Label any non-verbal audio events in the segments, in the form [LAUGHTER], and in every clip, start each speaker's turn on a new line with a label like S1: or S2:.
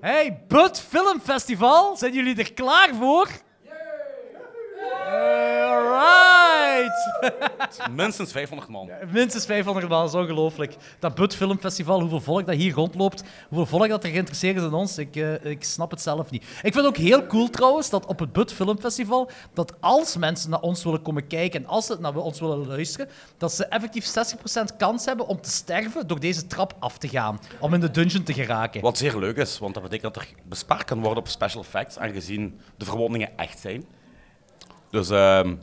S1: Hey, Bud Filmfestival, zijn jullie er klaar voor? Eh, alright!
S2: Minstens 500 man.
S1: Minstens 500 man, dat is ongelooflijk. Dat Bud Filmfestival, hoeveel volk dat hier rondloopt, hoeveel volk dat er geïnteresseerd is in ons, ik, eh, ik snap het zelf niet. Ik vind het ook heel cool trouwens dat op het Bud Filmfestival, dat als mensen naar ons willen komen kijken en als ze naar ons willen luisteren, dat ze effectief 60% kans hebben om te sterven door deze trap af te gaan, om in de dungeon te geraken.
S2: Wat zeer leuk is, want dat betekent dat er bespaard kan worden op special effects, aangezien de verwondingen echt zijn. Dus, ehm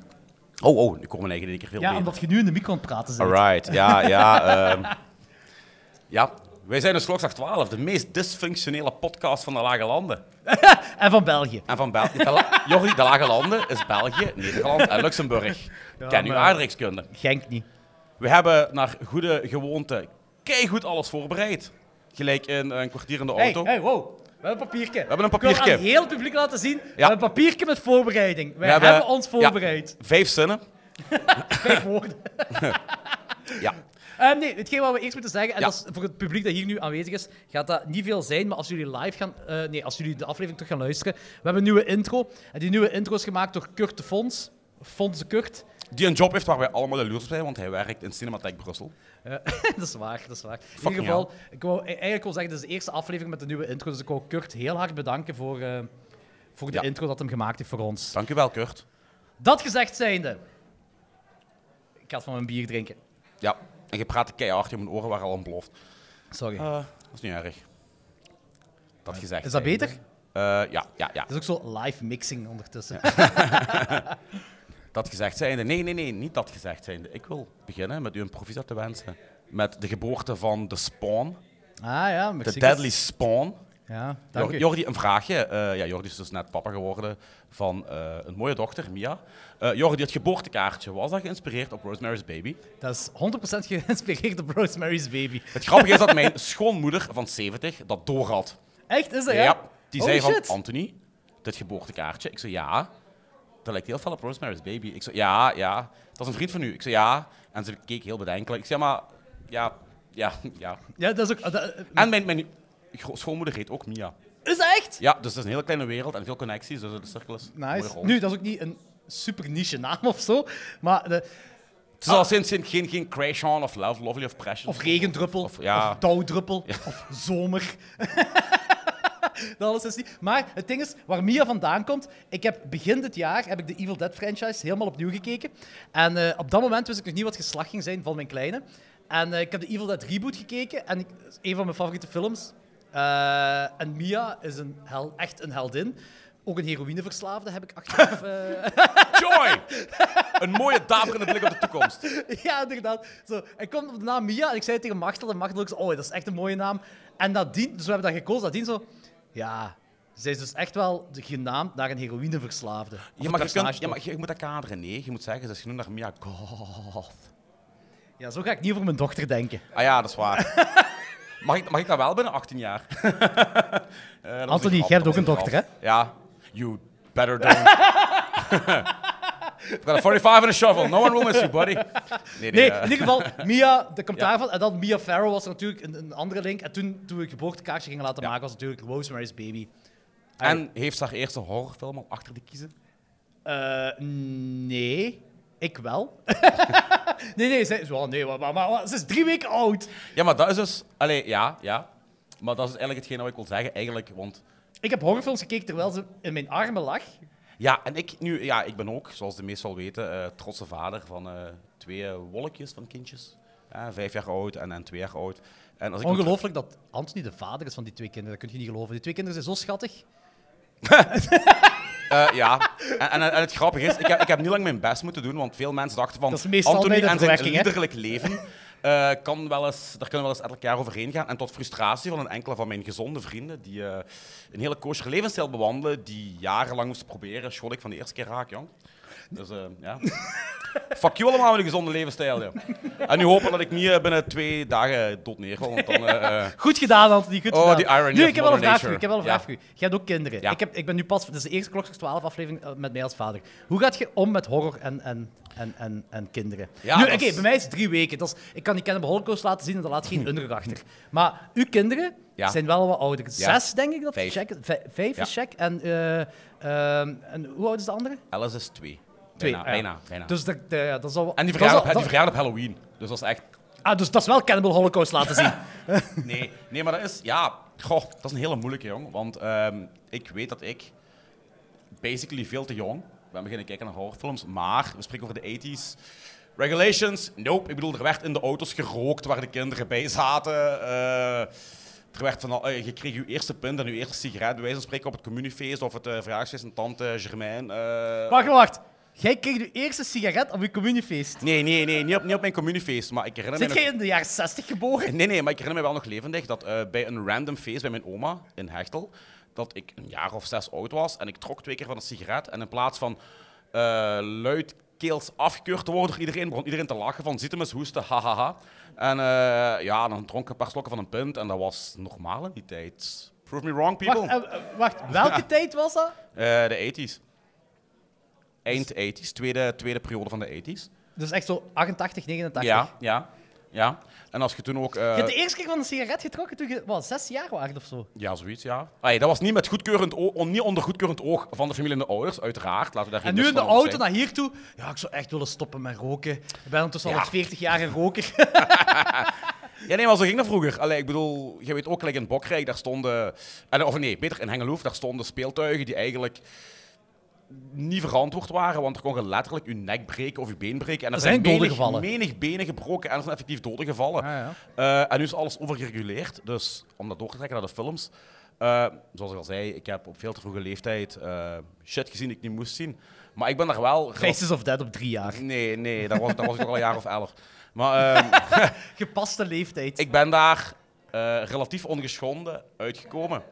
S2: oh, oh, ik hoor mijn eigen in één keer veel
S1: Ja,
S2: beter.
S1: omdat je nu in de micro aan het praten bent. [LAUGHS]
S2: Alright, ja, ja. ehm, ja, wij zijn de Klokslag 12, de meest dysfunctionele podcast van de Lage Landen.
S1: En van België.
S2: En van België. De
S1: [LAUGHS]
S2: La- Jordi, de Lage Landen is België, Nederland en Luxemburg. Ken uw
S1: maar-
S2: aardrijkskunde.
S1: Genk niet.
S2: We hebben naar goede gewoonte goed alles voorbereid. Gelijk in een kwartier in de
S1: Hey,
S2: auto.
S1: hey, wow. We hebben een papiertje. We
S2: hebben een
S1: Ik wil
S2: papiertje.
S1: aan heel het publiek laten zien. We hebben een papiertje met voorbereiding. Wij
S2: We
S1: hebben,
S2: hebben-
S1: ons
S2: ja. [LAUGHS]
S1: voorbereid.
S2: Vijf zinnen.
S1: Vijf woorden.
S2: Ja.
S1: Eh, nee, hetgeen wat we eerst moeten zeggen, en
S2: Ja.
S1: dat is voor het publiek dat hier nu aanwezig is, gaat dat niet veel zijn. Maar als jullie live gaan, eh, nee, als jullie de aflevering terug gaan luisteren, we hebben een nieuwe intro. En die nieuwe intro is gemaakt door Kurt de Fons. Fons de Kurt.
S2: Die een job heeft waar wij allemaal jaloers op zijn, want hij werkt in Cinematheek Brussel.
S1: Eh, [LAUGHS] dat is waar, dat is waar. in
S2: Fucking
S1: ieder geval, ik wou, e-, eigenlijk wil zeggen, dit is de eerste aflevering met de nieuwe intro. Dus ik wou Kurt heel hard bedanken voor, eh, voor de
S2: Ja.
S1: intro dat hem gemaakt heeft voor ons.
S2: Dank u wel, Kurt.
S1: Dat gezegd zijnde. Ik had van mijn bier drinken.
S2: Ja, en je praatte keihard, je mijn oren waren al ontploft.
S1: Sorry.
S2: Eh, dat is niet erg. Dat gezegd.
S1: is dat beter? Het
S2: Eh, ja, ja, ja.
S1: is ook zo live mixing ondertussen.
S2: Dat gezegd zijnde. Nee, nee, nee, niet dat gezegd zijnde. Ik wil beginnen met u een proficiat te wensen. Met de geboorte van de Spawn.
S1: Ah ja,
S2: De
S1: Mexico.
S2: Deadly Spawn.
S1: Ja, dank
S2: Jor-
S1: u.
S2: Jordi, een vraagje. Eh, ja, Jordi is dus net papa geworden van eh, een mooie dochter, Mia. Eh, Jordi, het geboortekaartje, was dat geïnspireerd op Rosemary's Baby?
S1: Dat is 100% geïnspireerd op Rosemary's Baby.
S2: Het grappige is dat mijn [LAUGHS] schoonmoeder van 70 dat doorhad.
S1: Echt, is dat
S2: Ja,
S1: ja?
S2: die
S1: Holy
S2: zei van,
S1: shit.
S2: Anthony, dit geboortekaartje. Ik zei, ja. Dat lijkt heel veel op Rosemary's Baby. Ik zei, ja, ja. Dat is een vriend van u. Ik zei, ja. En ze keek heel bedenkelijk. Ik zei, maar, ja, ja, ja.
S1: Ja, dat is ook... dat- eh,
S2: En mijn, mijn gro- schoonmoeder heet ook Mia.
S1: is dat echt?
S2: Ja, dus het is een hele kleine wereld en veel connecties. Dus de cirkel is mooi
S1: Nice.
S2: rond.
S1: Nu, dat is ook niet een super niche naam of zo, maar... De,
S2: Het is Dus al sinds geen, geen, geen Crash On of Love Lovely of Precious.
S1: Of regendruppel, of,
S2: Of- ja.
S1: dauwdruppel, of zomer. [LAUGHS] Dat alles is niet. Maar het ding is, waar Mia vandaan komt, ik heb begin dit jaar heb ik de Evil Dead franchise helemaal opnieuw gekeken. En eh, op dat moment wist ik nog niet wat geslacht ging zijn van mijn kleine. En eh, ik heb de Evil Dead reboot gekeken en ik, dat is een van mijn favoriete films. Eh, en Mia is een hel, echt een heldin. Ook een heroïneverslaafde heb ik achteraf.
S2: [LAUGHS]
S1: eh,
S2: Joy! Een mooie daverende blik op de toekomst.
S1: [LAUGHS] Ja, inderdaad. Zo, ik kwam op de naam Mia en ik zei het tegen Machtel. En Machtel ook zo, oh, dat is echt een mooie naam. En nadien, dus we hebben dat gekozen, nadien zo... Ja, zij is dus echt wel de- genaamd naar een heroïneverslaafde. Of
S2: Ja,
S1: een
S2: maar je,
S1: personage
S2: kunt, ja,
S1: toch.
S2: maar je moet dat kaderen. Nee, je moet zeggen, ze is genoemd naar Mia Goth.
S1: Ja, zo ga ik niet over mijn dochter denken.
S2: Ah ja, dat is
S1: [LAUGHS]
S2: waar. Mag ik, mag ik dat wel binnen 18 jaar? [LAUGHS] Eh, dat was een
S1: Anthony,
S2: grap,
S1: jij hebt
S2: dat was
S1: ook een
S2: grap.
S1: dochter, hè?
S2: Ja. You better don't. [LAUGHS] I've got a 45 and a shovel. No one will miss you, buddy. Nee,
S1: Nee,
S2: eh,
S1: in ieder geval, Mia, dat komt daarvan. En dan Mia Farrow was er natuurlijk een, een andere link. En toen, toen we het geboortekaartje gingen laten
S2: Ja.
S1: maken, was natuurlijk Rosemary's Baby.
S2: En heeft ze haar eerste horrorfilm al achter de kiezen?
S1: Eh, nee, ik wel. [LAUGHS] nee, nee, zij, zo, nee maar, maar, maar ze is drie weken oud.
S2: Ja, maar dat is dus... Allee, ja, ja. Maar dat is eigenlijk hetgeen wat ik wil zeggen, eigenlijk. Want
S1: Ik heb horrorfilms gekeken terwijl ze in mijn armen lag.
S2: ja, en ik nu... Ja, ik ben ook, zoals de meesten al weten, eh, trotse vader van eh, twee eh, wolkjes van kindjes. Eh, vijf jaar oud en, en twee jaar oud. En als ik
S1: Ongelooflijk dat Anthony de vader is van die twee kinderen. Dat kun je niet geloven. Die twee kinderen zijn zo schattig.
S2: Eh, ja, en, en, en het grappige is, ik heb, ik heb niet lang mijn best moeten doen, want veel mensen dachten van
S1: Dat is meestal
S2: Anthony
S1: bij de
S2: en zijn
S1: verwerking, hè?
S2: liederlijk leven. eh, kan wel eens, daar kunnen we wel eens elk jaar overheen gaan. En tot frustratie van een enkele van mijn gezonde vrienden, die eh, een hele kosher levensstijl bewandelen, die jarenlang moesten proberen, schoot ik van de eerste keer raak, jong. Dus eh, ja. Fuck you allemaal met een gezonde levensstijl. Ja. En nu hopen dat ik niet eh, binnen twee dagen dood neerval. Want dan, eh, eh,
S1: Goed gedaan, Anthony. Goed
S2: Oh,
S1: gedaan.
S2: die irony
S1: nu,
S2: of
S1: ik heb wel een
S2: modern
S1: vraag voor
S2: nature.
S1: u. Ik heb wel een
S2: Ja.
S1: vraag voor u. Jij hebt ook kinderen.
S2: Ja.
S1: Ik, heb, ik ben nu pas... Dit is de eerste Kloksters 12 aflevering eh, met mij als vader. Hoe gaat je om met horror en, en, en, en, en kinderen?
S2: Ja,
S1: nu,
S2: dat
S1: oké,
S2: is-
S1: bij mij is het drie weken. Dat is, ik kan die Cannibal Holocaust laten zien en dat laat
S2: [LAUGHS]
S1: geen indruk achter. Maar uw kinderen
S2: Ja.
S1: zijn wel wat ouder. Zes, denk ik. Dat
S2: Vijf.
S1: Check, vij- vijf
S2: Ja.
S1: is check. En, eh, ehm, en hoe oud is de andere?
S2: Alice is twee.
S1: Twee,
S2: Bijna,
S1: ja.
S2: bijna, bijna.
S1: Dus dat, ja, dat zal...
S2: en die
S1: dat
S2: verjaardag,
S1: zal-
S2: die
S1: dat-
S2: verjaardag op Halloween. Dus dat is echt...
S1: Ah, dus dat is wel Cannibal Holocaust laten
S2: [LAUGHS]
S1: zien.
S2: Nee, nee maar dat is... Ja, goh, dat is een hele moeilijke, jong. Want ehm, ik weet dat ik basically veel te jong ben beginnen kijken naar horrorfilms. Maar, we spreken over de 80s. Regulations, nope. Ik bedoel, er werd in de auto's gerookt waar de kinderen bij zaten. Eh, er werd van, al- eh, je kreeg je eerste pint en je eerste sigaret, bij wijze van spreken, op het communiefeest of het eh verjaardagsfeest van tante Germain. eh.
S1: Wacht, wacht. Jij kreeg je eerste sigaret op je communiefeest.
S2: Nee, nee, nee, niet op, niet op mijn communiefeest, maar ik herinner me...
S1: Zit
S2: nog-
S1: jij in de jaren 60 geboren?
S2: Nee, nee, maar ik herinner me wel nog levendig dat eh, bij een random feest bij mijn oma in Hechtel, dat ik een jaar of zes oud was en ik trok twee keer van een sigaret. En in plaats van eh luidkeels afgekeurd te worden door iedereen, begon iedereen te lachen van ziet hem eens hoesten, hahaha. En eh, ja, dan dronk ik een paar slokken van een punt en dat was normaal in die tijd. Prove me wrong, people.
S1: Wacht, eh, eh, wacht, welke tijd was dat?
S2: Eh, de 80s. Eind 80s, tweede, tweede periode van de 80s.
S1: Dus echt zo 88, 89.
S2: Ja, ja, ja. En als je toen ook... eh,
S1: Je hebt de eerste keer van een sigaret getrokken toen je wat, zes jaar was of zo.
S2: Ja, zoiets, ja. Allee, dat was niet, met goedkeurend oog, on- niet onder goedkeurend oog van de familie en de ouders, uiteraard. Laten we daar geen
S1: En nu in de
S2: misverstand over
S1: auto naar hier toe. Ja, ik zou echt willen stoppen met roken. Ik ben ondertussen al
S2: Ja.
S1: 40 jaar een roker.
S2: zijn. Ja, nee, maar zo ging dat vroeger. Allee, ik bedoel, je weet ook, gelijk in Bokrijk, daar stonden... en- Of nee, beter, in Hengeloef, daar stonden speeltuigen die eigenlijk niet verantwoord waren, want er kon je letterlijk je nek breken of je been breken. En er
S1: Er zijn doden
S2: menig,
S1: gevallen. Ah,
S2: menig benen gebroken en er zijn effectief doden gevallen. Eh, en nu is alles overgereguleerd. Dus om dat door te trekken naar de films. eh, zoals ik al zei, ik heb op veel te vroege leeftijd eh, shit gezien die ik niet moest zien. Maar ik ben daar wel...
S1: Faces of Dead op drie jaar.
S2: Nee, nee, daar was, daar was ik al een jaar of elf. Maar ehm,
S1: Gepaste leeftijd.
S2: ik ben daar eh, relatief ongeschonden uitgekomen.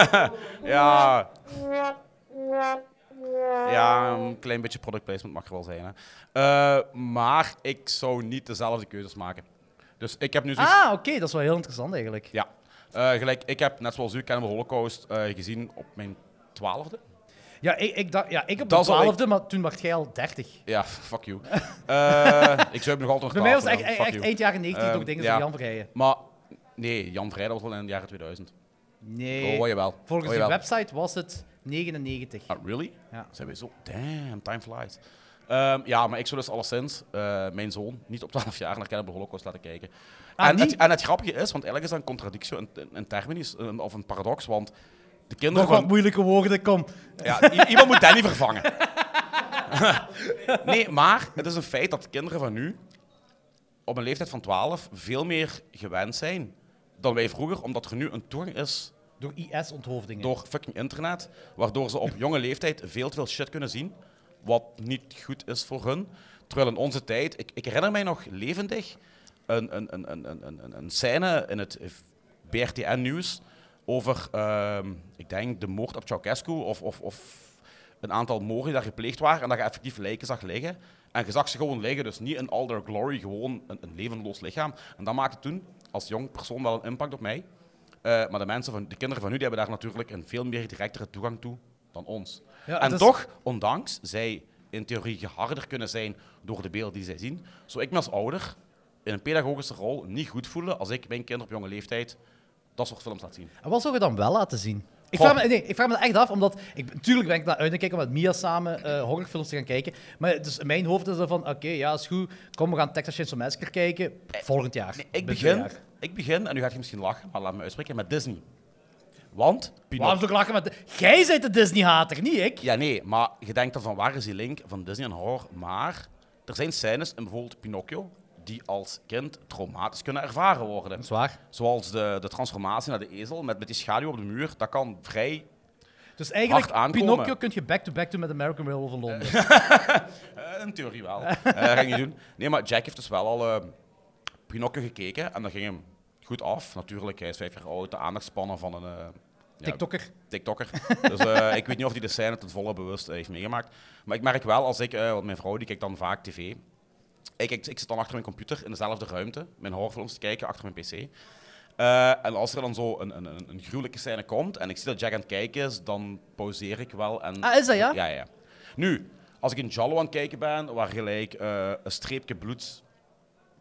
S2: [LAUGHS] ja. Ja, een klein beetje product placement mag er wel zijn. Hè. Eh, maar ik zou niet dezelfde keuzes maken. Dus ik heb nu zoiets...
S1: Ah, oké, dat is wel heel interessant eigenlijk.
S2: Ja. Eh, gelijk, ik heb net zoals u Cannibal Holocaust eh, gezien op mijn twaalfde.
S1: Ja, ik, ik, dacht, ja, ik op de
S2: Dat zal ik-
S1: 12e, maar toen was jij al 30.
S2: Ja, [LAUGHS] fuck you. Eh, ik zuip nog altijd
S1: Bij
S2: nog
S1: mij was het
S2: twaalf,
S1: echt,
S2: man. Fuck
S1: echt
S2: you.
S1: eind jaren 90
S2: Ehm,
S1: door dingen
S2: ja.
S1: van Jan Vrijen.
S2: Maar nee, Jan Vrijdag was wel in de jaren 2000.
S1: Nee.
S2: Oh, jawel.
S1: Eh, Volgens
S2: Oh,
S1: die
S2: jawel.
S1: website was het 99.
S2: Ah, really?
S1: Ja.
S2: Zijn we zo? Damn, time flies. Ehm, ja, maar ik zou dus alleszins eh, mijn zoon niet op 12 jaar naar Cannibal Holocaust laten kijken.
S1: Ah,
S2: en,
S1: niet?
S2: het, en het grappige is, want eigenlijk is dat een contradictie, een, een- een terminus, een- of een paradox, want de kinderen...
S1: Nog wat
S2: van-
S1: moeilijke woorden, kom.
S2: Ja, i- iemand moet Danny vervangen. nee, maar het is een feit dat kinderen van nu op een leeftijd van 12 veel meer gewend zijn dan wij vroeger, omdat er nu een toegang is
S1: Door IS-onthoofdingen.
S2: door fucking internet, waardoor ze op [LAUGHS] jonge leeftijd veel te veel shit kunnen zien, wat niet goed is voor hun. Terwijl in onze tijd, ik, ik herinner mij nog levendig een, een, een, een, een, een- een, een scène in het BRTN-nieuws over, ehm, ik denk, de moord op Ceausescu of, of, of een aantal moorden die daar gepleegd waren en dat je effectief lijken zag liggen. En je zag ze gewoon liggen, dus niet in all their glory, gewoon een, een levenloos lichaam. En dat maakte toen, als jong persoon, wel een impact op mij. Eh, maar de, mensen van, de kinderen van nu die hebben daar natuurlijk een veel meer directere toegang toe dan ons.
S1: Ja,
S2: en
S1: dat is-
S2: toch, ondanks zij in theorie geharder kunnen zijn door de beelden die zij zien, zou ik me als ouder in een pedagogische rol niet goed voelen als ik mijn kinderen op jonge leeftijd dat soort films laat zien.
S1: En wat zou je dan wel laten zien? Ik
S2: Goh.
S1: vraag, me, nee, ik vraag me dat echt af, omdat ik natuurlijk ben ik naar uit te kijken om met Mia samen eh, horrorfilms te gaan kijken. Maar dus in mijn hoofd is dat van, oké, ja, is goed. Kom, we gaan Texas Chainsaw Massacre kijken volgend jaar.
S2: Nee, ik,
S1: Binnen
S2: begin,
S1: twee jaar.
S2: ik begin, en nu gaat je misschien lachen, maar laat me uitspreken, met Disney. Want Pinocchio...
S1: Waarom zou ik lachen met... de- Jij bent de Disney-hater, niet ik.
S2: Ja, nee, maar je denkt dan van waar is die link van Disney en horror? Maar er zijn scènes in bijvoorbeeld Pinocchio die als kind traumatisch kunnen ervaren worden.
S1: Zwaar.
S2: Zoals de, de transformatie naar de ezel met, met die schaduw op de muur. Dat kan vrij.
S1: Dus eigenlijk,
S2: Hard aankomen.
S1: Pinocchio kun je back-to-back doen met American Werewolf in Londen.
S2: eh, in theorie wel. Eh ga ik niet doen. Nee, maar Jack heeft dus wel al eh, Pinocchio gekeken en dat ging hem goed af. Natuurlijk, hij is vijf jaar oud. De aandachtspannen van een eh,
S1: TikTokker.
S2: TikToker. Dus eh, ik weet niet of hij de scène ten volle bewust eh, heeft meegemaakt. Maar ik merk wel, als ik, eh, want mijn vrouw die kijkt dan vaak tv. Ik, ik, ik zit dan achter mijn computer in dezelfde ruimte, mijn horrorfilms te kijken, achter mijn pc. Eh, en als er dan zo een, een, een, een gruwelijke scène komt en ik zie dat Jack aan het kijken is, dan pauzeer ik wel. En,
S1: Ah, is dat ja?
S2: Ja, ja. Nu, als ik in Jallo aan het kijken ben, waar gelijk eh, een streepje bloed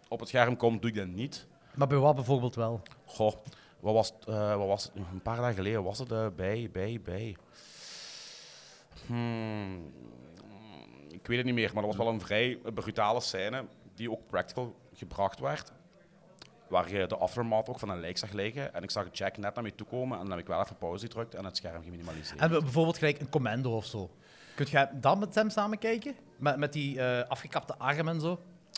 S2: op het scherm komt, doe ik dat niet.
S1: Maar bij wat bijvoorbeeld wel?
S2: Goh, wat was, het, eh, wat was het nu? Een paar dagen geleden was het eh, bij, bij, bij. Hmm, ik weet het niet meer, maar dat was wel een vrij brutale scène die ook practical gebracht werd. Waar je de aftermath ook van een lijk zag liggen. En ik zag Jack net naar me toe komen en dan heb ik wel even pauze gedrukt en het scherm geminimaliseerd.
S1: En bijvoorbeeld gelijk een commando of zo. Kunt jij dan met hem samen kijken? Met, met die eh, afgekapte arm en zo?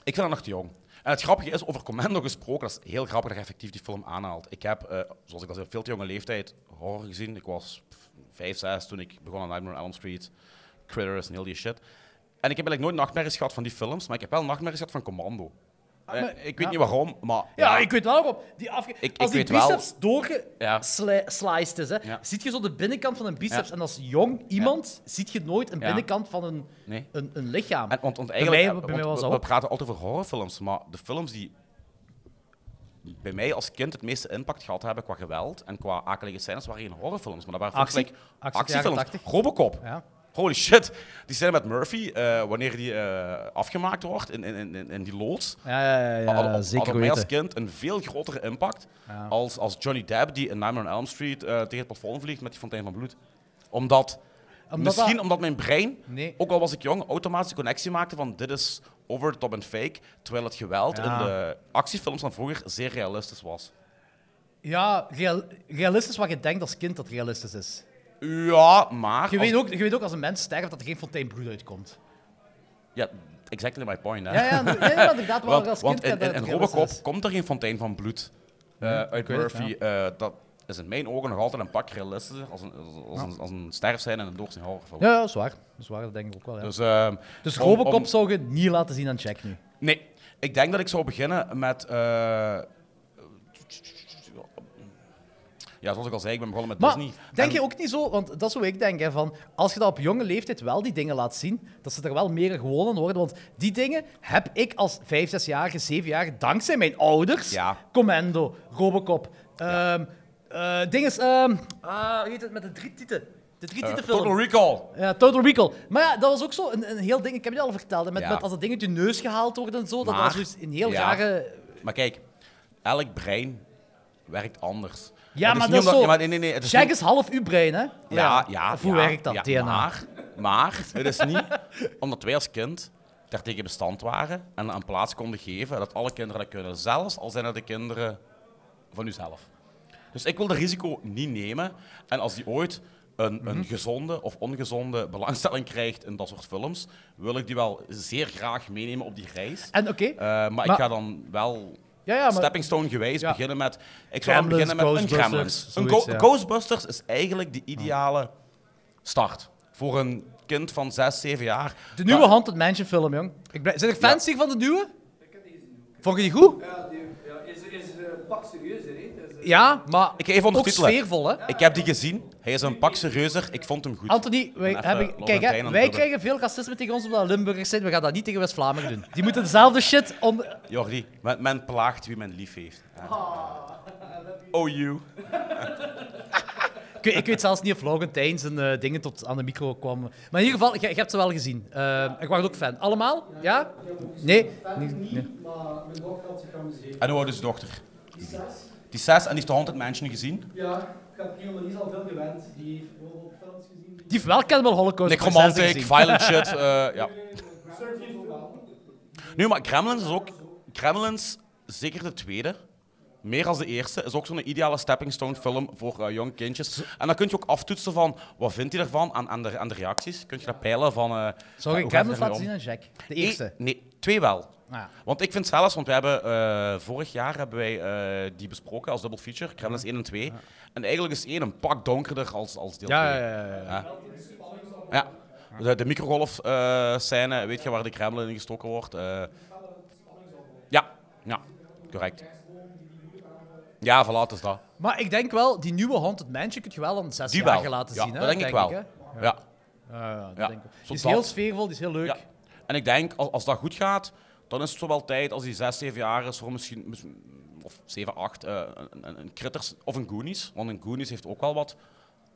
S2: Ik vind dat nog te jong. En het grappige is, over Commando gesproken, dat is heel grappig dat je effectief die film aanhaalt. Ik heb, eh, zoals ik al zei, op veel te jonge leeftijd horror gezien. Ik was pff, vijf, zes toen ik begon aan Nightmare on Elm Street, Critters en heel die shit. En ik heb eigenlijk nooit nachtmerries gehad van die films, maar ik heb wel nachtmerries gehad van Commando. Eh,
S1: Ah, maar-
S2: ik weet
S1: ja.
S2: niet waarom, maar...
S1: Ja, ik weet wel, Rob. Die afge...
S2: ik
S1: Als die
S2: weet wel-
S1: biceps
S2: Ja.
S1: doorgesliced is, hè,
S2: Ja.
S1: ziet je zo de binnenkant van een biceps.
S2: Ja.
S1: En als jong iemand ziet je nooit een
S2: Ja.
S1: binnenkant van een,
S2: Nee.
S1: een, een lichaam.
S2: En, want, want eigenlijk,
S1: mij- bij
S2: want
S1: mij was
S2: we-
S1: dat
S2: we
S1: ook.
S2: praten altijd over horrorfilms, maar de films die bij mij als kind het meeste impact gehad hebben qua geweld en qua akelige scènes waren geen horrorfilms, maar dat waren
S1: Actie.
S2: films like
S1: Actie,
S2: actiefilms.
S1: jaren 80.
S2: Robocop.
S1: Ja.
S2: Holy shit. Die scène met Murphy, eh, wanneer die eh, afgemaakt wordt in, in, in- in, in die loods,
S1: Ja, ja, ja, ja,
S2: had, op- had
S1: zeker
S2: op mij als
S1: weten.
S2: kind een veel grotere impact
S1: Ja.
S2: als, als Johnny Depp die in Nightmare on Elm Street eh, tegen het plafond vliegt met die fontein van bloed. Omdat,
S1: Omdat
S2: misschien
S1: dat-
S2: omdat mijn brein
S1: Nee.
S2: ook al was ik jong, automatisch de connectie maakte van dit is over the top en fake, terwijl het geweld
S1: Ja.
S2: in de actiefilms van vroeger zeer realistisch was.
S1: Ja, real- realistisch wat je denkt als kind dat realistisch is.
S2: Ja, maar...
S1: Je,
S2: als-
S1: weet, ook, je weet ook als een mens sterft dat er geen fontein bloed uitkomt.
S2: Ja, exactly my point. Hè.
S1: Ja, ja, nee, nee, maar inderdaad. wel
S2: Want,
S1: als
S2: want
S1: kind eh,
S2: in,
S1: dat
S2: in,
S1: het
S2: in
S1: realistisch
S2: Robocop
S1: is.
S2: komt er geen fontein van bloed eh, uit
S1: weet het,
S2: Murphy. Eh, dat is in mijn ogen nog altijd een pak realistischer als een, als, als een, als een sterf zijn en een doorsnee horrorfilm.
S1: Ja, ja, dat is waar. Dat is waar, dat denk ik ook wel. Ja. Dus,
S2: Dus, ehm, om- om-
S1: Robocop zou je niet laten zien aan Jack nu.
S2: Nee, ik denk dat ik zou beginnen met. eh, ja, zoals ik al zei, ik ben begonnen met
S1: Maar
S2: Disney.
S1: denk
S2: En-
S1: je ook niet zo, want dat is hoe ik denk, hè, van als je dat op jonge leeftijd wel die dingen laat zien, dat ze er wel meer gewoon aan worden. Want die dingen heb ik als 5, 6-jarige, 7-jarige, dankzij mijn ouders,
S2: Ja.
S1: Commando, Robocop, ehm eh, dinges, ehm, ah, hoe heet het met de drie tieten? De drie
S2: eh,
S1: tieten film.
S2: Total Recall.
S1: Ja, Total Recall. Maar ja, dat was ook zo een, een heel ding, ik heb je al verteld, hè, met,
S2: Ja.
S1: met als dat ding uit je neus gehaald wordt en zo,
S2: Maar-
S1: dat was dus een heel
S2: ja.
S1: rare...
S2: Maar kijk, elk brein werkt anders.
S1: Ja,
S2: Het
S1: maar
S2: niet
S1: dat is
S2: omdat-
S1: zo-
S2: ja, maar nee, nee, nee, het is
S1: Jack
S2: niet-
S1: is half uw brein, hè?
S2: Ja, ja.
S1: Of hoe
S2: ja,
S1: werkt dat,
S2: ja,
S1: DNA?
S2: Maar, maar het is niet [LAUGHS] omdat wij als kind daartegen bestand waren en aan plaats konden geven dat alle kinderen dat kunnen, zelfs al zijn dat de kinderen van uzelf. Dus ik wil dat risico niet nemen. En als die ooit een, een
S1: Mhm.
S2: gezonde of ongezonde belangstelling krijgt in dat soort films, wil ik die wel zeer graag meenemen op die reis.
S1: En oké,
S2: Eh, maar, ik
S1: maar-
S2: ga dan wel
S1: Ja, ja, maar-
S2: stepping stone gewijs
S1: Ja.
S2: beginnen met... Ik zou dan
S1: Gremlins,
S2: beginnen met een
S1: Ghostbusters,
S2: Gremlins. Een
S1: zoiets,
S2: Go-
S1: ja.
S2: Ghostbusters is eigenlijk de ideale start voor een kind van 6, 7 jaar.
S1: De nieuwe
S2: Dat-
S1: Haunted Mansion film, jong. Ik ben... Zijn er fans hier van de nieuwe? Vond je die goed?
S3: Ja, die ja, is, is eh, een pak serieuzer, hè? Dus, eh,
S1: Ja, maar
S2: Ik geef
S1: ook
S2: ondertitelen.
S1: sfeervol, hè?
S2: Ik heb die gezien. Hij is een pak serieuzer. Ik vond hem goed.
S1: Anthony, wij,
S2: Even
S1: hebben- kijk,
S2: Laurentijn
S1: hè,
S2: aan het
S1: wij
S2: dubbelen.
S1: krijgen veel racisme tegen ons omdat Limburgers zijn. We gaan dat niet tegen West-Vlamingen doen. Die moeten dezelfde shit onder...
S2: Jordi, men, men plaagt wie men lief heeft.
S1: Ah.
S2: Oh, you.
S1: Ik, weet- ik weet zelfs niet of Laurentijn zijn eh, dingen tot aan de micro kwam. Maar in ieder geval, je, je hebt ze wel gezien. Eh, ik was ook fan. Allemaal? Ja? Nee? Nee. nee.
S3: Maar mijn dochter had zich gaan bezien.
S2: En hoe oud is de dochter?
S3: Die zes?
S2: Die is zes en die heeft de Haunted Mansion gezien.
S3: Ja, ik heb die jongen niet al veel gewend. Die heeft bijvoorbeeld films gezien. Die...
S1: Die heeft wel Cannibal Holocaust Princess
S2: Necromantic,
S1: [LAUGHS] gezien.
S2: violent shit. eh, ja.
S3: Sergeant Film.
S2: Nu, maar Gremlins is ook... Gremlins, zeker de tweede, meer als de eerste, is ook zo'n ideale stepping stone film voor eh, jong kindjes. En dan kun je ook aftoetsen van, wat vindt hij ervan aan, aan, de, aan de reacties? Kun je dat peilen van... eh,
S1: Zou
S2: hoe
S1: je
S2: gaat
S1: Cannibal
S2: het ermee
S1: laten
S2: om?
S1: zien aan Jack? De eerste?
S2: Nee, nee, twee wel.
S1: Ah.
S2: Want ik vind zelfs, want we hebben eh, vorig jaar hebben wij eh, die besproken als double feature, Gremlins 1 en 2. En eigenlijk is 1 een pak donkerder als, als deel 2.
S1: Ja, ja, ja, ja, ja.
S2: Ja. Dus De, de microgolf eh, scène, weet je waar de Kremlin in gestoken wordt? eh. ja, ja, correct. Ja, voilà, het is dat.
S1: Maar ik denk wel, die nieuwe Haunted Mansion kun je wel aan zes
S2: Die
S1: jaar
S2: wel.
S1: laten
S2: ja,
S1: zien. Hè?
S2: dat denk, ik wel.
S1: hè.
S2: ja.
S1: Ja, ja, dat
S2: Ja,
S1: denk ik. wel.
S2: zo
S1: Die is
S2: dat.
S1: heel sfeervol, die is heel leuk.
S2: Ja. En ik denk, als, als dat goed gaat, dan is het zowel tijd als die zes, zeven jaar is voor misschien, mis- of zeven, acht, eh, een, een, een Critters of een Goonies. Want een Goonies heeft ook wel wat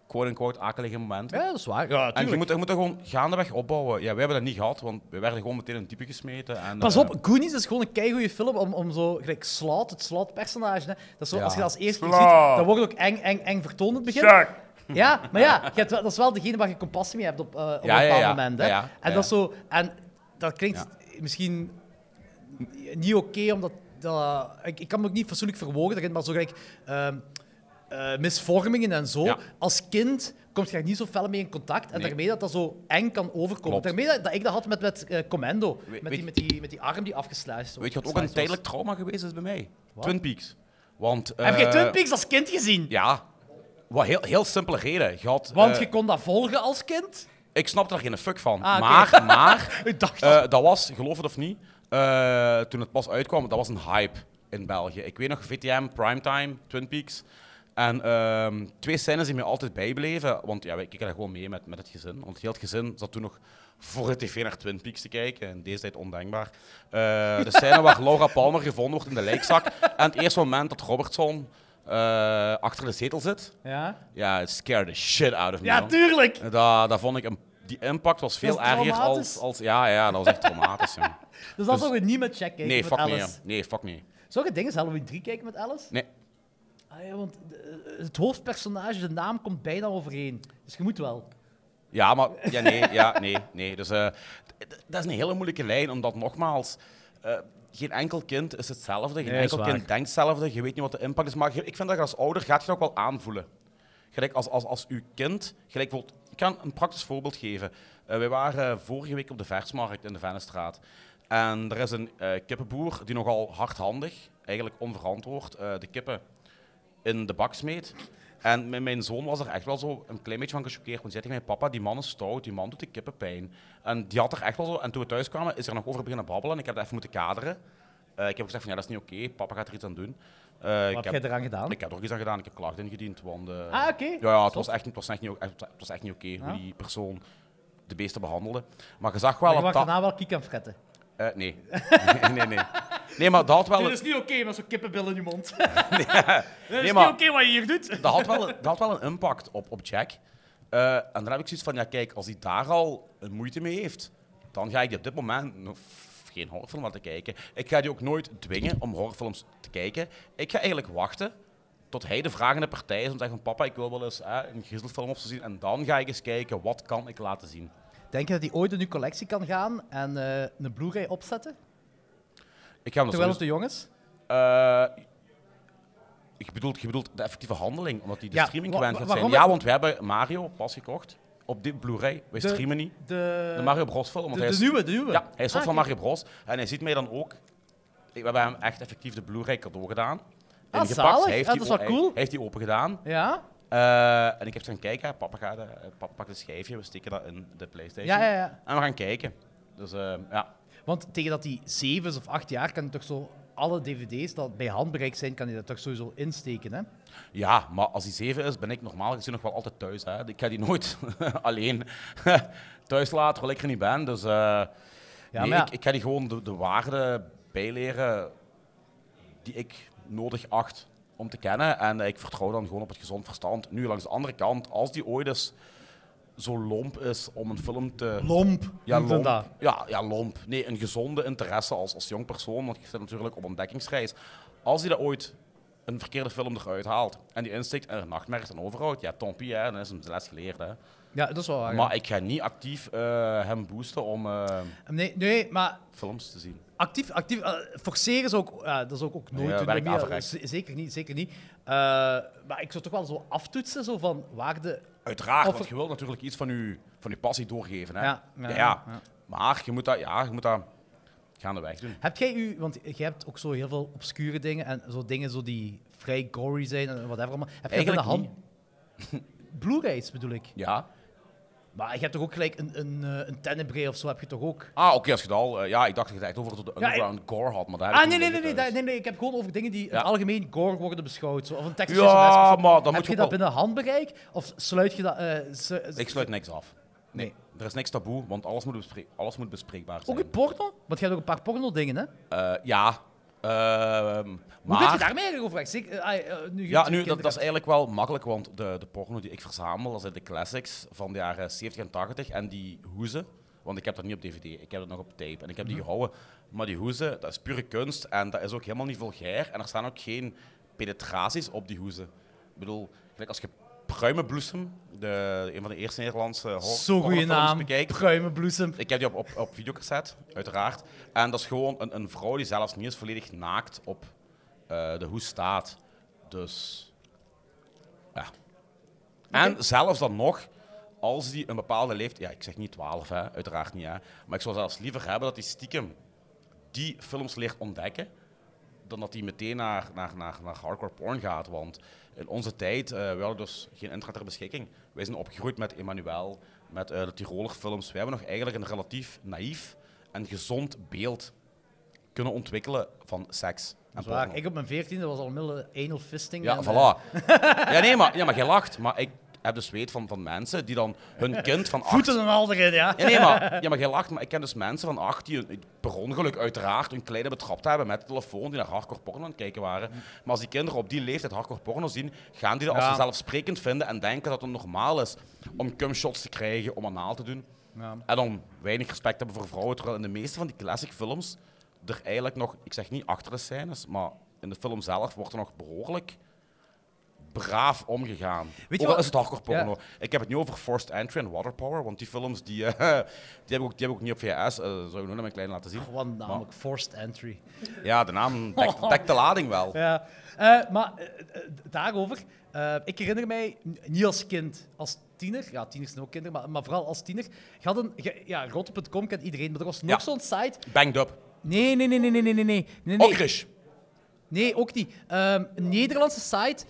S2: quote-unquote akelige momenten.
S1: Ja, dat is waar. Ja,
S2: en je
S1: tuurlijk.
S2: moet, je moet dat gewoon gaandeweg opbouwen. Ja, we hebben dat niet gehad, want we werden gewoon meteen in het diepe gesmeten. En,
S1: Pas
S2: eh,
S1: op, Goonies is gewoon een keigoede film om, om zo, gelijk Slot, het Slot-personage. hè. Dat is zo,
S2: Ja.
S1: als je dat als eerste keer
S2: Slot.
S1: ziet, dan wordt het ook eng, eng, eng vertoond in het begin. Ja, maar ja, je hebt wel- dat is wel degene waar je compassie mee hebt op, eh, op
S2: Ja,
S1: een
S2: ja,
S1: bepaald
S2: ja.
S1: moment. Hè.
S2: Ja, ja.
S1: En
S2: Ja,
S1: dat is zo, en dat klinkt misschien niet oké, omdat dat, ik, ik kan me ook niet fatsoenlijk verwoorden, daarin, maar zo gelijk ehm, eh, misvormingen en zo.
S2: Ja.
S1: Als kind kom je daar niet zo fel mee in contact en
S2: Nee.
S1: daarmee dat dat zo eng kan overkomen.
S2: Klopt.
S1: Daarmee dat, dat ik dat had met, met eh, Commando,
S2: weet-
S1: met, die, met, die, met die arm die afgesluist
S2: Weet je wat ook een tijdelijk trauma geweest is bij mij?
S1: Wat?
S2: Twin Peaks. Want,
S1: Heb je
S2: eh,
S1: Twin Peaks als kind gezien?
S2: Ja. Wat heel, heel simpele reden. Je had,
S1: Want
S2: eh,
S1: je kon dat volgen als kind?
S2: Ik snap daar geen fuck van.
S1: Ah, oké.
S2: Maar, maar,
S1: [LAUGHS] Ik dacht dat.
S2: Eh, dat was, geloof het of niet, eh, toen het pas uitkwam, dat was een hype in België. Ik weet nog VTM, Primetime, Twin Peaks. En ehm, twee scènes die me altijd bijbleven, want ja, wij keken daar gewoon mee met, met het gezin. Want heel het gezin zat toen nog voor de tv naar Twin Peaks te kijken. In deze tijd ondenkbaar. Eh, de scène waar Laura Palmer gevonden wordt in de lijkzak. En het eerste moment dat Robertson eh, achter de zetel zit.
S1: Ja,
S2: Ja, it scared the shit out of me.
S1: ja
S2: man.
S1: tuurlijk!
S2: Dat, dat vond ik een, die impact was veel
S1: Was het
S2: erger
S1: traumatisch?
S2: als, als. Ja, ja, dat was echt traumatisch. jong.
S1: Dus dat
S2: Dus-
S1: zouden we niet met Jack kijken
S2: Nee,
S1: met
S2: fuck
S1: Alice.
S2: nee. jong. Nee, fuck nee.
S1: Zou je dingen Halloween 3 kijken met Alice?
S2: Nee.
S1: Ah, ja, want eh, het hoofdpersonage, de naam komt bijna overeen. Dus je moet wel.
S2: Ja, maar. Ja, nee, ja, nee, nee. Dus eh, d- d- dat is een hele moeilijke lijn, omdat nogmaals. eh, geen enkel kind is hetzelfde. Geen
S1: Nee, is
S2: enkel
S1: waar.
S2: kind denkt hetzelfde. Je weet niet wat de impact is. Maar je- ik vind dat je als ouder gaat je dat ook wel aanvoelen. Gelijk als, als, als uw kind. Gelijk bijvoorbeeld, ik kan een praktisch voorbeeld geven. Eh, wij waren vorige week op de versmarkt in de Vennestraat. En er is een eh, kippenboer die nogal hardhandig, eigenlijk onverantwoord, eh, de kippen in de bak smeet. En mijn, mijn zoon was er echt wel zo een klein beetje van gechoqueerd. Want hij zei tegen mijn papa, die man is stout, die man doet de kippen pijn. En die had er echt wel zo... En toen we thuis kwamen, is er nog over beginnen babbelen. Ik heb dat even moeten kaderen. Eh, ik heb gezegd van, ja, dat is niet oké. Papa gaat er iets aan doen. Eh,
S1: Wat heb jij eraan gedaan?
S2: ik heb er ook iets aan gedaan. Ik heb klachten ingediend. Want, eh,
S1: Ah, oké.
S2: Ja, ja het, was echt, niet- het, was echt niet, o- echt- het was echt niet oké
S1: Ja.
S2: hoe die persoon de beesten behandelde. Maar je zag
S1: Maar
S2: wel...
S1: je
S2: dat
S1: mag
S2: dat-
S1: daarna wel kiek aan fretten.
S2: eh, nee. [LAUGHS] nee, nee, nee. Nee, maar dat had wel...
S1: is niet oké met zo'n kippenbil in je
S2: [LAUGHS]
S1: mond.
S2: Nee, maar-
S1: wat je hier doet.
S2: dat had wel, dat had wel een impact op, op Jack. Eh, en dan heb ik zoiets van, ja kijk, als hij daar al een moeite mee heeft, dan ga ik die op dit moment nog f- geen horrorfilm laten kijken. Ik ga die ook nooit dwingen om horrorfilms te kijken. Ik ga eigenlijk wachten tot hij de vragende partij is om te zeggen van papa, ik wil wel eens eh, een griezelfilm of zo zien. En dan ga ik eens kijken, wat kan ik laten zien?
S1: Denk je dat die ooit in uw collectie kan gaan en eh, een Blu-ray opzetten?
S2: Ik ga hem dus- dat
S1: Terwijl het
S2: sowieso-
S1: de jongens?
S2: Eh, je, bedoelt, je bedoelt de effectieve handeling, omdat die de
S1: Ja,
S2: streaming
S1: wa-
S2: gewend gaat
S1: wa-
S2: zijn.
S1: waarom-
S2: Ja, want we hebben Mario pas gekocht op dit Blu-ray. Wij
S1: De-
S2: streamen niet.
S1: De,
S2: De Mario Bros film. Want
S1: de,
S2: hij
S1: de
S2: is,
S1: nieuwe, de nieuwe.
S2: Ja, hij is zot
S1: Ah,
S2: van
S1: oké.
S2: Mario Bros. En hij ziet mij dan ook. We hebben hem echt effectief de Blu-ray cadeau gedaan.
S1: Ah,
S2: Ingepakt.
S1: zalig.
S2: Hij heeft
S1: Ah,
S2: die
S1: dat is wel
S2: o-
S1: cool.
S2: Hij, hij heeft die open gedaan.
S1: Ja?
S2: Eh, en ik heb gaan kijken. hè. Papa, gaat, eh, papa pakt een schijfje. We steken dat in de PlayStation.
S1: Ja, ja, ja.
S2: En we gaan kijken. Dus eh, ja.
S1: Want tegen dat die zeven is of acht jaar kan je toch zo alle dvd's dat bij handbereik zijn, kan je dat toch sowieso insteken, hè?
S2: ja, maar als die 7 is, ben ik normaal gezien nog wel altijd thuis. Hè. Ik ga die nooit [LAUGHS] alleen thuis laten, terwijl ik er niet ben. Dus eh,
S1: maar
S2: nee,
S1: ja.
S2: ik, ik ga die gewoon de, de waarde bijleren die ik nodig acht om te kennen. En eh, ik vertrouw dan gewoon op het gezond verstand. Nu, langs de andere kant, als die ooit eens zo lomp is om een film te...
S1: Lomp.
S2: Ja,
S1: noemt men
S2: lomp.
S1: dat.
S2: Ja, ja, lomp. Nee, een gezonde interesse als, als jong persoon, want je zit natuurlijk op ontdekkingsreis. Als hij dat ooit een verkeerde film eruit haalt en die insteekt en er nachtmerries aan overhoudt, ja, tant pis, hè, dan is hem de les geleerd. Hè.
S1: Ja, dat is wel waar. Ah, ja.
S2: Maar ik ga niet actief eh, hem boosten om eh,
S1: Nee, nee, maar
S2: films te zien.
S1: actief, actief eh, forceren is ook, eh, dat is ook, ook nooit
S2: Nee,
S1: te doen,
S2: werkt
S1: Mia.
S2: averechts.
S1: Z- Zeker niet, zeker niet. Eh, maar ik zou toch wel zo aftoetsen, zo van waar de...
S2: Uiteraard,
S1: Of-
S2: want je wilt natuurlijk iets van je, van je passie doorgeven. Hè.
S1: Ja,
S2: Ja,
S1: ja,
S2: ja,
S1: ja.
S2: Maar je moet dat, ja, je moet dat gaandeweg doen.
S1: Heb jij u, want jij hebt ook zo heel veel obscure dingen en zo dingen zo die vrij gory zijn en whatever allemaal. Heb jij
S2: Eigenlijk
S1: binnen hand... Blu-rays bedoel ik.
S2: Ja.
S1: Maar je hebt toch ook gelijk een, een, eh, een Tenebrae of zo heb je toch ook?
S2: Ah, oké, als je het al... eh, ja, ik dacht dat je het echt over de underground gore had, maar daar heb
S1: Ah,
S2: ik
S1: nee,
S2: niet
S1: nee,
S2: in
S1: nee, nee,
S2: thuis.
S1: nee, nee, ik heb gewoon over dingen die in
S2: Ja.
S1: het algemeen gore worden beschouwd. Zo, of een Texas Chainsaw
S2: Ja,
S1: Massacre.
S2: maar dan
S1: Heb
S2: moet
S1: je
S2: je
S1: dat
S2: ook wel...
S1: binnen handbereik? Of sluit je dat... eh, su-
S2: Ik sluit niks af. Nee, er is niks taboe, want alles moet, bespre- alles moet bespreekbaar zijn.
S1: Ook in porno? Want je hebt ook een paar porno-dingen, hè?
S2: Eh, ja. Ehm
S1: Hoe
S2: maar...
S1: weet je daarmee eigenlijk over? weg? Zeker, eh, ah, eh, nu je twee
S2: Ja, nu, dat,
S1: kinderen
S2: dat is
S1: hebt.
S2: eigenlijk wel makkelijk, want de, de porno die ik verzamel, dat zijn de classics van de jaren 70 en 80 en die hoezen. Want ik heb dat niet op dvd, ik heb dat nog op tape en ik heb die
S1: Mhm.
S2: gehouden. Maar die hoezen, dat is pure kunst en dat is ook helemaal niet vulgair. En er staan ook geen penetraties op die hoezen. Ik bedoel, gelijk als je Pruimenbloesem, de, een van de eerste Nederlandse horror-
S1: Zo'n goede
S2: horrorfilms
S1: naam.
S2: bekijkt,
S1: Pruimenbloesem.
S2: ik heb die op, op, op videocassette, uiteraard. En dat is gewoon een, een vrouw die zelfs niet eens volledig naakt op eh, de hoes staat. Dus ja. En zelfs dan nog, als die een bepaalde leeftijd... Ja, ik zeg niet 12, hè, uiteraard niet. Hè, maar ik zou zelfs liever hebben dat die stiekem die films leert ontdekken dan dat hij meteen naar, naar, naar, naar hardcore porn gaat. Want in onze tijd, eh, we hadden dus geen internet ter beschikking. Wij zijn opgegroeid met Emmanuel, met eh, de Tiroler films. Wij hebben nog eigenlijk een relatief naïef en gezond beeld kunnen ontwikkelen van seks en
S1: Dat is waar.
S2: porno.
S1: Ik op mijn veertiende was al middel anal fisting.
S2: Ja,
S1: en, eh,
S2: voilà. ja, nee, maar, ja, maar jij lacht. Maar ik heb dus weet van, van mensen die dan hun kind van acht...
S1: eh, Voeten en alderen, ja.
S2: Ja, nee, maar, ja, maar jij lacht. Maar ik ken dus mensen van acht die hun- per ongeluk uiteraard hun kleine betrapt hebben met de telefoon, die naar hardcore porno aan het kijken waren. Maar als die kinderen op die leeftijd hardcore porno zien, gaan die dat als
S1: Ja.
S2: vanzelfsprekend vinden en denken dat het normaal is om cumshots te krijgen, om anaal te doen. En om weinig respect te hebben voor vrouwen. Terwijl in de meeste van die classic films er eigenlijk nog, ik zeg niet achter de scènes, maar in de film zelf wordt er nog behoorlijk braaf omgegaan.
S1: je
S2: Weet je wel,
S1: wat-
S2: is het hardcore porno. Ik heb het nu over Forced Entry en Waterpower, want die films die, eh, [LAUGHS] die, heb, ik ook, die heb ik ook niet op VHS. eh zou ik nu nog mijn klein laten zien.
S1: Gewoon namelijk forced entry.
S2: Ja, de naam
S1: [LAUGHS]
S2: dekt, dekt de lading wel.
S1: Ja, eh, maar eh, eh, daarover. eh, ik herinner mij, n- niet als kind, als tiener. Ja, tieners zijn ook kinderen, maar, maar vooral als tiener. Je had een, je- ja, rot.com kent iedereen, maar er was nog
S2: Ja.
S1: zo'n site.
S2: Banged Up.
S1: Nee, nee, nee, nee, nee, nee, nee, nee. nee, nee.
S2: Okrish.
S1: Nee, ook niet. Ehm, een Nederlandse site.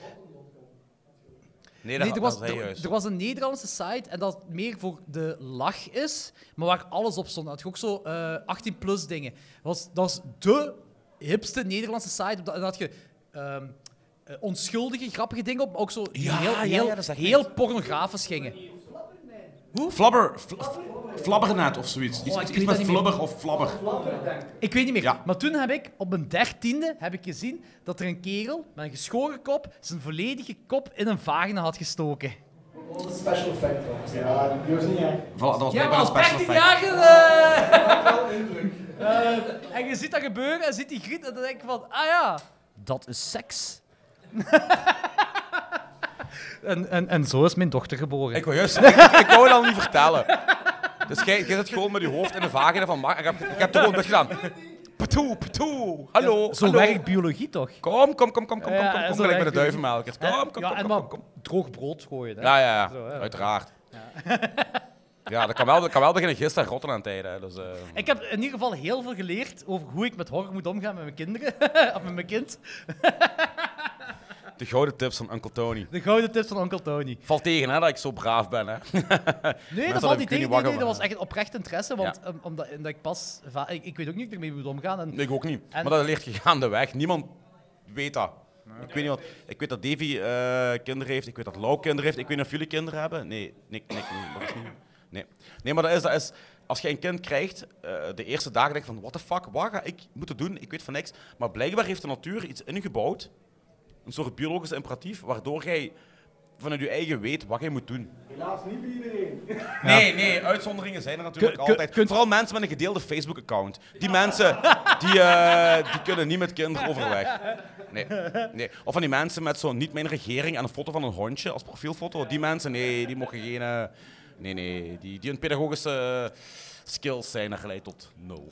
S2: Nee, dat,
S1: Nee, er,
S2: was,
S1: was,
S2: dat zei
S1: er,
S2: juist.
S1: er was een Nederlandse site en dat meer voor de lach is, maar waar alles op stond. Dat had je ook zo eh, 18-plus dingen. Dat was, dat was de hipste Nederlandse site. Op dat- En dan had je ehm, eh, onschuldige, grappige dingen op, maar ook zo die
S2: Ja,
S1: heel,
S2: ja,
S1: heel,
S2: ja, dat zegt
S1: heel pornografisch gingen.
S2: Flabber. fl- f- Flabbernet of zoiets. Iets,
S1: Oh, ik
S2: iets
S1: weet dat
S2: met
S1: niet meer.
S2: flubber of flabber.
S1: Ik weet niet meer.
S2: Ja.
S1: Maar toen heb ik, op mijn dertiende, heb ik gezien dat er een kerel met een geschoren kop zijn volledige kop in een vagina had gestoken.
S3: Dat is special effect trouwens. Ja, die was niet echt.
S2: Voilà, dat was
S1: Ja,
S2: blijkbaar
S1: maar
S2: een
S1: als
S2: special
S1: 13
S2: effect.
S1: jaar eh, [LAUGHS] en je ziet dat gebeuren en ziet die griet en dan denk je van, ah ja, dat is seks. [LAUGHS] en, en, en zo is mijn dochter geboren.
S2: Ik wou juist ik, ik wou dat al niet vertellen. Dus jij, jij zit gewoon met je hoofd in de vagina van Mark. Ik heb, ik heb er gewoon dat gedaan. Patoe, patoe. Hallo,
S1: zo
S2: hallo.
S1: werkt biologie toch?
S2: Kom, kom, kom, kom, kom, kom,
S1: Ja,
S2: kom,
S1: en
S2: kom,
S1: zo
S2: gelijk
S1: werkt
S2: met de
S1: biologie.
S2: duivenmelkers.
S1: En-
S2: Kom, kom,
S1: ja,
S2: kom,
S1: en
S2: kom,
S1: maar
S2: kom, kom.
S1: droog brood gooien. Hè?
S2: Ja, ja, ja.
S1: Zo, ja.
S2: uiteraard. [LAUGHS] Ja, dat kan wel, dat kan wel beginnen gisteren rotten aan het einde, hè. Dus, eh,
S1: Ik heb in ieder geval heel veel geleerd over hoe ik met horror moet omgaan met mijn kinderen. [LAUGHS] of met mijn kind.
S2: de gouden tips van Uncle Tony.
S1: De gouden tips van onkel Tony.
S2: Valt tegen hè, dat ik zo braaf ben. Hè.
S1: Nee, dat valt
S2: Mensen hadden
S1: niet
S2: kunnen
S1: tegen.
S2: niet
S1: Nee,
S2: wakker
S1: nee, dat was
S2: worden.
S1: echt een oprecht interesse. Want
S2: Ja.
S1: ehm, omdat, omdat ik pas... va- Ik, ik weet ook niet hoe ik ermee moet omgaan. En
S2: Nee, ik ook niet.
S1: En-
S2: Maar dat leert je gaandeweg. Niemand weet dat. Ik weet, niet wat, ik weet dat Davy eh, kinderen heeft, ik weet dat Lau kinderen heeft. Ik weet niet of jullie kinderen hebben. Nee, nee, nee, nee, dat is niet. Nee, nee maar dat is, dat is... Als je een kind krijgt, eh, de eerste dagen denk je van... What the fuck, wat ga ik moeten doen? Ik weet van niks. Maar blijkbaar heeft de natuur iets ingebouwd. Een soort biologisch imperatief, waardoor jij vanuit je eigen weet wat jij moet doen.
S3: Helaas niet bij iedereen.
S2: Nee, nee, uitzonderingen zijn er natuurlijk
S1: Kun- kun-
S2: altijd.
S1: kunt-
S2: Vooral mensen met een gedeelde Facebook-account. Die mensen, die, eh, die kunnen niet met kinderen overweg. Nee, nee. Of van die mensen met zo'n niet mijn regering en een foto van een hondje als profielfoto. Die mensen, nee, die mogen geen... eh, nee, nee, die, die hun pedagogische eh, skills zijn er geleid tot nul.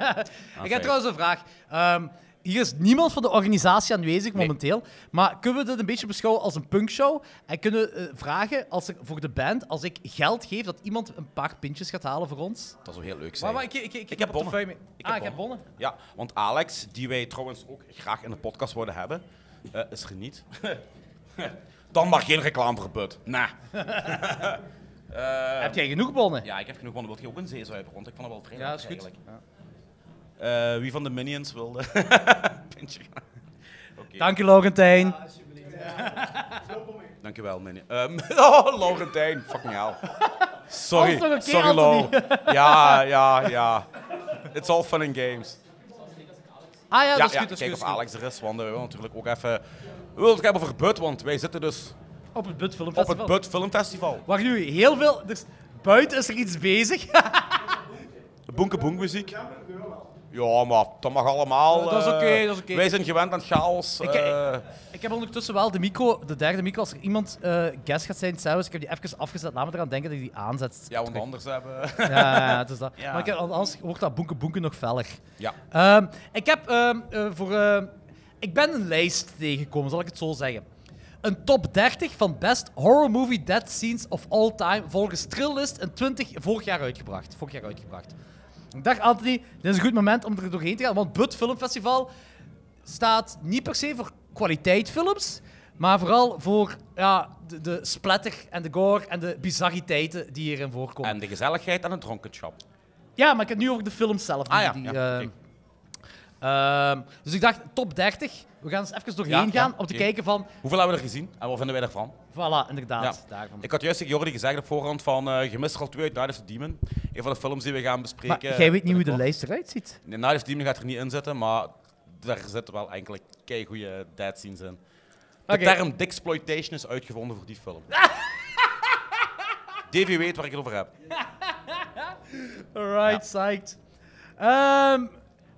S1: [LAUGHS] Ik heb trouwens een vraag. Ehm, hier is niemand van de organisatie aanwezig momenteel. Maar kunnen we dit een beetje beschouwen als een punkshow? En kunnen we eh, vragen als er, voor de band, als ik geld geef, dat iemand een paar pintjes gaat halen voor ons?
S2: Dat zou heel leuk zijn.
S1: Maar, ik, ik, ik,
S2: Ik heb bonnen.
S1: portefeuille mee. ah, ik
S2: bonnen.
S1: heb bonnen.
S2: Ja, want Alex, die wij trouwens ook graag in de podcast wilden hebben, eh, [LAUGHS] is er niet. Dan mag geen reclame voor Bud. Nah. Eh,
S1: Heb jij genoeg bonnen?
S2: Ja, ik heb genoeg gewonnen. Wil je ook een zeezuiver? Want ik vond dat wel vrij
S1: Ja,
S2: lekker
S1: is goed.
S2: eigenlijk. Eh, wie van de minions wilde? [LAUGHS] Pintje gaan. Oké,
S1: Dank je, Laurentijn.
S3: Ja, alsjeblieft. Ja. Zo kom ik.
S2: dankjewel minion. Ehm, [LAUGHS] oh, Laurentijn, fucking hell. Sorry,
S1: Alles nog oké,
S2: sorry Lau.
S1: Anthony? [LAUGHS]
S2: Ja, ja, ja. It's all fun and games.
S1: Ah ja,
S2: ja,
S1: dat is goed.
S2: ja,
S1: dat is goed,
S2: kijk of
S1: dat is goed.
S2: Alex er is, want eh, we willen natuurlijk ook even... We willen het hebben over Bud, want wij zitten dus
S1: Op het Bud
S2: op het
S1: Filmfestival.
S2: Bud Film Festival.
S1: Wacht nu, heel veel... Dus, buiten is er iets bezig. [LAUGHS]
S2: Boenkeboenk muziek. Ja, maar dat mag allemaal.
S1: Eh, dat is
S2: eh,
S1: oké, dat is oké.
S2: Wij zijn gewend aan chaos.
S1: Ik-
S2: eh,
S1: Ik heb ondertussen wel de micro, de derde micro, als er iemand eh guest gaat zijn, zelfs, ik heb die even afgezet. Laat me eraan denken dat ik die aanzet.
S2: ja, want anders
S1: [LAUGHS]
S2: hebben.
S1: Ja, ja, ja, het is dat.
S2: Ja.
S1: Maar ik heb, anders wordt dat boeken boeken nog feller.
S2: ja.
S1: Ehm, ik heb ehm, eh, voor... ehm, ik ben een lijst tegengekomen, zal ik het zo zeggen. Een top 30 van best horror movie death scenes of all time volgens Trilllist en 20 vorig jaar uitgebracht. Vorig jaar uitgebracht. Ik dacht, Anthony, dit is een goed moment om er doorheen te gaan, want Bud Film Festival staat niet per se voor kwaliteit films, maar vooral voor ja, de, de splatter en de gore en de bizarriteiten die hierin voorkomen.
S2: En de gezelligheid en het dronkenschap.
S1: Ja, maar ik heb het nu over de film zelf.
S2: Ah,
S1: die-
S2: ja,
S1: die,
S2: ja,
S1: eh,
S2: oké.
S1: ehm, dus ik dacht, top 30. We gaan eens even doorheen
S2: Ja, ja,
S1: gaan om te
S2: oké.
S1: kijken van...
S2: Hoeveel hebben we er gezien en wat vinden wij ervan?
S1: Voilà, inderdaad.
S2: Ja.
S1: Daarvan.
S2: Ik had juist tegen Jordi gezegd op voorhand van eh je mist er al twee uit Night of the Demon. Een van de films die we gaan bespreken.
S1: maar jij weet niet hoe de
S2: binnenkort.
S1: lijst eruit ziet.
S2: Nee, Night of the Demon gaat er niet in zitten, maar daar zitten wel enkele keigoede dead scenes in. De
S1: Oké.
S2: term Dixploitation is uitgevonden voor die
S1: [LAUGHS]
S2: film. Davy weet waar ik het over heb.
S1: Alright, psyched. Ehm,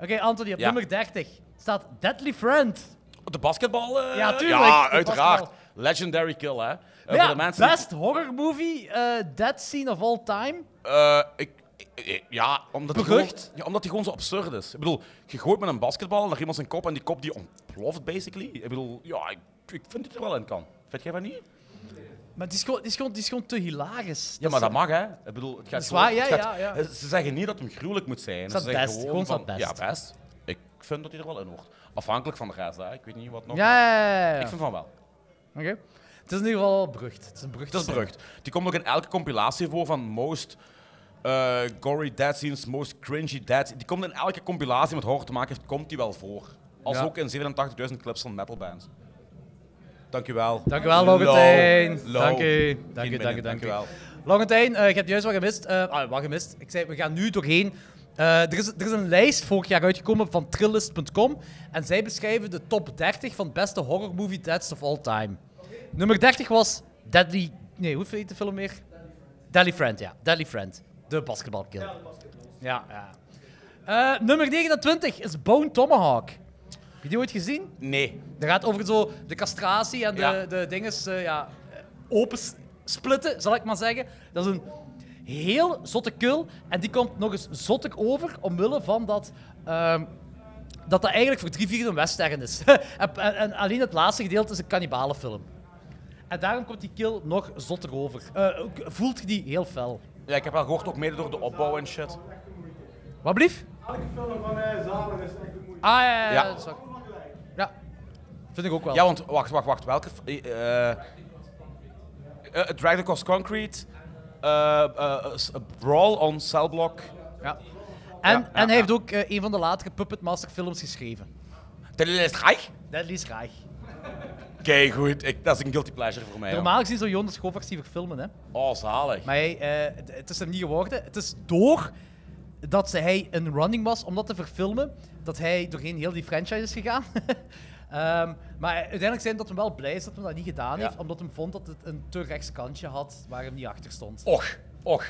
S1: Oké, Anthony, op
S2: Ja.
S1: nummer 30 staat Deadly Friend.
S2: De basketbal? eh,
S1: Ja, tuurlijk,
S2: Ja,
S1: de
S2: uiteraard.
S1: basketbal.
S2: Legendary kill, hè. Eh,
S1: ja,
S2: voor de mensen die-
S1: best horror movie eh death scene of all time.
S2: Eh, ik, ik- ik- ja, omdat
S1: Berucht?
S2: Die gewoon, ja, omdat die gewoon zo absurd is. Ik bedoel, je gooit met een basketbal naar iemand zijn kop en die kop die ontploft, basically. Ik bedoel, ja, ik, ik vind dat er wel in kan. Vind jij van niet?
S1: Maar die is gewoon, die is gewoon, die is gewoon te hilarisch.
S2: Ja, maar dat mag, hè. Ik bedoel, het gaat
S1: is
S2: zo-
S1: waar, ja,
S2: het gaat- eh,
S1: ja, ja.
S2: Ze zeggen niet dat hem gruwelijk moet zijn.
S1: Staat
S2: ze zeggen
S1: best, gewoon
S2: van-
S1: staat best.
S2: Ja, best. Ik vind dat hij er wel in hoort. Afhankelijk van de rest, hè. Ik weet niet wat nog.
S1: Ja, ja, ja, ja, ja.
S2: Ik vind van wel.
S1: Oké. Het is in ieder geval berucht. Het is een berucht.
S2: Het is berucht. Die komt ook in elke compilatie voor van most eh, gory dead scenes, most cringy dead scenes. Die komt in elke compilatie met horror te maken heeft, komt die wel voor. Als
S1: Ja.
S2: ook in 87.000 clips van metal bands. Dankjewel.
S1: Dankjewel,
S2: Low,
S1: Logentijn.
S2: low.
S1: Dank u.
S2: Geen
S1: Dank u,
S2: minute,
S1: dank u, dank u.
S2: dankjewel.
S1: Logentijn, eh je hebt juist wat gemist. Eh, ah, wat gemist. Ik zei, we gaan nu doorheen. Eh, er, is, er is een lijst vorig jaar uitgekomen van Trillist.com. En zij beschrijven de top 30 van beste horror movie deaths of all time. Nummer 30 was Deadly... Nee, hoe heet de film meer? Deadly Friend, ja. Deadly Friend. De basketbalkill. Ja, ja. Eh, nummer 29 is Bone Tomahawk. Heb je die ooit gezien?
S2: Nee.
S1: Dat gaat over zo de castratie en de,
S2: Ja.
S1: de dinges eh, ja, eh, open s- splitten, zal ik maar zeggen. Dat is een heel zotte kul. En die komt nog eens zottig over, omwille van dat... ehm, dat dat eigenlijk voor drie vierde een western is. [LAUGHS] en, en- en alleen het laatste gedeelte is een kannibalenfilm. En daarom komt die kill nog zotter over. Eh, ook voelt je die heel fel.
S2: Ja, ik heb wel gehoord, ook mede door de opbouw en shit.
S1: Wat blief?
S3: Elke film van eh Zalig is echt de moeite.
S1: Ah, ja, ja, ja.
S2: Ja.
S1: dat is waar. ja. Vind ik ook wel.
S2: Ja, want wacht, wacht, wacht. Welke. f- eh eh, eh, Drag the Cross Concrete. eh, eh, s- Brawl on Cell Block.
S1: Ja. En,
S2: Ja,
S1: en
S2: ja,
S1: hij
S2: ja.
S1: heeft ook eh, een van de latere Puppet Master films geschreven.
S2: Dat is raar.
S1: Deadly Sky.
S2: Oké, goed. Ik, dat is een guilty pleasure voor mij.
S1: Normaal gezien zou Jonas Govaerts die verfilmen, hè.
S2: joh. Oh, zalig.
S1: Maar hij, eh, het- het is hem niet geworden. Het is door dat ze- hij een running was om dat te verfilmen, dat hij doorheen heel die franchise is gegaan. [LAUGHS] Ehm, maar uiteindelijk zijn dat hem wel blij is dat hij dat niet gedaan
S2: Ja.
S1: heeft, omdat hij vond dat het een te rechts kantje had waar hem niet achter stond.
S2: Och, och.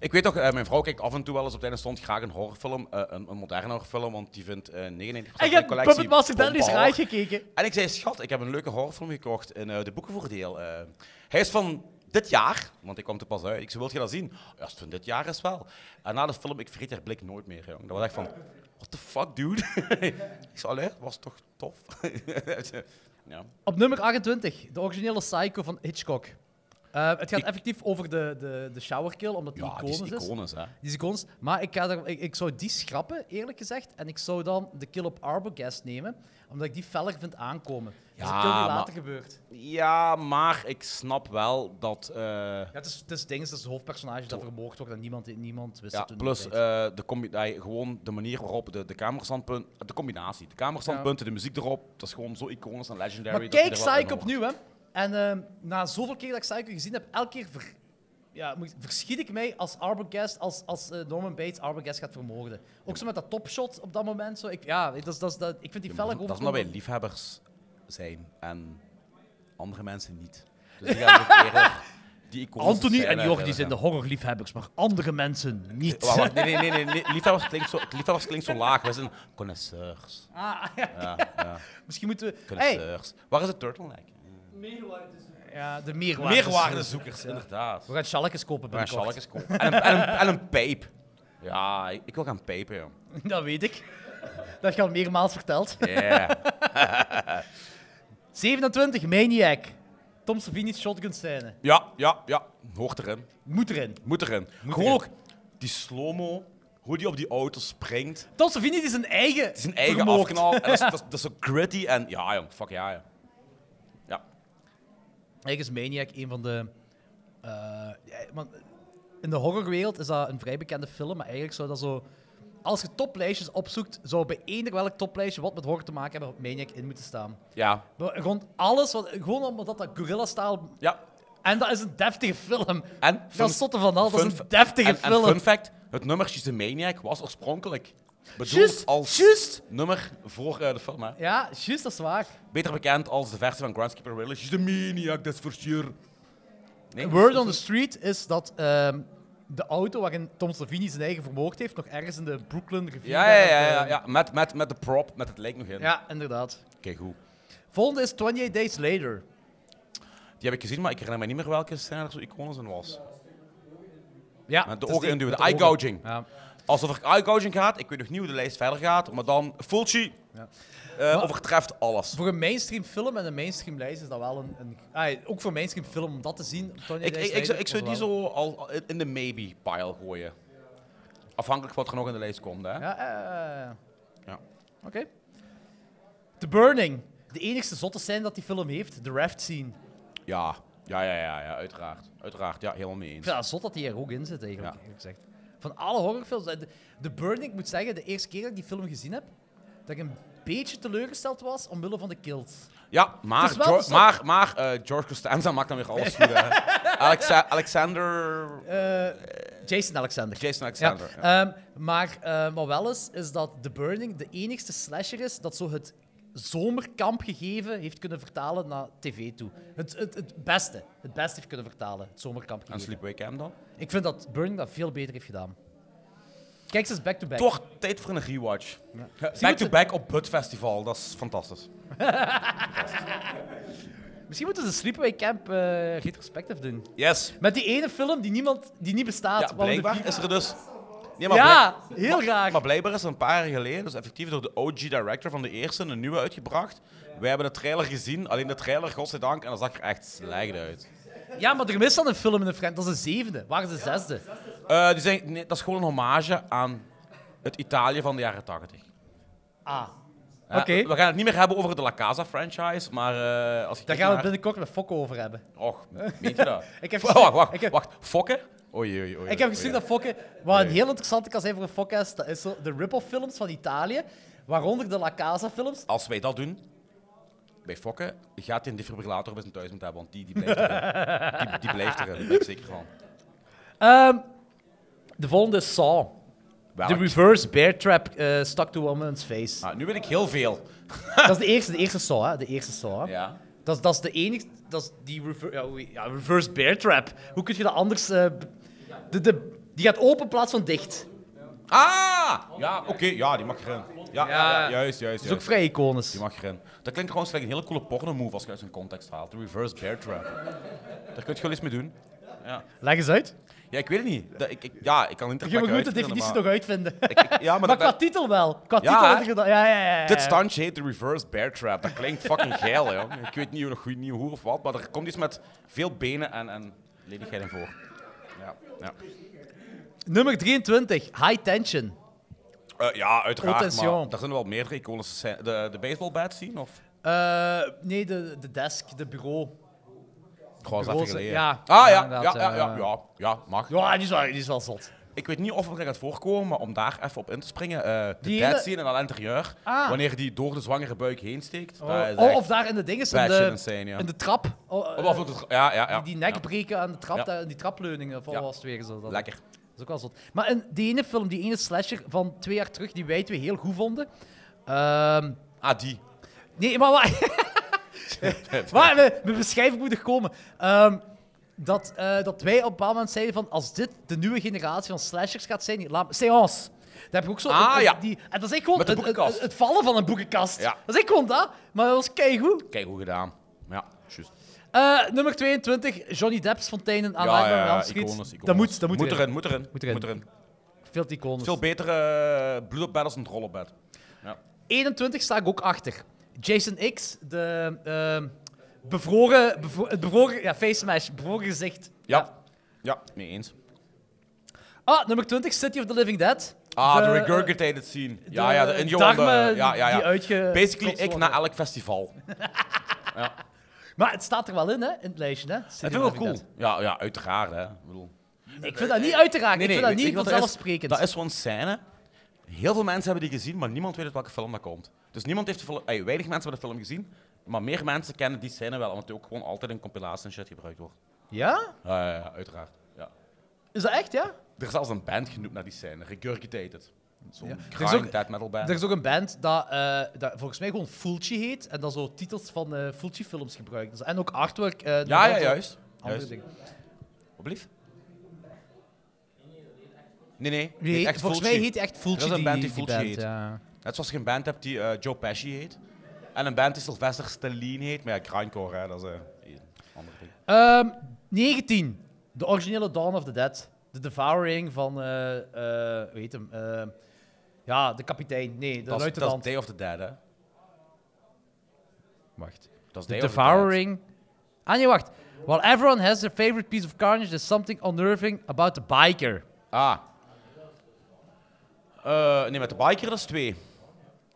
S2: Ik weet toch, eh, mijn vrouw kijkt af en toe wel eens op het einde stond graag een horrorfilm, eh, een, een moderne horrorfilm, want die vindt eh 99%
S1: en je
S2: van de
S1: hebt
S2: collectie
S1: Puppet Master Deadly
S2: pompenhorror.
S1: Sky gekeken.
S2: En ik zei, schat, ik heb een leuke horrorfilm gekocht in eh, de boekenvoordeel. eh. hij is van dit jaar, want ik kwam te pas uit. Ik zei, wil je dat zien? Ja, als het van dit jaar is wel. En na de film, ik vergeet haar blik nooit meer, jong. Dat was echt van, what the fuck, dude? [LAUGHS] ik zei, allee, was toch tof? [LAUGHS] ja.
S1: Op nummer 28, de originele Psycho van Hitchcock. Eh, het gaat
S2: Ik-
S1: effectief over de, de, de showerkill, omdat die
S2: Ja, die
S1: iconisch
S2: is
S1: is.
S2: iconisch, hè.
S1: Die is iconisch. Maar ik, ga daar, ik, ik zou die schrappen, eerlijk gezegd. En ik zou dan de kill op Arbogast nemen, omdat ik die feller vind aankomen. dus
S2: Ja,
S1: een kill die
S2: maar-
S1: later gebeurt.
S2: Ja, maar ik snap wel dat... eh,
S1: Ja, het is, het is ding, het is het hoofdpersonage dat vermoord wordt en niemand, niemand wist
S2: Ja,
S1: het toen.
S2: plus
S1: nog
S2: eh,
S1: tijd.
S2: de combi- nee, gewoon de manier waarop de, de camerastandpunt, de combinatie, de camerastandpunten, de muziek erop, dat is gewoon zo iconisch en legendary.
S1: maar
S2: dat je
S1: kijk,
S2: er wel in
S1: Psycho
S2: hoort.
S1: opnieuw, hè. En ehm, na zoveel keer dat ik Psycho gezien heb, elke keer ver- ja, moet- verschiet ik mij als Arbogast, als, als eh, Norman Bates Arbogast gaat vermoorden. Ook zo met dat topshot op dat moment. Zo, ik, ja, dat, is- dat, is- dat, ik vind die
S2: Ja,
S1: fel
S2: maar Dat is omdat wij
S1: overkomen.
S2: liefhebbers zijn en andere mensen niet.
S1: [LAUGHS]
S2: Dus die gaan zich eerder die iconische
S1: Anthony en
S2: scène
S1: Jordi zijn de
S2: herinneren.
S1: horrorliefhebbers, maar andere mensen niet.
S2: Wa- wacht, nee, nee, nee, nee, nee, Liefhebbers klinkt zo, liefhebbers klinkt zo laag. Wij zijn connoisseurs.
S1: [LAUGHS] Ah, ja,
S2: Ja, ja,
S1: Misschien moeten we... Hey,
S2: connoisseurs. Waar is het turtleneck?
S3: Meerwaarde is er.
S1: ja, de meerwaarde.
S2: Meerwaardezoekers, inderdaad.
S1: We gaan Schalkes kopen
S2: We gaan
S1: binnenkort.
S2: Schalkes kopen. En een, en, een, en een pijp. Ja, ik, ik wil gaan pijpen, joh.
S1: [LAUGHS] Dat weet ik. Dat heb je al meermaals verteld. [LAUGHS]
S2: Yeah.
S1: 27, Maniac. Tom Savini's shotgun scène.
S2: [LAUGHS] Ja, ja, ja. Hoort erin.
S1: Moet erin.
S2: Moet erin. Gewoon ook die slow-mo, hoe die op die auto springt.
S1: Tom Savini die zijn eigen
S2: Zijn eigen
S1: vermoord.
S2: afknal. En
S1: [LAUGHS]
S2: dat, is, dat, is, dat is zo gritty en... Ja, jong. Fuck ja, ja. Ja.
S1: Eigenlijk is Maniac een van de... eh, ja, want in de horrorwereld is dat een vrij bekende film, maar eigenlijk zou dat zo... Als je toplijstjes opzoekt, zou bij eender welk toplijstje wat met horror te maken hebben, op Maniac in moeten staan.
S2: Ja.
S1: Maar Rond alles, wat, gewoon omdat dat gorilla-staal...
S2: Ja.
S1: En dat is een deftige film.
S2: En...
S1: Dat is zotte van al, dat is
S2: fun-
S1: een deftige
S2: en, en
S1: film.
S2: fun fact, het nummer She's a Maniac was oorspronkelijk bedoeld
S1: Juist,
S2: als
S1: juist.
S2: nummer voor eh, de film. Hè.
S1: ja, juist, dat is waar.
S2: Beter bekend als de versie van Groundskeeper Willis. She's a Maniac, that's for sure. Nee,
S1: Word on the street is dat ehm, de auto waarin Tom Savini zijn eigen vermoord heeft, nog ergens in de Brooklyn rivier. eh,
S2: Ja, ja, ja, ja, ja. Met, met, met de prop, met het lijk nog in.
S1: Ja, inderdaad.
S2: Kijk hoe.
S1: Volgende is 28 Days Later.
S2: Die heb ik gezien, maar ik herinner me niet meer welke scène er zo iconisch in was.
S1: Ja,
S2: Met de
S1: het is
S2: ogen
S1: die-
S2: induwen,
S1: met
S2: de
S1: ogen.
S2: eye-gouging.
S1: Ja.
S2: Als er eye-gouging gaat, ik weet nog niet hoe de lijst verder gaat, maar dan Fulci
S1: Ja.
S2: eh, overtreft alles.
S1: Voor een mainstream film en een mainstream lijst is dat wel een... een ah, ook voor een mainstream film om dat te zien. 28
S2: Ik,
S1: Days
S2: ik, ik, zou-
S1: Later
S2: ik zou die
S1: was wel-
S2: zo al al in de maybe-pile gooien. Afhankelijk wat er nog in de lijst komt, hè.
S1: Ja, eh,
S2: Ja.
S1: Oké. The Burning. De enigste zotte scène dat die film heeft, de raft scene.
S2: Ja, ja, ja, ja, ja, uiteraard. Uiteraard, ja, helemaal mee eens.
S1: Ik vind het zot dat hij er ook in zit, eigenlijk,
S2: Ja.
S1: eerlijk gezegd. Van alle horrorfilms. eh, De, de Burning, ik moet zeggen, de eerste keer dat ik die film gezien heb, dat ik een beetje teleurgesteld was omwille van de kills.
S2: Ja, maar,
S1: Het is wel dus
S2: Gio-
S1: de stad.
S2: maar, maar eh, George Costanza maakt dan weer alles goed,
S1: [LAUGHS]
S2: hè. Alexa- Alexander...
S1: Eh, Jason Alexander.
S2: Jason Alexander.
S1: Ja. Ehm, maar eh, wat wel is, is dat The Burning de enigste slasher is dat zo het zomerkamp gegeven heeft kunnen vertalen naar tv toe. Het, het, het beste. Het beste heeft kunnen vertalen, het zomerkamp
S2: En
S1: gegeven.
S2: Sleepaway Camp dan?
S1: Ik vind dat Burning dat veel beter heeft gedaan. Kijk eens back-to-back.
S2: Toch tijd voor een rewatch.
S1: moeten-
S2: Back-to-back op Bud Festival, dat is fantastisch.
S1: Misschien moeten ze Sleepaway Camp eh retrospectief doen.
S2: Yes.
S1: Met die ene film die, niemand, die niet bestaat.
S2: Ja,
S1: want de
S2: blijkbaar
S1: vi-
S2: is er dus... Nee,
S1: ja,
S2: blijk-
S1: heel graag.
S2: maar blijkbaar is er een paar jaar geleden, dus effectief door de OG director van de eerste, een nieuwe uitgebracht. Wij hebben de trailer gezien, alleen de trailer, godzijdank, en dat zag er echt slecht uit.
S1: ja, maar er is dan een film in de Frank. Dat is de zevende. Waar is de zesde?
S2: Eh, die zijn, nee, dat is gewoon een hommage aan het Italië van de jaren 80.
S1: Ah,
S2: Ja,
S1: Oké.
S2: We gaan het niet meer hebben over de La Casa franchise, maar eh, als
S1: daar
S2: je kijkt
S1: gaan we
S2: naar-
S1: het binnenkort met Fokko over hebben.
S2: Och, meent je dat?
S1: [LAUGHS] Ik heb
S2: wacht, wacht,
S1: ik heb-
S2: wacht. Fokken? Oei, oei, oei.
S1: Ik heb
S2: oei,
S1: gezien
S2: oei.
S1: dat Fokke, wat een
S2: Nee.
S1: heel interessant kan zijn voor een Fokkast, dat is zo de rip-off films van Italië, waaronder de La Casa films.
S2: Als wij dat doen, bij Fokken, gaat hij een defibrillator bij zijn thuis moeten hebben, want die, die blijft erin. die, die blijft erin, daar ben ik zeker van.
S1: Ehm, de volgende is Saw.
S2: Welk?
S1: De reverse bear trap eh stuck to a woman's face.
S2: Ah, nu weet ik heel veel.
S1: Dat is de eerste, de eerste Saw, hè? De eerste Saw. hè.
S2: Ah. Ja.
S1: Dat, is- dat is de enige. Dat is die rever- ja, hoe- ja, reverse bear trap. Hoe kun je dat anders. eh, b- de, de, die gaat open in plaats van dicht.
S2: Ah! Ja, oké, ja, die mag erin. Ja, ja. ja, juist, juist,
S1: Dat is ook
S2: juist.
S1: vrij iconisch.
S2: Die mag erin. Dat klinkt trouwens gelijk een hele coole porno-move als je uit zijn context haalt. De reverse bear trap. Daar kun je wel eens mee doen.
S1: Leg eens uit.
S2: Ja, ik weet het niet. Dat, ik, ik, ja, ik kan niet ter
S1: Je
S2: plekke
S1: moet de
S2: uitvinden,
S1: definitie
S2: maar-
S1: nog uitvinden.
S2: [LAUGHS] Ik- ik- ja, maar
S1: Maar
S2: dat,
S1: qua
S2: dat-
S1: titel wel. Qua
S2: Ja,
S1: titel
S2: hè?
S1: had je dat- Ja, ja, ja. ja.
S2: dit standje heet de reverse bear trap. Dat klinkt fucking geil, joh. Ik weet niet, hoe- nog goed- niet hoe of wat, maar er komt iets met veel benen en... en lenigheid en voor. Ja, ja.
S1: Nummer 23, High Tension.
S2: Eh, ja uiteraard.
S1: Attention.
S2: Maar er zijn wel meerdere iconische scènes. De, de baseballbat zien? Of?
S1: Eh, nee, de, de desk, de bureau.
S2: Gewoon
S1: Roze, ja. Ja,
S2: Ah ja, ja, ja,
S1: inderdaad,
S2: ja, ja,
S1: eh.
S2: ja, mag.
S1: Ja, die is wel, die is wel zot.
S2: Ik weet niet of we er gaat voorkomen, maar om daar even op in te springen. eh, de
S1: Die
S2: dead
S1: hele-
S2: scene en al interieur.
S1: Ah.
S2: Wanneer die door de zwangere buik heen steekt.
S1: Oh,
S2: dat is
S1: oh,
S2: echt
S1: of daar in de dingen, in
S2: passion
S1: de,
S2: insane, ja.
S1: in de trap. Oh, eh,
S2: Of- of het- ja, ja, ja.
S1: die, die nek breken aan de trap,
S2: Ja.
S1: daar, in die trapleuningen, of al
S2: Ja.
S1: was het weer zo.
S2: Ja.
S1: dan.
S2: Lekker.
S1: Dat is ook wel zot. Maar in die ene film, die ene slasher van twee jaar terug, die wij twee heel goed vonden. Ehm,
S2: Ah, die.
S1: nee, maar wa- [LAUGHS] waar we, we beschrijven moet er komen. Ehm, dat, eh, dat wij op een bepaald moment zeiden van als dit de nieuwe generatie van slashers gaat zijn, laat seance. Daar heb ik ook zo.
S2: Ah,
S1: een- een-
S2: ja.
S1: die, en dat is echt gewoon
S2: Met de
S1: een- een-
S2: boekenkast.
S1: het vallen van een boekenkast.
S2: Ja.
S1: Dat is echt gewoon dat. Maar dat was keigoed.
S2: Kijk hoe gedaan. Ja, juist.
S1: Eh nummer 22, Johnny Depp's Fonteinen aan
S2: Ja,
S1: Nightmare
S2: ja,
S1: on
S2: ja,
S1: Elm Street.
S2: iconisch,
S1: Dat
S2: iconisch.
S1: moet, dat moet,
S2: moet
S1: erin.
S2: erin. Moet erin.
S1: Moet erin.
S2: Moet erin.
S1: Veel te iconisch.
S2: Veel betere eh, bloed op bed als een troll op bed. Ja.
S1: 21 sta ik ook achter. Jason X, de ehm, bevroren, bevro- het bevroren, ja, face smash, bevroren gezicht.
S2: Ja. ja, mee eens.
S1: Ah, nummer 20, City of the Living Dead.
S2: Ah, de,
S1: eh,
S2: regurgitated scene. ja, ja, de ingewanden.
S1: darmen
S2: ja, ja, ja.
S1: die uitge-
S2: Basically, ik
S1: worden.
S2: na elk festival.
S1: Maar het staat er wel in, hè, in het lijstje, hè? City of
S2: Dat vind ik
S1: the
S2: wel
S1: Living
S2: cool.
S1: Dead.
S2: Ja, ja, uiteraard, hè. Ik bedoel...
S1: Ik vind dat niet uit te raken, ik
S2: Nee, nee,
S1: vind dat
S2: weet-
S1: niet
S2: weet je wat dat is?
S1: vanzelfsprekend.
S2: Dat is zo'n scène. Heel veel mensen hebben die gezien, maar niemand weet uit welke film dat komt. Dus niemand heeft de film, ey, weinig mensen hebben de film gezien, maar meer mensen kennen die scène wel, omdat die ook gewoon altijd in compilaties en shit gebruikt wordt.
S1: Ja?
S2: Ja, ja, ja, uiteraard. Ja.
S1: Is dat echt, ja?
S2: Er is zelfs een band genoemd naar die scène, Regurgitated. Zo'n
S1: Ja,
S2: ja.
S1: er is ook-
S2: death metal band.
S1: Er is ook een band dat, eh, dat volgens mij gewoon Fulci heet en dat zo titels van eh Fulci-films gebruikt. Dus- en ook artwork. eh,
S2: Ja, ja,
S1: andere-
S2: juist.
S1: Andere
S2: juist.
S1: dingen.
S2: Wat blieft? Nee, nee.
S1: Nee,
S2: heet echt
S1: volgens mij
S2: Fulci.
S1: heet echt Fulci
S2: Er is een
S1: die,
S2: band die Fulci
S1: band,
S2: heet.
S1: ja.
S2: Net zoals je een band hebt die eh, Joe Pesci heet. En een band die Sylvester Stallone heet. Maar ja, grindcore, hè, dat is eh, een andere ding.
S1: Ehm 19. De originele Dawn of the Dead. De devouring van, eh eh, hoe heet hem? Eh, ja, de kapitein. Nee, de
S2: Dat is, dat is
S1: luitenant.
S2: Day of the Dead, hè?
S1: wacht.
S2: Dat is
S1: The
S2: Day of the Dead.
S1: devouring. Ah nee, wacht. While everyone has their favorite piece of carnage, there's something unnerving about the biker.
S2: Ah. Eh, nee, met de biker, dat is twee.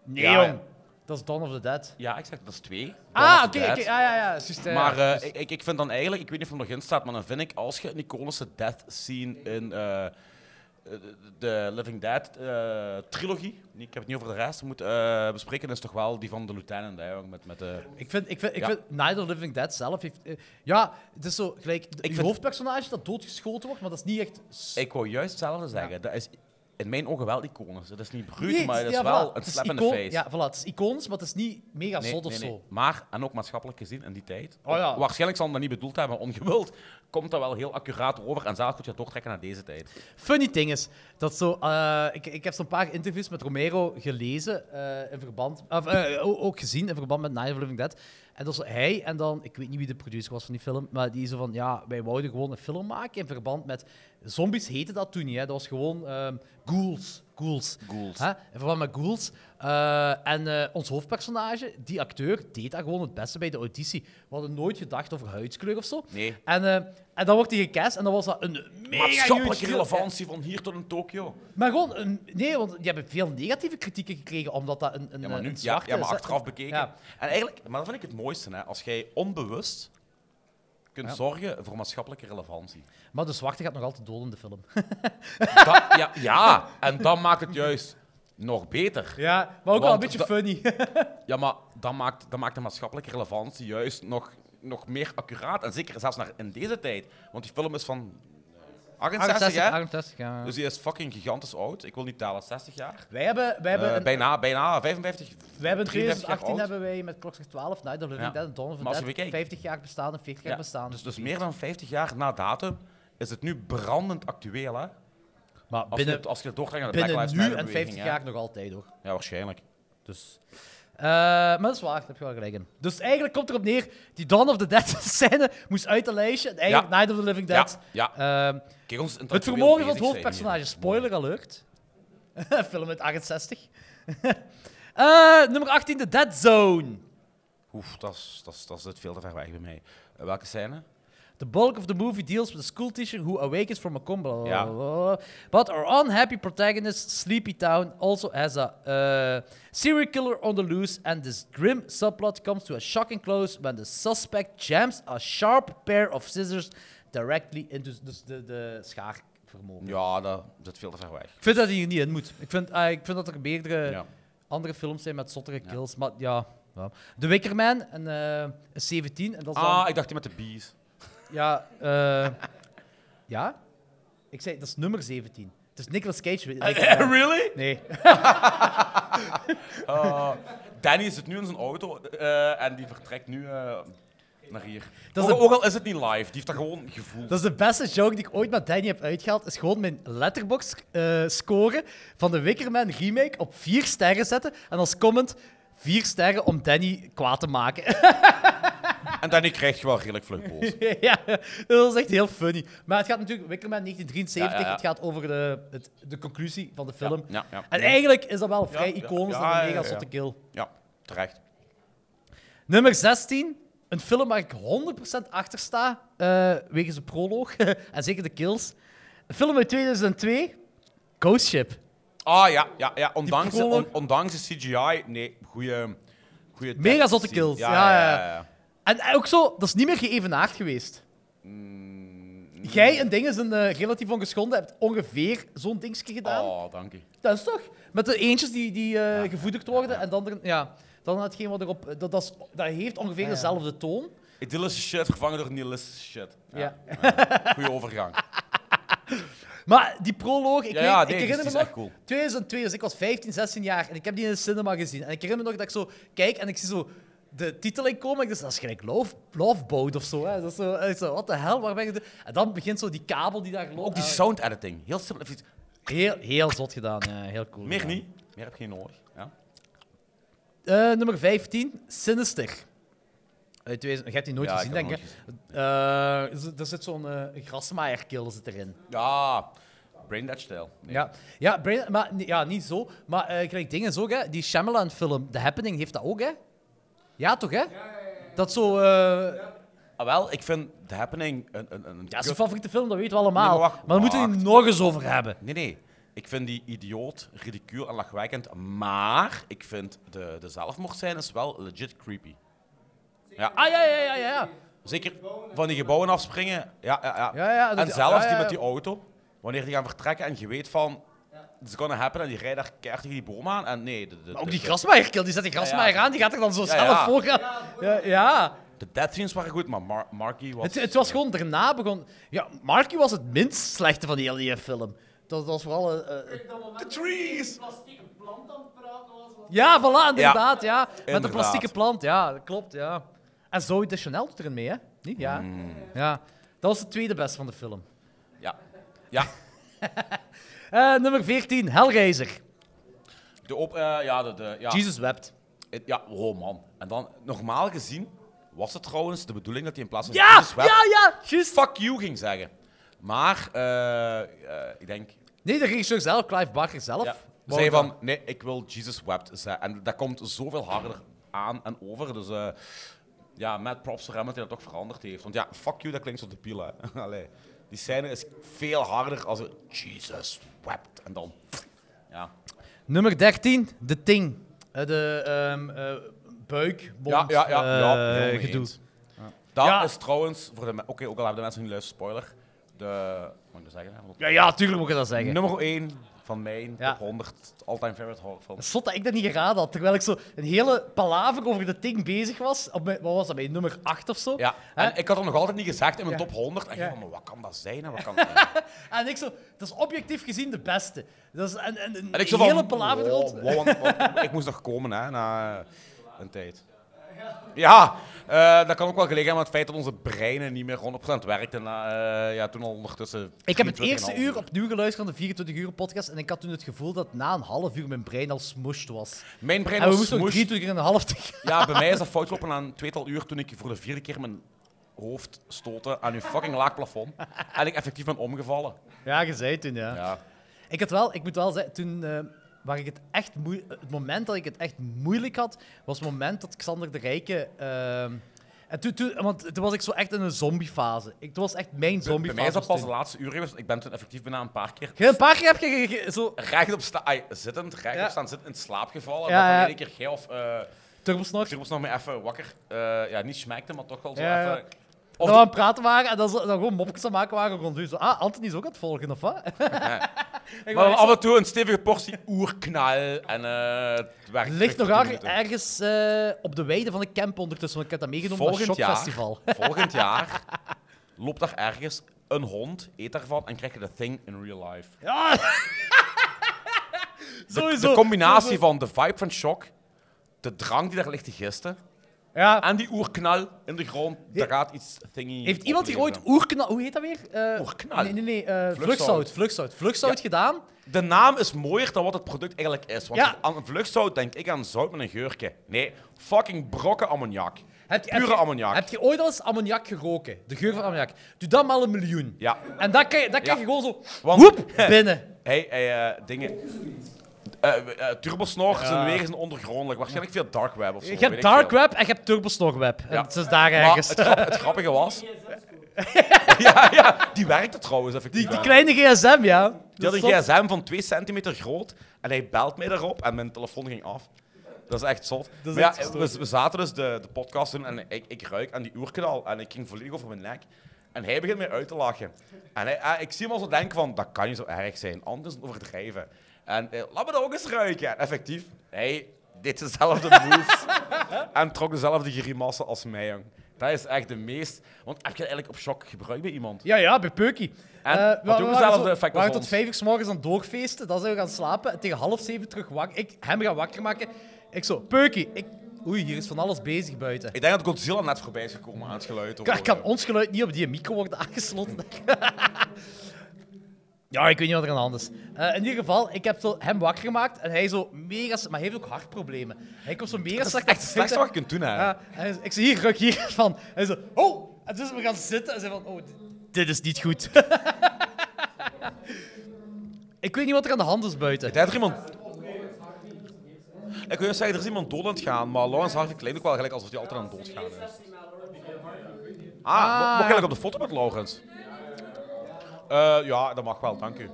S1: Nee,
S2: Ja,
S1: jong. Dat is Dawn of the Dead.
S2: Ja, ik zeg dat is twee.
S1: ah, oké, oké. Ah, ja, ja. juist, ja,
S2: Maar
S1: ja,
S2: eh,
S1: juist.
S2: ik- ik, ik vind dan eigenlijk, ik weet niet of het nog in staat, maar dan vind ik als je een iconische death scene in eh, eh, de Living Dead eh, trilogie, nee, ik heb het niet over de rest, moet eh, bespreken, is toch wel die van de Lieutenant, hè, jong, met, met de...
S1: Ik vind, ik vind, ik
S2: Ja.
S1: vind Night of the Living Dead zelf heeft... eh, ja, het is zo gelijk... Ik
S2: vind-
S1: hoofdpersonage dat doodgeschoten wordt, maar dat is niet echt... s-
S2: Ik wou juist hetzelfde zeggen, dat is in mijn ogen wel iconisch. Dat is niet bruut,
S1: Nee,
S2: maar
S1: het
S2: dat
S1: is-
S2: is
S1: ja,
S2: wel
S1: voilà.
S2: een
S1: Het is
S2: slap in the
S1: icoon-
S2: face.
S1: Ja, voilà, het is iconisch, maar het is niet mega
S2: Nee,
S1: zot of
S2: nee, nee.
S1: zo.
S2: Maar, en ook maatschappelijk gezien, en die tijd,
S1: Oh ja.
S2: waarschijnlijk zal dat niet bedoeld hebben, maar ongewild, komt dat wel heel accuraat over en zelf goed je het doortrekken naar deze tijd.
S1: Funny thing is, dat zo, eh, ik, ik heb zo'n paar interviews met Romero gelezen eh, in verband, of, eh, o- ook gezien in verband met Night of the Living Dead. En dat is zo hij en dan, ik weet niet wie de producer was van die film, maar die zo van, ja, wij wouden gewoon een film maken in verband met, zombies heette dat toen niet, hè. dat was gewoon ehm ghouls, ghouls.
S2: Ghouls.
S1: Hè? In verband met ghouls. Eh, en eh, ons hoofdpersonage, die acteur, deed dat gewoon het beste bij de auditie. We hadden nooit gedacht over huidskleur of zo.
S2: Nee.
S1: En, eh, en dan wordt hij gecast en dan was dat een mega huge
S2: Maatschappelijke
S1: deal.
S2: relevantie van hier tot in Tokio.
S1: Maar gewoon, een- nee, want die hebben veel negatieve kritieken gekregen omdat dat een, een,
S2: Ja, maar nu,
S1: een
S2: ja,
S1: zwarte
S2: ja, maar
S1: is, hè.
S2: achteraf bekeken.
S1: Ja.
S2: En eigenlijk, maar dat vind ik het mooiste, hè. als jij onbewust kunt
S1: Ja.
S2: zorgen voor maatschappelijke relevantie.
S1: Maar de zwarte gaat nog altijd dood in de film.
S2: [LAUGHS] Dat- ja, ja, en dat maakt het juist nog beter.
S1: Ja, maar ook wel een
S2: Want
S1: beetje
S2: dat-
S1: [LAUGHS] funny.
S2: Ja, maar dat maakt, dat maakt de maatschappelijke relevantie juist nog, nog meer accuraat. En zeker zelfs naar in deze tijd. Want die film is van 68, hè?
S1: 68, ja.
S2: Dus die is fucking gigantisch oud. Ik wil niet tellen, 60 jaar.
S1: wij hebben, wij hebben,
S2: Eh,
S1: een-
S2: bijna, bijna 55.
S1: wij hebben in
S2: 53 jaar
S1: 2018
S2: oud.
S1: hebben wij met Klokslag 12, Night of the Living
S2: Ja.
S1: Dead en Dawn of the
S2: Maar als
S1: Dead
S2: we bekijken-
S1: 50 jaar bestaan en 40 jaar
S2: Ja,
S1: bestaan.
S2: Dus, dus meer dan 50 jaar na datum is het nu brandend actueel, hè?
S1: maar
S2: Als, je
S1: binnen,
S2: het, als je het doortrekt naar de Black
S1: binnen
S2: Lives
S1: nu
S2: Matter
S1: en 50
S2: beweging, hè.
S1: jaar nog altijd, hoor.
S2: Ja, waarschijnlijk.
S1: Dus. eh, maar dat is waar, daar heb je wel gelijk in. Dus eigenlijk komt erop neer, die Dawn of the Dead [LAUGHS] scène moest uit dat lijstje. En eigenlijk Night of the Living Dead.
S2: Ja,
S1: Ehm,
S2: Kijk, ons
S1: Het
S2: intellectueel
S1: vermogen van het
S2: bezig zijn
S1: hoofdpersonage.
S2: hier.
S1: Spoiler alert. [LAUGHS] Film uit 68. [LAUGHS] Eh, nummer 18, de Dead Zone.
S2: Oef, dat is, dat, is, dat is het veel te ver weg bij mij. Eh, welke scène?
S1: The bulk of the movie deals with a school teacher who awakens from a coma. blah,
S2: Ja.
S1: blah, blah, blah. But our unhappy protagonist, Sleepy Town, also has a uh, serial killer on the loose, and this grim subplot comes to a shocking close when the suspect jams a sharp pair of scissors directly into s- dus de, de schaarvermogen.
S2: Ja, dat zit veel te ver weg.
S1: Ik vind dat hij er niet in moet. Ik vind, ah, ik vind dat er meerdere
S2: Ja.
S1: andere films zijn met zottere
S2: Ja.
S1: kills, maar ja. ja. The Wicker Man en eh, is 17 en dat is dan-
S2: Ah, ik dacht die met de
S1: [LAUGHS]
S2: bees.
S1: ja, eh, ja. Ik zei, dat is nummer 17. Het is Nicolas Cage. weet ik.
S2: [LAUGHS] really?
S1: Nee.
S2: Ah, Danny zit nu in zijn auto eh, en die vertrekt nu eh, naar hier.
S1: Dat
S2: Ook,
S1: is de-
S2: ook al is het niet live, die heeft dat gewoon gevoeld.
S1: Dat is de beste joke die ik ooit met Danny heb uitgehaald. Is gewoon mijn letterbox eh, score van de Wickerman remake op vier sterren zetten. En als comment vier sterren om Danny kwaad te maken. [LAUGHS]
S2: En Danny krijgt je wel redelijk vlug boos.
S1: ja, dat is echt heel funny. Maar het gaat natuurlijk, Wickerman 1973,
S2: Ja, ja, ja.
S1: het gaat over de, het, de conclusie van de film.
S2: Ja, ja.
S1: En eigenlijk is dat wel vrij
S2: ja,
S1: iconisch
S2: ja,
S1: en
S2: ja,
S1: een
S2: ja,
S1: mega
S2: ja.
S1: zotte kill.
S2: Ja, terecht.
S1: Nummer 16. Een film waar ik 100% achter sta, eh, wegens de proloog [LAUGHS] en zeker de kills. Een film uit 2002, Ghost Ship.
S2: Ah ja, ja, ja. Ondanks, de,
S1: prolog-
S2: on- ondanks de CGI, nee, goede. goede
S1: Mega zotte kills, ja, ja, En ook zo, dat is niet meer geëvenaard geweest.
S2: Mm,
S1: Jij een ding is een eh, relatief ongeschonden, hebt ongeveer zo'n dingetje gedaan.
S2: Oh, dank je.
S1: Dat is toch? Met de eentjes die, die eh, gevoederd worden en dan, er, ja, dan hetgeen wat erop... Dat, dat, is- dat heeft ongeveer
S2: Ja, ja.
S1: dezelfde toon.
S2: Idyllische shit vervangen door nihilistische shit.
S1: Ja.
S2: Goede overgang.
S1: Maar die proloog, [LAUGHS] ik,
S2: ja,
S1: weet-
S2: ja,
S1: ik
S2: nee, die is-
S1: herinner me
S2: die is
S1: nog...
S2: echt cool.
S1: 2002, dus ik was 15, 16 jaar en ik heb die in de cinema gezien. En ik herinner me nog dat ik zo kijk en ik zie zo de titel inkomen. Ik dacht, dat is gelijk Love, Loveboat of zo. Hè. Dat is zo, en ik zo wat de hel, waar ben ik... de- En dan begint zo die kabel die daar loopt.
S2: Ook die
S1: Ah,
S2: sound editing. Heel simpel.
S1: Heel, heel zot gedaan, ja, heel cool.
S2: Meer
S1: gedaan.
S2: niet. Meer heb je geen nodig. Ja.
S1: Eh, nummer 15, Sinister. Uit 2000, je hebt die nooit
S2: Ja, ik
S1: gezien,
S2: heb
S1: denk ik.
S2: hem nooit
S1: hè? Eh, er- er zit zo'n eh grasmaaier-kill zit erin.
S2: ja. Brain Dead stijl. Nee.
S1: Ja, ja, Brain- maar, nee, ja, niet zo. Maar eh kijk, dingen zo, hè. Die Shyamalan-film, The Happening, heeft dat ook, hè? Ja, toch, hè? Dat zo... eh,
S2: Ah, wel, ik vind The Happening een... een, een
S1: ja, zijn
S2: kut-
S1: favoriete film, dat weten we allemaal.
S2: Nee, maar
S1: maar,
S2: wacht,
S1: daar moeten we het nog eens over hebben.
S2: Nee, nee. Ik vind die idioot, ridicuul en lachwekkend. Maar ik vind de, de zelfmoordscènes wel legit creepy. Ja,
S1: Ah, ja, ja, ja, ja. ja.
S2: Zeker van die gebouwen afspringen. Ja, ja, ja.
S1: Ja, ja, dat-
S2: en zelfs
S1: ja, ja,
S2: die
S1: ja.
S2: met die auto. Wanneer die gaan vertrekken en je weet van... It's gonna happen en die rijdt daar keihard tegen die boom aan. En nee, de, de,
S1: Maar ook
S2: de-
S1: die grasmaaier-kill, die zet die grasmaaier
S2: ja.
S1: aan, die gaat er dan zo
S2: Ja,
S1: zelf
S2: ja.
S1: voor gaan. Ja, ja.
S2: de death scenes waren goed, maar Mar Marky was...
S1: Het, het was gewoon daarna begon... Ja, Marky was het minst slechte van die hele film. Dat was vooral... eh, eh,
S3: Ik dat moment
S2: The trees!
S3: plastieke plant aan het praten was. was
S1: ja, voilà, inderdaad, ja. Met de
S2: Inderdaad.
S1: plastieke plant, ja, dat klopt, ja. En Zoe de Chanel doet erin mee, hè? Niet? Ja.
S2: Hmm.
S1: ja. Dat was de tweede best van de film.
S2: Ja. Ja,
S1: Eh, nummer 14, Hellraiser.
S2: de op... eh, ja, de... de ja.
S1: Jesus wept.
S2: Het- ja, oh man. En dan, normaal gezien, was het trouwens de bedoeling dat hij in plaats van
S1: Ja,
S2: Jesus
S1: ja,
S2: Web
S1: ja, juist.
S2: fuck you ging zeggen. Maar, eh, eh, ik denk...
S1: Nee, de regisseur zelf, Clive Barker zelf.
S2: Ja,
S1: wou
S2: zei
S1: dat.
S2: van, nee, ik wil Jesus Wept zeggen. En dat komt zoveel harder aan en over. Dus eh, ja, met props voor hem dat hij dat toch veranderd heeft. Want ja, fuck you, dat klinkt zo debiel, hè. [LAUGHS] Allee, die scène is veel harder als het Jesus Wept. En dan... Ja,
S1: Nummer 13, The Thing. Eh, de ehm eh, buik,
S2: ja,
S1: mond,
S2: ja. ja, ja,
S1: eh,
S2: heel mee
S1: gedoe.
S2: eens. Dat
S1: Ja.
S2: is trouwens, voor de me- oké, ook al hebben de mensen niet luisteren, spoiler. De, moet ik dat zeggen? hè? Want-
S1: Ja, ja, tuurlijk moet ik dat zeggen.
S2: Nummer 1 van mijn
S1: Ja.
S2: top 100 all-time favorite horrorfilm.
S1: Slot dat ik dat niet geraden had, terwijl ik zo een hele palaver over de ting bezig was. Op mijn, wat was dat, bij nummer 8 of zo?
S2: Ja,
S1: Hè?
S2: en ik had het nog altijd niet gezegd in mijn
S1: Ja.
S2: top 100. En ik
S1: Ja.
S2: dacht, maar wat kan dat zijn en wat
S1: [LAUGHS]
S2: kan dat zijn?
S1: En ik zo, dat is objectief gezien de beste. Dat is een, een, een
S2: En ik zo van,
S1: hele palaver
S2: wow,
S1: rond.
S2: wow, want- want ik moest nog komen, hè, na eh, een tijd. Ja, eh, dat kan ook wel gelegen aan het feit dat onze breinen niet meer 100% werkten. na, eh, ja, toen al ondertussen...
S1: Ik heb het
S2: 23,5
S1: eerste uur opnieuw geluisterd aan de 24 uur podcast en ik had toen het gevoel dat na een half uur mijn brein al smushed was.
S2: Mijn brein
S1: En we
S2: was
S1: moesten nog
S2: smoeshed.
S1: 23 en een half te [LAUGHS] gaan.
S2: Ja, bij mij is dat fout gelopen aan een tweetal uur toen ik voor de vierde keer mijn hoofd stootte aan uw fucking laag plafond. En ik effectief ben omgevallen.
S1: Ja, je zei toen, ja.
S2: Ja.
S1: Ik, had wel, ik moet wel zeggen, toen eh, waar ik het echt moe- het moment dat ik het echt moeilijk had, was het moment dat Xander de Rijke ehm, En toen, toen, want toen was ik zo echt in een zombiefase. Ik, toen was echt mijn
S2: Bij, bij
S1: zombiefase.
S2: mij is dat
S1: was
S2: pas de
S1: toen.
S2: laatste uur geweest. Ik ben toen effectief bijna een paar keer
S1: Geen paar keer heb je ge- ge- zo
S2: recht op sta- ai, zittend, recht
S1: Ja.
S2: op staan zitten, in slaap gevallen.
S1: Ja,
S2: dat
S1: ja.
S2: dan in één keer jij of eh
S1: turbosnor.
S2: Turbos nog maar even wakker. eh, ja, niet smaakte, maar toch wel zo
S1: Ja, ja.
S2: even...
S1: Dat
S2: Of
S1: we aan het praten waren en dan, zo- dan gewoon mopjes aan het maken waren rond u. Zo, ah, Anthony is ook aan het volgen, of wat? [LAUGHS] Ik was
S2: Maar dan
S1: echt
S2: af
S1: zo,
S2: en toe een stevige portie oerknal en eh het werkt
S1: Ligt nog
S2: terug voor tien
S1: erg-
S2: minuten.
S1: ergens eh, op de weide van de camp ondertussen, want ik heb dat meegenomen naar
S2: Volgend
S1: het
S2: jaar, [LAUGHS]
S1: Shockfestival.
S2: volgend jaar loopt daar ergens een hond, eet daarvan en krijg je de thing in real life.
S1: Ja!
S2: De,
S1: Sowieso.
S2: de combinatie
S1: Sowieso.
S2: van de vibe van shock, de drang die daar ligt te gisten
S1: Ja.
S2: en die oerknal in de grond, daar gaat iets thingy
S1: Heeft iemand hier ooit
S2: opleveren.
S1: oerknal... Hoe heet dat weer? Eh,
S2: Oerknal?
S1: Nee, nee, nee. eh, vlugzout.
S2: Vlugzout.
S1: Vlugzout. Vlugzout gedaan.
S2: De naam is mooier dan wat het product eigenlijk is. Want
S1: Ja.
S2: aan vluchtzout denk ik aan zout met een geurtje. Nee, fucking brokken ammoniak.
S1: Heb je- heb
S2: Pure
S1: je-
S2: ammoniak.
S1: Heb je ooit al eens ammoniak geroken? De geur van ammoniak. Doe dat maar een miljoen.
S2: Ja.
S1: En dat kan je, dat kan
S2: Ja.
S1: je gewoon zo...
S2: Want- [LAUGHS]
S1: Woep! Binnen.
S2: Hey, hey eh, dingen. Eh eh Turbosnor zijn wegen zijn ondergrondelijk. Waarschijnlijk via dark web of zo.
S1: Je
S2: weet
S1: hebt
S2: ik
S1: dark
S2: veel.
S1: web en je hebt turbosnog web. En
S2: Ja.
S1: het is daar
S2: Maar
S1: ergens.
S2: het, grap- het grappige was. [LAUGHS] ja, ja, die werkte trouwens effectief.
S1: Die, die
S2: hè.
S1: kleine gsm, ja.
S2: Die had
S1: Dat
S2: een
S1: is
S2: gsm van 2 centimeter groot en hij belt mij daarop en mijn telefoon ging af. Dat is echt zot.
S1: Dat is
S2: Maar ja,
S1: echt gestoord.
S2: we, we zaten dus de, de podcast doen en ik, ik ruik aan die oerkanaal en ik ging volledig over mijn nek. En hij begint mij uit te lachen. En hij, eh, ik zie hem al zo denken van, dat kan niet zo erg zijn, anders is het overdrijven. En eh, laat me dat ook eens ruiken. En effectief, hij
S1: [LAUGHS]
S2: deed dezelfde moves en trok dezelfde grimassen als mij, jong. Dat is echt de meest... Want heb je dat eigenlijk op shock gebruikt bij iemand?
S1: Ja, ja, bij Peukie.
S2: En?
S1: Eh,
S2: Wat
S1: we- we
S2: doen we
S1: waren
S2: zelf
S1: zo-
S2: de effect
S1: We waren
S2: als
S1: tot
S2: ons?
S1: vijf uur s morgens aan het doorfeesten. Dan zijn we gaan slapen. En tegen half zeven terug wakker. Ik hem gaan wakker maken. Ik zo, Peukie, ik... Oei, hier is van alles bezig buiten.
S2: Ik denk dat Godzilla net voorbij is gekomen aan het geluid.
S1: Kan,
S2: hoor.
S1: kan ons geluid niet op die micro worden aangesloten? [LAUGHS] ja, ik weet niet wat er aan de hand is. Eh, in ieder geval, ik heb zo hem wakker gemaakt en hij zo mega... s- Maar hij heeft ook hartproblemen. Hij komt zo mega
S2: Dat is
S1: slecht...
S2: echt het slechtste wat je kunt doen, hè.
S1: Ja, en hij zo- ik zie hier, ruk hier van. Hij zo, oh! En dus we gaan zitten en zei van, oh, di- dit is niet goed. [LAUGHS] ik weet niet wat er aan de hand is buiten.
S2: Ik denk dat er iemand... Ik wil zeggen, er is iemand dood aan het gaan, maar Lawrence Harvey kleedt ook wel gelijk alsof hij altijd aan het doodgaan is. Ah, mo- mocht gelijk op de foto met Lawrence? Eh, ja, dat mag wel, dank u.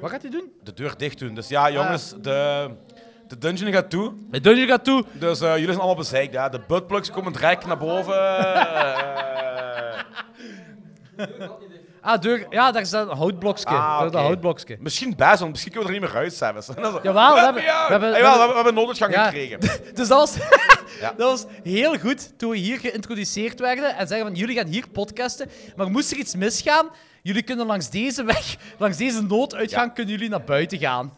S1: Wat gaat hij doen?
S2: De deur dicht doen. Dus
S1: Ah.
S2: ja, jongens, de, de dungeon gaat toe.
S1: De dungeon gaat toe.
S2: Dus eh, jullie zijn allemaal bezeikt, hè. De buttplugs komen direct naar
S1: [LAUGHS]
S2: boven. Eh,
S1: Ah, deur. Ja, daar staat een houtblokje.
S2: Ah,
S1: Daar
S2: oké.
S1: dat houtblokje.
S2: misschien best, want misschien kunnen we [LAUGHS] er niet meer uit, zijn.
S1: Jawel, we hebben- we hebben-
S2: we hebben, we hebben nooduitgang
S1: Ja.
S2: gekregen.
S1: [LAUGHS] Dus dat was,
S2: [LAUGHS] Ja.
S1: dat was heel goed toen we hier geïntroduceerd werden en zeggen van jullie gaan hier podcasten, maar moest er iets misgaan, jullie kunnen langs deze weg, [LAUGHS] langs deze nooduitgang,
S2: Ja.
S1: kunnen jullie naar buiten
S2: [LAUGHS]
S1: gaan.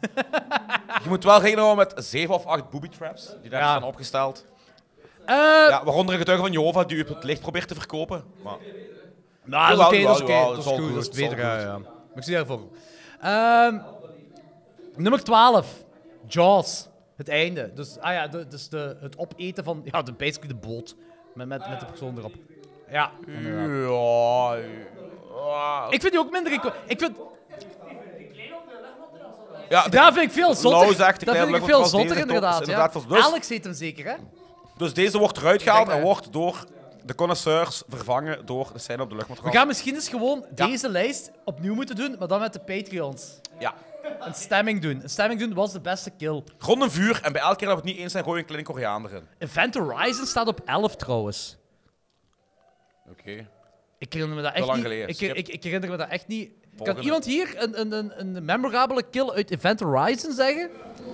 S2: Je moet wel rekening houden met zeven of acht booby traps die daar
S1: Ja.
S2: staan opgesteld.
S1: Eh,
S2: Ja, waaronder een getuige van Jehovah die u het licht probeert te verkopen. Maar
S1: Nou, dat is oké,
S2: Jawel,
S1: dat is
S2: jawel,
S1: oké,
S2: jawel,
S1: dat is
S2: het zal
S1: goed,
S2: goed,
S1: dat is
S2: het zal
S1: beter.
S2: goed.
S1: Ja, ja. Maar ik zie daarvoor. Ehm nummer 12, Jaws. Het einde. Dus, ah ja, de, dus de, het opeten van, ja, de, basically de boot met, met, met de persoon erop. Ja,
S2: Mm.
S1: inderdaad.
S2: ja, ja.
S1: Ik vind die ook minder... inco- Ik vind,
S2: Ja, de-
S1: Daar vind ik veel zotter.
S2: Lauw zegt, de
S1: dat
S2: kleine
S1: vind ik
S2: luchtballon
S1: veel
S2: was
S1: zotter,
S2: deze top.
S1: inderdaad.
S2: Is inderdaad
S1: ja.
S2: van- dus-
S1: Alex heet hem zeker, hè?
S2: dus deze wordt eruit gehaald
S1: Denk
S2: en
S1: maar.
S2: wordt door de connoisseurs vervangen door de scène op de
S1: We
S2: luchtmatras.
S1: gaan misschien eens gewoon
S2: Ja.
S1: deze lijst opnieuw moeten doen, maar dan met de Patreons.
S2: Ja.
S1: Een stemming doen. Een stemming doen was de beste kill.
S2: Rond een vuur en bij elke keer dat we het niet eens zijn, gooi je een kleine Koreaan erin.
S1: Event Horizon staat op 11 trouwens.
S2: Oké.
S1: Ik herinner me dat echt
S2: lang
S1: niet.
S2: geleden.
S1: Ik,
S2: Skip.
S1: ik, ik herinner me dat echt niet. Kan
S2: Volgende.
S1: iemand hier een, een, een, een memorabele kill uit Event Horizon zeggen?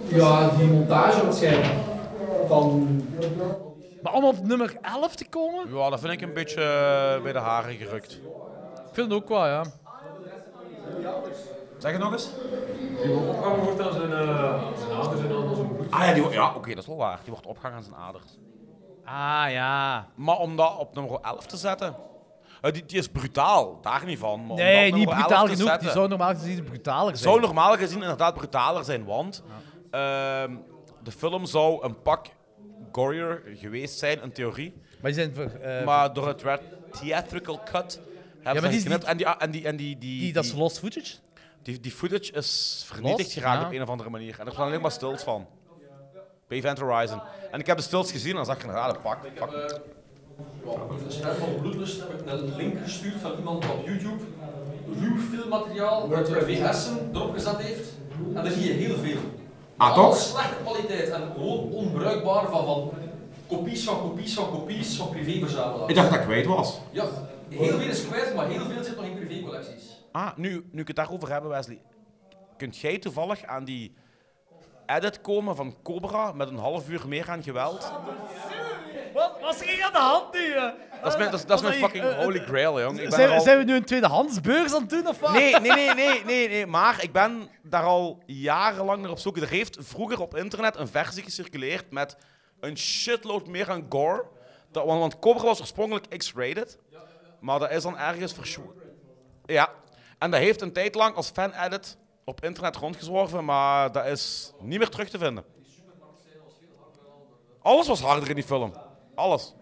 S3: Ja, die montage waarschijnlijk. Van...
S1: Maar om op nummer 11 te komen?
S2: Ja, dat vind ik een beetje eh, bij de haren gerukt.
S1: Ik vind het ook wel, ja.
S2: Zeg het nog eens?
S4: Die wordt opgehangen wordt aan zijn, eh, zijn ouders en aan zijn broer.
S2: Ah ja, die wo- ja oké, dat is wel waar. Die wordt opgehangen aan zijn aders.
S1: Ah ja.
S2: Maar om dat op nummer 11 te zetten. eh, die, die is brutaal, daar niet van. Maar om dat
S1: Nee, niet
S2: op nummer 11
S1: brutaal
S2: te
S1: genoeg. Die
S2: zetten,
S1: zou normaal gezien brutaler zijn.
S2: zou normaal gezien inderdaad brutaler zijn, want ehm, de film zou een pak gorier geweest zijn, in theorie.
S1: Maar die zijn voor, eh,
S2: maar door het werd theatrical cut hebben
S1: maar
S2: ze
S1: die is
S2: geknipt. En die, en die, en die, die,
S1: die, dat is lost footage.
S2: die- die footage is vernietigd
S1: Los?
S2: geraakt
S1: Ja.
S2: op een of andere manier. En er zijn alleen maar stils van. Bij Event Horizon. En ik heb de stils gezien en dan zag ik inderdaad een pak. Fuck.
S4: Eh, ja, met een sperm van bloedlust heb ik een link gestuurd van iemand op YouTube. Ruw filmmateriaal dat de VS'en erop gezet heeft. En daar zie je heel veel.
S5: Ah, toch?
S4: Allemaal Slechte kwaliteit en gewoon onbruikbaar van, van kopies van kopies van kopies van privéverzamelaars.
S5: Ik dacht dat ik kwijt was.
S4: Ja, heel veel is kwijt, maar heel veel zit nog in privécollecties.
S2: Ah, nu, nu ik het daarover heb, Wesley. Kunt jij toevallig aan die edit komen van Cobra met een half uur meer aan geweld?
S1: Wat was er hier aan de hand nu? eh?
S2: Dat is mijn, dat is, dat is mijn
S1: hier,
S2: fucking
S1: eh, eh,
S2: holy grail, jong. Ik ben
S1: Zijn,
S2: er al-
S1: zijn we nu een tweedehandsbeurs aan het doen of wat?
S2: Nee, nee, nee, nee, nee, nee, maar ik ben daar al jarenlang naar op zoek. Er heeft vroeger op internet een versie gecirculeerd met een shitload meer aan gore. Dat, want, want Cobra was oorspronkelijk X-rated, maar dat is dan ergens verschoven. Ja, en dat heeft een tijd lang als fan-edit op internet rondgezworven, maar dat is niet meer terug te vinden. Alles was harder in die film. Alles.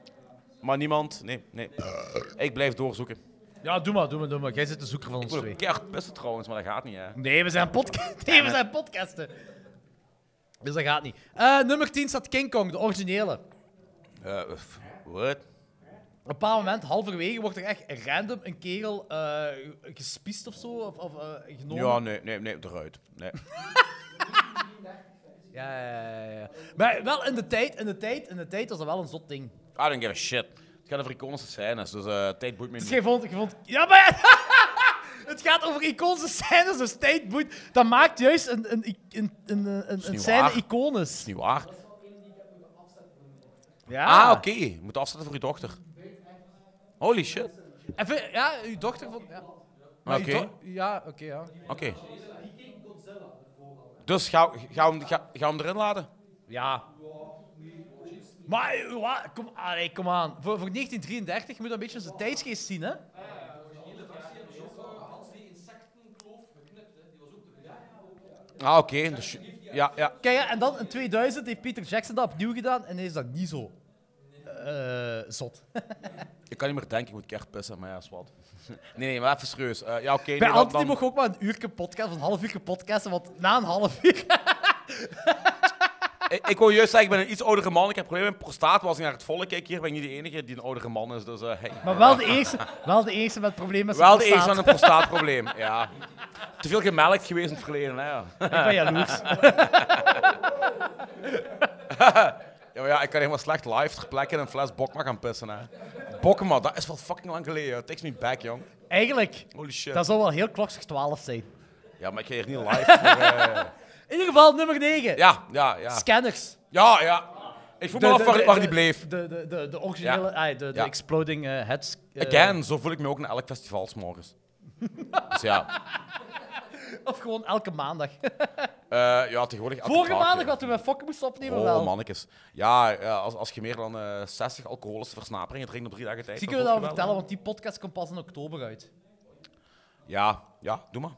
S2: Maar niemand, nee, nee. Ik blijf doorzoeken.
S1: Ja, doe maar, doe maar, doe maar. Jij zit de zoeker van
S2: Ik
S1: ons
S2: word
S1: twee.
S2: ook keihard pissen trouwens, maar dat gaat niet, hè.
S1: Nee, we zijn, podca- [LAUGHS] nee, we zijn podcasten. Dus dat gaat niet. Eh, nummer 10 staat King Kong, de originele.
S2: Eh, f- wat?
S1: Op een bepaald moment, halverwege, wordt er echt random een kerel eh, gespiest of zo. Of, of eh, genomen.
S2: Ja, nee, nee, nee, eruit. Nee.
S1: Ja, ja, ja, ja. Maar wel in de tijd, in de tijd, in de tijd was dat wel een zot ding.
S2: [LAUGHS] I don't give a shit. Het gaat over iconische scènes, dus eh, tijd boeit me
S1: Dus
S2: niet.
S1: jij vond, jij vond... Ja, maar... [LAUGHS] Het gaat over iconische scènes, dus tijd boeit. Dat maakt juist een, een, een, een, een, een
S2: niet
S1: scène
S2: waar.
S1: iconisch.
S2: Niet waar?
S1: Ja.
S2: Ah, oké. Je moet afzetten voor je dochter. Holy shit.
S1: En vind- ja, uw dochter vond... Ja, Maar
S2: Oké,
S1: uw
S2: oké.
S1: do- Ja, oké, ja.
S2: Dus ga, ga, hem, ga, ga hem erin laten?
S1: Ja. Maar, eh, wa- kom, allee, kom aan. Voor, voor 1933 moet je een beetje zijn tijdsgeest zien, hè?
S2: Ah, oké. Dus, je- ja, ja.
S1: Kijk, ja, en dan in 2000 heeft Peter Jackson dat opnieuw gedaan en is dat niet zo eh, zot.
S2: Ik kan niet meer denken, ik moet keihard pissen, maar ja, is wat. [LAUGHS] Nee, nee, maar even serieus. Eh, ja, oké. nee,
S1: Bij
S2: dan-
S1: Anthony
S2: dan-
S1: mocht je ook maar een uur podcast, of een half uur podcasten, want na een half
S2: [LAUGHS]
S1: uur...
S2: Ik, ik wil juist zeggen, ik ben een iets oudere man. Ik heb problemen met prostaat. Maar als ik naar het volk kijk hier, ben ik niet de enige die een oudere man is. Dus, eh, hey.
S1: Maar wel de eerste, wel de eerste met problemen met zijn
S2: Wel de eerste
S1: prostaat.
S2: met een prostaatprobleem, ja. Te veel gemelkt geweest in het verleden, hè. Ja,
S1: Ik ben jaloers.
S2: ja, maar ja, ik kan helemaal slecht live ter plekke in een fles Bokma gaan pissen, hè. Bokma, dat is wel fucking lang geleden, joh. Takes me back, jong.
S1: Eigenlijk,
S2: Holy shit.
S1: dat zou wel heel klokzig 12 zijn.
S2: Ja, maar ik ga hier niet live [LAUGHS] voor, eh,
S1: In ieder geval nummer 9.
S2: Ja, ja, ja.
S1: Scanners.
S2: Ja, ja. Ik voel me af waar, waar die bleef.
S1: De, de, de, de originele, ah, de, de
S2: Ja.
S1: exploding eh, heads. eh,
S2: Again, zo voel ik me ook na elk festival 's morgens. Dus ja,
S1: Of gewoon elke maandag.
S2: eh, ja tegenwoordig... elke
S1: Vorige
S2: dag,
S1: maandag,
S2: joh.
S1: wat toen we fokken moesten opnemen, wel.
S2: Oh, mannetjes. Ja, ja, als, als je meer dan eh 60 alcoholische versnaperingen drinkt op drie dagen tijd...
S1: Misschien
S2: dan
S1: kunnen we dat
S2: voel je
S1: vertellen, want
S2: wel-
S1: die podcast komt pas in oktober uit.
S2: Ja, ja, doe maar.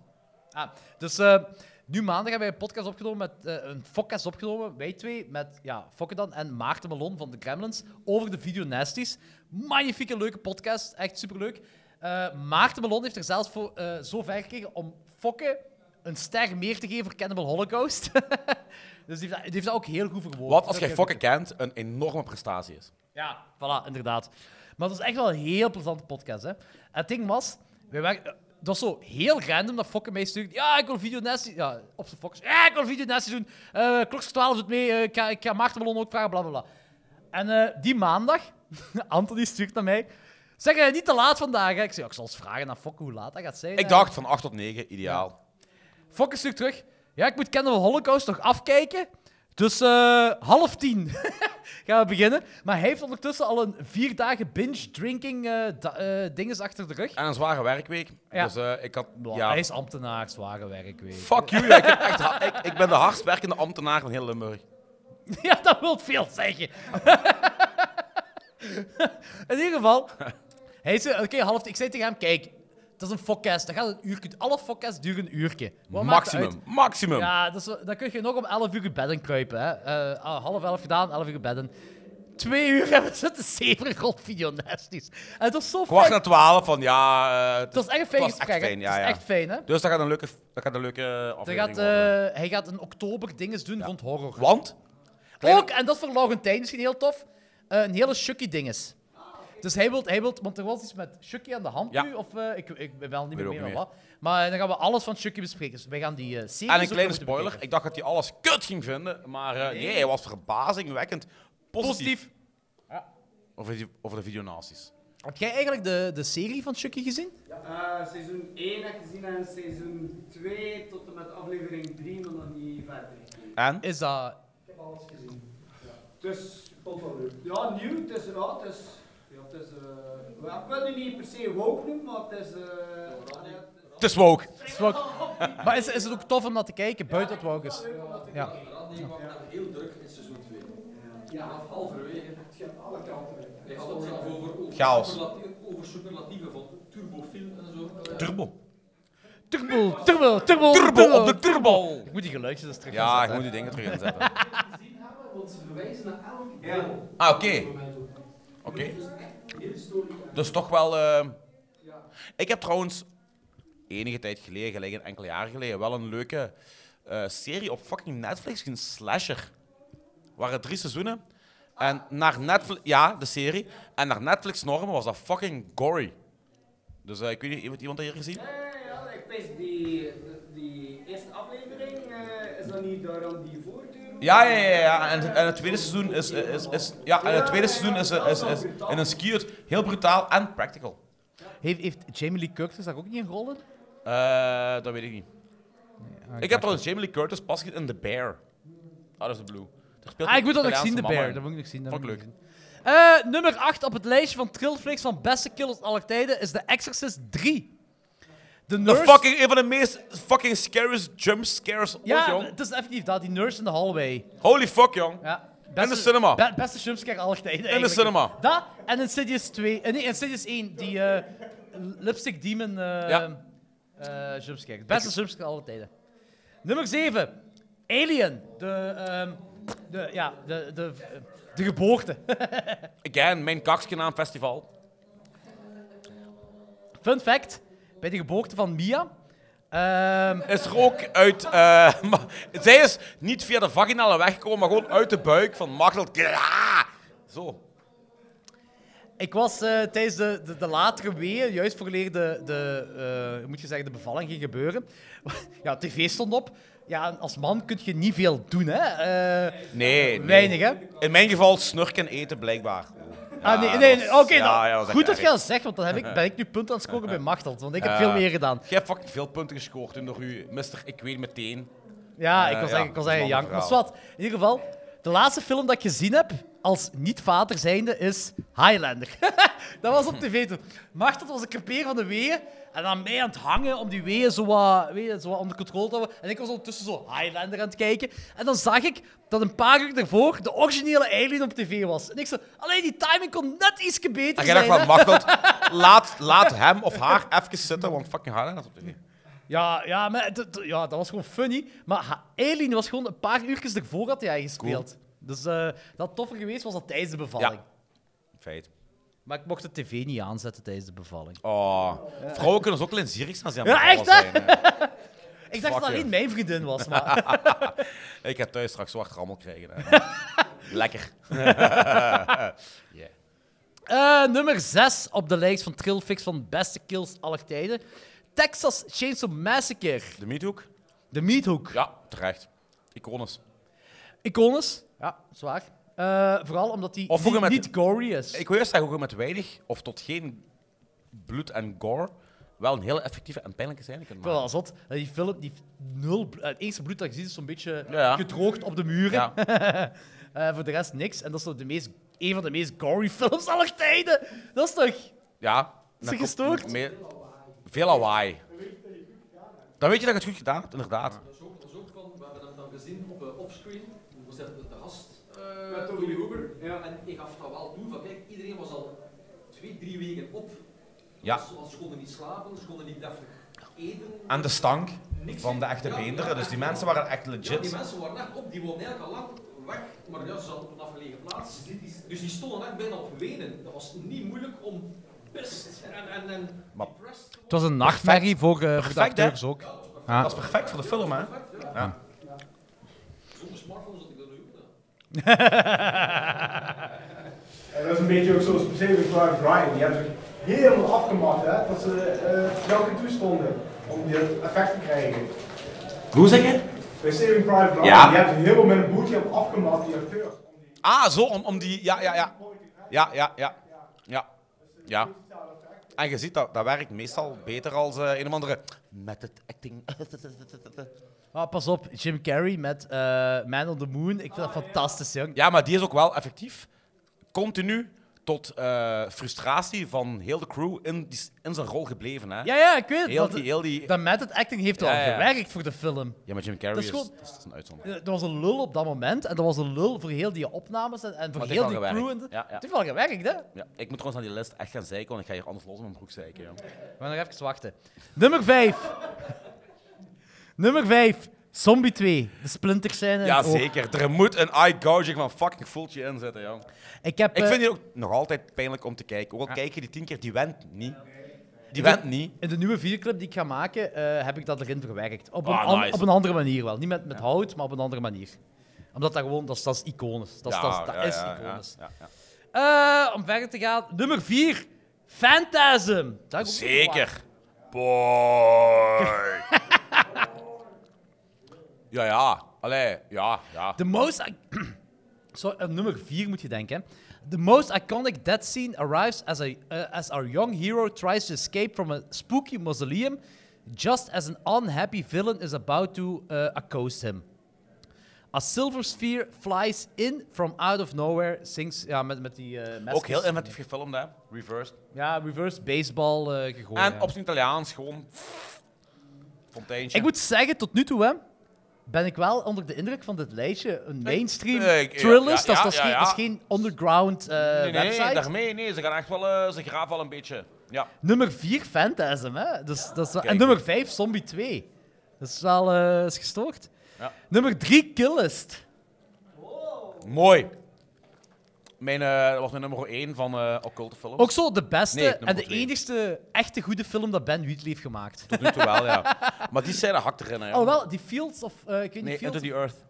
S1: Ah, dus eh, nu maandag hebben wij een podcast opgenomen met eh, een podcast opgenomen, wij twee, met ja, Fokke dan en Maarten Melon van de Gremlins, over de video Nasties. Magnifieke, leuke podcast, echt superleuk. Eh Maarten Melon heeft er zelfs voor, eh, zo ver gekregen om Fokke een ster meer te geven voor Cannibal Holocaust. [LAUGHS] dus die heeft, dat, die heeft dat ook heel goed verwoord.
S2: Wat als
S1: Dat is
S2: jij
S1: ook heel
S2: fokken kent, een enorme prestatie is.
S1: Ja, voilà, inderdaad. Maar het was echt wel een heel plezante podcast. Hè. En het ding was, wij waren, eh, het was zo heel random dat Fokke mij stuurde. Ja, ik wil videonestie. Ja, op zijn Fokkers. Ja, ik wil videonestie doen. Eh Klokster 12 doet mee. eh, ik, ga, ik ga Maarten Ballon ook vragen, bla bla bla. En eh, die maandag, [LAUGHS] Anthony stuurt naar mij. Zeg, eh, niet te laat vandaag. Hè? Ik zei, ja, ik zal eens vragen aan Fokke hoe laat dat gaat zijn.
S2: Ik
S1: Eh,
S2: dacht van 8 tot 9, ideaal.
S1: Fokke stuurt terug. Ja, ik moet Cannibal Holocaust nog afkijken. Dus eh, half tien [LAUGHS] gaan we beginnen. Maar hij heeft ondertussen al een vier dagen binge-drinking eh da- eh, dinges achter de rug.
S2: En een zware werkweek.
S1: Ja.
S2: Dus eh, ik had.
S1: Wow,
S2: ja,
S1: Hij is ambtenaar, zware werk, weet je.
S2: Fuck you, ja, ik, heb echt ha- ik, ik ben de hardst werkende ambtenaar van heel Limburg.
S1: [LAUGHS] Ja, dat wil veel zeggen. [LAUGHS] In ieder geval, hij zei, oké, half tien. Ik zei tegen hem, kijk, dat is een fokcast. Dat gaat een uurtje. Alle fokcasts duren een uurtje. Wat maakt het uit?
S2: maximum, maximum.
S1: Ja, dat is, wel- dan kun je nog om 11 uur je bedden kruipen. Hè. Eh, ah, half 11 gedaan, 11 uur je bedden. Twee uur [LAUGHS] hebben ze te zeven rond videonasties. En het was zo
S2: Kwart
S1: fijn.
S2: naar 12 van ja. eh, het
S1: Het was echt een fijn
S2: was echt
S1: gesprek. hè.
S2: fijn,
S1: Het
S2: ja,
S1: is
S2: ja.
S1: echt fijn, hè?
S2: is- dus dat gaat een leuke, dat gaat een leuke
S1: Er
S2: aflevering
S1: gaat,
S2: worden.
S1: eh, hij gaat in oktober dingen doen rond horror.
S2: Want? Kleine-
S1: Ook, en dat is voor Laurentijn misschien heel tof, eh, een hele Chucky dinges. Dus hij wil, hij wilt, want er was iets met Chucky aan de hand
S2: Ja.
S1: nu, of eh, ik, ik ben wel niet
S2: Weet
S1: meer
S2: ook
S1: mee
S2: niet
S1: wat. Maar eh, dan gaan we alles van Chucky bespreken. Dus wij gaan die eh, serie.
S2: En een kleine spoiler, ik dacht dat hij alles kut ging vinden, maar eh, nee.
S1: Nee.
S2: hij was verbazingwekkend positief,
S1: Positief.
S2: Over, die, over de videonaties.
S1: Had jij eigenlijk de, de serie van Chucky gezien?
S3: Eh, seizoen 1 heb ik gezien en seizoen 2 tot en met aflevering 3, maar nog niet verder gekeken.
S2: En?
S1: Is dat.
S3: Ik heb alles gezien. Ja. Dus, tot wel leuk. Ja, nieuw, het is raar, het is... Ja, het is eh, ja, ik wil het niet per se woke noemen, maar het is... eh, ja, het is-
S2: Het is woke.
S1: is wel- Maar is, is het ook tof om dat te kijken buiten het wou is?
S3: Leuk om dat te
S1: Ja.
S3: kijken.
S4: Randy kwam daar heel druk in seizoen 2.
S3: Ja,
S4: Vanaf halverwege
S3: het gaat alle kanten uit.
S4: Hij had het zelf over, over,
S2: Chaos.
S4: superlatieve- over superlatieven van turbofiel en zo.
S2: Turbo.
S1: Turbo, turbo, turbo.
S2: Turbo op de turbo!
S1: Ik moet die geluidjes dus terug gaan
S2: Ja, ik
S1: zetten,
S2: moet
S1: hè.
S2: die dingen terug inzetten.
S3: gezien hebben, want ze verwijzen naar elke deel.
S2: Ah, oké. Oké. Dus toch wel... eh, Ik heb trouwens enige tijd geleden, gelijk een enkel jaar geleden, wel een leuke eh, serie op fucking Netflix, een slasher. waren drie seizoenen. En naar Netflix... Ja, de serie. En naar Netflix-normen was dat fucking gory. Dus eh, ik weet niet, heeft iemand dat hier gezien?
S3: Ja, ja, ik wist die, die eerste aflevering, eh, is dat niet daarom die voortduur?
S2: Ja, ja, ja. ja. En, en het tweede seizoen is... is, is, is- ja, en het tweede seizoen is, is, is, is in een skier heel brutaal en practical.
S1: Heeft, heeft Jamie Lee Curtis daar ook niet een rol in?
S2: Eh, dat weet ik niet.
S1: Ah,
S2: Ik heb trouwens Jamie Lee Curtis pas gezien in The Bear. Out of the Blue. Daar speelt
S1: Ah,
S2: een
S1: ik moet dat nog
S2: Italiaanse
S1: zien, de
S2: man
S1: Bear.
S2: in.
S1: Dat moet ik nog zien. dat
S2: Vond
S1: moet
S2: ik
S1: ik nog zien. Eh, nummer 8 op het lijstje van thrillflix van beste killers aller tijden is The Exorcist 3. De
S2: De
S1: nurse...
S2: fucking, een van de meest fucking scariest jumpscares ooit,
S1: Ja,
S2: jong.
S1: het is effectief dat. Die nurse in de hallway.
S2: Holy fuck, jong.
S1: Ja.
S2: In de cinema.
S1: be- beste jumpscare aller tijden
S2: de
S1: eigenlijk.
S2: cinema.
S1: Dat en Insidious 2... eh, nee, Insidious 1. Die eh, Lipstick Demon eh
S2: Ja.
S1: eh, jumpscare. Beste jumpscare aller tijden. Nummer 7. Alien. De... ehm, de ja, de... De, de geboorte. [LAUGHS]
S2: Again, mijn kakske na een festival.
S1: Fun fact: bij de geboorte van Mia. ehm,
S2: Is er ook uit... eh, [LAUGHS] ma- zij is niet via de vaginale weg gekomen, maar gewoon uit de buik van Magdalena. Ja! Zo.
S1: ik was eh, tijdens de, de, de latere weeën, juist voorleer de, de, eh, hoe moet je zeggen, de bevalling ging gebeuren. [LAUGHS] ja, tv stond op. Ja, en als man kun je niet veel doen, hè? Eh,
S2: Nee, nee.
S1: Weinig, hè?
S2: In mijn geval snurken en eten, blijkbaar.
S1: ah, nee,
S2: Ja,
S1: nee,
S2: dat
S1: nee,
S2: was-
S1: Oké,
S2: ja,
S1: dan-
S2: ja, dat was
S1: goed
S2: echt
S1: dat je dat zegt, want dan heb ik, ben ik nu punten aan het scoren
S2: [LAUGHS]
S1: bij Machteld, want ik heb
S2: Ja.
S1: veel meer gedaan.
S2: Jij hebt fucking veel punten gescoord toen door u, Mister Ik Weet Meteen.
S1: Ja,
S2: Eh,
S1: ik was
S2: ja,
S1: eigenlijk ik was
S2: dat is een
S1: eigenlijk jank.
S2: ander
S1: Maar
S2: verhaal.
S1: zwart, in ieder geval, de laatste film dat ik gezien heb als niet-vader zijnde is Highlander. [LAUGHS] dat was op tv toen. Machteld was een crepeer van de weeën en aan mij aan het hangen om die weeën zo, wat, weet je, zo wat onder controle te houden. En ik was ondertussen zo Highlander aan het kijken. En dan zag ik dat een paar uur daarvoor de originele Alien op tv was. En ik zo, alleen die timing kon net iets beter
S2: En Ah, jij dacht
S1: zijn. hè.
S2: van, Machteld, laat, laat hem of haar even zitten, want fucking haar dat op tv.
S1: Ja, ja, maar het- het- ja, dat was gewoon funny. Maar ha- Eileen was gewoon een paar uurtjes ervoor had hij gespeeld. Dus eh, dat toffer geweest was dat tijdens de bevalling.
S2: Ja. Feit.
S1: Maar ik mocht de tv niet aanzetten tijdens de bevalling.
S2: Oh, vrouwen kunnen zo kleinzierig zijn als die aan
S1: Ja,
S2: het
S1: echt, hè?
S2: bevallen zijn,
S1: Ik dacht dat
S2: Fuck,
S1: alleen
S2: ja.
S1: mijn vriendin was, [LAUGHS] maar...
S2: hè. Ik heb thuis straks zwart rammel krijgen.
S1: [LAUGHS]
S2: hè. Lekker.
S1: Eh, nummer 6 op de lijst van Trillfix van beste kills aller tijden. Texas Chainsaw Massacre.
S2: De meethoek?
S1: De Meathook.
S2: Ja, terecht. Iconisch.
S1: Icones. Ja, zwaar. Eh, vooral omdat die
S2: Of vroeger
S1: niet,
S2: met-
S1: niet gory is.
S2: Ik wil eerst zeggen, ook met weinig of tot geen bloed en gore wel een hele effectieve en pijnlijke scène kunnen
S1: Ik vind
S2: maken.
S1: het wel zot. dat Die film, die nul, bl- het enige bloed dat je ziet is zo'n beetje
S2: Ja, ja.
S1: gedroogd op de muren.
S2: Ja.
S1: Eh, voor de rest niks. En dat is toch de meest, een van de meest gory [LAUGHS] films aller tijden. Dat is toch...
S2: Ja.
S1: Is die
S2: Met-
S1: gestoord?
S2: met- Veel lawaai. Dan weet je dat je het goed gedaan hebt, inderdaad.
S4: Dat is ook, dat is ook van, we hebben hem dan gezien op eh, offscreen, we was dat de gast,
S3: Met
S4: eh
S3: Toby
S4: Toby Hooper.
S3: Ja.
S4: En ik gaf dat wel toe, van kijk, iedereen was al twee, drie weken op.
S2: Ja.
S4: Ze, want ze konden niet slapen, ze konden niet deftig eten.
S2: Aan de stank
S4: niks
S2: van de
S4: eten.
S2: echte
S4: Ja,
S2: beenderen.
S4: ja,
S2: Dus
S4: [LAUGHS]
S2: die
S4: echt.
S2: mensen waren echt
S4: Ja, die
S2: legit.
S4: mensen waren echt op, die woonden eigenlijk al lang weg, maar ja, ze zaten op een afgelegen plaats. Dus die stonden echt bijna op wenen. Dat was niet moeilijk om pissed en, en, en
S2: Maar-
S4: depressed te worden.
S1: Het was een nachtmerrie voor,
S2: voor de acteurs
S1: ook.
S2: Dat is perfect voor de film, hè?
S4: Perfect, ja.
S2: Ja.
S4: Zonder smartphones had ik dat nu ook gedaan.
S3: Dat is een
S5: weet je ook zo specifiek waar Brian, die hebben zich helemaal afgemaakt hè, dat ze eh welke toestonden om dit effect te krijgen.
S6: Hoe zeg je?
S5: Bij Saving Private Ryan,
S6: Ja.
S5: die hebben zich helemaal met een bootje afgemaakt, die acteurs. om die-
S2: Ah, zo, om, om die... Ja, ja, ja. Ja, ja, ja. Ja. Ja. En je ziet, dat, dat werkt meestal beter als eh, een of andere... Met het acting... [LAUGHS]
S1: Ah, pas op, Jim Carrey met eh, Man on the Moon. Ik vind dat fantastisch, jong.
S2: Ja, maar die is ook wel effectief. Continu tot eh, frustratie van heel de crew in, die, in zijn rol gebleven. Hè?
S1: Ja, ja, ik weet het.
S2: heel
S1: want
S2: die, heel die...
S1: Dat method acting heeft wel
S2: Ja, ja.
S1: gewerkt voor de film.
S2: Ja, maar Jim Carrey
S1: dat
S2: is,
S1: is
S2: is,
S1: gewoon-
S2: dat is een uitzondering.
S1: Eh, Er was een lul op dat moment en er was een lul voor heel die opnames en, en voor
S2: Maar het heeft
S1: heel
S2: wel
S1: die
S2: gewerkt.
S1: crew. En de-
S2: Ja, ja.
S1: Het heeft wel gewerkt, hè?
S2: Ja, ik moet trouwens naar die lijst echt gaan zeiken, want ik ga hier anders los in mijn broek zeiken. joh.
S1: We gaan nog even wachten. Nummer 5. Nummer 5. Zombie 2. De splinters zijn
S2: Ja, zeker. Er moet een eye-gouging van fucking voeltje in zitten, joh.
S1: Ik heb...
S2: Ik
S1: eh,
S2: vind die ook nog altijd pijnlijk om te kijken. Ook al kijk je die tien keer, die went niet. Die went niet.
S1: In de nieuwe videoclip die ik ga maken, eh, heb ik dat erin verwerkt. Op een,
S2: Ah,
S1: an-
S2: nice.
S1: op een andere manier wel. Niet met, met hout, maar op een andere manier. Omdat dat gewoon, dat is, dat is iconisch. Dat is, dat is, dat
S2: Ja,
S1: is
S2: ja, ja,
S1: iconisch.
S2: ja, ja.
S1: Eh, om verder te gaan, nummer 4. Phantasm. Dat heb ik ook niet verwacht.
S2: Zeker. Boy. [LAUGHS] ja, ja. Allee, ja, ja.
S1: The most... i- [COUGHS] Sorry, eh, nummer 4 moet je denken. hè. The most iconic death scene arrives as, a, eh, as our young hero tries to escape from a spooky mausoleum just as an unhappy villain is about to eh, accost him. A silver sphere flies in from out of nowhere, sings... Ja, met, met die eh
S2: Ook heel
S1: maskers.
S2: inventief gefilmd, hè. Reversed.
S1: Ja, reverse baseball eh gegooid.
S2: en
S1: ja.
S2: op zijn Italiaans gewoon... Fonteintje.
S1: Ik moet zeggen, tot nu toe hè, ben ik wel onder de indruk van dit lijstje. Een mainstream
S2: eh, ik- ja,
S1: thrillers,
S2: ja,
S1: dat is- dat is
S2: ja,
S1: geen-
S2: ja.
S1: dat is geen underground eh,
S2: Nee, nee,
S1: website.
S2: daarmee, nee. Ze gaan echt wel... eh, ze graven wel een beetje. Ja.
S1: Nummer 4 Phantasm, hè? Dus, dat is wel- En
S2: Kijk.
S1: nummer 5 Zombie 2. Dat is wel eh, is gestoord.
S2: Ja.
S1: Nummer 3 Killist.
S2: Mooi. Mijn, eh, dat was mijn nummer 1 van eh occulte films.
S1: Ook zo de beste
S2: Nee, nummer
S1: en de
S2: twee.
S1: enigste echte goede film dat Ben Wheatley heeft gemaakt.
S2: Tot nu toe wel, ja. Maar die scène hakt erin, hè.
S1: Alhoewel, die Fields of... eh, ik weet Oh, niet,
S2: Nee,
S1: Fields
S2: Into the Earth.
S1: of-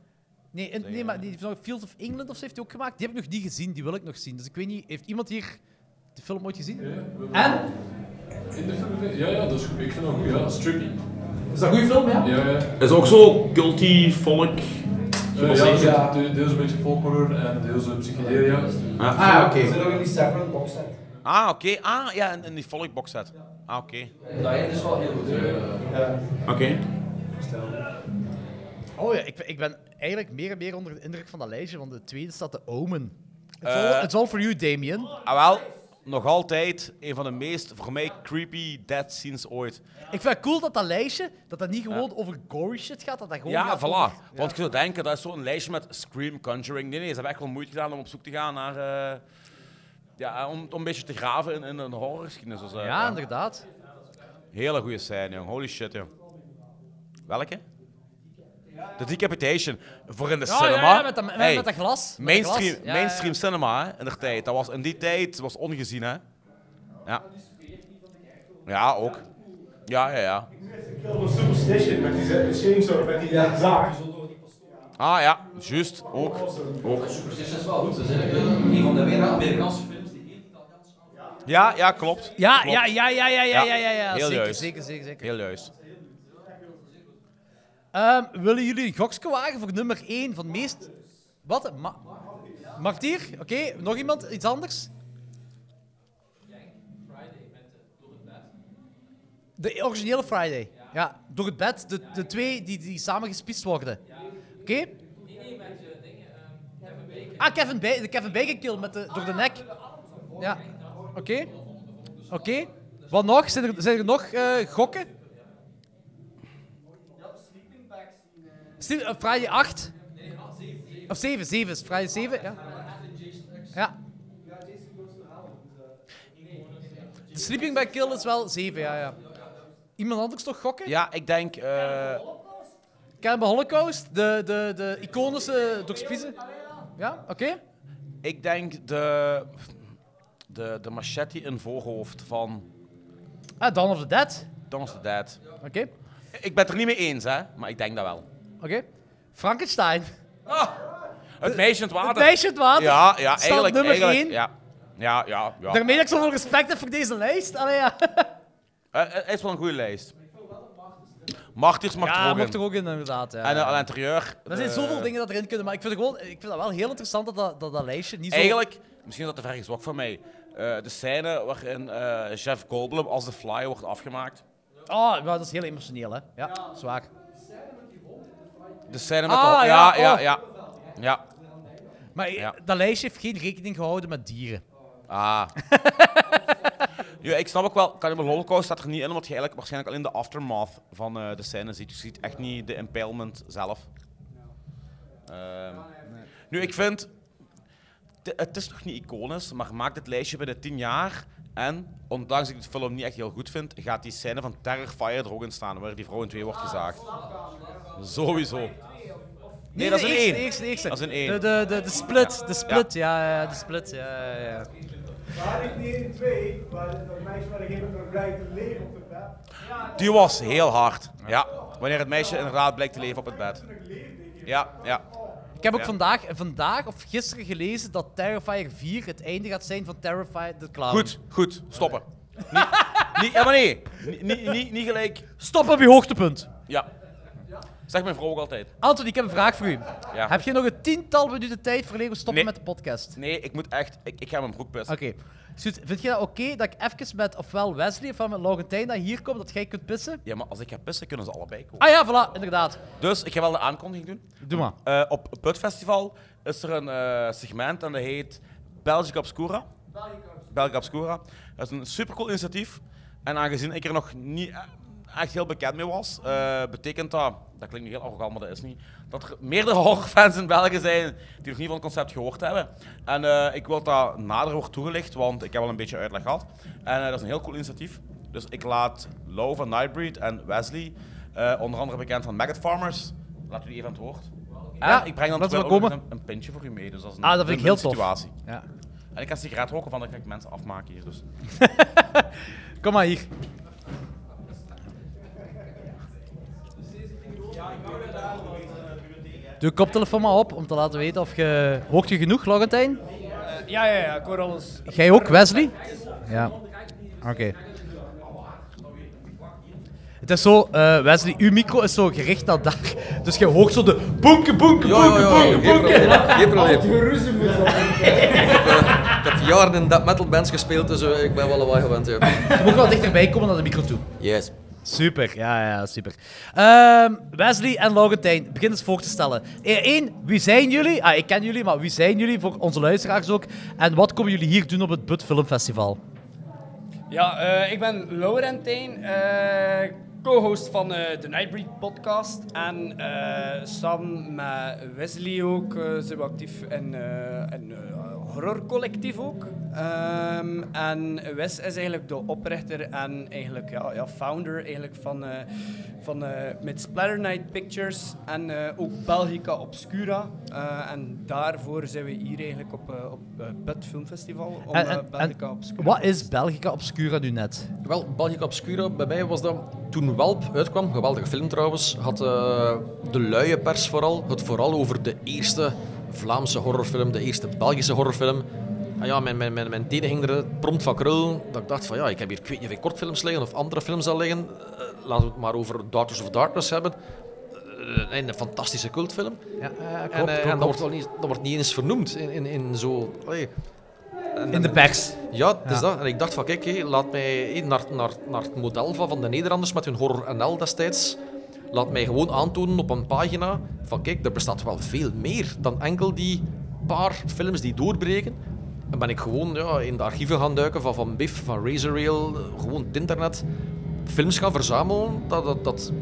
S1: nee, in- nee, maar die heeft nog Fields of England of zo heeft hij ook gemaakt. Die heb ik nog niet gezien, die wil ik nog zien. Dus ik weet niet, heeft iemand hier de film ooit gezien? En?
S4: In de film? Ja, ja, dat is goed. Ik vind dat goed, ja. Strippy.
S1: Is dat een goede film, ja?
S4: Ja, ja.
S6: Is ook zo culty, folk.
S4: Eh, ja, ja. Deels een beetje folkhorror en deels een psychedelia.
S5: Ah, oké. Ze ook in die Seven box set.
S2: Ah, oké. Ah, ja, in, in die volkbox set. Ah, oké.
S4: Dat is wel heel goed.
S5: Ja.
S6: Oké.
S1: Oh ja, ik, ik ben eigenlijk meer en meer onder de indruk van dat lijstje, want de tweede staat de Omen. It's, all,
S2: Eh.
S1: it's all for you, Damien.
S2: Ah, wel. Nog altijd een van de meest, voor mij, creepy dead scenes ooit.
S1: Ik vind het cool dat dat lijstje, dat dat niet gewoon over gory shit gaat, dat dat gewoon
S2: Ja,
S1: gaat
S2: voilà.
S1: over-
S2: Want je zou denken, dat is zo'n lijstje met Scream, Conjuring. Nee, nee, ze hebben echt wel moeite gedaan om op zoek te gaan naar... eh, ja, om, om een beetje te graven in, in een horrorgeschiedenis. Dus, eh,
S1: Ja, inderdaad.
S2: Hele goede scène, jong. Holy shit, jong. Welke? De Decapitation. Voor in de
S1: Ja,
S2: cinema.
S1: ja, ja, met dat, met,
S2: Hey,
S1: met dat glas. met dat
S2: mainstream
S1: glas. Ja, ja,
S2: mainstream cinema, hè, in der tijd. Dat was in die tijd was ongezien, hè. Ja. Ja, ook. Ja, ja, ja.
S5: Kilmer Superstition met die chainsaw, met die ja. zaag.
S2: Ah, ja. Juist, ook.
S4: Superstition is wel goed. Dat is eigenlijk eh, een van de meer Amerikaanse films die heel Italiaans
S2: Ja, ja, klopt.
S1: ja,
S2: Klopt.
S1: ja, ja, ja, ja, ja, ja, ja, ja.
S2: Heel
S1: Zeker,
S2: juist.
S1: zeker, zeker, zeker.
S2: Heel juist.
S1: Ehm, willen jullie een gokske wagen voor nummer 1 van de meest... Wat? Ma Martier? Oké, nog iemand? Iets anders? De originele Friday. Ja, door het bed. De, de twee die, die samen gespietst worden. Oké? Ah, Kevin Ba- de Kevin Bacon kill met de, door de nek. Ja. Oké. Oké. Wat nog? Zijn er, zijn er nog eh, gokken? Steve, eh, Friday 8? Of 7, 7 is Friday 7, ja. Ja. De Sleeping Bag Kill is wel 7, ja, ja. Iemand anders toch gokken?
S2: Ja, ik denk... eh,
S1: Cannibal Holocaust, de, de, de iconische doorspiezen. Ja, oké.
S2: ik denk de... De, de machete in voorhoofd van
S1: Ah, Dawn of the Dead.
S2: Dawn of the Dead.
S1: Oké,
S2: Ik ben het er niet mee eens, hè. Maar ik denk dat wel.
S1: oké. Frankenstein.
S2: Het meisje in het water.
S1: Het meisje in het water.
S2: Ah, Ja, ja,
S1: Staat
S2: eigenlijk.
S1: nummer
S2: eigenlijk,
S1: één.
S2: Ja. Ja, ja, ja.
S1: Daarmee dat ik zoveel respect heb voor deze lijst. Allee, ja.
S2: Eh, eh, Het is wel een goede lijst. Martins mag
S1: ja,
S2: er ook
S1: mocht er
S2: in.
S1: ook in, inderdaad. Ja.
S2: En eh, al interieur.
S1: er zijn
S2: eh,
S1: zoveel dingen dat erin kunnen, maar ik vind, het gewoon, ik vind dat wel heel interessant dat dat, dat, dat lijstje niet zo...
S2: Eigenlijk, misschien is dat te ver gezocht van mij. eh, de scène waarin eh Jeff Goldblum als de fly wordt afgemaakt.
S1: Oh, maar dat is heel emotioneel, hè. Ja, zwaar.
S2: De scène met
S1: Ah,
S2: de...
S1: ja,
S2: ja,
S1: oh.
S2: ja. Ja.
S1: Maar eh,
S2: Ja.
S1: dat lijstje heeft geen rekening gehouden met dieren.
S2: Ah. ja, ik snap ook wel, Cannibal Holocaust staat er niet in, omdat je eigenlijk waarschijnlijk alleen de aftermath van eh, de scène ziet. Je ziet echt niet de impalement zelf. Ehm, Nu, ik vind, t- het is nog niet iconisch, maar maakt het lijstje binnen 10 jaar. En, ondanks dat ik de film niet echt heel goed vind, gaat die scène van Terrifier er ook in staan, waar die vrouw in twee wordt gezaagd. Sowieso. Nee, dat is
S1: de eerste,
S2: een
S1: de
S2: één.
S1: eerste, de eerste.
S2: Dat is een één.
S1: De, de, de, de split, de split, ja, ja, de split, ja, ja, ja.
S5: Waar ik niet in twee, waar dat meisje waar ik even door blijkt te leven op het bed.
S2: Die was heel hard. Ja. Wanneer het meisje inderdaad blijkt te leven op het bed. Ja, ja.
S1: Ik heb ook
S2: Ja.
S1: vandaag, vandaag of gisteren gelezen dat Terrifier 4 het einde gaat zijn van Terrifier the Clown.
S2: Goed, goed. Stoppen. Niet, niet, ja, maar nee. Niet, niet, niet, niet gelijk.
S1: Stop op je hoogtepunt.
S2: Ja. Zegt mijn vrouw ook altijd.
S1: Anton, ik heb een vraag voor u.
S2: Ja.
S1: Heb je nog een tiental minuten tijd voor Lego stoppen
S2: Nee.
S1: met de podcast?
S2: Nee, ik moet echt... Ik, ik ga mijn broek pissen.
S1: Oké. Goed, vind je dat oké dat ik even met ofwel Wesley ofwel met Laurentijn dat hier komt, dat jij kunt pissen?
S2: Ja, maar als ik ga pissen, kunnen ze allebei komen.
S1: Ah ja, voilà, inderdaad.
S2: Dus ik ga wel de aankondiging doen.
S1: Doe maar.
S2: Eh, op het Festival is er een eh, segment en dat heet Belgica Obscura. Belgica Obscura. Dat is een supercool initiatief. En aangezien ik er nog niet e- echt heel bekend mee was, eh, betekent dat, dat klinkt nu heel arrogant, maar dat is niet, dat er meerdere [LAUGHS] horrorfans in België zijn die nog niet van het concept gehoord hebben. En eh, ik wil dat nader wordt toegelicht, want ik heb al een beetje uitleg gehad. En eh, dat is een heel cool initiatief. Dus ik laat Low van Nightbreed en Wesley, eh, onder andere bekend van Maggot Farmers, laten we die even aan het woord.
S1: Ja,
S2: Ja, ik breng dan
S1: laten we
S2: terwijl ook
S1: komen.
S2: nog Een, een pintje voor u mee, dus dat is een
S1: Ah, dat vind ik heel
S2: win-win
S1: tof.
S2: situatie.
S1: Ja.
S2: En ik kan sigaret roken, want dan kan ik mensen afmaken hier. Dus.
S1: Kom maar hier. Doe je koptelefoon maar op om te laten weten of je... Hoort je genoeg, Laurentijn?
S3: Ja, ja, ja, ik hoor alles.
S1: Jij ook, Wesley? Ja. Oké. Het is zo, eh, Wesley, uw micro is zo gericht naar daar. Dus je hoort zo de boenke, boenke, boenke, boenke,
S7: Geen
S1: boenke.
S7: probleem. Geen probleem. Ik
S5: Geruzemus op
S7: heb jaren in dat metalbands gespeeld, dus eh, ik ben wel lawaai gewend. Ja.
S1: Je moet wel dichterbij komen naar de micro toe.
S7: Yes.
S1: Super, ja, ja, super. Ehm, Wesley en Laurentijn, begin eens voor te stellen. Eén, wie zijn jullie? Ah, ik ken jullie, maar wie zijn jullie voor onze luisteraars ook? En wat komen jullie hier doen op het Bud Film Festival?
S3: Ja, eh, ik ben Laurentijn, eh, co-host van eh, de Nightbreed podcast. En eh samen met Wesley ook eh, zijn we actief in eh, een eh, horrorcollectief ook. Ehm, en Wes is eigenlijk de oprichter en eigenlijk, ja, ja, founder eigenlijk van, eh, van eh, met Splatter Night Pictures en eh, ook Belgica Obscura. Eh, en daarvoor zijn we hier eigenlijk op, eh, op het Bud Film Festival om
S1: En-
S3: eh,
S1: en- en
S3: Belgica Obscura
S1: Wat is Belgica Obscura nu net?
S7: Wel, Belgica Obscura, bij mij was dat toen Welp uitkwam, geweldige film trouwens, had eh, de luie pers vooral het vooral over de eerste Vlaamse horrorfilm, de eerste Belgische horrorfilm. Ah ja, mijn, mijn, mijn, mijn tenen gingen er prompt van krul, dat ik dacht van ja, ik heb hier, ik weet niet of ik kortfilms liggen of andere films al liggen, Eh, laten we het maar over Daughters of Darkness hebben. Eh, een fantastische cultfilm.
S1: Ja,
S7: en eh, en dat, wordt al niet, dat wordt niet eens vernoemd in, in, in zo... allee. En-
S1: In de pers.
S7: ja, het
S1: Ja.
S7: is dat. En ik dacht van, kijk, hé, laat mij hé, naar, naar, naar het model van, van de Nederlanders met hun Horror NL destijds, laat mij gewoon aantonen op een pagina van, kijk, er bestaat wel veel meer dan enkel die paar films die doorbreken. En ben ik gewoon ja, in de archieven gaan duiken van, van Biff, van Razorrail, eh, gewoon het internet. Films gaan verzamelen dat, dat, dat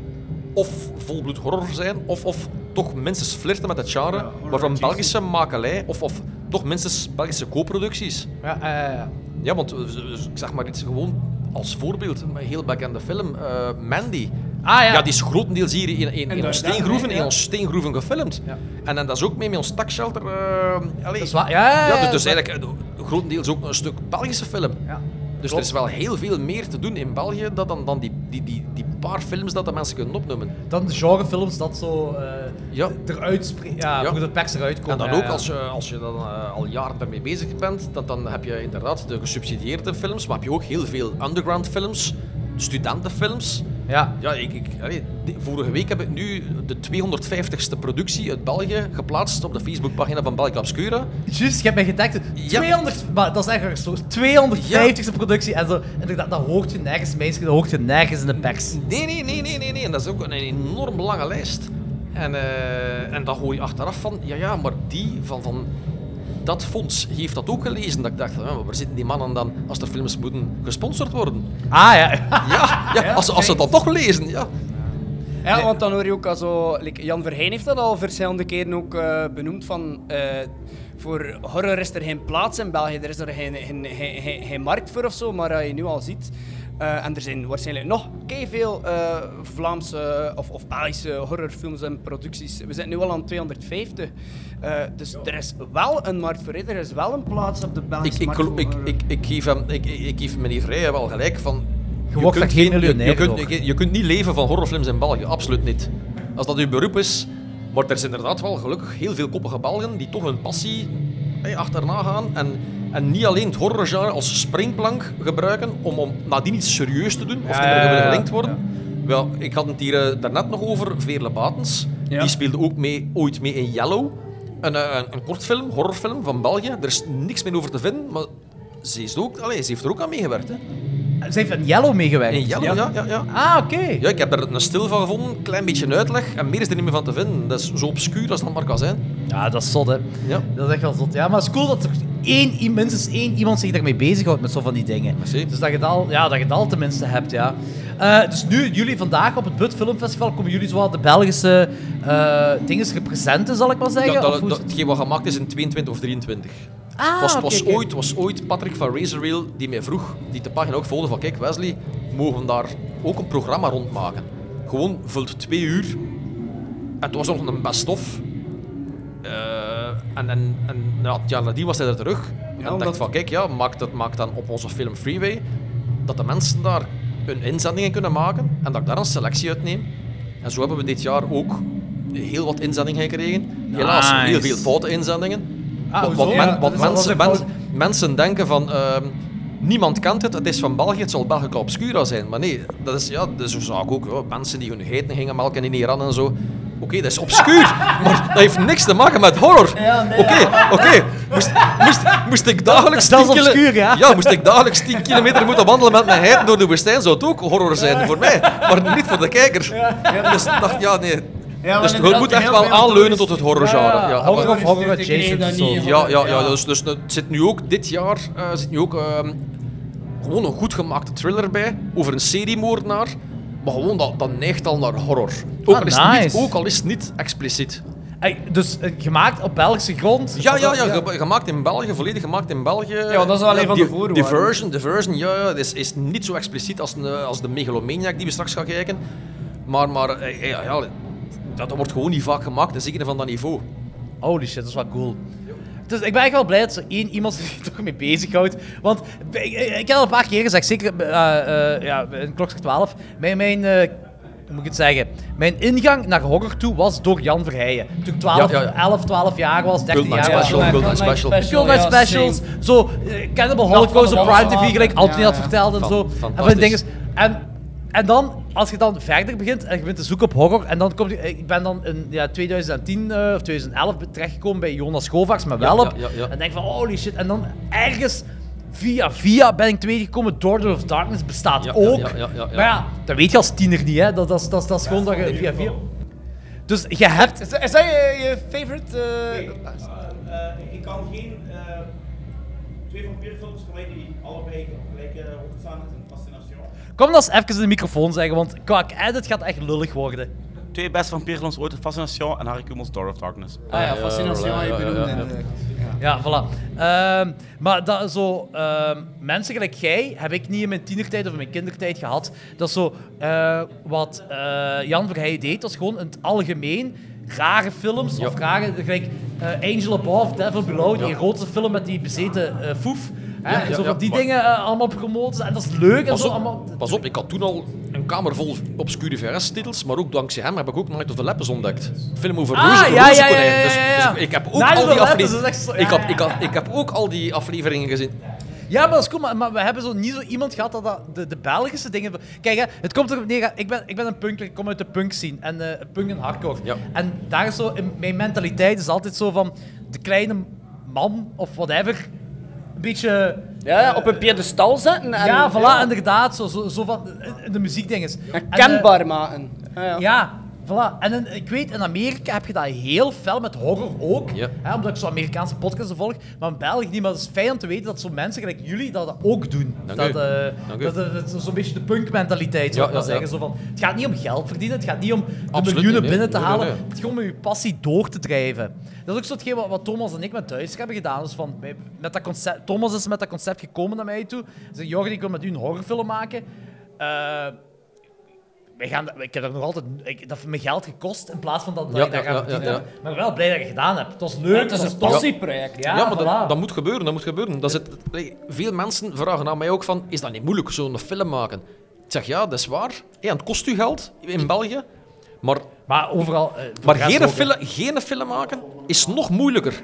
S7: of volbloed horror zijn, of, of toch minstens flirten met het genre, maar van Belgische makelij, of, of toch minstens Belgische co-producties.
S1: Ja,
S7: Ja, want eh, z- z- ik zeg maar iets gewoon als voorbeeld, een heel bekende film, eh, Mandy.
S1: Ah ja.
S7: Ja, die is grotendeels hier in, in, in, ons,
S3: Inderdaad,
S7: steengroeven,
S3: ja.
S7: in ons steengroeven gefilmd.
S1: Ja.
S7: En, en dat is ook mee met ons takshelter. eh, allee.
S1: Dat is waar. Ja, ja, ja,
S7: dus-
S1: dat is
S7: dus
S1: waar.
S7: eigenlijk eh, grotendeels ook een stuk Belgische film.
S1: ja.
S7: Dus
S1: Klopt.
S7: er is wel heel veel meer te doen in België dan, dan, dan die, die die, die, die paar films dat de mensen kunnen opnoemen.
S1: Dan de genrefilms dat zo eh,
S7: Ja.
S1: eruit springen. Ja,
S7: Ja.
S1: voor de pers eruit komen.
S7: En dan
S1: ja,
S7: ook,
S1: ja.
S7: als je, als je dan eh, al jaren daarmee bezig bent, dan, dan heb je inderdaad de gesubsidieerde films, maar heb je ook heel veel underground films, studentenfilms.
S1: Ja.
S7: Ja, ik, ik, allee, die- vorige week heb ik nu de 250ste productie uit België geplaatst op de Facebookpagina van België Obscura.
S1: Juist, je hebt mij getagd.
S7: Ja.
S1: 200, maar dat is echt zo. 250ste productie. En, zo, en ik dacht, dat hoort je nergens, meisje. Dat hoort je nergens in de pers.
S7: Nee, nee, nee, nee, nee, nee. En dat is ook een enorm lange lijst. En, eh, en dan hoor je achteraf van, ja, ja, maar die van, van dat fonds heeft dat ook gelezen. Dat ik dacht, ah, maar waar zitten die mannen dan als de films moeten gesponsord worden?
S1: Ah ja.
S7: Ja, ja als, ze- als ze dat toch lezen, ja.
S3: Ja, want dan hoor je ook al zo... like, Jan Verheijn heeft dat al verschillende keren ook eh, benoemd van... eh, voor horror is er geen plaats in België, er is er geen, geen, geen, geen- geen markt voor of zo, maar als je nu al ziet... eh, en er zijn waarschijnlijk nog veel eh, Vlaamse of, of Belgische horrorfilms en producties. We zijn nu al aan 250. Eh, dus er is wel een markt voor, hè. er is wel een plaats op de
S7: Ik,
S3: Belgische
S7: ik,
S3: markt
S7: gelo-
S3: voor eh,
S7: ik,
S1: eh.
S3: horror.
S7: ik, ik, geef hem, ik, ik ik geef meneer Vrijen wel gelijk van... Je
S1: wordt daar geen
S7: je- je,
S1: miljonair
S7: kunt,
S1: door.
S7: je, je kunt niet leven van horrorfilms in België, absoluut niet. Als dat uw beroep is. Maar er zijn inderdaad wel gelukkig heel veel koppige Belgen die toch hun passie hey, achterna gaan en, en niet alleen het horrorgenre als springplank gebruiken om, om nadien iets serieus te doen of
S1: Ja,
S7: te
S1: ja, ja, ja.
S7: gelinkt worden. Wel, ik had het hier eh, daarnet nog over, Veerle Batens.
S3: Ja.
S7: Die speelde ook mee, ooit mee in Yellow. Een, eh, een, een kortfilm, horrorfilm van België. Er is niks meer over te vinden, maar ze, is ook, allee, ze heeft er ook aan meegewerkt. Hè.
S1: Ze heeft een Yellow meegewerkt.
S7: In Yellow, ja. ja, ja.
S1: Ah, oké.
S7: Ja, ik heb er een stil van gevonden, een klein beetje een uitleg en meer is er niet meer van te vinden. Dat is zo obscuur als dat maar kan zijn.
S1: Ja, dat is zot, hè.
S7: Ja.
S1: Dat is echt wel zot. Ja, maar het is cool dat er één, i- minstens één iemand zich daarmee bezighoudt met zo van die dingen.
S7: Merci.
S1: Dus dat je het al, ja, dat je het al tenminste hebt, ja. Eh, dus nu, jullie vandaag op het Bud Filmfestival komen jullie zowel de Belgische eh dingen representen, zal ik maar zeggen.
S7: Dat,
S1: Of
S7: dat,
S1: hoe is
S7: dat, hetgeen wat gemaakt is in 22 of 23.
S1: het? Ah,
S7: was,
S1: oké,
S7: was,
S1: oké.
S7: ooit, was ooit Patrick van Razorreel die mij vroeg, die de pagina ook volgde van kijk Wesley, mogen we daar ook een programma rondmaken? Gewoon vult twee uur. En het was nog een best-of. Eh, en en, en ja, het jaar nadien was hij er terug. en dacht
S3: omdat-
S7: van kijk ja, maak, dat, maak dan op onze film Freeway dat de mensen daar hun inzendingen kunnen maken en dat ik daar een selectie uitneem. En zo hebben we dit jaar ook heel wat inzendingen gekregen. Helaas heel
S1: Nice.
S7: veel foute inzendingen.
S1: Ah,
S7: Want-
S1: hoezo?
S7: want men-
S1: Ja,
S7: want
S1: dat is
S7: mensen,
S1: wel-
S7: mensen- mensen denken van... ehm, Niemand kent het, het is van België, het zal Belgica Obscura zijn. Maar nee, dat is, ja, dat is een zaak ook. hoor. Mensen die hun geiten gingen melken in Iran en zo. Oké, dat is obscuur,
S1: [LAUGHS]
S7: maar dat heeft niks te maken met horror. Oké,
S1: Ja, nee,
S7: oké. Moest, moest, moest ik dagelijks
S1: Dat is
S7: 10 kilo-
S1: obscuur, ja.
S7: moest ik dagelijks 10 kilometer moeten wandelen met mijn heid door de woestijn, zou het ook horror zijn voor mij. Maar niet voor de kijker. Dus ik dacht, ja, nee.
S3: maar
S7: dus het
S3: inderdaad,
S7: moet echt
S3: heel
S7: wel
S3: veel
S7: aanleunen
S3: toeristen-
S7: tot het horrorgenre.
S1: Ja,
S7: Ja,
S1: horror of horror
S3: Ik kreeg
S1: adjacent
S3: dat
S1: of zo.
S3: niet,
S7: ja, ja, ja,
S3: Ja.
S7: dus, dus het zit nu ook dit jaar eh, zit nu ook ehm, gewoon een goed gemaakte thriller bij over een seriemoordenaar. Maar gewoon dat, dat neigt al naar horror. Ook,
S1: Ah,
S7: al, is het niet,
S1: nice.
S7: ook al is het niet expliciet.
S1: Ey, dus eh, gemaakt op Belgische grond.
S7: Ja, ja, ja, ge- gemaakt in België, volledig gemaakt in België.
S3: Ja, dat is wel een van de
S7: Di-
S3: voorwaarden.
S7: Diversion, Diversion, ja, ja, is, is niet zo expliciet als, een, als de Megalomaniac die we straks gaan kijken. Maar, maar eh, ja, ja, dat wordt gewoon niet vaak gemaakt, en zeker niet van dat niveau.
S1: Holy shit, dat is wel cool. Dus ik ben echt wel blij dat er één iemand [LAUGHS] zich toch mee bezighoudt. Want ik, ik, ik heb al een paar keer gezegd, zeker eh, eh, ja, in klokslag 12, mijn, mijn, eh, hoe moet ik het zeggen, mijn ingang naar horror toe was door Jan Verheijen. Toen ik 12,
S7: Ja, ja, ja.
S1: 11, 12 jaar was, 13
S7: Goldman
S1: jaar was.
S7: Special,
S1: toen-
S7: Goldman Special.
S1: Cool Night Specials, zo eh, Cannibal Holocaust
S3: van
S1: op
S3: de
S1: Prime
S3: Wallen.
S1: TV, gelijk
S3: Ja,
S1: Anthony had
S3: ja.
S1: verteld en
S7: Fan-
S1: zo. En, van
S7: fantastisch.
S1: die dinges. en, en dan, als je dan verder begint en je begint te zoeken op horror, en dan kom je, ik ben dan in ja, 2010 eh, of 2011 be- terechtgekomen bij Jonas Schovaerts, maar wel
S7: Ja,
S1: op.
S7: ja, ja, ja.
S1: En denk van, holy shit. En dan ergens, via via, ben ik terechtgekomen, Daughter of Darkness bestaat
S7: Ja, ja,
S1: ook.
S7: ja, ja, ja, ja.
S1: Maar ja, dat weet je als tiener niet, hè. Dat, dat, is- dat, is- dat is gewoon dat je via via... Dus je hebt...
S3: Is, is dat je, je favorite? eh,
S8: Eh, ik kan geen eh, twee vampierfilms gelijk die allebei gelijk eh, hoog staan is een fascinatie.
S1: Kom dat eens even in de microfoon zeggen, want qua edit gaat echt lullig worden.
S2: Twee best vampierfilms ooit, Fascination en Harry Kumel's Door of Darkness.
S3: Ah ja, fascinatie, ja, je benoemde het.
S1: Ja, voilà. Ehm, maar dat zo, ehm, mensen gelijk jij heb ik niet in mijn tienertijd of in mijn kindertijd gehad. Dat is zo, eh, wat eh, Jan Verheij deed, was gewoon in het algemeen rare films. Of rare, gelijk eh, Angel Above, Devil Below, die grote film met die bezeten eh foef. hè,
S7: Ja,
S1: zo
S7: ja,
S1: van
S7: ja,
S1: die
S7: maar-
S1: dingen eh, allemaal promoten. En dat is leuk en
S7: Pas
S1: zo.
S7: op,
S1: Allemaal,
S7: pas op, ik had toen al een kamer vol obscure VRS-titels, maar ook dankzij hem heb ik ook Night of the Lepers ontdekt. Film over
S1: Ah,
S7: roze,
S1: ja, ja,
S7: rozenkonijn.
S1: ja, ja,
S7: Dus-
S1: ja, ja.
S7: Dus ik heb ook
S1: Night of
S7: al
S1: the
S7: die
S1: Lepers
S7: afleveringen...
S1: is echt zo-
S7: ik,
S1: ja,
S7: had, ik, had, ik heb ook al die afleveringen gezien.
S1: Ja, maar dat is cool, maar, maar we hebben zo niet zo iemand gehad dat, dat de, de Belgische dingen... Kijk, hè, het komt erop neer, hè, ik ben, ik ben een punker, ik kom uit de punk scene, en eh, punk en hardcore.
S7: Ja.
S1: En daar is zo, in mijn mentaliteit is altijd zo van, de kleine man, of whatever, een beetje...
S3: Ja, ja, op een piedestal zetten. En,
S1: ja, voilà, inderdaad, zo, zo, zo van, eh, de muziekdinges. En,
S3: En
S1: eh,
S3: kenbaar maken. Ja, ja.
S1: Ja, voilà. En in- ik weet, in Amerika heb je dat heel fel met horror ook.
S7: Ja.
S1: Hè, omdat ik zo Amerikaanse podcasts volg. Maar in België niet. Maar het is fijn om te weten dat zo'n mensen gelijk jullie dat ook doen.
S7: Dank
S1: dat
S7: u.
S1: eh,
S7: Dank u.
S1: dat, eh, dat is zo'n beetje de punkmentaliteit, zou
S7: Ja,
S1: ik maar
S7: ja,
S1: zeggen.
S7: ja.
S1: Zo van, het gaat niet om geld verdienen. Het gaat niet om de
S7: Absoluut
S1: miljoenen
S7: niet, nee.
S1: binnen te
S7: Nee, nee,
S1: halen.
S7: nee.
S1: Het gaat gewoon om je passie door te drijven. Dat is ook zo hetgeen wat, wat Thomas en ik met Duits hebben gedaan. Dus van, wij- met dat concept, Thomas is met dat concept gekomen naar mij toe. Hij zei, Jorgen, ik wil met u een horrorfilm maken. Eh, wij gaan, dat- ik heb er nog altijd ik, dat heeft me geld gekost in plaats van dat, dat
S7: Ja,
S1: ik daar
S7: ja,
S1: ga
S7: ja,
S1: verdiend
S7: ja, ja.
S1: heb. Maar wel blij dat ik het gedaan heb. Het was leuk,
S3: Ja, Het is een
S1: tof.
S3: passieproject.
S1: Ja,
S7: ja, maar
S1: voilà.
S7: dat, dat moet gebeuren, dat moet gebeuren. Dat zit, allee, veel mensen vragen aan mij ook van, is dat niet moeilijk, zo'n film maken? Ik zeg, ja, dat is waar. Ja, het kost u geld in België. Maar,
S1: Maar overal... eh, voor de
S7: maar
S1: rest
S7: geen,
S1: ook, hè.
S7: film, geen film maken is nog moeilijker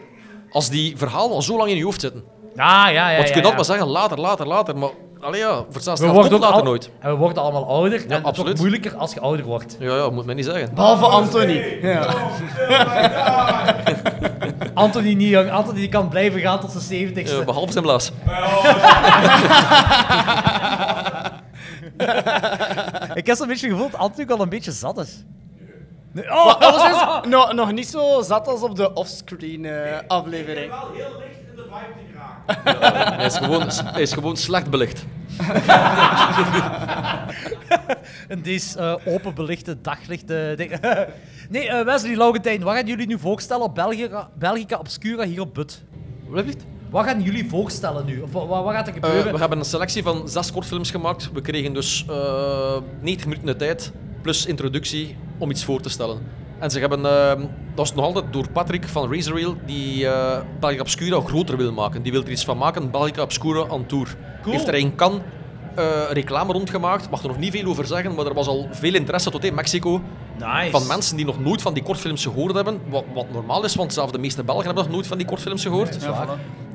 S7: als die verhalen al zo lang in je hoofd zitten.
S1: Ah, Ja, ja, ja.
S7: Want je
S1: ja, ja.
S7: kunt altijd maar zeggen, later, later, later. Maar allee, ja, voor hetzelfde
S1: we
S7: geld
S1: worden
S7: komt
S1: ook
S7: later
S1: al,
S7: nooit.
S1: En we worden allemaal ouder. en het wordt
S7: absoluut.
S1: moeilijker als je ouder wordt.
S7: Ja, ja, moet men niet zeggen.
S3: Behalve Anthony.
S1: [LAUGHS] Anthony niet jong. Anthony die kan blijven gaan tot zijn
S7: Eh,
S1: 70ste.
S7: behalve zijn
S1: [LAUGHS]
S7: blaas.
S1: ik heb zo'n beetje gevoeld dat Anthony ook al een beetje zat is. Nee,
S3: Maar
S1: oh,
S3: Alles is nog, nog niet zo zat als op de offscreen eh, aflevering.
S8: Wel heel licht in de vibe te geraken. [LAUGHS]
S7: Hij is gewoon, hij is gewoon slecht belicht.
S1: In deze eh, openbelichte daglichte ding. [LAUGHS] nee, eh, Wesley, Laurentijn, wat gaan jullie nu voorstellen op Belgica, Belgica Obscura hier op Bud?
S7: Wat heeft?
S1: Wat gaan jullie voorstellen nu? Of wa- wa- wat, gaat er
S7: Eh,
S1: gebeuren?
S7: we hebben een selectie van zes kortfilms gemaakt. We kregen dus eh 90 minuten de tijd, plus introductie, om iets voor te stellen. En ze hebben, eh, dat is nog altijd door Patrick van Razorreel, die eh Belgica Obscura groter wil maken. Die wil er iets van maken, Belgica Obscura aan tour.
S1: Cool.
S7: Heeft er in Cannes eh, reclame rondgemaakt, mag er nog niet veel over zeggen, maar er was al veel interesse tot in Mexico.
S1: nice.
S7: Van mensen die nog nooit van die kortfilms gehoord hebben, wat, wat normaal is, want zelfs de meeste Belgen hebben nog nooit van die kortfilms gehoord.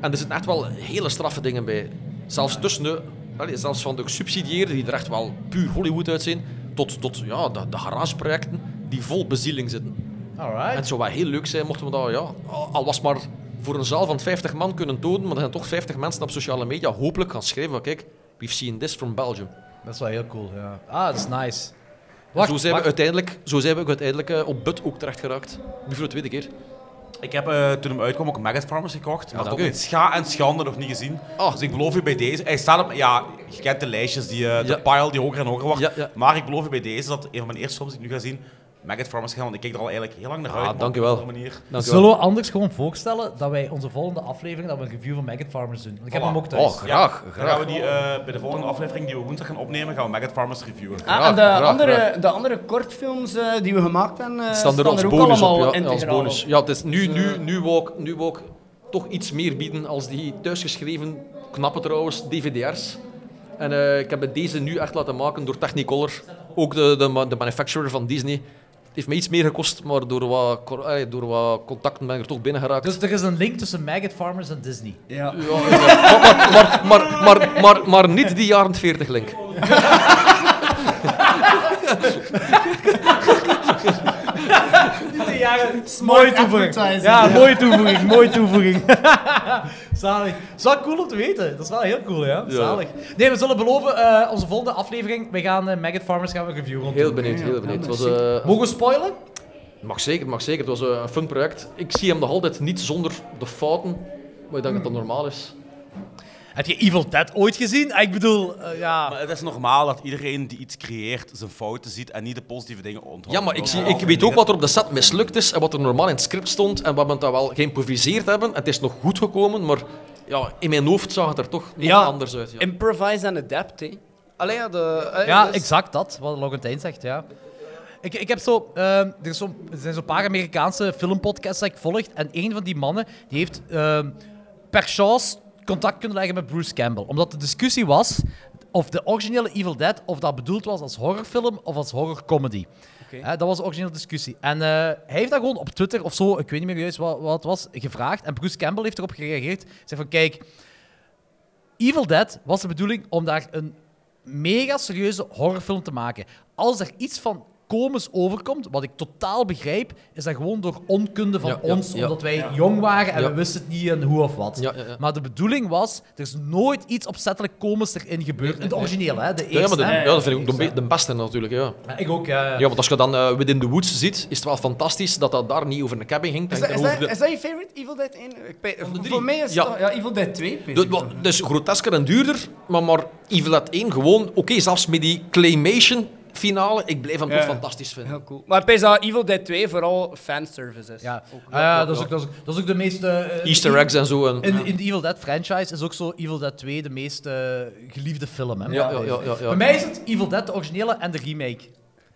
S7: En er zitten echt wel hele straffe dingen bij. Zelfs tussen de, allee, zelfs van de gesubsidieerden die er echt wel puur Hollywood uitzien, tot, tot ja, de, de garageprojecten die vol bezieling zitten. En
S1: Alright.
S7: het zou wel heel leuk zijn mochten we dat, ja, al- al was het maar voor een zaal van 50 man kunnen tonen, maar er zijn toch 50 mensen op sociale media hopelijk gaan schrijven van kijk, we've seen this from Belgium.
S1: Dat is wel heel cool, ja. Ah, dat is nice.
S7: zo, zijn we
S1: wacht.
S7: uiteindelijk, zo zijn we ook uiteindelijk eh, op Bud ook terecht geraakt. Nu voor de tweede keer.
S2: Ik heb eh, toen hem uitkwam ook Maggot Farmers gekocht. maar
S7: dank
S2: toch
S7: u.
S2: in scha en schande nog niet gezien.
S7: Ah.
S2: Dus ik beloof u bij deze. Hij staat op. Ja, je kent de lijstjes, die, eh,
S7: Ja.
S2: de pile die hoger en hoger wordt.
S7: Ja, ja.
S2: Maar ik beloof u bij deze dat een van mijn eerste films die ik nu ga zien. Maggot Farmers gaan, want ik kijk er al eigenlijk heel lang naar uit. maar op
S7: dank u wel.
S2: een andere manier.
S7: Dank u wel.
S1: Zullen we anders gewoon voorstellen dat wij onze volgende aflevering dat we een review van Maggot Farmers doen? Want ik heb
S2: Voilà.
S1: hem ook thuis.
S7: Oh, Graag,
S2: dan
S7: graag.
S2: gaan we die eh, bij de volgende aflevering die we woensdag gaan opnemen, gaan we Maggot Farmers reviewen.
S3: Ah,
S7: Graag,
S3: en de,
S7: graag,
S3: andere,
S7: graag.
S3: de andere kortfilms eh, die we gemaakt hebben, eh,
S7: staan er als
S3: ook
S7: bonus
S3: allemaal
S7: op. Ja,
S3: integraal
S7: als bonus.
S3: op.
S7: Ja, het is nu, nu, nu, wou ik, nu wou ik toch iets meer bieden als die thuisgeschreven, knappe trouwens, DVD's. En eh, ik heb het deze nu echt laten maken door Technicolor. Ook de, de, ma- de manufacturer van Disney. Het heeft me iets meer gekost, maar door wat, cor- eh, door wat contacten ben ik er toch binnen geraakt.
S1: Dus er is een link tussen Maggot Farmers en Disney.
S3: Ja.
S7: maar, eh, maar, maar, maar, maar, maar niet die jaren 40 link.
S1: Mooie toevoeging.
S3: advertising.
S1: Ja, mooie toevoeging. Mooie toevoeging. [LAUGHS] Zalig. Dat is wel cool om te weten. Dat is wel heel cool, ja. Zalig. Nee, we zullen beloven, eh, onze volgende aflevering, we gaan eh, Maggot Farmers gaan we een review rond
S7: Heel benieuwd, heel benieuwd. Het was, eh,
S1: Mogen we spoilen?
S7: Mag zeker, mag zeker. Het was eh, een fun project. Ik zie hem nog altijd niet zonder de fouten. Maar ik denk dat dat normaal is.
S1: Heb je Evil Dead ooit gezien? Ik bedoel, eh, ja...
S2: Maar het is normaal dat iedereen die iets creëert zijn fouten ziet en niet de positieve dingen onthoudt.
S7: Ja, maar ik,
S2: Dat
S7: zie,
S2: is
S7: ik
S2: wel
S7: weet ook
S2: dingen-
S7: wat er op de set mislukt is en wat er normaal in het script stond. En wat we daar wel geïmproviseerd hebben. Het is nog goed gekomen, maar ja, in mijn hoofd zag het er toch nog
S3: Ja.
S7: anders uit. Ja.
S3: Improvise and adapt, hè. Allee, ja, de... eh,
S1: Ja,
S3: dus-
S1: exact dat, wat Laurentijn zegt, ja. Ik, ik heb zo, ehm, er, is zo, er zijn zo'n paar Amerikaanse filmpodcasts die ik volg. En een van die mannen die heeft ehm, per chance contact kunnen leggen met Bruce Campbell. Omdat de discussie was, of de originele Evil Dead, of dat bedoeld was als horrorfilm of als horrorcomedy.
S3: Oké.
S1: Hè, dat was de originele discussie. En eh, hij heeft dat gewoon op Twitter of zo, ik weet niet meer juist wat, wat het was, gevraagd. En Bruce Campbell heeft erop gereageerd. Hij zei van, kijk, Evil Dead was de bedoeling om daar een mega serieuze horrorfilm te maken. Als er iets van komens overkomt, wat ik totaal begrijp, is dat gewoon door onkunde van
S7: Ja, ja,
S1: ons,
S7: ja.
S1: omdat wij jong waren en
S7: Ja.
S1: we wisten het niet en hoe of wat.
S7: Ja, ja, ja.
S1: Maar de bedoeling was, er is nooit iets opzettelijk komens erin gebeurd. In het origineel, hè? De
S7: Ja, maar
S1: eerste.
S7: de-
S1: hè.
S7: ja, dat vind ik ook de, be- de beste natuurlijk. Ja.
S1: Ja, Ik ook, ja.
S7: ja, want als je dan eh, Within the Woods ziet, is het wel fantastisch dat dat daar niet over een cabin ging.
S3: Is
S7: Het
S3: dat,
S7: ging
S3: is,
S7: over
S3: dat,
S7: de-
S3: is dat je favorite Evil Dead 1? Ik, weet- voor,
S7: drie.
S3: voor mij is
S7: Ja.
S3: ja. ja, Evil Dead 2.
S7: Dus dus grotesker en duurder, maar, maar Evil Dead 1 gewoon... Oké, zelfs met die claymation finale, ik blijf hem
S3: Ja.
S7: toch fantastisch vinden.
S3: Heel cool. Maar ik pees dat Evil Dead 2 vooral fanservice is.
S1: Ja,
S3: Ook.
S1: Ah, ja, dat is ook- dat is ook- dat is ook de meeste... eh,
S7: Easter eggs en zo. En,
S1: In, in de Evil Dead franchise is ook zo Evil Dead 2 de meest eh, geliefde film. Hè?
S7: Ja, ja, ja, ja, ja.
S1: Bij mij is het Evil Dead, de originele en de remake.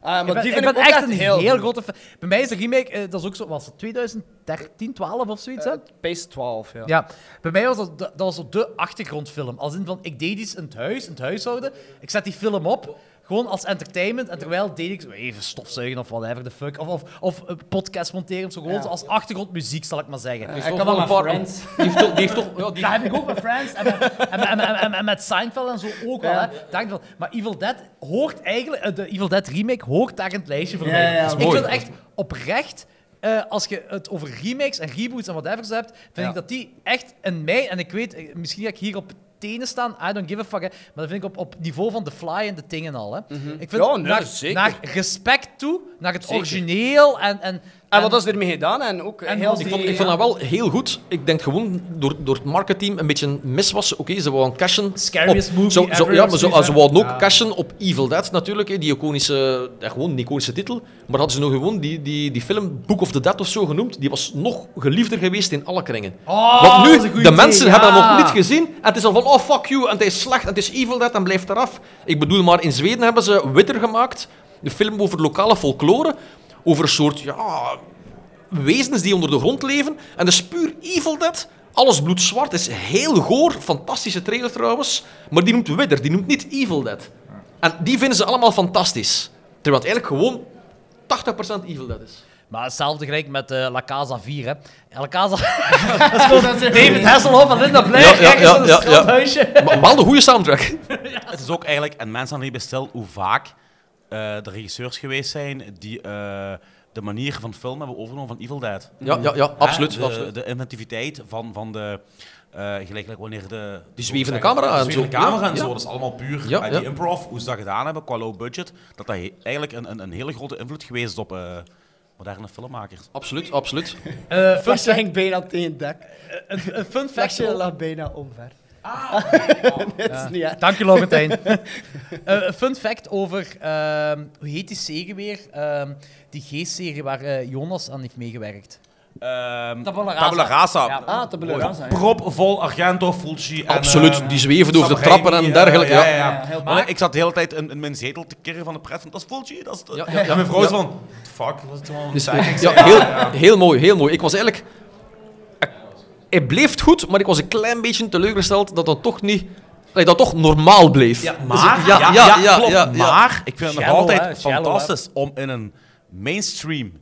S3: Ah, maar
S1: ik ben,
S3: die
S1: ik
S3: vind
S1: ben
S3: ik ook
S1: echt een heel,
S3: heel goed.
S1: grote fan. Bij mij is de remake, eh, dat is ook zo, was het 2013, 12 of zoiets? hè?
S3: Eh, Pace 12, ja.
S1: Ja, bij mij was dat, dat was zo de achtergrondfilm. Als in van, ik deed iets in het huis, in het huishouden. Ik zet die film op, gewoon als entertainment. En terwijl deed ik zo even stofzuigen of whatever the fuck. Of, of, of een podcast monteren, of zo gewoon
S3: Ja.
S1: zo als achtergrondmuziek, zal ik maar zeggen.
S3: Ik
S7: toch
S3: kan wel
S7: wel
S3: mijn
S7: een paar-
S3: friends.
S7: die heeft toch... Die heeft toch ja, die-
S3: [LAUGHS]
S1: Dat heb ik ook met Friends en met, en, en, en- en- en met Seinfeld en zo ook wel.
S3: Ja.
S1: Hè. Dank wel. Maar Evil Dead hoort eigenlijk, eh, de Evil Dead remake hoort daar in het lijstje voor
S3: Ja,
S1: mij. Dus
S3: ja, ja.
S1: ik
S7: Mooi.
S1: vind echt oprecht, eh, als je het over remakes en reboots en whatever hebt, vind
S3: Ja.
S1: ik dat die echt in mij, en ik weet, eh, misschien ga ik hier op tenen staan, I don't give a fuck, hè, maar dat vind ik op, op niveau van The Fly en de dingen al. Hè. Ik vind
S3: Mhm. Ja, nee,
S1: naar,
S3: zeker.
S1: naar respect toe, naar het
S3: Zeker.
S1: origineel en... en,
S3: En Ah, wat is ermee gedaan? En ook
S1: En
S3: heel
S1: was
S7: Ik
S1: die-
S7: vond, ik vond dat wel heel goed. Ik denk gewoon door, door het marketingteam een beetje mis was. Oké, ze wouden cashen.
S1: Scariest
S7: op,
S1: movie
S7: zo, zo,
S1: ever,
S7: Ja,
S1: of
S7: maar zo,
S1: zoiets,
S7: ze
S1: hè?
S7: wouden ook
S1: Ja.
S7: cashen op Evil Dead natuurlijk. hè, Die iconische, ja, gewoon een iconische titel. Maar hadden ze nog gewoon die, die, die film Book of the Dead of zo genoemd. Die was nog geliefder geweest in alle kringen.
S1: Oh,
S7: Want
S1: dat is een
S7: nu,
S1: goeie
S7: de
S1: idee,
S7: mensen hebben dat
S1: ja.
S7: nog niet gezien. En het is al van, oh fuck you, en het is slecht, en het is Evil Dead, en blijft eraf. Ik bedoel, maar in Zweden hebben ze Witter gemaakt. De film over lokale folklore. Over een soort, ja, wezens die onder de grond leven. En dat is puur Evil Dead. Alles bloedzwart. is heel goor. Fantastische trailer trouwens. Maar die noemt Widder. Die noemt niet Evil Dead. En die vinden ze allemaal fantastisch. Terwijl het eigenlijk gewoon 80% Evil Dead is.
S1: Maar hetzelfde gelijk met eh, La Casa 4, hè. La Casa... Dat is gewoon David Hasselhoff en Linda Blair,
S7: Ja, ja,
S1: ergens
S7: ja,
S1: in een
S7: ja, ja.
S1: strandhuisje.
S7: Maar wel een goede soundtrack.
S2: Het is ook eigenlijk, en mensen hadden niet besteld hoe vaak eh, de regisseurs geweest zijn die eh, de manier van film hebben overgenomen van Evil Dead.
S7: Ja, ja, ja. Absoluut.
S2: Hè, de,
S7: absoluut.
S2: de inventiviteit van, van de. eh gelijk like wanneer de.
S7: Die zwevende
S2: hoe moet ik
S7: camera
S2: zeggen, de
S7: en zo.
S2: zwevende camera
S7: Ja,
S2: en
S7: ja.
S2: zo. Dat is allemaal puur.
S7: Ja,
S2: eh,
S7: ja.
S2: Die improv, hoe ze dat gedaan hebben qua low budget. Dat dat he- eigenlijk een, een, een hele grote invloed geweest is op eh, moderne filmmakers.
S7: Absoluut, absoluut.
S1: Eh, fun,
S3: Flash hangt bijna tegen het dak.
S1: een, een fun fact...
S3: Flashje
S1: over-
S3: lag bijna omver.
S1: [LAUGHS]
S3: Ah! Dat is niet echt.
S1: Dank je, Laurentijn. [LAUGHS] Eh, Een fun fact over... ehm, hoe heet die serie weer? Ehm, die G-serie waar eh, Jonas aan heeft meegewerkt.
S2: Ehm
S1: Tabula rasa.
S2: Tabula Rasa.
S1: Ja.
S3: Ah, te beloven.
S2: Propvol Argento, Fulci. en,
S7: Absoluut,
S2: eh,
S7: die zweven over de
S2: Sam Raimi,
S7: trappen en
S2: eh,
S7: dergelijke, ja.
S2: ja, ja.
S3: heel
S2: Maar ik zat de hele tijd in, in mijn zetel te kirren van de pret. Van, dat is Fulci, dat is... de-"
S7: Ja, ja, ja.
S2: [LAUGHS] en mijn vrouw is
S7: Ja.
S2: van... Fuck, wat is het allemaal?
S7: Dus, ja, heel, heel mooi, heel mooi. Ik was eigenlijk... Het bleef goed, maar ik was een klein beetje teleurgesteld dat dat toch niet... Dat dat toch normaal bleef.
S2: Ja,
S7: Dus
S2: maar,
S7: ik-
S2: ja, ja,
S7: ja,
S2: klopt,
S7: ja, ja.
S2: maar ik vind het nog
S1: Shallow, hè,
S2: altijd
S1: shallow,
S2: fantastisch om in een mainstream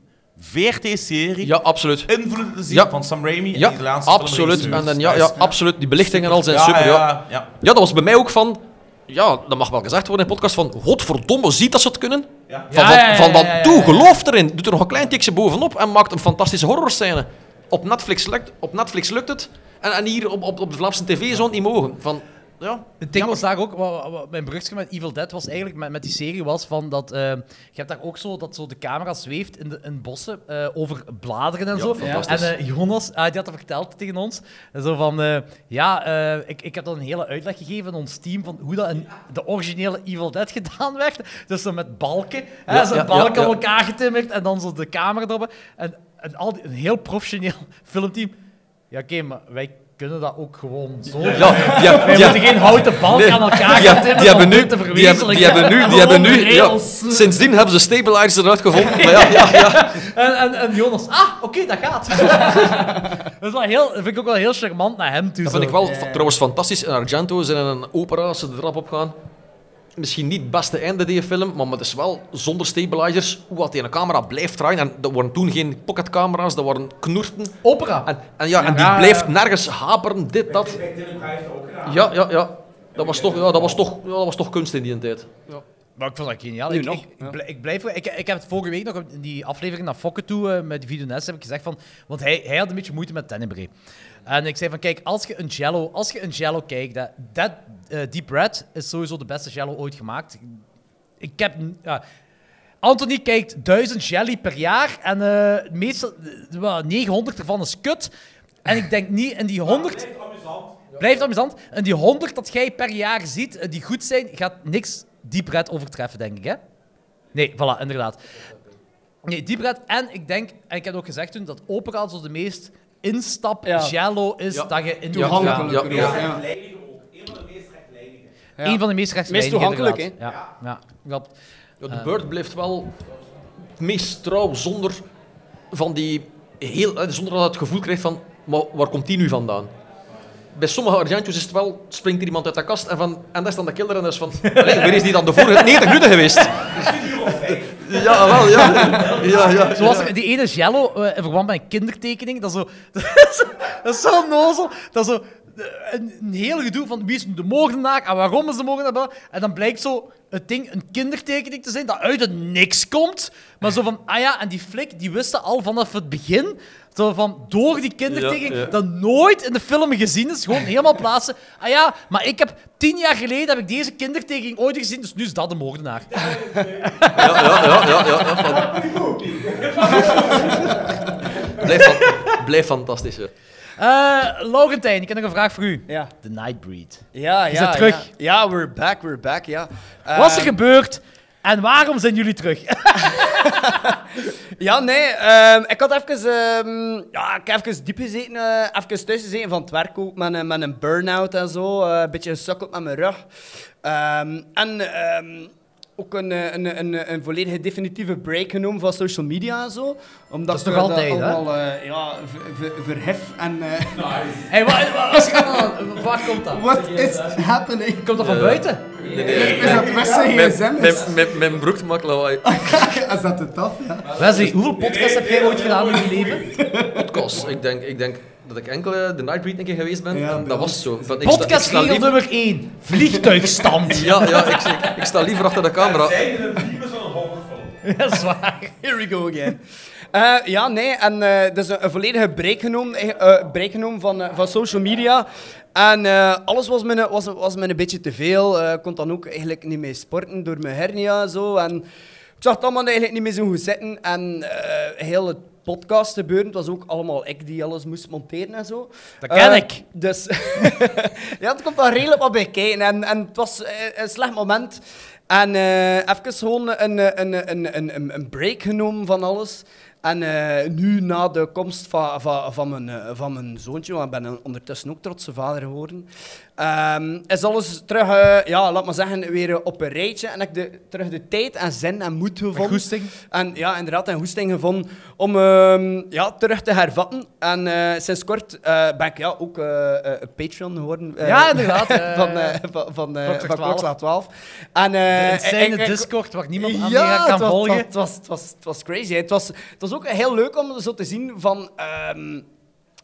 S2: VRT-serie
S7: Ja, absoluut.
S2: invloeden te zien
S7: Ja.
S2: van Sam Raimi en
S7: Ja,
S2: de Italiaanse
S7: absoluut.
S2: filmregisseurs.
S7: En dan, ja,
S2: Dat
S7: ja,
S2: is-
S7: absoluut. Die belichting en al zijn super, ja.
S2: ja, ja.
S7: Ja, dat was bij mij ook van... Ja, dat mag wel gezegd worden in de podcast van... Godverdomme, ziet dat ze het kunnen.
S2: Ja.
S7: Van,
S1: Ja,
S7: van,
S1: ja, ja,
S7: van
S1: ja, ja,
S7: dat toe,
S1: ja.
S7: geloof erin. Doet er nog een klein tikje bovenop en maakt een fantastische horrorscène. Op Netflix lukt, op Netflix lukt het. En, en hier op, op, op de Vlaamse tv zou het niet mogen. Van, ja,
S1: Het ding was daar ook, wat, wat- wat mijn brugje met Evil Dead was eigenlijk met, met die serie was van dat eh, je hebt daar ook zo dat zo de camera zweeft in, de, in bossen eh, over bladeren en
S7: Ja,
S1: zo.
S7: fantastisch.
S1: En eh, Jonas, ah, die had dat verteld tegen ons. Zo van eh, ja, eh, ik, ik heb dan een hele uitleg gegeven aan ons team van hoe dat in de originele Evil Dead [LAUGHS] gedaan werd. Dus zo met balken, hè,
S7: Ja,
S1: zo
S7: ja,
S1: balken
S7: ja, ja.
S1: op elkaar getimmerd en dan zo de camera erop. En, en al die- een heel professioneel [LAUGHS] filmteam. Ja, oké, maar wij kunnen dat ook gewoon zo.
S7: Ja, die, heb-
S1: Wij
S7: die, heb-
S1: moeten geen houten balk
S7: nee,
S1: aan elkaar
S7: die,
S1: gaan timmeren
S7: heb- die hebben
S1: om
S7: nu,
S1: dit te
S7: die hebben, die hebben nu, die hebben nu,
S1: Gewoon
S7: ja,
S1: regels.
S7: sindsdien hebben ze stabilizer eruit gevonden. Maar ja, ja, ja.
S1: En, en, en Jonas, ah, oké, dat
S7: [LAUGHS]
S1: gaat. [LAUGHS] dat, is wel heel, dat vind ik ook wel heel charmant naar hem toe.
S7: Dat
S1: zo.
S7: vind ik wel fa- trouwens fantastisch. In Argento zijn in een opera, als ze de trap op gaan. misschien niet het beste einde die je film, maar het is wel zonder stabilizers hoe wat die een camera blijft draaien. En dat waren toen geen pocketcamera's, dat waren knoerten.
S1: Opera.
S7: En, en, ja, en die
S3: Ja, ja.
S7: blijft nergens haperen, dit, dat.
S8: Ik denk dat hij heeft ook gedaan.
S7: Ja, ja, ja. Dat was toch, ja, dat was toch, ja, dat was toch kunst in die tijd.
S1: Maar ik vond dat geniaal.
S3: Nu
S1: Ik,
S3: nog,
S1: ik,
S3: ja.
S1: bl- ik blijf, ik, ik heb het vorige week nog op- in die aflevering naar Fokke toe eh, met Video Ness heb ik gezegd van... Want hij, hij had een beetje moeite met Tenebrae. En ik zei van, kijk, als je een Jello, als je een Jello kijkt, dat, dat eh, Deep Red is sowieso de beste Jello ooit gemaakt. Ik heb... n- ja, Anthony kijkt 1000 jelly per jaar en eh, meestal eh, wel, 900 ervan is kut. En ik denk niet in die 100...
S8: Het is amusant.
S1: Blijft amusant. En die 100 dat jij per jaar ziet, eh, die goed zijn, gaat niks Deep Red overtreffen, denk ik, hè? Nee, voilà, inderdaad. Nee, Deep Red. En ik denk, en ik heb ook gezegd toen, dat opera zo de meest instap
S3: Ja.
S1: jello is
S7: Ja.
S1: dat je in
S7: Ja,
S1: kunt
S3: Toegankelijk.
S1: gaan.
S7: ja, ja.
S3: ja.
S8: Rechtlijnige ook. Een van de meest rechtlijnige.
S3: Ja.
S1: Eén van de meest rechtslijnige,
S3: toegankelijk,
S1: inderdaad. Ja, ja. klopt.
S7: Ja, de Bird blijft wel het meest trouw zonder, van die heel, eh, zonder dat het gevoel krijgt van maar waar komt die nu vandaan? Bij sommige Argentjes is het wel, springt er iemand uit de kast en, van, en daar staan de kinderen en dat is van, allee, waar is die dan de [LAUGHS] vorige 90 minuten geweest? Ja, wel, ja. ja, ja.
S1: Zoals er- die ene jello eh, in verband met een kindertekening, dat is zo... [LAUGHS] Dat is, dat is zo'n nozel. Dat is zo... eh, Een, een heel gedoe van wie is nu de moordenaar en waarom is de moordenaar. En dan blijkt zo het ding een kindertekening te zijn dat uit het niks komt. Maar zo van, ah ja, en die flik, die wisten al vanaf het begin, zo van door die kindertekening,
S7: Ja, ja.
S1: dat nooit in de film gezien is, gewoon helemaal plaatsen. Ah ja, maar ik heb tien jaar geleden heb ik deze kindertekening ooit gezien, dus nu is dat de moordenaar.
S7: Ja, ja, ja, ja, ja, ja, van- Blijft fan- Blijft fantastisch, hè.
S1: Eh Laurentijn, ik heb nog een vraag voor u.
S3: Ja.
S1: The Nightbreed.
S3: Ja,
S1: Is
S3: ja,
S1: dat terug?
S3: Ja. Ja, we're back, we're back, ja. Eh,
S1: Wat is er gebeurd en waarom zijn jullie terug?
S3: Ja, nee, ehm, ik had even, ehm, ja, ik heb even diep gezeten, eh, even thuis gezeten van het werk ook, met, een- met een burn-out en zo, eh, een beetje gesukkeld met mijn rug. Ehm, en ehm, ook een, eh, een, een, een volledige definitieve break genomen van social media en zo. Omdat
S1: Dat is
S3: ik,
S1: toch
S3: eh,
S1: altijd, hè?
S3: allemaal, eh, ja, ver- ver- verhef en... eh,
S1: [LAUGHS]
S3: [LAUGHS]
S1: hey, wa- wa- als je- ah, waar komt dat?
S3: what is happening?
S1: Komt dat van buiten?
S3: Is dat Wesley
S7: Mijn, mijn, mijn, mijn broek maakt lawaai.
S3: Is dat de taf, ja?
S1: Wesley, hoeveel podcasts heb jij ooit gedaan in je leven?
S7: podcast. Ik denk, ik denk dat ik enkel eh, de Nightbreed een keer geweest ben. en dat was zo. Want ik sta- ik sta
S1: Podcastregel
S7: liever-
S1: nummer 1. [LAUGHS] Vliegtuigstand.
S7: Ja, ja ik, ik, ik sta liever achter de camera.
S8: Zijn er een virus van een horrorfilm?
S1: Dat is waar.
S3: [LAUGHS] Here we go again. Eh, ja, nee, en eh dus een, een volledige break genomen, eh, eh, break genomen van, eh, van social media. En eh, alles was me, was, was me een beetje te veel. Eh, Ik kon dan ook eigenlijk niet mee sporten door mijn hernia en zo. En ik zag het allemaal eigenlijk niet meer zo goed zitten. En eh, heel het podcast gebeuren, het was ook allemaal ik die alles moest monteren en zo.
S1: Dat ken
S3: Eh,
S1: ik.
S3: Dus [LAUGHS] ja, het komt wel redelijk wat bij kijken. En, en het was eh, een slecht moment. En eh even gewoon een, eh, een, een, een, een, een break genomen van alles. En eh, nu, na de komst van, van, van, mijn, eh, van mijn zoontje, want ik ben ondertussen ook trotse vader geworden, ehm, is alles terug, eh, ja, laat maar zeggen, weer eh, op een rijtje. En heb ik de, terug de tijd en zin en moed gevonden.
S1: goesting.
S3: En ja, inderdaad, een hoesting gevonden om ehm, ja, terug te hervatten. En eh, sinds kort eh, ben ik ja, ook eh, eh, een Patreon geworden. eh,
S1: Ja, inderdaad,
S3: [LAUGHS]
S1: eh,
S3: van eh van, van, eh,
S1: Klokslag
S3: van
S1: 12.
S3: Klokslag 12. En, eh,
S1: Een
S3: ik- ik-
S1: insane
S3: ik-
S1: Discord waar niemand aan
S3: ja,
S1: meer
S3: het
S1: kan
S3: was,
S1: volgen.
S3: Het was, het, was, het was crazy. hè. Het was, het was ook heel leuk om zo te zien van... ehm,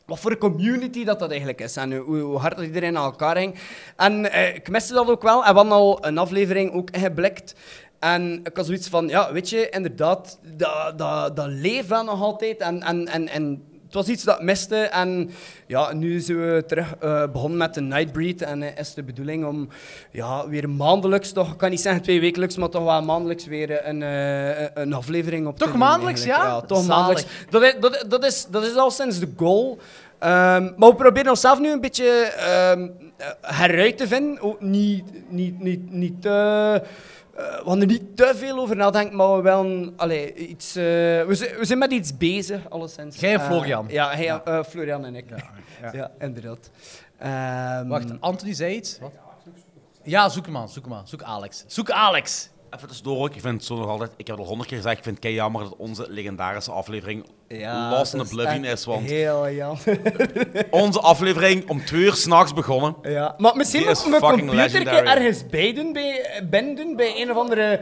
S3: wat voor een community dat dat eigenlijk is en hoe, hoe hard dat iedereen aan elkaar hing. En eh, ik miste dat ook wel. En we hadden al een aflevering ook ingeblikt. En ik had zoiets van, ja, weet je, inderdaad, dat, dat, dat leeft wel nog altijd. En, en, en, en het was iets dat miste. En ja, nu zijn we terug eh, begonnen met de Nightbreed. En eh, is de bedoeling om ja, weer maandelijks, toch, ik kan niet zeggen twee wekelijks, maar toch wel maandelijks weer eh, een, eh, een aflevering op
S1: Toch
S3: te nemen
S1: maandelijks,
S3: eigenlijk.
S1: ja?
S3: Ja, toch
S1: Zalig.
S3: maandelijks. Dat is, dat, dat is, dat is al sinds de goal. Ehm, maar we proberen onszelf nu een beetje ehm, eh, heruit te vinden. Ook niet, niet, niet, niet te... eh, we gaan er niet te veel over nadenken, maar we wel een- allee, iets... eh, we, zijn, we zijn met iets bezig, alleszins.
S1: Jij en
S3: Eh,
S1: Florian.
S3: ja, hij, en- eh, Florian en ik. Ja, inderdaad. Ehm,
S1: Wacht, Anthony zei iets. Wat? Ja, zoek hem aan, zoek hem aan. Zoek Alex. Zoek Alex.
S2: Even tussendoor ook, ik vind het zo nog altijd, ik heb het al honderd keer gezegd, ik vind het kei jammer dat onze legendarische aflevering Lost in Oblivion is, want
S3: Heel [LAUGHS] jammer.
S2: onze aflevering om twee uur s'nachts begonnen.
S3: Ja. Maar misschien
S2: Die
S3: moet
S2: is
S3: ik mijn
S2: fucking
S3: computer
S2: legendary.
S3: ergens bij doen, bij, ben doen bij een of andere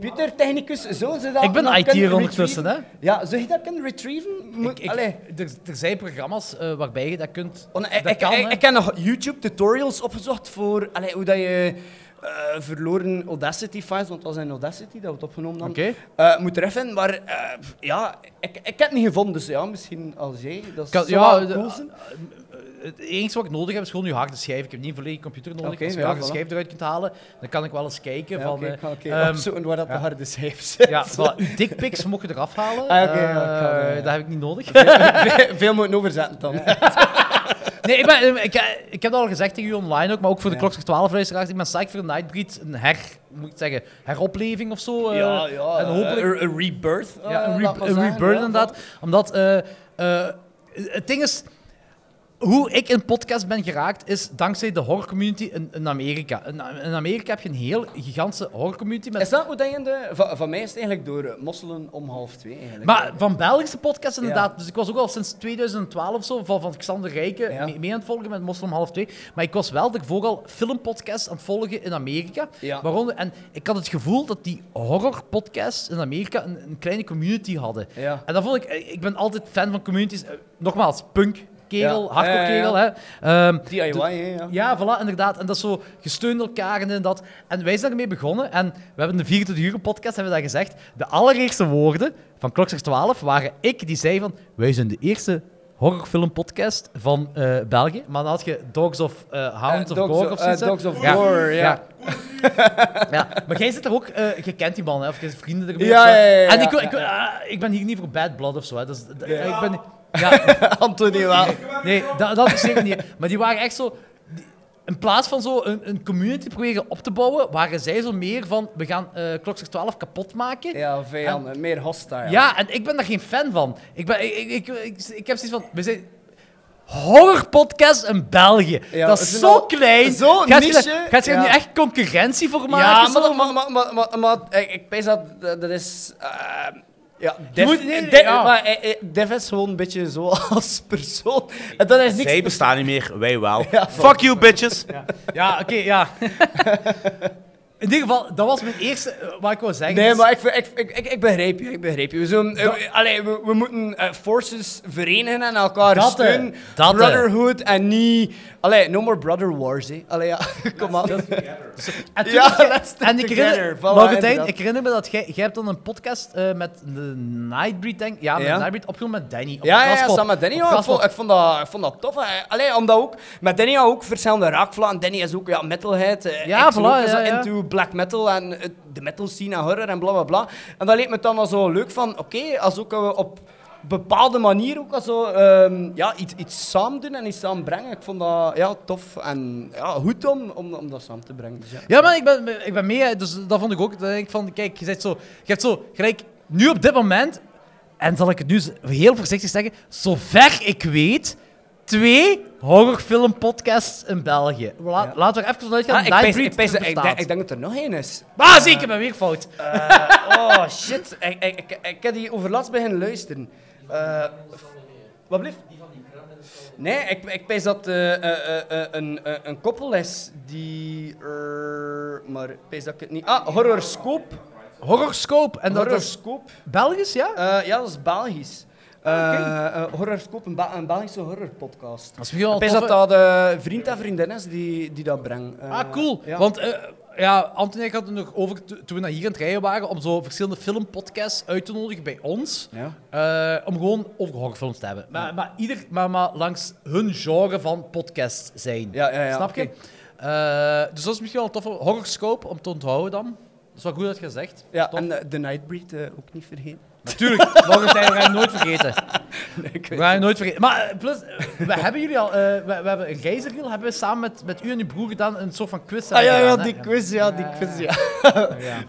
S3: computertechnicus, zo ze dat
S1: Ik ben
S3: nog
S1: IT'er
S3: kunnen
S1: ondertussen,
S3: retrieven. Ja, zou je dat kunnen retrieven? Moet,
S1: Ik, ik,
S3: allee.
S1: er, er zijn programma's eh, waarbij je dat kunt.
S3: Want ik,
S1: dat
S3: ik,
S1: kan,
S3: ik,
S1: hè.
S3: ik heb nog YouTube-tutorials opgezocht voor allee, hoe dat je eh, verloren Audacity-files, want het was in Audacity dat we het opgenomen hadden,
S1: Oké.
S3: eh, moet er in. Maar eh, pff, ja, ik, ik heb het niet gevonden, dus ja, misschien als jij. Dat
S1: Kan-
S3: zou
S1: ja, eh,
S3: wel
S1: de-
S3: cool zijn.
S1: Het enige wat ik nodig heb is gewoon uw harde schijf. Ik heb niet een volledige computer nodig.
S3: Oké,
S1: Als je
S3: ja,
S1: een harde
S3: voilà.
S1: schijf eruit kunt halen, dan kan ik wel eens kijken.
S3: Ja,
S1: van,
S3: Oké, ik ga
S1: eh,
S3: een keer
S1: ehm,
S3: opzoeken waar dat de harde schijf zit.
S1: ja, voilà, uw dickpics mocht je eraf halen.
S3: Ah, oké, ja, ik ga
S1: Eh,
S3: dat-
S1: dat heb ik niet nodig. [LAUGHS]
S3: Veel- [LAUGHS] Veel moet overzetten dan.
S1: Nee, ik, ben, ik, eh, ik heb dat al gezegd tegen u online ook, maar ook voor de klok 12 luisteraars. Ik ben psyched voor een Nightbreed, een her, hoe moet ik het zeggen, heropleving of zo. eh, En hopelijk
S3: Een een rebirth.
S1: ja,
S3: eh,
S1: een,
S3: laat
S1: re-
S3: maar
S1: een
S3: zeggen,
S1: rebirth
S3: ja.
S1: inderdaad. Omdat eh, eh, het ding is. Hoe ik in podcast ben geraakt, is dankzij de horror community in, in Amerika. In, in Amerika heb je een heel gigantische horror community. Met,
S3: Is dat hoe dat je in de... Van, van mij is het eigenlijk door eh, mosselen om half twee eigenlijk.
S1: maar van Belgische podcasts
S3: Ja.
S1: inderdaad. Dus ik was ook al sinds 2012 of zo van, van Xander Rijken
S3: Ja.
S1: mee, mee aan het volgen met Moslim half twee. Maar ik was wel daarvoor al filmpodcasts aan het volgen in Amerika.
S3: Ja.
S1: Waaronder, en ik had het gevoel dat die horrorpodcasts in Amerika een, een kleine community hadden.
S3: Ja.
S1: En dat vond ik, eh, ik ben altijd fan van communities. Eh, Nogmaals, punk kerel,
S3: Ja.
S1: hardcore
S3: Ja, ja, ja.
S1: kerel. Hè. Ehm,
S3: DIY,
S1: de-
S3: hè, ja.
S1: ja, voilà, inderdaad. En dat is zo gesteund elkaar en dit en dat. En wij zijn ermee begonnen. En we hebben in de 24 uur podcast hebben we dat gezegd. De allereerste woorden van Klokslag 12 waren ik die zei van... Wij zijn de eerste horrorfilmpodcast van eh, België. Maar dan had je Dogs of eh
S3: Eh,
S1: Hounds of
S3: dogs,
S1: Gore of
S3: eh,
S1: zoiets. hè.
S3: Dogs of
S1: Ja.
S3: Gore, ja. [LAUGHS]
S1: Ja, maar jij zit er ook, eh je kent die man, hè, of je hebt vrienden ermee.
S3: Ja,
S1: of zo.
S3: ja, ja, ja,
S1: En ik, wil-
S3: ja,
S1: ik, wil- ah, ik ben hier niet voor bad blood of zo. Hè. Dus, d- ik ben, ja,
S3: [LAUGHS] Anthony wel.
S1: [LAUGHS] nee, dat, dat is zeker niet. Maar die waren echt zo. die- in plaats van zo een, een community proberen op te bouwen, waren zij zo meer van we gaan eh Klokslag 12 kapot maken.
S3: Ja, vijanden. Meer hostile.
S1: Ja, en ik ben daar geen fan van. Ik, ben, ik, ik, ik, ik, ik heb zoiets van. We zijn horrorpodcast in België.
S3: Ja,
S1: dat
S3: we
S1: is
S3: zijn
S1: zo
S3: al
S1: klein.
S3: zo
S1: gaat je,
S3: niche,
S1: daar- gaat je daar
S3: ja.
S1: nu echt concurrentie voor maken?
S3: Ja,
S1: Zo
S3: maar,
S1: van-
S3: maar, maar, maar, maar, maar ik, ik pijs dat dat dat is... eh, ja, Def,
S1: moet- nee, nee,
S3: Def-
S1: ja.
S3: maar, eh, eh, Def is gewoon een beetje zo als [LAUGHS] persoon. En dat is niks...
S2: Zij bestaan niet meer, wij
S3: [LAUGHS]
S2: wel. Fuck you, bitches.
S1: Ja, oké, ja. In ieder geval, dat was mijn eerste eh, wat ik wou zeggen.
S3: Nee,
S1: Dus-
S3: maar ik, ik, ik, ik, ik begrijp je, ik begrijp je. We, zullen, eh, we- allee, we, we moeten eh, forces verenigen en elkaar
S1: Dat, eh,
S3: steunen.
S1: dat, eh.
S3: brotherhood en niet... Allee, no more brother wars, hè. Allee, ja, [LAUGHS] kom aan.
S1: En toen-
S3: Ja, let's stick
S1: en ik herinner,
S3: together. Voilà,
S1: Laurentijn,
S3: inderdaad.
S1: ik herinner me dat jij, jij hebt dan een podcast eh, met de Nightbreed, denk Ja, met
S3: Ja.
S1: de Nightbreed opgenomen met Danny. op
S3: Ja,
S1: de
S3: ja, ja,
S1: Graspop.
S3: samen met Danny.
S1: Op
S3: ja, ik,
S1: Graspop.
S3: vond, ik, vond dat, ik vond dat tof. hè. Allee, omdat ook, met Danny had ook verschillende raakvlakken. Danny is ook ja, metalhead. eh,
S1: Ja,
S3: ik
S1: voilà,
S3: ben ook
S1: ja,
S3: zo
S1: ja.
S3: into black metal en het- de metal scene en horror en bla bla bla. En dat leek me dan wel zo leuk van, oké, als ook eh, we op bepaalde manier ook al zo ehm, ja, iets, iets samen doen en iets samen brengen. Ik vond dat ja, tof en ja, goed om, om, om dat samen te brengen. Dus ja.
S1: Ja, maar ik ben, ik ben mee, hè, dus dat vond ik ook. Dan denk ik van, kijk, je zegt zo, je hebt zo, gelijk, nu op dit moment, en zal ik het nu z- heel voorzichtig zeggen, zover ik weet, twee horrorfilmpodcasts in België. La-
S3: Ja.
S1: Laten we er even vanuit gaan,
S3: Ah, ik, pijs- ik,
S1: Nightbreed
S3: pijs- ik,
S1: bestaat.
S3: denk- ik denk dat er nog één is.
S1: Ah, zie ik, ik ben weer fout.
S3: Oh shit, ik, ik, ik, ik heb die overlast beginnen luisteren. Eh, wat blieft? Nee, ik, ik pijs dat eh, eh, eh, eh, een, eh, een koppel is die. er- maar ik pijs dat ik het niet. Ah, Horoscoop.
S1: Horrorscope. En dat is
S3: Horoscoop.
S1: Belgisch, ja?
S3: Eh, ja, dat is Belgisch. Eh eh, Horoscoop, een, Ba- een Belgische horrorpodcast.
S1: Dat is misschien wel
S3: Ik pijs
S1: tof,
S3: dat
S1: hè?
S3: dat eh, vriend en vriendin is die, die dat brengt. Eh,
S1: Ah, cool.
S3: ja.
S1: Want eh, ja, Anton en ik hadden nog over, to- toen we naar hier aan het rijden waren, om zo verschillende filmpodcasts uit te nodigen bij ons.
S3: Ja.
S1: eh, om gewoon over horrorfilms te hebben. Maar, maar, ieder, maar, maar langs hun genre van podcast zijn.
S3: Ja, ja, ja,
S1: Snap je?
S3: oké.
S1: Eh, dus dat is misschien wel een toffe horrorscope om te onthouden dan. Dat is wel goed dat je zegt.
S3: ja,
S1: Tof.
S3: en eh, The Nightbreed eh, ook niet vergeten.
S1: Natuurlijk, Laurentijn, we gaan je nooit
S3: [LAUGHS]
S1: vergeten.
S3: Ik
S1: We
S3: weet-
S1: gaan je nooit vergeten. Maar eh, plus, eh, we hebben jullie al, eh, we, we hebben een reisreel hebben we samen met, met u en uw broer gedaan, een soort van quiz.
S3: Ah ja,
S1: hebben
S3: ja,
S1: gedaan,
S3: die
S1: hè?
S3: quiz, ja, die quiz, ja.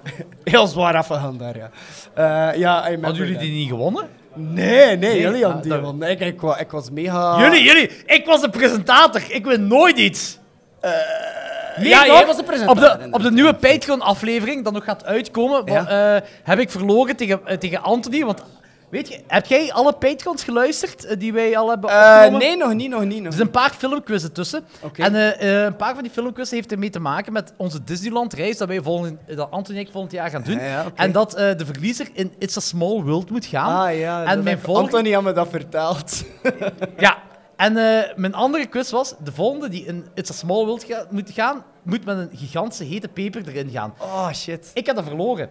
S3: [LAUGHS] Heel zwaar afgegaan daar, ja. Eh, ja, I remember
S1: Hadden jullie
S3: that.
S1: die niet gewonnen?
S3: Nee, nee, jullie
S1: ah,
S3: hadden
S1: dat-
S3: die, want ik, ik, wa- ik was mega... Eh,
S1: Jullie, jullie. Ik was de presentator. Ik win nooit iets.
S3: Eh,
S1: Meer
S9: ja,
S1: nog,
S9: jij was de presentator,
S1: Op de, op de
S9: inderdaad.
S1: nieuwe Patreon-aflevering, dat nog gaat uitkomen, wa- eh, heb ik verloren tegen, eh, tegen Anthony. Want weet je, heb jij alle Patreons geluisterd eh, die wij al hebben
S3: Eh,
S1: opgenomen?
S3: nee, nog niet, nog niet. Nog
S1: Er
S3: niet.
S1: zijn een paar filmquizzen tussen.
S3: Oké.
S1: En eh, eh, een paar van die filmquizzen heeft ermee te maken met onze Disneyland-reis dat, wij volgend- eh, dat Anthony en ik volgend jaar gaan doen.
S3: Ja, ja, oké.
S1: En dat eh, de verliezer in It's a Small World moet gaan.
S3: Ah ja,
S1: en
S3: en
S1: mijn
S3: mijn
S1: volgende-
S3: Anthony had me dat
S1: [LAUGHS]
S3: verteld.
S1: Ja, en eh, mijn andere quiz was: de volgende die in It's a Small World ga- moet gaan, moet met een gigantische hete peper erin gaan.
S3: Oh shit.
S1: Ik had dat verloren.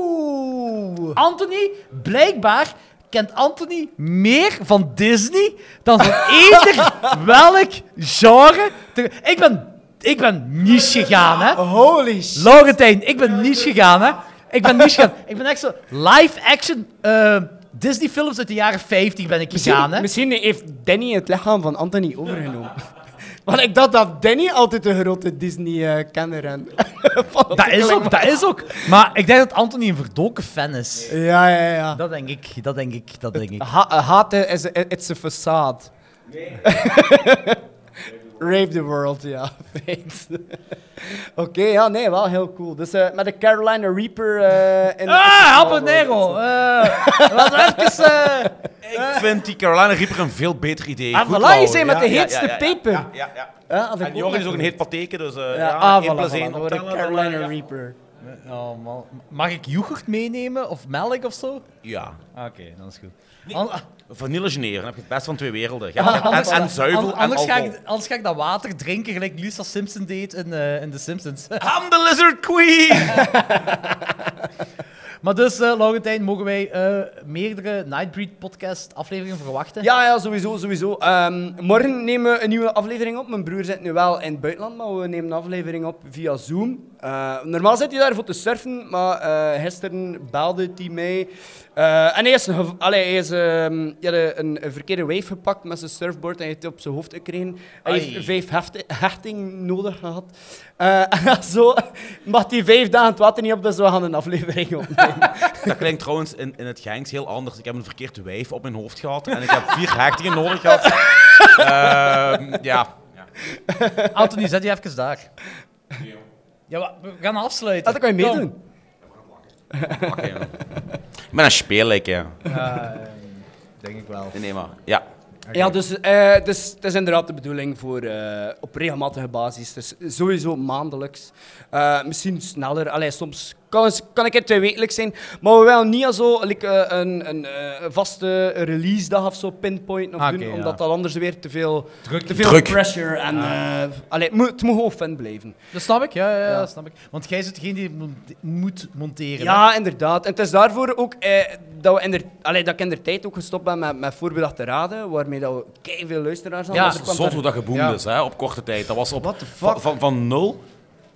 S3: Oh!
S1: Anthony, blijkbaar kent Anthony meer van Disney dan van [LAUGHS] eender welk genre. te- Ik ben, ik ben niche gegaan, hè?
S3: Holy shit.
S1: Laurentijn, ik ben niche gegaan, hè? Ik ben niche gegaan. Ik ben echt zo live-action eh, Disney-films uit de jaren 50 ben ik gegaan, hè?
S3: Misschien, misschien heeft Danny het lichaam van Anthony overgenomen. [LAUGHS] Want ik dacht dat Danny altijd een grote Disney-kenner en [LAUGHS]
S1: Dat is ook, dat is ook. Maar ik denk dat Anthony een verdoken fan is.
S3: Ja, ja, ja.
S1: Dat denk ik, dat denk ik, dat denk ik.
S3: Ha- haat is it's a
S2: [LAUGHS]
S3: facade. Rave the world, ja. weet. [LAUGHS] Oké, ja, nee, wel heel cool. Dus eh, met de Carolina Reaper eh in...
S1: Ah, habanero! Eh wat even... eh,
S2: Ik vind die Carolina Reaper een veel beter idee.
S3: Ah,
S2: Goed,
S3: voilà,
S2: Lauwe.
S3: je zei met
S2: Ja,
S3: de
S2: ja, ja,
S3: heetste
S2: ja, ja.
S3: peper.
S2: Ja, ja, ja.
S3: Ah, had ik
S2: En Joris is ook een
S3: net-
S2: heet patheken, dus eh ja,
S3: Ja, ah, voilà,
S2: één plus
S3: voilà,
S2: één
S3: dan word ik
S2: optellen, dan,
S3: Carolina
S2: eh, ja.
S3: Reaper.
S1: Oh, man. Mag ik yoghurt meenemen of melk of zo?
S2: Ja.
S1: Ah, Oké, dat is goed. An-
S2: Vanille generen, dan heb je het best van twee werelden. Je hebt-
S3: Ah,
S1: anders-
S2: en, en zuivel
S1: an-
S2: en
S1: anders, ga
S2: alcohol.
S1: ik, anders ga ik dat water drinken, gelijk Lisa Simpson deed in, eh, in The Simpsons.
S2: I'm the Lizard Queen!
S1: maar dus, eh Laurentijn, mogen wij eh, meerdere Nightbreed-podcast-afleveringen [LAUGHS] verwachten?
S3: Ja, ja, sowieso, sowieso. Ehm, morgen nemen we een nieuwe aflevering op. Mijn broer zit nu wel in het buitenland, maar we nemen een aflevering op via Zoom. Eh, normaal zit hij daar voor te surfen, maar eh gisteren belde hij mij. Eh, en hij is, een gev- allee, hij is, ehm, hij had een, een verkeerde wave gepakt met zijn surfboard en hij heeft het op zijn hoofd gekregen. Hij heeft vijf hefti- hechting nodig gehad. Eh, [LAUGHS] en zo mag hij vijf dagen het water niet op, dus we gaan een aflevering opnemen.
S2: Dat klinkt trouwens in, in het Genks heel anders. Ik heb een verkeerd wijf op mijn hoofd gehad en ik heb vier hechtingen nodig gehad. Ehm, ja.
S1: Anthony, zet je even daar. Ja, maar we gaan afsluiten.
S3: Dat kan je
S1: Kom.
S3: meedoen.
S2: Oké, ja. Ik ben een speerlijk, ja.
S3: Eh,
S1: Denk ik wel.
S2: Nee, maar. Ja.
S3: Ja, dus, eh, dus het is inderdaad de bedoeling voor eh, op regelmatige basis. Dus sowieso maandelijks. Eh, misschien sneller. Allee, soms kan, eens- kan ik het twee wekelijks zijn. Maar we willen niet zo like, eh, een, een eh, vaste release dag of zo pinpoint of
S1: Ah,
S3: doen.
S1: oké, ja.
S3: Omdat dat anders weer te veel,
S1: Druk Ah.
S3: te veel
S2: Druk.
S3: pressure en... eh, allee, het moet- het moet gewoon fun blijven.
S1: Dat snap ik, ja, ja, ja,
S3: Ja.
S1: dat snap ik. Want jij is degene die mon- moet monteren.
S3: Ja, inderdaad. En het is daarvoor ook eh, dat, we in der, allee, dat ik in der tijd ook gestopt ben met, met voorbedachte raden, waarmee dat we veel luisteraars hadden.
S1: Ja,
S3: Dus er kwam
S2: Zot
S3: daar-
S2: hoe dat geboomd
S1: Ja.
S2: is, hè, op korte tijd. Dat was op,
S3: What the fuck?
S2: van, van, van 0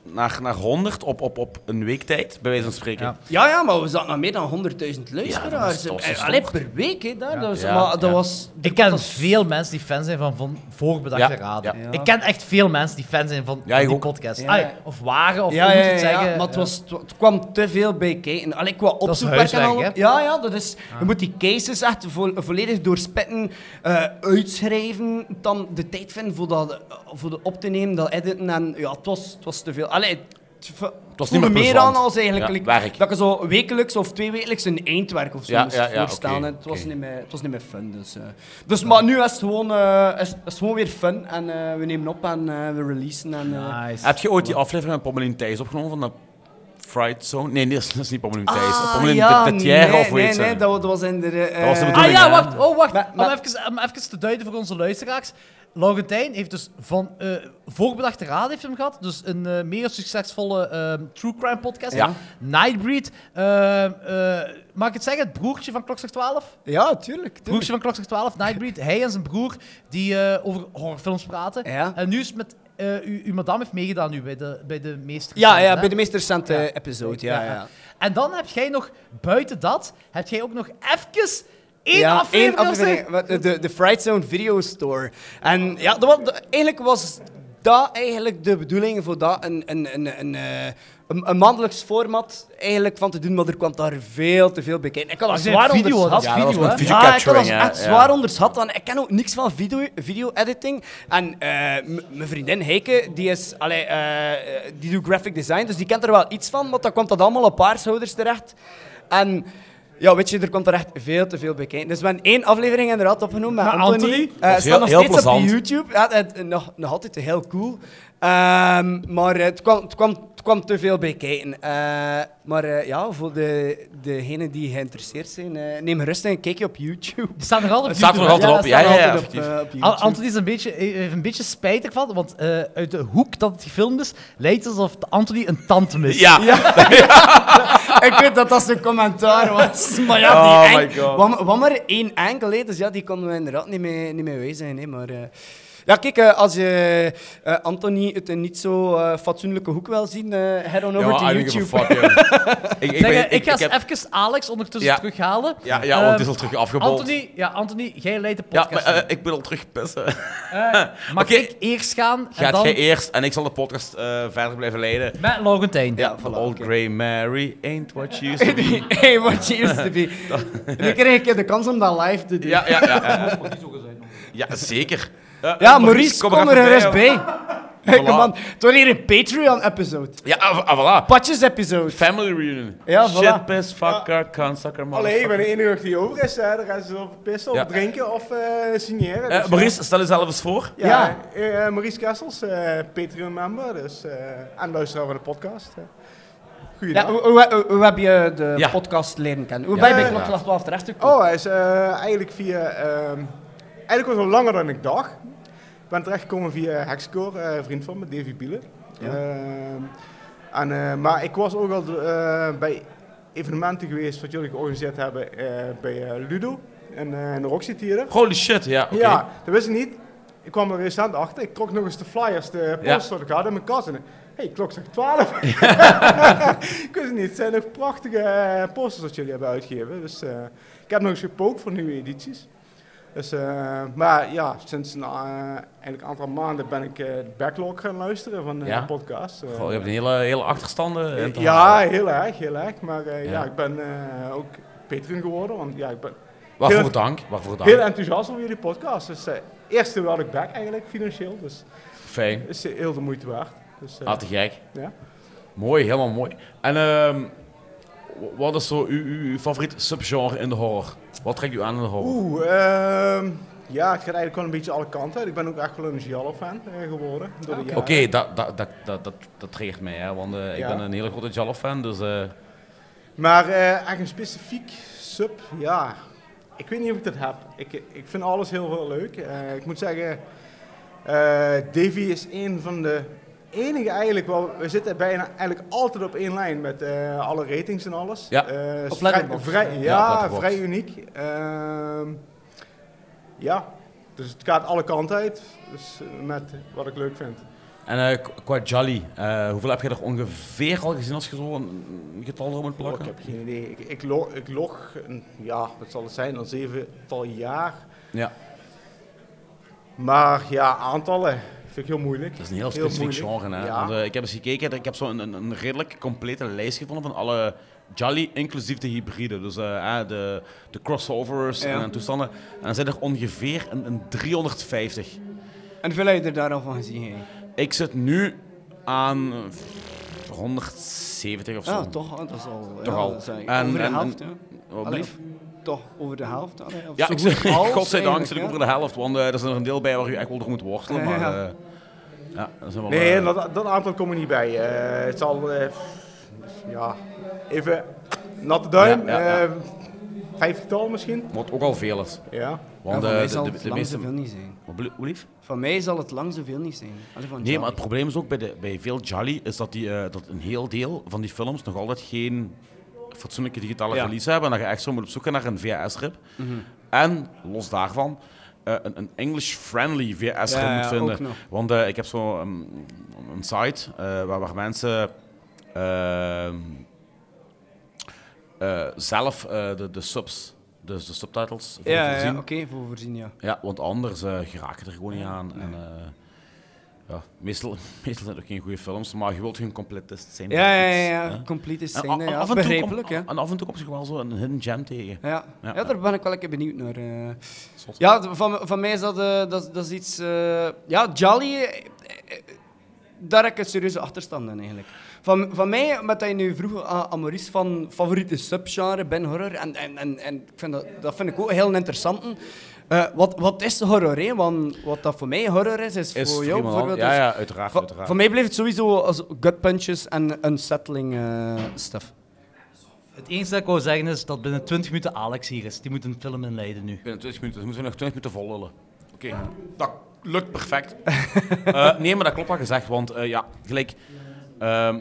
S2: naar, naar 100 op, op, op een week tijd, bij wijze van spreken.
S1: Ja.
S3: Ja, ja, maar we zaten naar meer dan 100.000 luisteraars.
S2: Ja, dat is toch zo
S3: Alleen
S2: stom.
S3: per week, hè. Daar, dat was,
S2: Ja,
S3: maar dat
S2: ja.
S3: was...
S1: Ik ken veel mensen die fan zijn van, van voorbedachte
S2: Ja,
S1: raden.
S2: ja.
S1: Ik ken echt veel mensen die fan zijn van
S2: Ja, ik
S1: die
S2: ook.
S1: podcast.
S3: Ja.
S1: Ah, of waren, of
S3: Ja,
S1: hoe
S3: ja,
S1: moet
S3: ja,
S1: je het zeggen?
S3: maar het, was, het wa- het kwam te veel bij kijken. Allee, qua
S1: is
S3: opzoekwerk en al.
S1: huiswerk, hè? Ah.
S3: Ja, ja, dat is... Je moet die cases echt vo- volledig doorspitten, eh, uitschrijven, dan de tijd vinden voor dat, eh, voor dat op te nemen, dat editen en... Ja, het was, het was te veel. Allee, het, v-
S2: was
S3: voelde
S2: niet meer
S3: meer aan
S2: plezant.
S3: als eigenlijk...
S2: Ja,
S3: like,
S2: werk.
S3: Dat je zo wekelijks of twee wekelijks een eindwerk of zo
S2: Ja,
S3: moest
S2: ja, ja,
S3: voorstellen.
S2: oké,
S3: en het, was
S2: oké.
S3: niet meer, het was niet meer fun, dus... eh. Dus, maar nu is het gewoon, eh, is, is gewoon weer fun en eh, we nemen op en eh, we releasen en... eh,
S1: Nice.
S2: Heb je ooit die aflevering met Pommelien Thijs opgenomen van de Fried Zone? Nee, nee, dat is- dat is niet Pommelien Thijs. Pommelien de, de Thierre
S3: Ah, nee,
S2: of weet
S3: nee, nee, dat, wa- dat was in de... eh,
S2: Dat was de
S1: Ah
S2: bedoeling.
S1: ja,
S2: hè?
S1: wacht. Oh, wacht.
S3: Maar- maar-
S1: Om, even, om even te duiden voor onze luisteraars. Laurentijn heeft dus van eh, voorbedachte raad heeft hem gehad. Dus een eh, meer succesvolle ehm, true crime podcast.
S2: Ja.
S1: Nightbreed. Ehm, eh, mag ik het zeggen? Het broertje van Klokslag 12?
S3: Ah, Ja, tuurlijk. tuurlijk.
S1: Broertje van Klokslag 12, Nightbreed. Hij en zijn broer die eh, over horrorfilms praten.
S3: Ja.
S1: En nu is het met... eh u, uw madame heeft meegedaan nu bij de, bij de meester.
S3: Ja, ja, bij de meest recente
S1: Ja.
S3: episode, ja, ja.
S1: En dan heb jij nog, buiten dat, heb jij ook nog even één
S3: Ja,
S1: aflevering.
S3: één
S1: of zo-
S3: wat- De, de Fright Zone Video Store. En ja, dat, wa- dat- eigenlijk was dat eigenlijk de bedoeling voor dat een, een, een, een, eh, een, een maandelijks format eigenlijk van te doen, maar er kwam daar veel te veel bij kijken. Ik had dat
S1: Dat is
S3: zwaar
S1: video,
S3: onderschat.
S1: dat is Ja, dat was video, met hè?
S2: video
S3: Ja, Ah, ik had dat
S2: capturing, hè,
S3: echt
S2: ja.
S3: zwaar onderschat. want ik ken ook niks van video- video-editing. en eh, m- mijn vriendin Heike, die, is, allee, eh, die doet graphic design, dus die kent er wel iets van, maar dan komt dat allemaal op haar schouders terecht. En... Ja, weet je, er komt er echt veel te veel bij kijken. Dus we hebben één aflevering inderdaad opgenomen met
S1: Met
S3: Anthony.
S1: Anthony?
S3: Eh,
S2: Dat is
S3: staat nog
S2: heel- heel
S3: steeds op
S2: plezant.
S3: YouTube. Ja, het, het- nog, nog altijd heel cool. Ehm, maar eh, het kwam, het, kwam, het kwam te veel bij kijken. Eh, maar eh, ja, voor de, degenen die geïnteresseerd zijn, eh, neem gerust een kijkje op YouTube.
S1: Die staan er altijd op
S2: staat er
S1: YouTube,
S2: nog altijd
S1: hè?
S2: op.
S3: dat staat
S2: Ja, ja, ja,
S3: altijd
S2: effectief.
S3: eh,
S1: Al-
S3: YouTube.
S1: Anthony is een beetje, eh, heeft een beetje spijt ervan, want eh, uit de hoek dat het gefilmd is, lijkt het alsof Anthony een tand mist.
S2: Ja.
S3: [LAUGHS] Ik weet dat dat zijn commentaar was. [LAUGHS] Maar ja,
S2: Oh
S3: die
S2: my
S3: enk-
S2: God.
S3: Wat, wat maar één enkel, hè, dus ja, die konden we inderdaad niet mee, niet mee wezen. Hè, maar, eh, ja, kijk, eh, als je eh, Anthony uit een niet zo eh, fatsoenlijke hoek wil zien, eh head on over to YouTube.
S2: fuck, yeah. ik, ik,
S1: Zeg,
S2: ben,
S1: eh,
S2: ik,
S1: ik, ga
S2: ik
S1: eens
S2: heb-
S1: even Alex ondertussen
S2: Ja.
S1: terughalen.
S2: Ja, ja, want
S1: Ehm,
S2: het is al terug afgebold.
S1: Anthony, ja, Anthony, jij leidt de
S2: ja,
S1: podcast.
S2: maar eh, ik ben al terug pissen.
S1: Eh, Mag
S2: oké.
S1: ik eerst gaan en
S2: Gaat
S1: dan
S2: jij eerst en ik zal de podcast eh, verder blijven leiden.
S1: met Laurentijn.
S2: Ja, van Old Grey Mary ain't what she
S3: [LAUGHS]
S2: used to be.
S3: [LAUGHS] hey, what you used to
S2: [LAUGHS]
S3: be. Nu kreeg ik de kans om dat live te doen. Ja,
S2: Ja, ja, ja. ja. Ja, zeker. Ja,
S3: Maurice, kom, er
S2: even
S3: gerust
S2: hoor. [LAUGHS]
S3: bij. Hey,
S2: Voilà.
S3: Kom aan, het wordt hier een Patreon-episode.
S2: Ja, ah, ah, voilà.
S3: Patjes-episode.
S2: Family reunion.
S3: Ja, voilà.
S2: Shit, piss, fucker, kan, sucker, man.
S5: Allee, ik ben de enige die over is. Hè. De rest is op pissen,
S2: Ja.
S5: op drinken of eh, signeren. dus, ja.
S2: Maurice, stel jezelf eens voor.
S5: Ja,
S3: Ja.
S5: eh, eh, Maurice Kessels, eh, Patreon-member dus, eh, en luisteraar van de podcast. eh. Goeiedag.
S3: Ja, oh. hoe, hoe, hoe- hoe heb je de
S2: Ja.
S3: podcast leren kennen? Hoe ben je bij
S5: ja.
S3: Klokslag 12 terecht gekomen?
S5: Oh, hij is eh, eigenlijk via... ehm eigenlijk was het langer dan ik dacht. Ik ben terechtgekomen via Hexcore, eh, een vriend van me, Davy Bielen. Ehm, en, eh, maar ik was ook al eh, bij evenementen geweest wat jullie georganiseerd hebben eh, bij eh, Ludo in, eh, in de Roxy Theater.
S2: Holy shit, ja, oké.
S5: Ja, dat wist ik niet. Ik kwam er recent achter. Ik trok nog eens de flyers, de
S2: Ja.
S5: posters die ik had in mijn kast. En hé, hey, klok zegt 12. [LAUGHS] ik wist het niet. Het zijn nog prachtige eh, posters dat jullie hebben uitgegeven. Dus eh, ik heb nog eens gepookt voor nieuwe edities. Dus, eh, maar ja, sinds een eh, eigenlijk een aantal maanden ben ik eh, de backlog gaan luisteren van de
S2: Ja?
S5: podcast. Eh,
S2: Goh, je hebt een hele, hele achterstanden. in te
S5: ja,
S2: halen.
S5: heel erg, heel erg. Maar eh, ja.
S2: Ja.
S5: ik ben eh, ook patron geworden, want ja, ik ben
S2: Waarvoor
S5: heel-
S2: dank, waarvoor dank.
S5: heel enthousiast over jullie podcast. Dus eh eerst wel ik back eigenlijk, financieel. Dus
S2: Fijn,
S5: is heel de moeite waard. Dus, eh,
S2: ah, te gek.
S5: ja.
S2: Mooi, helemaal mooi. En ehm, w- wat is zo uw, uw, uw favoriet subgenre in de horror? Wat trekt u aan in de horror?
S5: Oeh, ehm, ja, het gaat eigenlijk wel een beetje alle kanten uit. Ik ben ook echt wel een Giallo-fan eh, geworden. Door de
S2: Oké, dat, dat, dat, dat, dat, dat triggert mij, hè, want eh, ik
S5: Ja.
S2: ben een hele grote Jallo-fan, dus... eh,
S5: Maar eh, echt een specifiek sub, ja. Ik weet niet of ik dat heb. Ik, ik vind alles heel veel leuk. Eh, ik moet zeggen, eh, Davy is een van de enige eigenlijk. Wel, we zitten bijna eigenlijk altijd op één lijn met eh, alle ratings en alles.
S2: Ja.
S5: Eh, is
S3: Op
S5: vrij,
S3: Letterboxd.
S5: vrij- ja,
S2: Ja, Letterboxd.
S5: vrij uniek. Ehm, ja, dus het gaat alle kanten uit. Dus eh, met wat ik leuk vind.
S2: en eh, qu- qua Jolly, eh, hoeveel heb je er ongeveer al gezien als je zo een, een getal erop moet
S5: Oh,
S2: plakken?
S5: ik heb geen idee. Ik, ik, log, ik log, een- ja, wat zal het zijn, een zevental jaar.
S2: Ja,
S5: Maar ja, aantallen vind ik heel moeilijk.
S2: dat is een heel specifiek
S5: moeilijk.
S2: genre. Hè?
S5: Ja.
S2: Want, eh, ik heb eens gekeken, ik heb zo'n een, een redelijk complete lijst gevonden van alle Jolly, inclusief de hybride. Dus eh, eh, de, de crossovers en, en toestanden. En dan zijn er ongeveer een, een 350.
S3: En veel heb je er daar al van gezien? hè?
S2: Ik zit nu aan eh, 170 of zo.
S3: Ja, toch, dat is al.
S2: Toch
S3: ja,
S2: al.
S3: dat is eigenlijk
S2: En-
S3: over de
S2: en-
S3: helft, ja.
S2: Wat
S3: Allee,
S2: blieft?
S3: of- toch, over de helft. Allee, of
S2: Ja,
S3: zo
S2: ik
S3: goed
S2: zit, [LAUGHS]
S3: als
S2: godzijdank
S3: eigenlijk,
S2: zit ik
S3: ja.
S2: over de helft, want eh, er is nog een deel bij waar u echt wel door moet worstelen. Maar,
S3: Ja.
S2: eh, ja, dat zijn wel,
S5: Nee,
S2: eh,
S5: dat, dat aantal kom ik niet bij. Eh, het zal, eh, ja, even natte duim.
S2: Ja, ja, ja.
S5: eh, Vijftigtal misschien.
S2: wat ook al veel is.
S5: Ja.
S3: Ja,
S2: Want
S3: van
S2: eh,
S3: mij
S2: de,
S3: zal
S2: de-
S3: het
S2: de
S3: lang
S2: meeste...
S3: zoveel niet zijn.
S2: Wat blie- hoe lief?
S3: Van mij zal het lang zoveel niet zijn. Allee, van
S2: Nee, maar het
S3: Charlie.
S2: probleem is ook bij, de, bij veel Jolly is dat, die, eh, dat een heel deel van die films nog altijd geen fatsoenlijke digitale
S5: Ja.
S2: release hebben. En dat je echt zo moet op zoek gaan naar een VHS-rip.
S3: Mhm.
S2: En los daarvan, eh, een, een English-friendly VHS-rip
S3: Ja,
S2: moet
S3: ja, ook
S2: vinden.
S3: nog.
S2: Want eh, ik heb zo een, een site eh, waar, waar mensen. ehm, eh, zelf eh, de, de subs, dus de subtitles, voor
S3: Ja, ja,
S2: voorzien.
S3: oké, voor voorzien, ja.
S2: Ja, want anders eh, geraak je er gewoon niet aan. En, eh, Ja, meestal, [LAUGHS] meestal zijn het ook geen goede films, maar je wilt geen completist zijn.
S3: Ja, ja,
S2: van iets,
S3: ja, ja.
S2: hè.
S3: complete
S2: En
S3: scène.
S2: a-
S3: Ja.
S2: af en toe kom-
S3: Begrijpelijk, ja.
S2: En af en toe komt zich wel zo een hidden gem tegen.
S3: Ja. Ja.
S2: Ja.
S3: daar ben ik wel lekker benieuwd naar. eh. Ja, d- van, van mij is dat, eh, dat, dat is iets... eh, ja, Jolly, eh, eh, daar heb ik een serieuze achterstand in eigenlijk. Van, van mij, met dat je nu vroeg aan, aan Maurice van favoriete subgenre ben horror, en, en, en, en ik vind dat, dat vind ik ook heel interessant. Eh, wat, wat is horror? Hè? Want wat dat voor mij horror is, is,
S2: Is
S3: voor
S2: voor
S3: jou
S2: iemand anders-
S3: bijvoorbeeld...
S2: Ja,
S3: is-
S2: ja, uiteraard.
S3: Va-
S2: uiteraard.
S3: voor mij blijft het sowieso als gut punches en unsettling eh stuff.
S1: Het enige dat ik wou zeggen is dat binnen 20 minuten Alex hier is. Die moet een film inleiden nu.
S2: Binnen 20 minuten, dus moeten we nog 20 minuten vollullen. Oké, dat lukt
S3: [LAUGHS]
S2: perfect. Eh, nee, maar dat klopt wat gezegd, want eh, ja, gelijk... ehm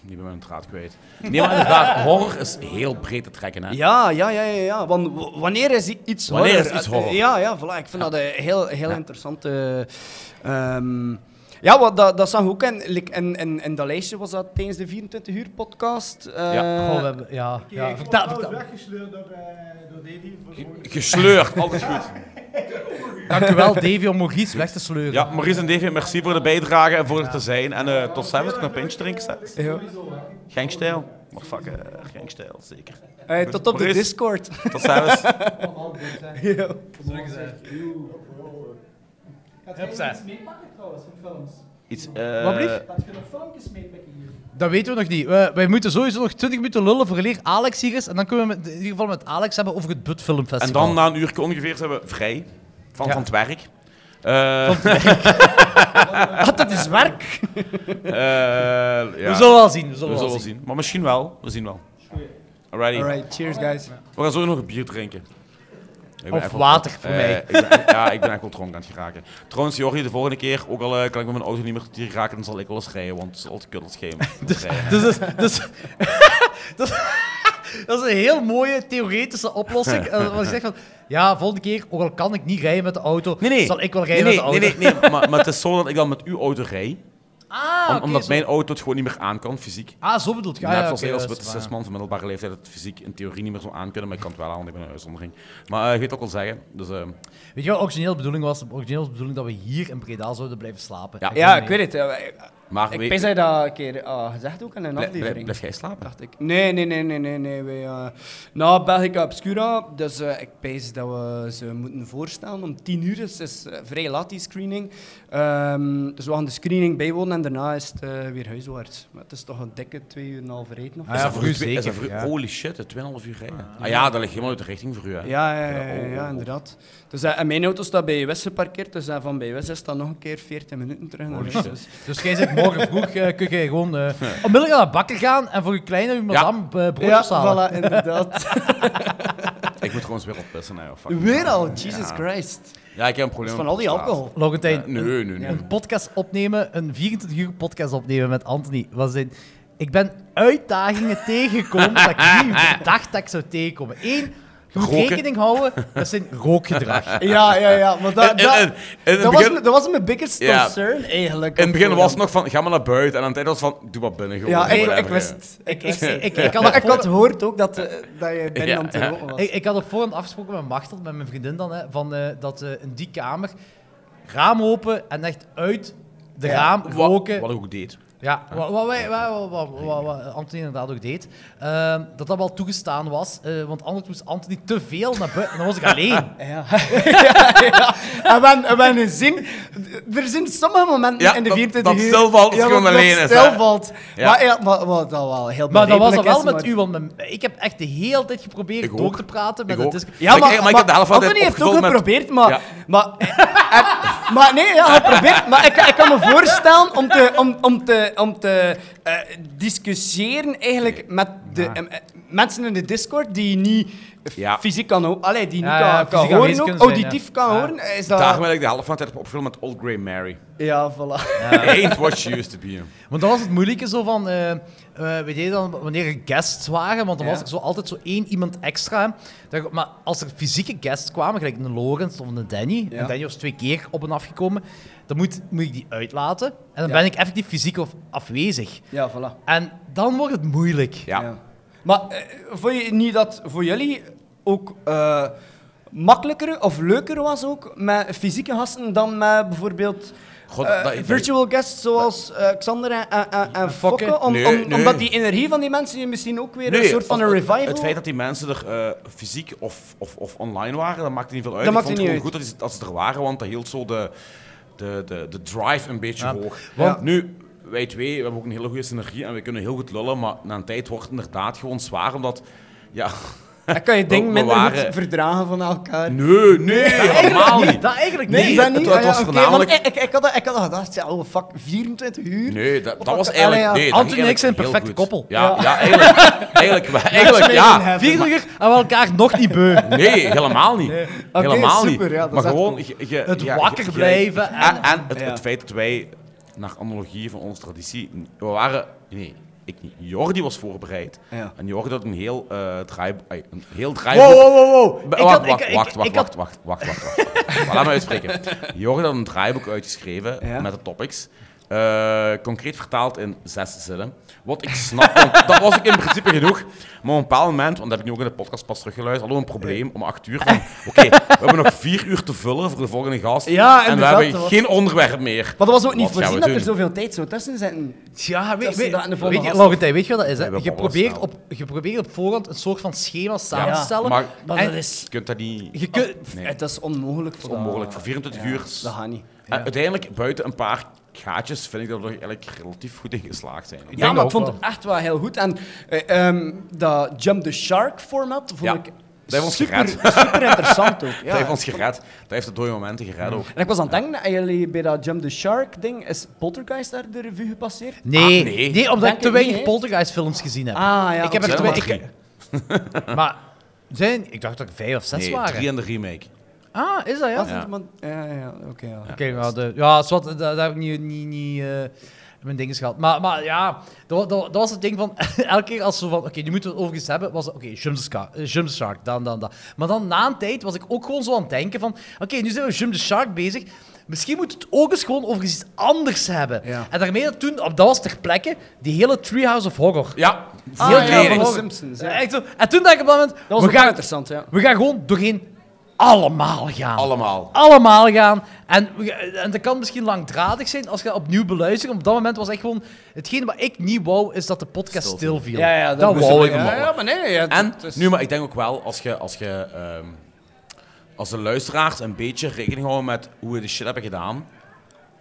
S2: nu ben ik mijn draad kwijt. Nee, maar inderdaad, horror is heel breed te trekken, hè.
S3: Ja, ja, ja, ja, ja. Want w- wanneer is i- iets
S2: Wanneer
S3: horror?
S2: is iets horror?
S3: Ja, ja, voilà. Ik vind dat een heel, heel interessante... ehm, ja, wat, dat, dat zag ik ook in, like, in, in, in dat lijstje, was dat tijdens de 24-uur-podcast.
S2: Ja.
S1: Goh, we hebben, ja, ja,
S5: ik
S1: vertel,
S5: word
S1: vertel.
S5: weggesleurd door, eh door Davy. voor de volgende keer.
S2: Gesleurd, altijd goed.
S1: Dankjewel, Davy, om Maurice weg te sleuren.
S2: Ja, Maurice en Davy, merci voor de bijdrage en voor het te zijn. En eh, tot zelfs, nog een pintje drinken straks.
S3: Ja.
S2: Genkstijl. Maar fuck, eh, Genkstijl, zeker.
S3: Eh, tot op de
S2: Maurice.
S3: Discord.
S2: Tot zelfs.
S3: Ja.
S2: [LAUGHS] Iets, eh,
S1: Wat blieft? Dat weten we nog niet. We- wij moeten sowieso nog 20 minuten lullen voor leer Alex hier is. En dan kunnen we het in ieder geval met Alex hebben over het Bud Film
S2: En
S1: Festival.
S2: dan na een uurtje ongeveer zijn we vrij van,
S1: Ja.
S2: van het werk. Eh, [LAUGHS]
S3: Ah, dat is werk.
S2: eh, ja.
S1: We zullen wel zien. We zullen
S2: We zullen
S1: wel
S2: wel
S1: zien.
S2: zien. Maar misschien wel. We zien wel. Alrighty.
S3: Alright, cheers, guys.
S2: We gaan zo nog een bier drinken. Ik ben
S1: Of
S2: echt wel-
S1: water voor
S2: Eh,
S1: mij.
S2: ik ben- ja, ik ben echt wel dronken aan het geraken. Trouwens, Jordi, de volgende keer, ook al eh, kan ik met mijn auto niet meer tot hier raken, dan zal ik wel eens rijden, want het is altijd kut als
S1: [LAUGHS]
S2: jij moet rijden.
S1: Dus, dus, dus- [LAUGHS] dat, is, [LAUGHS] dat is een heel mooie theoretische
S2: [LAUGHS]
S1: oplossing. Eh, Wat je zegt van, ja, volgende keer, ook al kan ik niet rijden met de auto,
S2: Nee, nee.
S1: zal ik wel
S2: Nee,
S1: rijden
S2: nee,
S1: met de
S2: nee,
S1: auto.
S2: nee, nee, Maar, maar het is zo dat ik dan met uw auto rijd,
S1: [LAUGHS] Ah,
S2: om-
S1: oké,
S2: omdat
S1: zo-
S2: mijn auto het gewoon niet meer aan kan, fysiek.
S1: Ah, zo bedoelt je. Ah,
S2: Net
S1: ja,
S2: zoals
S1: oké,
S2: als
S1: dat
S2: met de
S1: is waar.
S2: zes man van middelbare leeftijd het fysiek in theorie niet meer zo aan kunnen, maar ik kan het wel aan, want ik ben een uitzondering. Maar eh, je weet ook wel zeggen, dus... eh,
S1: Weet je wat origineel bedoeling was? De originele bedoeling dat we hier in Breda zouden blijven slapen.
S2: Ja.
S3: Ja, ik weet het. eh,
S2: maar
S3: Ik
S2: weet-
S3: pens dat je dat een keer ah, gezegd ook in een
S2: blij- blij-
S3: aflevering.
S2: Blijf jij slapen?
S3: dacht ik. Nee, nee, nee, nee, nee. nee. Wij, eh na Belgica Obscura, dus eh, ik pees dat we ze moeten voorstellen om 10 uur. Dus het is eh, vrij laat die screening. Ehm, dus we gaan de screening bijwonen en daarna is het eh, weer huiswaarts. Maar het is toch een dikke twee uur en een half reet nog.
S1: Ah, ja,
S2: Is dat
S1: voor
S2: voor
S1: u
S2: u twee- is dat
S1: zeker,
S2: voor u-
S1: ja.
S2: Holy shit, het 2,5 uur rijden. Ah ja, dat ligt helemaal uit de richting voor u. Hè.
S3: Ja, ja, ja, ja,
S2: oh,
S3: ja,
S2: oh.
S3: inderdaad. Dus, eh, en mijn auto staat bij West geparkeerd, dus eh, van bij West is dat nog een keer 14 minuten terug.
S2: Oh,
S3: naar huis. Dus-
S1: Dus jij zegt morgen vroeg, eh, kun jij gewoon eh onmiddellijk naar de bakker gaan en voor je kleine uw madame eh,
S3: Ja,
S1: broodjes halen.
S3: voilà, [LAUGHS] inderdaad.
S2: Ik moet trouwens weer op pissen. Hè, fuck.
S3: Weer al, Jesus Christ. Dus
S2: Ja, ik heb een probleem.
S3: Van
S2: met
S3: al die
S2: straat.
S3: alcohol.
S1: Laurentijn,
S2: Eh, nee, nee, nee.
S1: een podcast opnemen, een 24 uur podcast opnemen met Anthony. Was zijn, ik ben uitdagingen [LAUGHS] tegengekomen dat ik
S2: [LAUGHS]
S1: niet dacht dat ik zou tegenkomen. Eén, je moet
S2: Roken.
S1: rekening houden met zijn rookgedrag.
S3: Ja, ja, ja. Maar
S2: In,
S3: dat,
S2: in, in,
S3: dat,
S2: in het
S3: Dat was,
S2: begin,
S3: mijn- dat was mijn biggest
S2: Ja.
S3: concern eigenlijk.
S2: in het begin was het nog van, ga maar naar buiten. En aan het einde was het van, doe maar binnen gewoon.
S3: Ja, ik,
S2: whatever,
S3: ik
S2: hè.
S3: wist het. Ik,
S1: ik,
S2: [LAUGHS]
S3: wist het.
S1: ik, ik, had
S3: Maar
S1: op
S3: ik had
S1: voor-
S3: gehoord ook dat, eh, dat je binnen
S2: Ja,
S3: om te
S2: ja.
S3: roken was.
S1: ik, ik had op voorhand afgesproken met Martel, met mijn vriendin dan, hè, van, eh, dat eh, in die kamer raam open en echt uit de raam
S2: Wat,
S1: roken.
S2: wat ik ook deed.
S1: Ja, wat, wat, wij, wa- wa- wa- wa- wa- wa- Anthony inderdaad ook deed, ehm, dat dat wel toegestaan was, eh, want anders moest Anthony te veel naar buiten en dan was
S2: [LAUGHS]
S1: ik alleen.
S3: Ja. [LAUGHS] ja, ja. En we hebben- we hebben gezien, er zijn sommige momenten
S2: Ja,
S3: in de
S2: dat-
S3: 24
S2: dat
S3: uur...
S2: stilvalt als
S3: ja,
S2: je gewoon
S3: dat- dat
S2: alleen is, hè.
S3: stilvalt.
S2: Ja.
S3: Maar ja, wat, wat dat wel heel
S1: Maar dat was dat
S3: begrijpelijk
S1: wel
S3: is,
S1: met
S3: maar-
S1: u, want mijn- ik heb echt de hele tijd geprobeerd
S2: Ik
S1: door
S2: ook.
S1: te praten met
S2: Ik
S1: de
S2: ook.
S1: disc-
S3: Ja, maar,
S2: Maar ik- maar ik heb de helft van de tijd
S3: Anthony heeft
S2: opgevuld
S3: ook
S2: met-
S3: geprobeerd, maar...
S2: Ja.
S3: Maar, en- maar nee, ja, geprobeerd, maar ik, ik kan me voorstellen om te, om, om te, om te eh, discussiëren eigenlijk met de eh, eh, mensen in de Discord die je niet
S2: Ja.
S3: fysiek kan horen. Allee, die niet
S1: Ja,
S3: kan,
S1: ja,
S3: kan
S1: fysiek
S3: horen
S1: aanwezig
S3: ook,
S1: kunnen zijn,
S3: auditief
S1: ja.
S3: kan
S1: Ja.
S3: horen. Is dat...
S2: Daarom heb ik de helft van de tijd opgevuld met Old Grey Mary.
S3: Ja, voilà.
S2: Ain't what she used to be.
S1: Want dat was het moeilijke zo van, eh, eh, weet je dan, wanneer er guests waren, want dan
S3: Ja.
S1: was er zo altijd zo één iemand extra. hè. Dat je- maar als er fysieke guests kwamen, gelijk een Lawrence of een Danny,
S3: Ja.
S1: en Danny was twee keer op en afgekomen, dan moet, moet ik die uitlaten en dan ben ik effectief fysiek of afwezig.
S3: Ja, voilà.
S1: En dan wordt het [LAUGHS] moeilijk.
S2: Ja.
S3: Maar eh, vond je niet dat voor jullie ook eh, makkelijker of leuker was ook met fysieke gasten dan met bijvoorbeeld
S2: God,
S3: eh,
S2: dat- dat-
S3: virtual guests zoals eh, Xander en, en, en, en Fokke.
S1: Fokke.
S3: Om,
S2: Nee,
S3: om-
S2: nee.
S3: Omdat die energie van die mensen je misschien ook weer een
S2: Nee,
S3: soort van
S2: het-
S3: een
S2: het-
S3: revival...
S2: Het feit dat die mensen er eh, fysiek of, of, of online waren, dat maakte niet veel uit.
S3: Dat
S2: ik
S3: maakt
S2: vond het
S3: niet
S2: gewoon goed dat ze, dat ze er waren, want dat hield zo de, de, de, de drive een beetje hoog.
S1: want-
S2: Want nu, wij twee, we hebben ook een hele goede synergie en we kunnen heel goed lullen, maar na een tijd wordt het inderdaad gewoon zwaar, omdat... Ja,
S3: Dan kan je dingen
S2: we
S3: minder goed
S2: waren-
S3: verdragen van elkaar.
S2: nee, nee, helemaal niet.
S1: Dat eigenlijk
S3: Nee,
S1: niet.
S2: Nee,
S3: dat
S2: het-
S3: niet.
S2: het
S3: Ah ja,
S2: was
S3: oké,
S2: voornamelijk-
S3: want ik, ik, ik, had, dat- ik had dat gedacht, ja, oh fuck, 24 uur.
S2: Nee, dat, dat
S3: Wat-
S2: was eigenlijk...
S3: Allee,
S2: Nee,
S3: ja.
S2: dat ging
S1: Anton en ik zijn
S2: eigenlijk heel
S1: perfecte
S2: goed.
S1: koppel.
S2: Ja, ja.
S3: [LAUGHS]
S2: eigenlijk, eigenlijk, wel, eigenlijk
S3: Matchmaking
S2: ja.
S3: hebben.
S1: Vier uur en we elkaar nog niet beu.
S2: Nee, helemaal niet.
S3: Oké,
S2: helemaal
S3: super,
S2: niet.
S3: ja, dat
S2: maar
S3: is echt
S2: gewoon
S3: cool.
S2: je- je-
S1: Het
S2: ja,
S1: wakker
S2: je- je-
S1: blijven en-
S2: En, en het,
S3: Ja.
S2: het feit dat wij, naar analogie van onze traditie, we waren... Nee, ik niet. Jordi was voorbereid.
S3: Ja.
S2: En Jordi had een heel eh draai... ai, Een heel draaiboek...
S1: [LAUGHS] Wow, wow, wow, wow.
S2: Wacht,
S1: Ik had-
S2: wacht,
S1: ik-
S2: wacht,
S1: ik-
S2: wacht,
S1: ik
S2: wacht,
S1: had-
S2: wacht, wacht, wacht. [LAUGHS] Maar Laat me uitspreken. Jordi had een draaiboek uitgeschreven
S3: Ja.
S2: met de topics. eh, concreet vertaald in zes zinnen. Wat ik snap, want dat was ik in principe genoeg. Maar op een bepaald moment, want dat heb ik nu ook in de podcast pas teruggeluisterd, hadden we een probleem om acht uur.
S3: [LAUGHS]
S2: Van, Oké, we hebben nog vier uur te vullen voor de volgende gast.
S3: Ja,
S2: en we
S3: inderdaad,
S2: hebben
S3: dat was-
S2: geen onderwerp meer.
S3: Maar dat was ook niet
S2: Wat gaan
S3: voorzien
S2: we
S3: dat er
S2: doen?
S3: zoveel tijd zou tussen zitten.
S1: Ja, weet,
S3: Dat is
S1: weet,
S3: dat in de
S1: weet,
S3: volgende
S1: je,
S3: afspraak.
S1: Laurentijn, weet je wat dat is? Hè?
S2: Nee, we
S1: Je,
S2: babbelen
S1: probeert
S2: snel.
S1: op, je probeert op voorhand een soort van schema samen te
S3: Ja,
S1: stellen.
S2: maar-
S3: Maar
S1: en
S3: dat is...
S2: Je kunt dat niet...
S1: je kunt,
S2: Nee,
S3: Het is onmogelijk voor
S2: onmogelijk. Voor 24 uur...
S3: Dat gaat niet.
S2: En uiteindelijk, buiten een paar gaatjes, vind ik dat we er eigenlijk relatief goed in geslaagd zijn.
S3: Ja, maar ik
S1: ook
S3: vond
S1: wel.
S3: het echt wel heel goed. En eh, ehm, dat Jump the Shark format vond
S2: Ja.
S3: ik
S2: Dat heeft ons
S3: super,
S2: gered.
S3: [LAUGHS] super interessant ook.
S2: Dat
S3: Ja.
S2: heeft ons gered. Dat heeft de dode momenten gered ook.
S3: En ik was aan het denken, aan jullie bij dat Jump the Shark ding, is Poltergeist daar de revue gepasseerd?
S1: Nee,
S2: Ah,
S1: nee.
S2: nee.
S1: omdat
S3: Denk
S1: ik te
S3: ik
S1: weinig
S3: niet, hè?
S1: Poltergeist-films gezien heb.
S3: Ah, ja,
S1: ik heb er
S2: Zijn
S1: twee.
S2: er
S1: Ik,
S2: maar
S1: [LAUGHS] maar zijn, ik dacht dat er vijf of zes
S2: drie? Nee,
S1: waren.
S2: drie en de remake.
S1: Ah, is dat ja?
S3: Was
S1: Oké,
S3: het iemand- Ja, ja, ja, oké. ja.
S1: maar de, ja, zwart, dat, dat heb ik niet, niet, niet eh, mijn ding gehad. Maar, maar ja, dat, wa- dat, wa- dat was het ding van [LAUGHS] elke keer als zo van, oké, nu moeten we het over iets hebben, was het, oké, Jump the Scar- eh, Jump the Shark, dan, dan, dan. Maar dan na een tijd was ik ook gewoon zo aan het denken van, oké, nu zijn we Jump the Shark bezig. Misschien moet het ook eens gewoon over iets anders hebben.
S3: Ja.
S1: En daarmee dat toen, op- dat was ter plekke, die hele Treehouse of Horror.
S2: Ja,
S3: Ah,
S2: heel
S3: ja,
S2: lelijk.
S3: van de
S1: Horror.
S3: Simpsons. ja.
S1: Echt zo. En toen dacht ik op dat moment,
S3: Dat was
S1: we
S3: ook wel
S1: gaan,
S3: interessant, ja.
S1: we gaan gewoon doorheen allemaal gaan.
S2: Ah. Allemaal.
S1: allemaal gaan. En, we- en dat kan misschien langdradig zijn als je dat opnieuw beluistert. Op dat moment was echt gewoon... Hetgeen wat ik niet wou, is dat de podcast
S2: Stil.
S1: stilviel.
S3: Ja, ja,
S1: dat,
S3: dat
S1: wou ik
S3: ja,
S1: maar.
S3: ja, maar nee. ja,
S2: En
S3: het is-
S2: nu, maar ik denk ook wel, als je, als je ehm, als de luisteraars een beetje rekening houden met hoe we de shit hebben gedaan.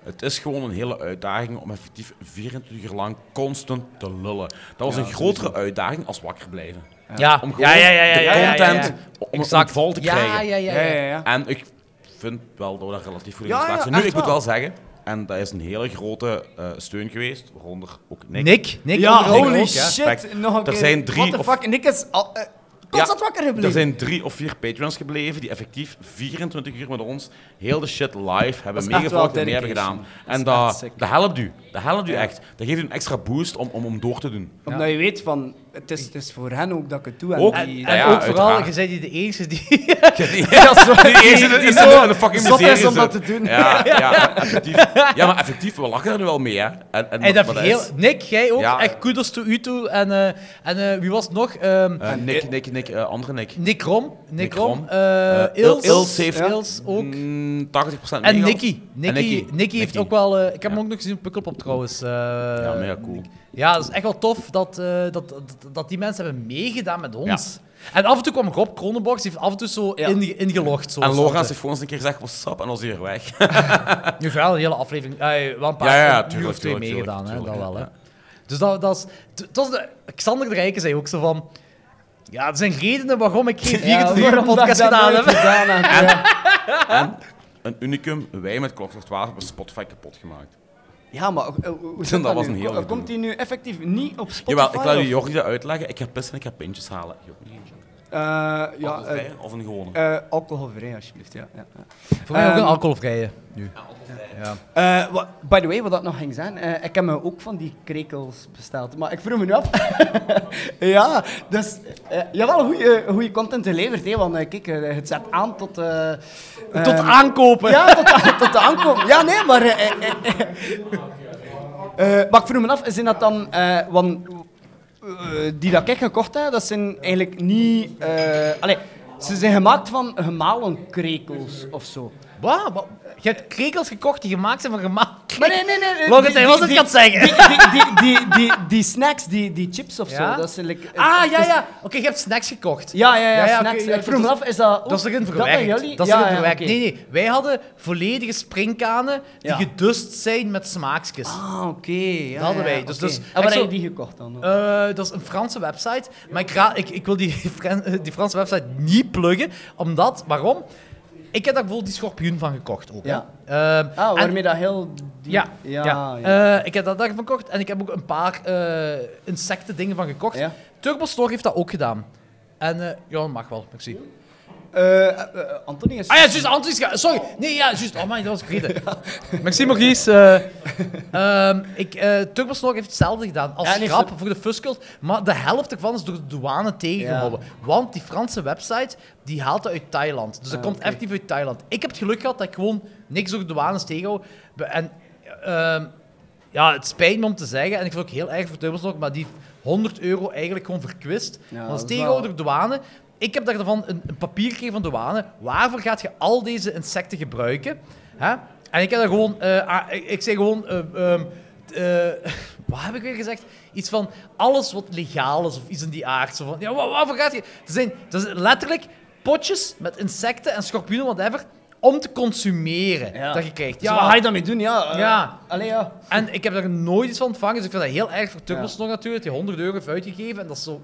S2: Het is gewoon een hele uitdaging om effectief 24 uur lang constant te lullen. Dat was een grotere uitdaging als wakker blijven.
S1: Ja.
S2: Om gewoon
S1: ja, ja, ja, ja, ja, ja,
S2: de
S1: ja,
S2: content
S1: ja.
S2: om het
S1: Exact.
S2: vol te krijgen.
S1: Ja, ja, ja.
S3: Ja,
S1: ja.
S3: ja, ja.
S2: En ik vind wel dat we daar relatief goed in
S3: Ja,
S2: geslaagd
S3: ja,
S2: zijn. Nu,
S3: echt
S2: ik moet
S3: wel.
S2: wel zeggen, en dat is een hele grote eh, steun geweest, waaronder ook Nick.
S1: Nick, Nick.
S3: Ja,
S1: onder andere
S3: holy
S1: ook, ja.
S3: shit. Nog een
S2: Er
S3: keer.
S2: zijn drie
S3: What the
S2: of-
S3: fuck? En ik is al, eh, constant
S2: Ja,
S3: wakker
S2: Er
S3: gebleven.
S2: zijn drie of vier patrons gebleven die effectief 24 uur met ons heel de shit live hebben
S3: echt
S2: meegevolgd
S3: wel
S2: en mee hebben gedaan.
S3: dedication. Dat is
S2: En
S3: echt
S2: dat,
S3: sick.
S2: dat helpt u. Dat helpt u echt. Dat geeft u een extra boost om, om, om door te
S3: [LAUGHS]
S2: doen.
S3: Omdat je weet van, het is, het is voor hen ook dat ik het doe. En
S2: Ook.
S3: die-
S1: En
S2: Ja, ja,
S1: ook vooral, je
S2: uiteraard.
S1: bent niet de enige die... [LAUGHS]
S2: Ja, die eerste die is zo een fucking
S3: zot
S2: miserie
S3: is om
S2: zit.
S3: dat te doen. [LAUGHS]
S2: Ja, ja, maar effectief, ja, maar effectief, we lachen er nu wel mee, hè. En, en,
S1: Hey, dat
S2: maar dat
S1: heel,
S2: is-
S1: Nick, jij ook.
S2: Ja.
S1: Echt kudos to u toe. En, eh, en eh, wie was het nog? Ehm,
S3: Ah,
S2: Eh, Nick, Nick, Nick, eh, andere Nick.
S1: Nick Rom. Nick
S2: Nick
S1: Rom.
S2: Rom.
S1: eh,
S2: Eh,
S1: Ils.
S2: Ils heeft-
S1: Ils ook.
S2: Mm, 80% meegehaald.
S1: En Nicky. Nicky, Nicky, heeft
S2: Nicky.
S1: ook wel... eh, ik heb
S2: Ja.
S1: hem ook nog gezien op Pukkelpop trouwens. Eh,
S2: Ja, mega cool.
S1: Ja, dat is echt wel tof dat, eh, dat, dat, dat die mensen hebben meegedaan met ons. En af en toe kwam Rob Kronenbox, die heeft af en toe zo
S3: Ja.
S1: inge- ingelogd. Zo,
S2: En
S1: Zo.
S2: Lorenz heeft gewoon eens een keer gezegd, what's up, en dan is hij weer weg.
S1: Nu wel een hele aflevering, eh, wel een paar
S2: Ja, ja,
S1: uur
S2: tuurlijk,
S1: of twee
S2: tuurlijk,
S1: meegedaan, hè,
S2: tuurlijk,
S1: dat wel. Hè.
S2: ja.
S1: Dus dat, dat is... t- het was de, Xander de Rijken zei ook zo van... Ja, er zijn redenen waarom ik
S2: [LAUGHS]
S1: geen 24 uur
S3: waarom dat
S1: podcast
S3: ik dat
S1: gedaan
S3: nooit
S1: heb.
S3: gedaan heb, ja.
S2: Een unicum, wij met Klokslag 12 hebben Spotify kapot gemaakt.
S3: Ja, maar eh, hoe- hoe zit
S2: Dat
S3: dat
S2: was
S3: nu?
S2: een heel
S3: Ko-
S2: gedoe.
S3: Komt hij nu effectief niet op Spotify?
S2: Jawel, ik laat
S3: of-
S2: je Jordi dat uitleggen. Ik ga pissen en ik ga pintjes halen. Jordi,
S3: Eh, ja,
S2: alcoholvrij
S3: eh,
S2: of een gewone?
S3: eh, alcoholvrij, alsjeblieft. Ja, ja, ja.
S1: Voor mij ook
S3: Ehm,
S1: een alcoholvrije. Nu.
S3: Eh, wa- by the way, wat dat nog ging zijn, eh, ik heb me ook van die krekels besteld. Maar ik vroeg me nu af. [LAUGHS] ja, dus eh je hebt wel goede, goede content geleverd. Hè, want eh, kijk, eh, het zet aan tot. eh,
S1: Tot
S3: ehm,
S1: aankopen.
S3: Ja, tot, de- [LAUGHS] tot de aankomst. Ja, nee, maar. eh, eh, eh, eh, maar ik vroeg me af, zijn dat dan. eh, want eh, die dat ik gekocht heb, dat zijn eigenlijk niet. eh allee, Ze zijn gemaakt van gemalen krekels of zo.
S1: Wat? Wat? Je hebt krekels gekocht die gemaakt zijn van gemaakt.
S3: Maar nee, nee, nee. eh,
S1: Logan,
S3: die-
S1: hij
S3: die-
S1: was het
S3: die-
S1: gaan zeggen.
S3: Die, die, die, die, die, die snacks, die, die chips of
S1: Ja?
S3: zo. Dat is like, eh,
S1: [LAUGHS] Ah, ja,
S3: dus-
S1: ja. Oké, je hebt snacks gekocht.
S3: Ja, ja, ja,
S1: Ja, ja,
S3: snacks.
S1: oké, ja,
S3: ik vroeg me
S1: dat
S3: af, is dat ook
S1: Dat is erin
S3: bij
S1: verwerkt. Dat,
S3: jullie?
S1: is
S3: Ja,
S1: erin
S3: ja,
S1: verwerkt.
S3: oké.
S1: Nee, nee. Wij hadden volledige springkanen die
S3: Ja.
S1: gedust zijn met smaakjes.
S3: Ah, oké. ja,
S1: Dat hadden
S3: ja,
S1: wij, dus-
S3: oké.
S1: dus
S3: en
S1: echt
S3: waar
S1: zo-
S3: heb je die gekocht dan?
S1: Eh, dat is een Franse website. Maar ik, raad, ik, ik wil die, [LAUGHS] Fran- eh, die Franse website niet pluggen. Omdat, waarom? Ik heb daar bijvoorbeeld die schorpioen van gekocht ook. hè.
S3: Ja.
S1: Ehm,
S3: ah,
S1: en-
S3: waarmee dat heel... die-
S1: Ja, ja,
S3: ja,
S1: Eh, ik heb dat daarvan gekocht en ik heb ook een paar eh insecten dingen van gekocht.
S3: Ja.
S1: Turbo Store heeft dat ook gedaan. En eh, ja, dat mag wel, merci.
S3: Eh, eh, eh, Anthony is...
S1: Ah ja, juist, Antonie's ga- Sorry. Nee, ja, juist. Oh man, dat was
S3: [LAUGHS]
S1: vergeten. Merci, Maurice. eh, [LAUGHS] ehm, ik, eh Turbo Snor heeft hetzelfde gedaan als
S3: Ja, en heeft
S1: grap voor de Fuskult. Maar de helft ervan is door de douane tegengehouden. Want die Franse website, die haalt dat uit Thailand. Dus dat
S3: Ah,
S1: komt
S3: oké.
S1: effectief uit Thailand. Ik heb het geluk gehad dat ik gewoon niks door de douane is tegengehouden. Be- En ehm, ja, het spijt me om te zeggen. En ik vond het ook heel erg voor Turbo Snor, maar die heeft 100 euro eigenlijk gewoon verkwist.
S3: Ja,
S1: Want
S3: dat is
S1: tegenhouden
S3: wel-
S1: door douane. Ik heb daarvan een, een papier gekregen van douane. Waarvoor gaat je al deze insecten gebruiken? Hè? En ik heb daar gewoon... eh, ah, ik, ik zei gewoon... eh, ehm, t- eh, [LAUGHS] wat heb ik weer gezegd? Iets van alles wat legaal is of iets in die aard. Zo van, ja, wa- waarvoor gaat je... Er zijn, dat is letterlijk potjes met insecten en schorpioenen, whatever, om te consumeren
S3: Ja.
S1: dat je krijgt.
S3: Ja, wat ga je daarmee doen? Ja. eh,
S1: Ja.
S3: Allee, ja.
S1: En ik heb daar nooit iets van ontvangen, dus ik vind dat heel erg voor Tubbels
S3: Ja.
S1: nog natuurlijk. Die 100 euro heeft uitgegeven en dat is zo...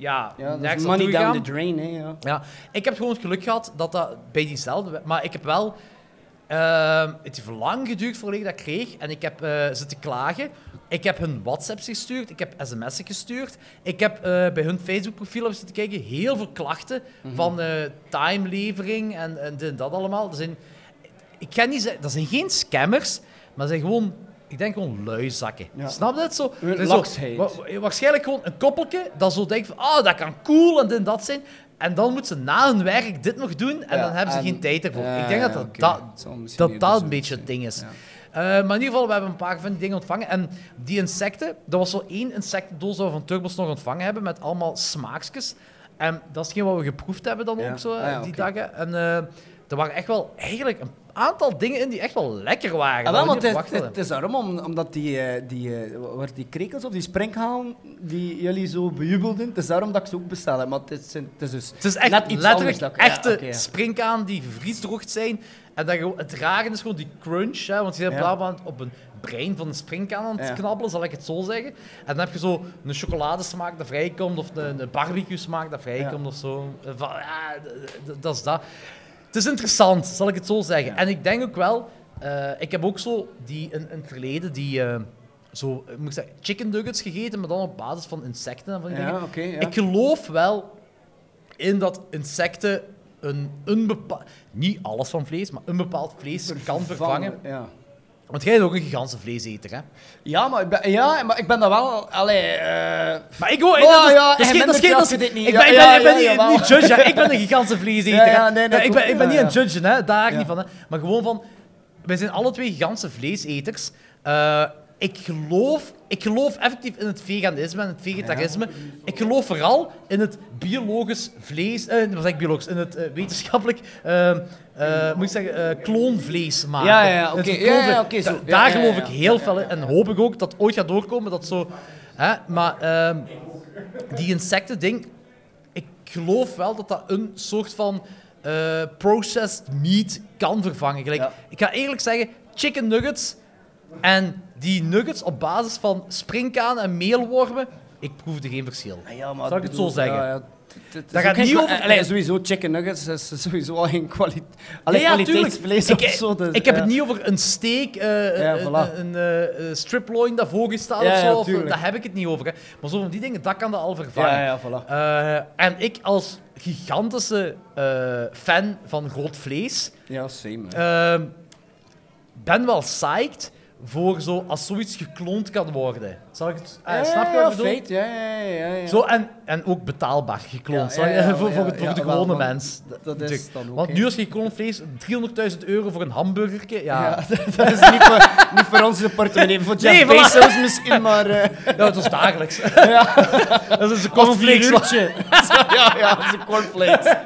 S1: Ja,
S3: ja dat is
S1: nergens
S3: money
S1: naartoe gegaan.
S3: down the drain, hè. Ja.
S1: Ja, ik heb gewoon het geluk gehad dat dat bij diezelfde... we- Maar ik heb wel... ehm, het heeft lang geduurd voordat ik dat kreeg. En ik heb eh zitten klagen. Ik heb hun WhatsApps gestuurd. Ik heb sms'en gestuurd. Ik heb eh, bij hun Facebook-profiel heb ik zitten kijken. Heel veel klachten
S3: Mhm.
S1: van eh timelevering en, en dit en dat allemaal. Er zijn, ik kan niet zeggen... Dat zijn geen scammers, maar ze zijn gewoon... Ik denk gewoon luizakken.
S3: Ja.
S1: Snap je dat zo?
S3: Hun
S1: Er is zo-
S3: laksheid.
S1: wa- wa- waarschijnlijk gewoon een koppeltje dat zo denkt van, ah, dat kan cool en dit en dat zijn. En dan moeten ze na hun werk dit nog doen en
S3: Ja,
S1: dan hebben ze
S3: en-
S1: geen tijd ervoor.
S3: Ja,
S1: ik denk dat
S3: ja,
S1: dat,
S3: oké.
S1: dat,
S3: Het zal misschien
S1: dat,
S3: niet
S1: dat een
S3: dus
S1: beetje
S3: zijn.
S1: het ding is.
S3: Ja.
S1: Eh, maar in ieder geval, we hebben een paar van die dingen ontvangen. En die insecten, dat was zo één insectendoos dat we van Turbos nog ontvangen hebben met allemaal smaakjes. En dat is geen wat we geproefd hebben dan
S3: Ja.
S1: ook zo,
S3: Ah, ja,
S1: die
S3: oké.
S1: dagen. En eh, er waren echt wel eigenlijk een aantal dingen in die echt wel lekker waren. dat
S3: Ah, wel,
S1: we
S3: want
S1: niet
S3: het,
S1: verwacht
S3: het-
S1: hadden.
S3: het is daarom om- omdat die, eh, die, eh, wordt die krekels of die sprinkhaan die jullie zo bejubelden, het is daarom dat ik ze ook bestel. hè, Maar het is, het is dus
S1: Het is echt
S3: net iets anders
S1: letterlijk
S3: dat ik- ja,
S1: echte
S3: oké, ja.
S1: springkaan die vriesdroogd zijn. En dat gewoon, het rare is gewoon die crunch, hè, want je bent
S3: Ja.
S1: blauwbaan op een brein van een springkaan aan het
S3: Ja.
S1: knabbelen, zal ik het zo zeggen. En dan heb je zo een chocoladesmaak dat vrijkomt, of een, een barbecue smaak dat vrijkomt, of zo. Eh, van, ja, d- d- dat is dat. Het is interessant, zal ik het zo zeggen. En ik denk ook wel, eh, ik heb ook zo die, in, in het verleden die... eh, zo, eh, moet ik zeggen, chicken nuggets gegeten, maar dan op basis van insecten en van die
S3: Ja,
S1: dingen.
S3: oké, ja.
S1: Ik geloof wel in dat insecten een, een bepaald... Niet alles van vlees, maar een bepaald vlees kan vervangen.
S3: Ja.
S1: Want jij bent ook een gigantische vleeseter, hè?
S3: Ja, maar ik ben, ja, maar ik ben dat wel... Allee, eh,
S1: Maar ik hoor...
S3: Oh,
S1: dat is-
S3: ja,
S1: dat is
S3: en
S1: geen- dat is
S3: mensen
S1: geen- dat is-
S3: snappen dit niet.
S1: Ik ben- ik
S3: Ja,
S1: ben-
S3: ja,
S1: ik ben
S3: ja,
S1: niet-
S3: jawel.
S1: niet judge, hè. Ik ben een gigantische vleeseter, hè.
S3: Ja, ja, nee, dat
S1: ik, ben,
S3: klopt,
S1: ik ben niet
S3: ja,
S1: aan het
S3: ja.
S1: judgen, hè. Daar
S3: Ja.
S1: niet van, hè. Maar gewoon van... Wij zijn alle twee gigantische vleeseters. Eh, ik geloof... Ik geloof effectief in het veganisme en het vegetarisme. Ik geloof vooral in het biologisch vlees... eh, wat zeg ik biologisch? In het eh, wetenschappelijk... eh, eh, moet ik zeggen, eh, kloonvlees maken.
S3: Ja, ja, ja,
S1: Het
S3: oké.
S1: kloonvlees.
S3: Ja, ja, oké, zo.
S1: Da-
S3: Ja,
S1: Daar
S3: ja, ja,
S1: geloof
S3: ja.
S1: ik heel veel in. En hoop ik ook dat het ooit gaat doorkomen. Dat zo... Hè? Maar ehm, die insecten-ding, ik geloof wel dat dat een soort van eh, processed meat kan vervangen. Gelijk,
S3: Ja.
S1: Ik ga eerlijk zeggen, chicken nuggets en die nuggets op basis van springkaan en meelwormen, ik proefde geen verschil.
S3: ja, maar
S1: Zal ik het
S3: bedoel,
S1: zo zeggen?
S3: Ja, ja, het- het is
S1: Daar
S3: ook
S1: gaat
S3: geen
S1: niet
S3: kwa-
S1: over-
S3: Allee, sowieso, chicken nuggets is sowieso al geen kwaliteit. Allee,
S1: Ja, ja, tuurlijk.
S3: kwaliteitsvlees
S1: Ik,
S3: of zo. dus,
S1: ik heb
S3: ja.
S1: het niet over een steak, eh,
S3: Ja,
S1: een,
S3: voilà.
S1: een, eh, eh, strip loin dat voorgestaat
S3: Ja,
S1: of zo.
S3: ja,
S1: of, eh,
S3: tuurlijk.
S1: daar heb ik het niet over. Hè. Maar zo van die dingen, dat kan dat al vervangen.
S3: Ja, ja, voilà.
S1: Eh, en ik als gigantische eh, fan van rood vlees
S3: Ja, same. hè.
S1: ehm, ben wel psyched voor zo als zoiets gekloond kan worden. Zal ik het, eh,
S3: Ja,
S1: snap je
S3: ja,
S1: wat ik bedoel?
S3: feit, Ja, ja, ja, ja, ja.
S1: Zo, en En ook betaalbaar gekloond,
S3: Ja, ja, ja,
S1: sorry, [LAUGHS] voor,
S3: ja,
S1: voor, het-
S3: ja,
S1: voor de
S3: wel,
S1: gewone
S3: want
S1: mens.
S3: Dat Dus is
S1: Natuurlijk.
S3: dan ook.
S1: Want
S3: hè.
S1: nu als je gekloond vlees, 300.000 euro voor een hamburgerke,
S3: [LAUGHS] Ja,
S1: ja.
S3: dat dat is niet voor, niet voor onze portemonnee. Voor Jeff
S1: Nee, voilà.
S3: Bezos misschien, maar... eh
S1: [LAUGHS] ja, dat is
S3: [LAUGHS]
S1: dagelijks. [LAUGHS]
S3: dat is een
S1: cornflakes,
S3: [LAUGHS] ja, ja, dat is een cornflakes.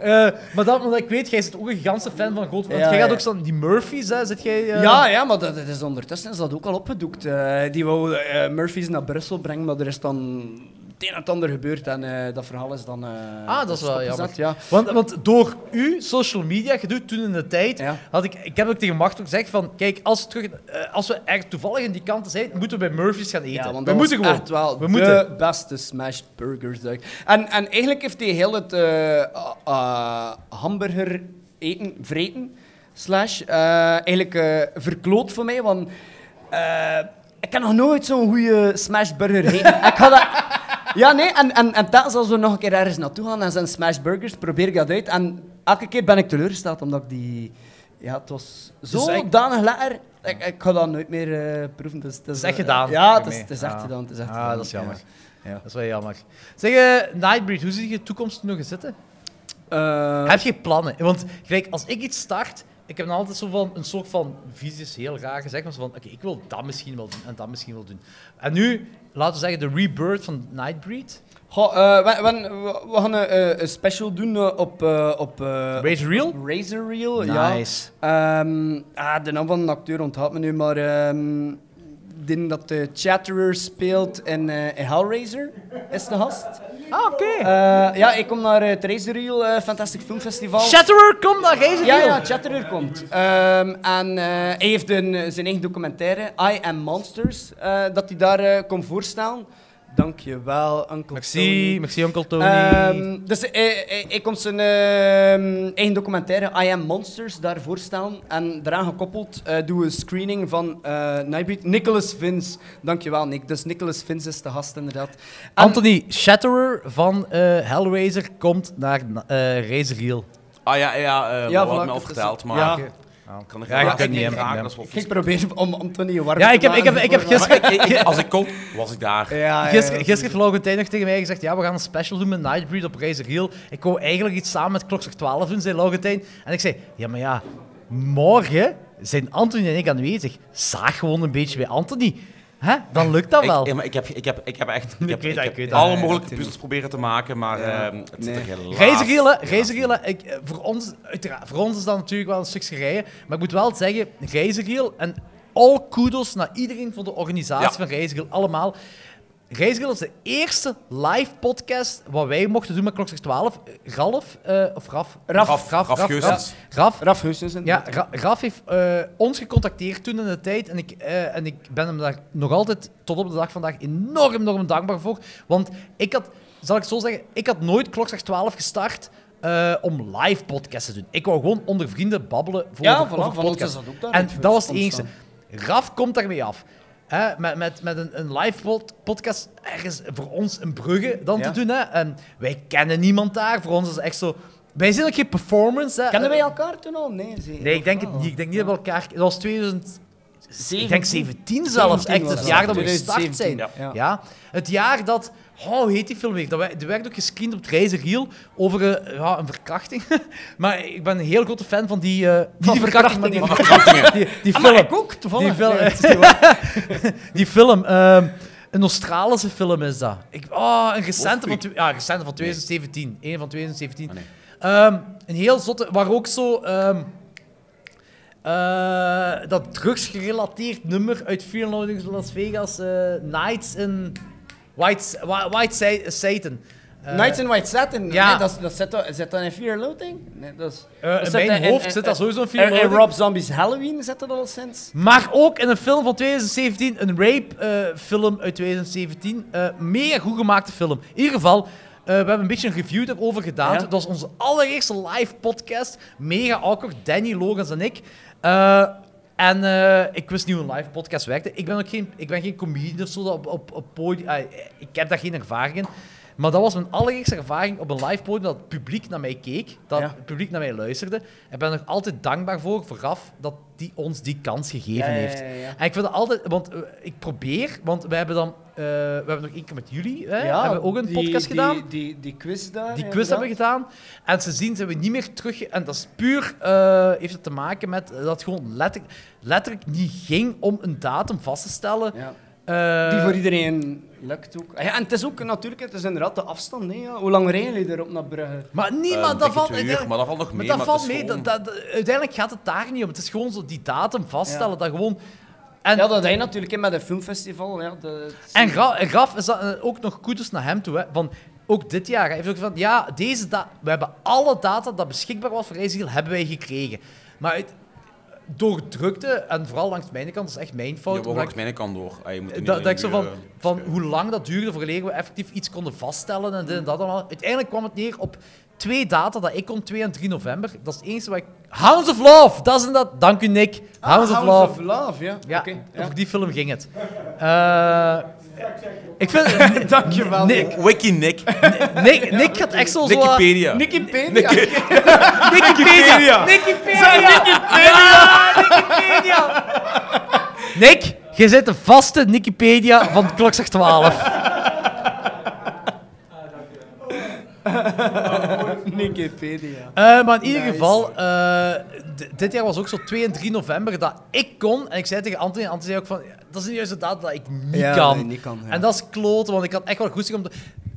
S1: Eh, maar dat, omdat ik weet, jij bent ook een ganse fan van Gold. Want
S3: Ja,
S1: jij gaat
S3: ja.
S1: ook staan, die Murphys, hè, zit jij... eh,
S3: Ja, ja, maar dat, dat is ondertussen is dat ook al opgedoekt. Eh, die wou eh, Murphy's naar Brussel brengen, maar er is dan het een en het ander gebeurd. En eh, dat verhaal is dan eh,
S1: Ah, dat is wel
S3: stopgezet,
S1: jammer.
S3: Ja.
S1: Want, want door uw social media gedoe toen in de tijd,
S3: Ja.
S1: had ik, ik heb ook tegen Macht ook gezegd van, kijk, als, we terug, eh, als we echt toevallig in die kanten zijn, moeten we bij Murphy's gaan eten.
S3: Ja, want
S1: we
S3: dat
S1: moeten
S3: was
S1: gewoon.
S3: echt wel
S1: we
S3: de
S1: moeten.
S3: beste smash burgers. dat ik- En, en eigenlijk heeft hij heel het eh, ah, ah, hamburger eten, vreten, slash, eh, eigenlijk eh, verkloot voor mij, want eh, ik heb nog nooit zo'n goede smash burger
S1: [LAUGHS]
S3: gegeten. ik had dat... Ja, nee, en, en, en telkens als we nog een keer ergens naartoe gaan en zijn smash burgers, probeer ik dat uit. En elke keer ben ik teleurgesteld, omdat ik die... Ja, het was zo
S1: eigenlijk-
S3: danig lekker. Ik, ik ga dat nooit meer eh, proeven. Dus, dat
S1: Het is echt gedaan.
S3: Ja, het is,
S1: Daarmee.
S3: het is echt
S1: Ah.
S3: gedaan. Het is echt
S1: Ah,
S3: gedaan,
S1: dat is jammer.
S3: ja.
S1: Dat is wel jammer. Zeg, eh, Nightbreed, hoe zie je de toekomst nog eens zitten?
S3: Eh,
S1: Heb je plannen? Want gelijk, als ik iets start, ik heb dan altijd zo van een soort van visie, is heel raar gezegd, maar zo van, oké, ik wil dat misschien wel doen en dat misschien wel doen. En nu, laten we zeggen, de rebirth van Nightbreed.
S3: goh, eh, we, we- we- we gaan een, eh, een special doen eh, op, eh, op eh,
S1: Raise Real?
S3: op Razor Reel.
S1: Nice.
S3: Ja. Ehm, ah, de naam van de acteur onthoudt me nu, maar ehm, ik denk dat de Chatterer speelt in, eh, in Hellraiser, is de gast.
S1: Ah, oké.
S3: Eh, ja, ik kom naar het Razor Reel eh, Fantastic Film Festival.
S1: Shatterer, kom naar Razor
S3: ja,
S1: Reel.
S3: ja, Chatterer komt. Ehm, en eh, hij heeft een, eh, zijn eigen documentaire, I Am Monsters, eh, dat hij daar eh kon voorstellen. Dankjewel, Uncle
S1: Merci,
S3: Tony.
S1: merci onkel Tony.
S3: Ehm, dus eh, eh, ik kom zijn ehm, eigen documentaire I Am Monsters daar voorstellen. En daaraan gekoppeld eh, doen we een screening van eh Nightbreed. Nicholas Vins. Dankjewel, Nick. Dus Nicholas Vins is de gast, inderdaad. En-
S1: Anthony Shatterer van eh, Hellraiser komt naar eh Razor Reel.
S2: Ah ja, ja, eh
S3: Ja,
S2: ja wordt
S3: voilà,
S2: me al
S3: het is-
S2: verteld, maar
S3: ja.
S2: ik kan er
S1: Ja, ik
S2: graag
S1: ken
S2: in
S1: die hem, ik
S2: raken.
S1: ken
S2: Dat is wel
S3: Ik ging proberen om Anthony warm
S1: Ja,
S3: te
S1: ik heb, ik heb,
S3: maken
S1: ik heb
S3: voor- eh,
S1: gisteren...
S2: vies. Ik- ik- als ik kon, was ik daar.
S3: Ja, ja,
S1: Gister,
S3: ja.
S1: gisteren heeft Laurentijn nog tegen mij gezegd, ja, we gaan een special doen met Nightbreed op Razor Reel. Ik wou eigenlijk iets samen met Klokzorg 12 doen, zei Laurentijn. En ik zei, ja, maar ja, morgen zijn Anthony en ik aanwezig. Zaag gewoon een beetje bij Anthony. hè? Dan lukt dat wel.
S2: Ik, ja, maar ik, heb, ik, heb, ik heb echt ik heb,
S1: weet dat,
S2: ik
S1: ik
S2: heb
S1: weet dat.
S2: alle
S1: Ja, ja,
S2: mogelijke puzzels proberen te maken, maar ehm, het zit er helaas.
S1: Reizen Gielen, Reizen Gielen, ik, eh, voor, ons, uiteraard, voor ons is dat natuurlijk wel een stukje rijden. Maar ik moet wel zeggen, Reizen Giel en all kudos naar iedereen van de organisatie
S2: Ja.
S1: van Reizen Giel, allemaal. Reizen Giel was de eerste live podcast wat wij mochten doen met Klokslag 12. Ralf, eh, of Raf?
S3: Raf.
S1: Raf, Raf,
S2: Raf
S1: Raf,
S2: Geusens.
S1: Raf.
S3: Raf Heusens.
S1: Ja, Ra- Raf heeft eh, ons gecontacteerd toen in de tijd. En ik, eh, en ik ben hem daar nog altijd tot op de dag vandaag enorm, enorm dankbaar voor. Want ik had, zal ik het zo zeggen, ik had nooit Klokslag 12 gestart eh, om live podcasts te doen. Ik wou gewoon onder vrienden babbelen voor
S3: Ja,
S1: over,
S3: voilà,
S1: over
S3: van ons
S1: podcasts.
S3: is dat ook daar
S1: En
S3: uit
S1: dat was het enige.
S3: ontstaan.
S1: Raf komt daarmee af. Hè, met met, met een, een live pod- podcast ergens voor ons een brugge dan
S3: Ja.
S1: te doen. Hè. En wij kennen niemand daar. Voor ons is het echt zo... Wij zijn ook geen performance. Hè.
S3: Kennen wij elkaar toen al? Nee, zeker. Oh.
S1: Nee, ik denk het niet. Ik denk niet dat we elkaar... Dat was 2000... Ik denk 17 zelfs,
S3: 17
S1: echt.
S3: was
S1: Het
S3: dat.
S1: jaar dat we gestart
S3: 2017,
S1: zijn.
S3: ja.
S1: Ja. Het jaar dat... Oh, hoe heet die film weer? Dat werd, die werd ook gescreend op het Reizen Reel over eh, ja, een verkrachting. [LAUGHS] maar ik ben een heel grote fan van die... eh niet die verkrachting, maar die, [LAUGHS] die, die
S3: Ah,
S1: film.
S3: maar ik ook, toevallig.
S1: Die film.
S3: Nee, het is niet waar.
S1: [LAUGHS] Die film. ehm, een Australische film is dat. Ik, oh, een recente van, tw- ja, een recente van 2017. Eén van 2017.
S3: Ah,
S1: Ehm, een heel zotte, waar ook zo... ehm, eh, dat drugsgerelateerd nummer uit Fear and Loathing in Las Vegas. eh, Nights in... White, Whi- White Sa- Satan. Eh,
S3: Nights in White Satin.
S1: ja.
S3: Nee, dat, is- dat zit, dan- zit dat in Fear Loathing? Nee, dat is,
S1: Eh,
S3: dat
S1: in
S3: zit
S1: mijn
S3: dat
S1: hoofd zit dat sowieso in Fear
S3: en- en
S1: Loathing.
S3: Rob Zombie's Halloween zit dat al sinds.
S1: Maar ook in een film van 2017, een rape-film uit 2017. Eh mega goed gemaakte film. In ieder geval, eh, we hebben een beetje een review daarover gedaan.
S3: Ja.
S1: Dat was onze allereerste live podcast. Mega awkward, Danny, Logans en ik. Eh, en eh, ik wist niet hoe een live podcast werkte. Ik ben ook geen, ik ben geen comedian of zo dat op, op, op podium. ah, ik heb daar geen ervaring in. Maar dat was mijn allereerste ervaring op een live podium dat het publiek naar mij keek, dat
S3: Ja.
S1: het publiek naar mij luisterde. Ik ben er altijd dankbaar voor, vooraf, dat die ons die kans gegeven
S3: ja,
S1: heeft.
S3: ja, ja.
S1: En ik vind het altijd, want eh, ik probeer, want we hebben dan, eh, we hebben nog één keer met jullie, hè,
S3: Ja,
S1: hebben we ook een
S3: die-
S1: podcast
S3: die-
S1: gedaan.
S3: Die, die, quiz daar.
S1: Die quiz
S3: inderdaad.
S1: hebben we gedaan. En sindsdien zijn we niet meer terug. En dat is puur, eh, heeft het te maken met dat het gewoon letterlijk, letterlijk niet ging om een datum vast te stellen.
S3: Ja.
S1: Eh,
S3: Die voor iedereen lukt ook. Ah Ja, en het is ook natuurlijk, het is inderdaad de afstand. Hè, ja. Hoe lang rijden jullie erop naar Brugge?
S1: Maar
S2: Eh,
S1: niemand, dat
S2: dikke
S1: valt
S2: twee uur, maar dat valt nog mee.
S1: Maar dat
S2: maar het
S1: valt
S2: is
S1: mee.
S2: gewoon-
S1: Dat, dat- uiteindelijk gaat het daar niet om. Het is gewoon zo die datum vaststellen.
S3: Ja.
S1: Dat gewoon... En,
S3: Ja, dat hij natuurlijk hè, met een filmfestival. Ja, de,
S1: en Ra- en Raf is dat, eh, ook nog kudos naar hem toe. Hè, van, ook dit jaar. Hij heeft ook van, ja, deze da- we hebben alle data dat beschikbaar was voor IJsselgiel, hebben wij gekregen. Maar het- door drukte, en vooral langs mijn kant, dat is echt mijn
S2: Ja,
S1: fout.
S2: maar
S1: omdat
S2: langs mijn kant door. Ah, je moet er
S1: ik-
S2: niet
S1: dat, dat ik zo
S2: in
S1: van,
S2: duwen.
S1: van hoe lang dat duurde voordat we effectief iets konden vaststellen en dit en dat allemaal. Uiteindelijk kwam het neer op twee data dat ik kon, 2 en 3 november. Dat is het enige wat ik... Hounds of Love, dat is en dat. Dank u, Nick. Ah, Hounds of Love.
S3: ja.
S1: Ja,
S3: Oké, ja. [LAUGHS]
S1: over die film ging het. Eh, ik [LAUGHS] vind... Dankjewel, Nick.
S2: Wiki Nick.
S1: Nick, Nick gaat echt zo... zo-
S2: Wikipedia.
S1: [LAUGHS]
S3: Wikipedia.
S1: Wikipedia. Wikipedia. Ja, Wikipedia. Nick, je zit de vaste Wikipedia van klokslag 12.
S3: Wikipedia.
S1: Eh, maar in ieder geval, eh, d- dit jaar was ook zo 2 en 3 november dat ik kon. En ik zei tegen Anthony, en Anthony zei ook van, dat is niet juist de datum dat ik niet
S3: Ja,
S1: kan.
S3: dat je niet kan, ja.
S1: En dat is kloten, want ik had echt wel goed om te...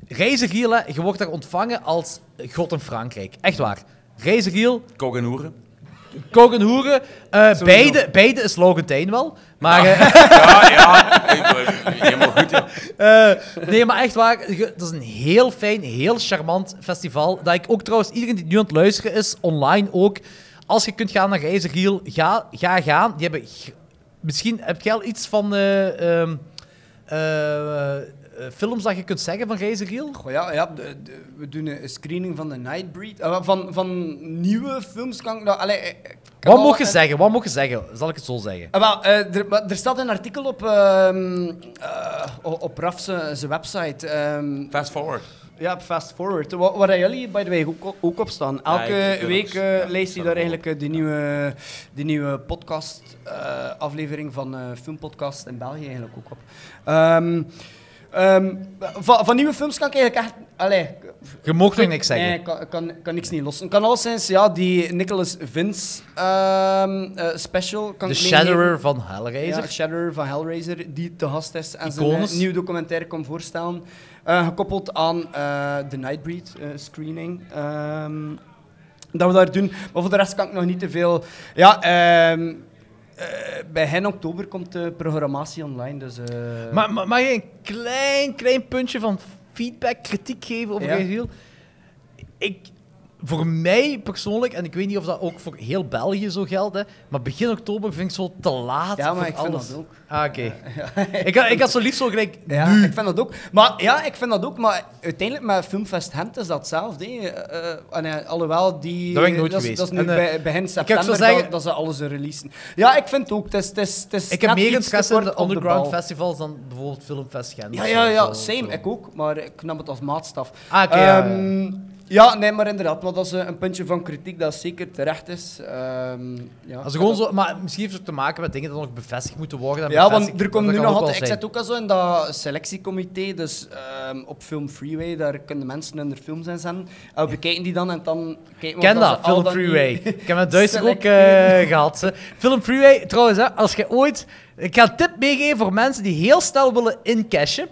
S1: Reizigiel, hè, je wordt daar ontvangen als God in Frankrijk. Echt waar. Reizigiel,
S2: Kok en hoeren.
S1: kook en hoeren. eh, beide, beide is Logentijn wel.
S3: Ah.
S1: Maar... eh,
S2: Ja, ja. Helemaal goed, ja.
S1: Eh, nee, maar echt waar. je- Dat is een heel fijn, heel charmant festival. Dat ik ook trouwens, iedereen die nu aan het luisteren is, online ook. Als je kunt gaan naar Reizigiel, ga, ga gaan. Die hebben... g- Misschien heb jij al iets van eh, ehm, eh, eh, films dat je kunt zeggen van Reizigiel?
S3: Goh, ja, ja de- de- we doen een screening van de Nightbreed. Eh, van, van nieuwe films kan ik nou... Allee, eh, ik kan
S1: Wat
S3: al-
S1: mocht je
S3: en-
S1: zeggen? Wat mocht je zeggen? Zal ik het zo zeggen?
S3: Ah, wel, eh, er, maar er staat een artikel op, ehm, eh, o- op Raf zijn zijn website. ehm,
S2: Fast forward. Eh,
S3: ja, op Fast Forward. Wa- Waar, jullie, by the way, ook, o- ook op staan. Elke
S2: Ja, ik- ik-
S3: week eh,
S2: ja,
S3: leest
S2: staat
S3: hij daar
S2: er
S3: eigenlijk eh, de nieuwe, de nieuwe podcast, eh, aflevering van eh, Filmpodcast in België eigenlijk ook op. Ehm, ehm, van, van nieuwe films kan ik eigenlijk echt... Allee,
S1: Je mocht nog niks zeggen.
S3: Nee, ik kan, kan, kan niks niet lossen. Ik kan alleszins, ja, die Nicholas Vince ehm, eh, special... Kan
S1: De
S3: ik meegeven.
S1: Shatterer van
S3: Ja,
S1: Hellraiser.
S3: Shatter van Hellraiser, die te gast is en zijn
S1: Icones.
S3: eh, nieuw documentaire komt voorstellen. Eh, gekoppeld aan eh de Nightbreed eh, screening. ehm, dat we daar doen. Maar voor de rest kan ik nog niet te veel. Ja, ehm, eh, bij hen oktober komt de programmatie online. Dus, eh,
S1: Maar, maar mag je een klein, klein puntje van feedback, kritiek geven over
S3: Ja.
S1: Gabriel? Ik, voor mij persoonlijk, en ik weet niet of dat ook voor heel België zo geldt, hè, maar begin oktober vind ik zo te laat
S3: ja,
S1: voor
S3: maar ik vind
S1: alles.
S3: dat ook.
S1: Ah, oké. [LAUGHS] ik, had, ik had zo liefst zo gelijk
S3: Ja,
S1: nu.
S3: ik vind dat ook. Maar ja, ik vind dat ook. Maar uiteindelijk met Filmfest Gent is dat hetzelfde. hè. Eh, eh, en, eh, alhoewel die.
S1: Daar ben ik nooit
S3: dat is-
S1: geweest.
S3: Dat is nu
S1: En, eh,
S3: bij, begin
S1: zou
S3: september
S1: zeggen-
S3: dat, dat ze alles releasen. Ja, ik vind het ook. Het is, het is, het is
S1: Ik heb
S3: net
S1: meer
S3: iets te
S1: interesse in
S3: kort
S1: de
S3: op
S1: underground
S3: bal.
S1: festivals dan bijvoorbeeld Filmfest Gent.
S3: Ja, ja, ja,
S1: Zo-
S3: same.
S1: zo.
S3: Ik ook, maar ik nam het als maatstaf.
S1: Ah, oké, ja,
S3: Ehm, ja, nee, maar inderdaad. Maar dat is eh, een puntje van kritiek dat zeker terecht is. Ehm, ja,
S1: Als gewoon zo, maar misschien heeft het ook te maken met dingen die nog bevestigd moeten worden. en
S3: Ja, want
S1: bevestigd-
S3: er komt
S1: dat
S3: nu
S1: kan
S3: nog
S1: ook wel
S3: altijd. Ik
S1: zijn.
S3: zit ook al zo in dat selectiecomité, dus ehm, op Film Freeway, daar kunnen mensen hun films in zenden. En we bekijken die dan en dan kijken we
S1: ken
S3: of
S1: dat,
S3: ze al
S1: Film
S3: dan [LAUGHS]
S1: Freeway.
S3: niet-
S1: Ik heb het Duitser ook
S3: Selecteren.
S1: eh, gehad. hè. Film Freeway, trouwens, hè, als je ooit... Ik ga een tip meegeven voor mensen die heel snel willen incashen.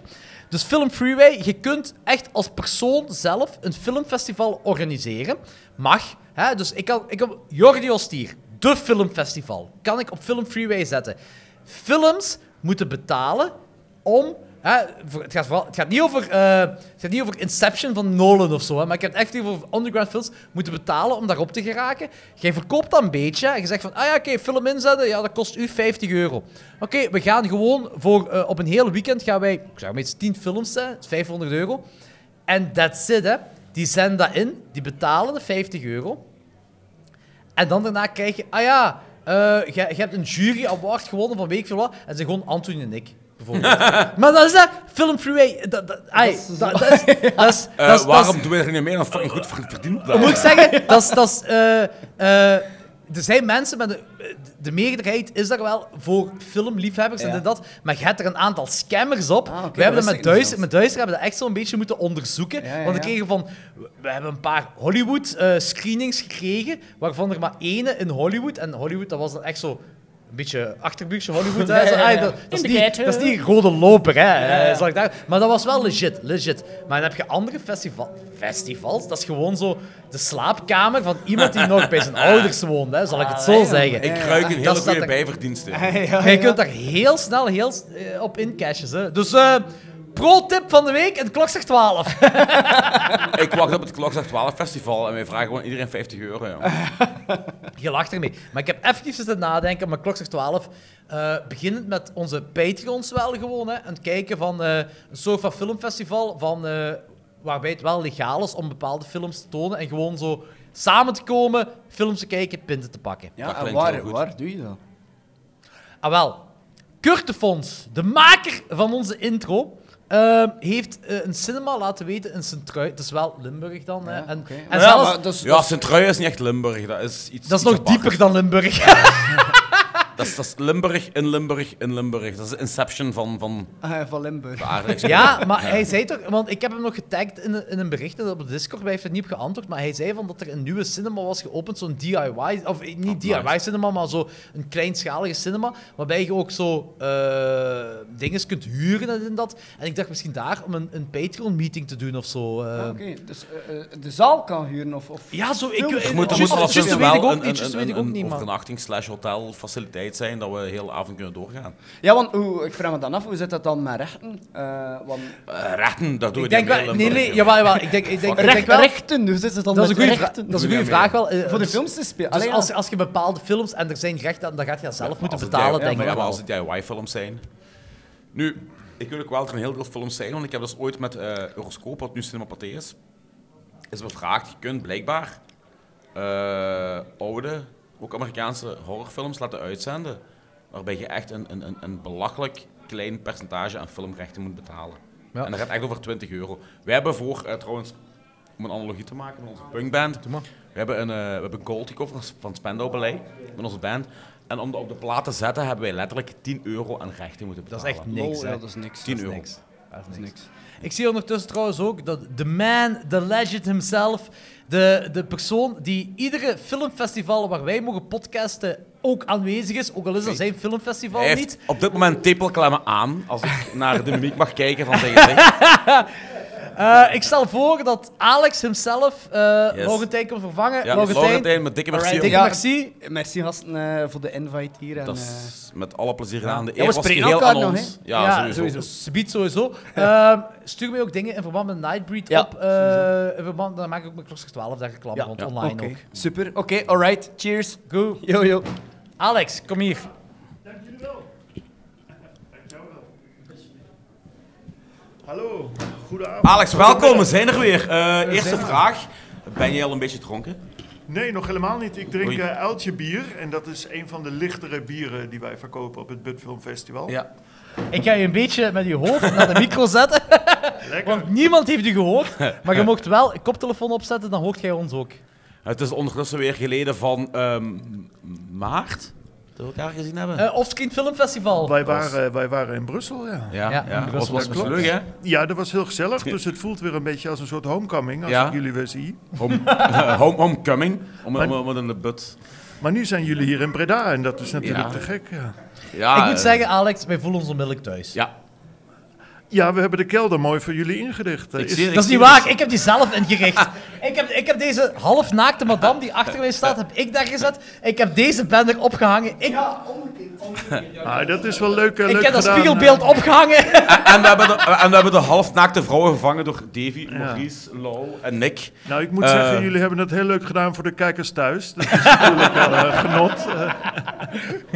S1: Dus Film Freeway, je kunt echt als persoon zelf een filmfestival organiseren. Mag. Hè? Dus ik kan, ik kan... Jordi Ostier, de filmfestival, kan ik op Film Freeway zetten. Films moeten betalen om. Hè, voor- het, gaat vooral, het, gaat niet over, eh, het gaat niet over Inception van Nolan of zo. Hè, maar ik heb het echt hier over underground films moeten betalen om daarop te geraken. Jij verkoopt dat een beetje. hè, En je zegt van, ah ja, oké, film inzetten, ja, dat kost u 50 euro. Oké, we gaan gewoon voor, eh, op een heel weekend gaan wij, ik zeg maar iets, 10 films, hè, dat is 500 euro. En that's it, hè. Die zenden dat in, die betalen de 50 euro. En dan daarna krijg je, ah ja, eh, eh, jij- jij hebt een jury award gewonnen van week veel wat. En ze zijn gewoon Antonie en ik. [LAUGHS] Bijvoorbeeld. maar dat is dat. Film Freeway. Dat, dat, ai, dat, dat is... [LAUGHS] Dat is,
S2: Eh,
S1: dat is- dat is-
S2: waarom doen wij er niet mee dan fucking goed ver- verdienen? we
S1: dan
S2: dat?
S1: moet ik zeggen, dat is... Dat is eh, eh, er zijn mensen met de, de meerderheid is daar wel voor filmliefhebbers en dit en dat, maar je hebt er een aantal scammers op.
S3: Ah, oké,
S1: we hebben
S3: dat
S1: dat met
S3: wist ik niet
S1: Duister, met Duister hebben we dat echt zo'n beetje moeten onderzoeken.
S3: Ja, ja,
S1: Want we
S3: ja.
S1: kregen van, we hebben een paar Hollywood eh, screenings gekregen, waarvan er maar ene in Hollywood en Hollywood dat was dan echt zo een beetje achterbuurtje Hollywood. hè. Zo,
S3: ja, ja.
S1: ah, dat, dat, is niet, dat is niet een rode loper, hè. eh, zal ik daar. Maar dat was wel legit, legit. Maar dan heb je andere festival, festivals. Dat is gewoon zo de slaapkamer van iemand die nog bij zijn
S2: [LAUGHS]
S1: ouders woont, hè, zal ik het zo zeggen.
S2: Ik ruik een
S1: Eh, Dat
S2: hele
S1: staat
S2: goede
S1: er-
S2: bijverdienste.
S1: [LAUGHS] Je kunt daar heel snel heel, s- eh, op incashen. Hè. Dus eh, pro-tip van de week, en de klok zegt 12.
S2: Ik wacht op het klokslag 12 festival en wij vragen gewoon iedereen 50 euro.
S1: Eh,
S2: Ja.
S1: Je lacht ermee. Maar ik heb even zitten nadenken, maar klok zegt 12. Eh beginnend met onze Patreons wel gewoon. Hè, en het kijken van eh, een soort van filmfestival. Van, eh, waarbij het wel legaal is om bepaalde films te tonen. En gewoon zo samen te komen, films te kijken, pinten te pakken.
S3: Ja,
S2: Dat
S3: en
S2: klinkt heel
S3: waar,
S2: goed.
S3: waar doe je dat?
S1: Ah wel, Curtefonds, de maker van onze intro, eh, heeft eh, een cinema laten weten in Sint-Trui. Het is wel Limburg dan. hè. En,
S3: oké.
S1: en
S3: ja,
S1: zelfs-
S3: maar dat is-
S2: Ja, Sint-Truiden is niet echt Limburg. Dat is iets.
S1: dat is
S2: iets
S1: nog
S2: apart.
S1: dieper dan Limburg.
S2: Dat is, dat is Limburg in Limburg in Limburg. Dat is de inception van, van
S3: [LAUGHS] Ah, van Limburg.
S2: de aarde.
S1: Ja, maar hij zei toch, want ik heb hem nog getagd in een, in een bericht en op de Discord, maar hij heeft er niet op geantwoord. Maar hij zei van dat er een nieuwe cinema was geopend, zo'n DIY, of eh, niet
S2: nice.
S1: DIY-cinema, maar zo een kleinschalige cinema, waarbij je ook zo eh dingen kunt huren en dit en dat. En ik dacht misschien daar om een, een Patreon-meeting te doen of zo. eh.
S3: Oké, dus eh, eh, de zaal kan huren of... of...
S1: Ja, zo, ik...
S3: Je
S1: eh,
S2: moet, er
S1: juist-
S2: moet
S1: juist
S2: alleszins
S1: weet ik
S2: wel
S1: ook
S2: een,
S1: niet, juist
S2: een,
S1: weet
S2: een,
S1: ik ook niet,
S2: een
S1: man.
S2: overnachting slash hotel faciliteit zijn dat we heel de avond kunnen doorgaan.
S3: Ja, want hoe, ik vraag me dan af, hoe zit dat dan met rechten? Eh, want,
S2: Eh, rechten, daar doen
S1: Ik
S2: we niet
S1: denk
S2: meer
S1: wel...
S2: Limburg.
S1: Nee, nee, jawel, jawel. Ik denk, ik denk, ik denk
S3: recht,
S1: wel...
S3: rechten, hoe zit het dan
S1: Dat is een
S3: met
S1: goede vraag.
S3: rechten?
S1: Dat is een goede vraag wel. eh,
S3: Voor de
S1: dus-
S3: films te spelen.
S1: Dus
S3: Allee, ja.
S1: als, als je bepaalde films en er zijn rechten, dan gaat je dat zelf moeten
S2: Als het
S1: betalen,
S2: DIY
S1: denk ik.
S2: Ja, maar
S1: wel.
S2: als het DIY-films zijn. Nu, ik weet ook wel dat er een heel veel films zijn, want ik heb dus ooit met eh Euroscope, wat nu Cinema Pathé is, is bevraagd, je kunt blijkbaar eh, oude, ook Amerikaanse horrorfilms laten uitzenden, waarbij je echt een, een, een, een belachelijk klein percentage aan filmrechten moet betalen.
S1: Ja.
S2: En dat gaat echt over 20 euro. Wij hebben voor, eh, trouwens, om een analogie te maken met onze punkband, we hebben een, eh, we hebben een goldie cover van Spendo Ballet, met onze band. En om dat op de plaat te zetten, hebben wij letterlijk 10 euro aan rechten moeten
S1: Dat
S2: betalen.
S1: is echt niks, hè.
S3: ja, dat is niks.
S2: 10 euro.
S1: niks. Dat is dus niks. Ik zie ondertussen trouwens ook dat de man, de legend himself, de, de persoon die iedere filmfestival waar wij mogen podcasten ook aanwezig is, ook al is dat zijn filmfestival
S2: Hij heeft
S1: niet.
S2: op dit moment tepelklemmen aan, als ik naar de mimiek mag kijken van zijn gezicht.
S1: Eh, ik stel voor dat Alex himself eh
S2: Yes.
S1: Laurentijn kan vervangen.
S2: Ja,
S1: Laurentijn,
S2: Laurentijn, met dikke merci.
S1: dikke
S2: om-
S1: merci.
S3: Merci gasten eh, voor de invite hier. En,
S2: Dat
S3: eh,
S2: is met alle plezier gedaan. De
S3: we
S2: eer was
S3: spreken
S2: geheel
S3: elkaar
S2: aan
S3: nog,
S2: ons.
S1: Ja,
S2: Ja, sowieso.
S1: Subiet sowieso. Ehm, stuur mij ook dingen in verband met Nightbreed
S3: Ja,
S1: op. eh in verband, dan maak ik ook mijn klok 12 daar reclame
S3: Ja,
S1: rond
S3: ja.
S1: online
S3: Oké,
S1: ook.
S3: Super, oké, alright, cheers.
S1: Goed.
S3: Yo, yo.
S1: Alex, kom hier.
S5: [LAUGHS]
S10: Hallo, Ah. goedenavond.
S2: Alex, welkom. We zijn er weer. Eh, eerste vraag. Ben jij al een beetje dronken?
S10: Nee, nog helemaal niet. Ik drink
S2: Oei.
S10: eh Uiltje bier. En dat is een van de lichtere bieren die wij verkopen op het Budfilm Festival.
S2: Ja.
S1: Ik ga je een beetje met je hoofd naar de micro
S2: [LAUGHS]
S1: zetten,
S10: Lekker.
S1: want niemand heeft je gehoord. Maar je mocht wel een koptelefoon opzetten, dan hoort jij ons ook.
S2: Het is ondertussen weer geleden van ehm, maart dat we elkaar gezien hebben.
S1: Eh Offscreen Filmfestival.
S10: wij, waren, wij waren in Brussel, ja.
S2: ja,
S1: ja,
S2: ja,
S1: in Brussel.
S2: was, was, was leuk, hè?
S10: Ja, dat was heel gezellig. Dus het voelt weer een beetje als een soort homecoming als
S2: Ja.
S10: ik jullie weer zie.
S2: Home, [LAUGHS] home, homecoming. Om, om, om, om de but.
S10: Maar nu zijn jullie hier in Breda en dat is natuurlijk
S2: Ja.
S10: te gek. Ja.
S2: Ja,
S1: Ik moet
S2: eh,
S1: zeggen, Alex, wij voelen ons onmiddellijk thuis.
S2: Ja,
S10: ja, we hebben de kelder mooi voor jullie ingericht. Eh,
S2: ik
S10: is-
S2: zie
S1: Dat is niet waar, ik heb die zelf
S2: [LAUGHS]
S1: ingericht. ik, heb, ik heb deze halfnaakte madame die achter mij staat, heb ik daar gezet. Ik heb deze bender opgehangen. Ik,
S10: Ah, dat is wel leuk, eh, leuk
S1: ik heb dat
S10: gedaan.
S1: spiegelbeeld opgehangen.
S2: En we, hebben de, eh, en we hebben de halfnaakte vrouwen gevangen door Davy, Maurice, Lau en Nick.
S10: Nou, ik moet
S2: Eh,
S10: zeggen, jullie hebben het heel leuk gedaan voor de kijkers thuis. Dat is natuurlijk wel eh, genot. Eh,
S1: [LAUGHS]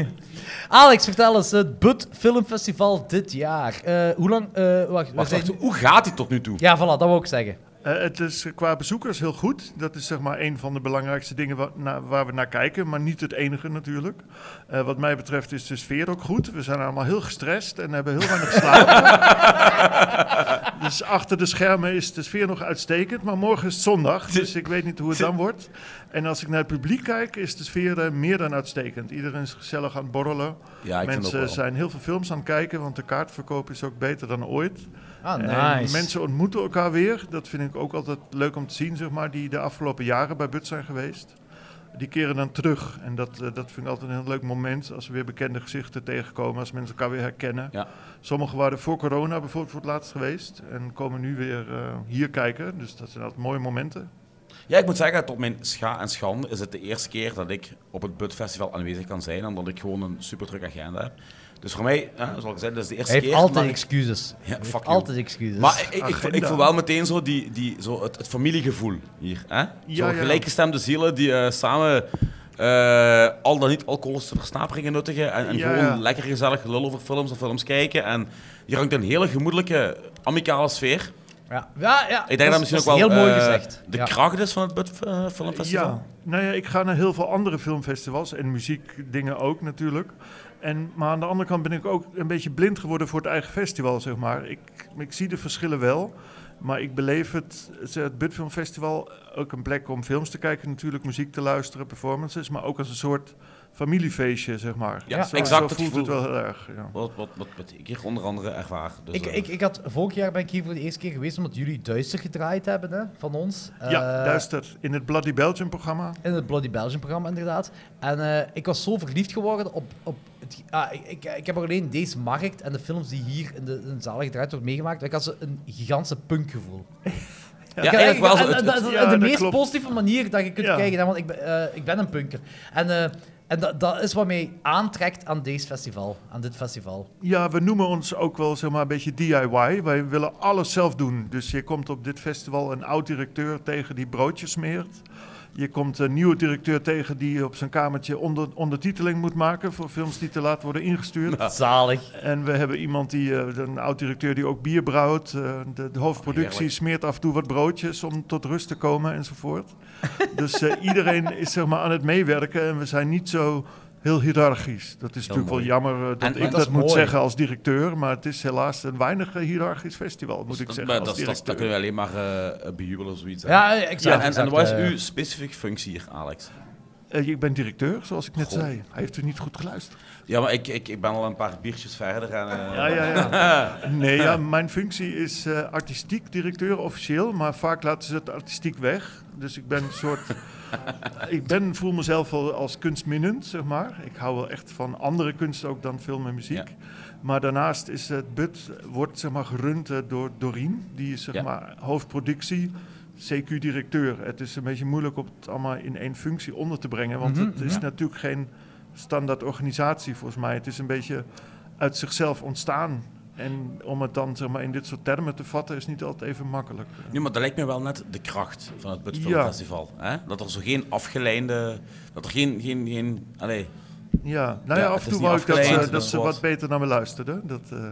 S1: Alex, vertel eens, het Bud Filmfestival dit jaar. Eh, hoe lang... eh, wacht, we
S2: Wacht,
S1: zijn...
S2: wacht, hoe gaat hij tot nu toe?
S1: Ja, voilà, dat wil ik zeggen.
S10: Eh, het is qua bezoekers heel goed. Dat is zeg maar een van de belangrijkste dingen wa- na- waar we naar kijken, maar niet het enige natuurlijk. Eh, wat mij betreft is de sfeer ook goed. We zijn allemaal heel gestrest en hebben heel
S11: [LAUGHS]
S10: weinig slaap. dus achter de schermen is de sfeer nog uitstekend, maar morgen is het zondag, dus ik weet niet hoe het dan wordt. En als ik naar het publiek kijk, is de sfeer eh, meer dan uitstekend. Iedereen is gezellig aan het borrelen.
S11: Ja, ik vind
S10: Mensen
S11: ook wel.
S10: zijn heel veel films aan het kijken, want de kaartverkoop is ook beter dan ooit.
S1: Ah,
S10: En
S1: nice.
S10: mensen ontmoeten elkaar weer. Dat vind ik ook altijd leuk om te zien, zeg maar, die de afgelopen jaren bij But zijn geweest. Die keren dan terug. En dat, eh, dat vind ik altijd een heel leuk moment als we weer bekende gezichten tegenkomen, als mensen elkaar weer herkennen.
S2: Ja.
S10: Sommigen waren voor corona bijvoorbeeld voor het laatst geweest en komen nu weer eh, hier kijken. Dus dat zijn altijd mooie momenten.
S2: Ja, ik moet zeggen, tot mijn scha en schande is het de eerste keer dat ik op het Bud Festival aanwezig kan zijn, omdat ik gewoon een super druk agenda heb. Dus voor mij, eh, zoals ik zei, dat is de eerste
S1: Hij
S2: keer.
S1: heeft altijd
S2: maar ik-
S1: excuses.
S2: Ja,
S1: Hij
S2: fuck
S1: heeft
S2: you.
S1: altijd excuses.
S2: Maar ik, ik, ik, voel- ik
S10: Agenda.
S2: voel wel meteen zo, die, die, zo het, het familiegevoel hier. Hè? zo
S10: ja.
S2: gelijkgestemde zielen die eh, samen eh, al dan niet alcoholische versnaperingen nuttigen. En, en
S10: Ja,
S2: gewoon
S10: ja.
S2: lekker gezellig lullen over films of films kijken. En hier hangt een hele gemoedelijke, amicale sfeer.
S1: ja. Ja, ja,
S2: Ik denk dat,
S1: is-
S2: misschien
S1: is
S2: ook wel
S1: heel mooi
S2: eh,
S1: gezegd.
S2: de
S1: Ja.
S2: kracht is van het Bud eh, Filmfestival.
S10: Ja, nou ja, ik ga naar heel veel andere filmfestivals en muziekdingen ook natuurlijk. En, maar aan de andere kant ben ik ook een beetje blind geworden voor het eigen festival, zeg maar. Ik, ik zie de verschillen wel, maar ik beleef het, het Budfilm Festival ook een plek om films te kijken, natuurlijk muziek te luisteren, performances, maar ook als een soort familiefeestje, zeg maar.
S2: Ja,
S10: zo,
S2: exact
S10: Zo
S2: het
S10: voelt het
S2: gevoel.
S10: wel heel erg. Ja.
S2: Wat, wat, wat, wat ik hier onder andere ervaar. Dus,
S1: Ik,
S2: eh,
S1: ik, ik had, vorig jaar ben ik hier voor de eerste keer geweest omdat jullie Duister gedraaid hebben hè, van ons.
S10: ja,
S1: Eh,
S10: duister. In het Bloody Belgium programma.
S1: In het Bloody Belgium programma, inderdaad. En eh, ik was zo verliefd geworden op. op het, ah, ik- ik, ik heb alleen deze markt en de films die hier in de, in de zalen gedraaid worden meegemaakt. Ik had zo een gigantische punkgevoel.
S2: ja,
S1: Ik-
S2: eigenlijk wel.
S1: en-
S2: zo
S1: en-
S2: het-
S1: dat-
S2: het-
S1: dat-
S10: ja,
S1: de
S10: dat
S1: meest
S10: klopt.
S1: positieve manier dat je kunt
S10: Ja.
S1: kijken, hè, want ik ben, eh, ik ben een punker. En, eh, en dat, dat is wat mij aantrekt aan, deze festival, aan dit festival.
S10: Ja, we noemen ons ook wel zeg maar, een beetje DIY. Wij willen alles zelf doen. Dus je komt op dit festival een oud-directeur tegen die broodjes smeert. Je komt een nieuwe directeur tegen die op zijn kamertje onder, ondertiteling moet maken voor films die te laat worden ingestuurd.
S1: Zalig.
S10: En we hebben iemand die, eh, een oud-directeur die ook bier brouwt. Eh, de, de hoofdproductie
S2: Heerlijk.
S10: smeert af en toe wat broodjes om tot rust te komen enzovoort. [LAUGHS] dus eh, iedereen is zeg maar, aan het meewerken en we zijn niet zo heel hiërarchisch. Dat is natuurlijk
S2: mooi.
S10: wel jammer eh, dat
S2: En-
S10: ik
S2: maar
S10: dat,
S1: dat is
S10: moet
S1: mooi.
S10: zeggen als directeur. Maar het is helaas een weinig eh, hiërarchisch festival, moet ik
S2: dat-
S10: zeggen.
S2: maar
S10: Als
S2: dat, dat, dat
S10: directeur.
S2: kunnen we alleen maar eh, bejubelen of zoiets. hè.
S1: Ja, eh, exact.
S2: Ja, en,
S1: exact,
S2: en wat is
S1: eh,
S2: uw specifieke functie hier, Alex?
S10: Eh, ik ben directeur, zoals ik net
S2: Goh.
S10: zei. Hij heeft u niet goed geluisterd.
S2: Ja, maar ik, ik, ik ben al een paar biertjes verder. En, eh,
S10: Ja, ja,
S2: [LAUGHS]
S10: ja. Nee, ja, mijn functie is eh, artistiek directeur officieel, maar vaak laten ze het artistiek weg. Dus ik ben een
S2: [LAUGHS]
S10: soort. ik ben, voel mezelf wel als kunstminnend, zeg maar. Ik hou wel echt van andere kunst ook dan film en muziek.
S2: Ja.
S10: Maar daarnaast is het BUD, wordt zeg maar gerund eh, door Dorien, die is zeg
S2: Ja.
S10: maar hoofdproductie. CQ-directeur. Het is een beetje moeilijk om het allemaal in één functie onder te brengen. Want
S2: Mhm,
S10: het is natuurlijk geen standaard organisatie volgens mij. Het is een beetje uit zichzelf ontstaan. En om het dan zeg maar, in dit soort termen te vatten is niet altijd even makkelijk.
S2: Nu, maar dat lijkt me wel net de kracht van het Bud Film
S10: Ja.
S2: Festival. Hè? Dat er zo geen afgeleide... Dat er geen... geen, geen allee,
S10: Ja, nou ja,
S2: Ja, het
S10: af
S2: is
S10: en toe
S2: niet eh,
S10: wou ik dat,
S2: afgeleid,
S10: ze, dat ze
S2: inderdaad.
S10: wat beter naar me luisterden. Dat, eh,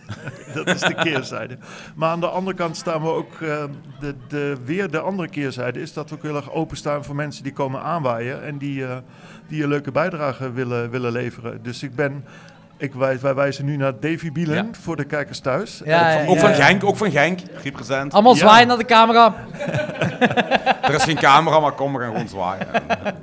S10: [LAUGHS] dat is de keerzijde. Maar aan de andere kant staan we ook... eh, de, de, weer de andere keerzijde is dat we ook heel erg openstaan voor mensen die komen aanwaaien... en die, eh, die een leuke bijdrage willen, willen leveren. Dus ik ben... Ik wij, wij wijzen nu naar Davy Bielen
S2: Ja.
S10: voor de kijkers thuis.
S1: Ja, ja,
S2: ook
S1: ja.
S2: van Genk, ook van Genk. Represent.
S1: Allemaal
S10: Ja.
S1: zwaaien naar de camera.
S2: Er is geen camera, maar kom, we gaan gewoon zwaaien.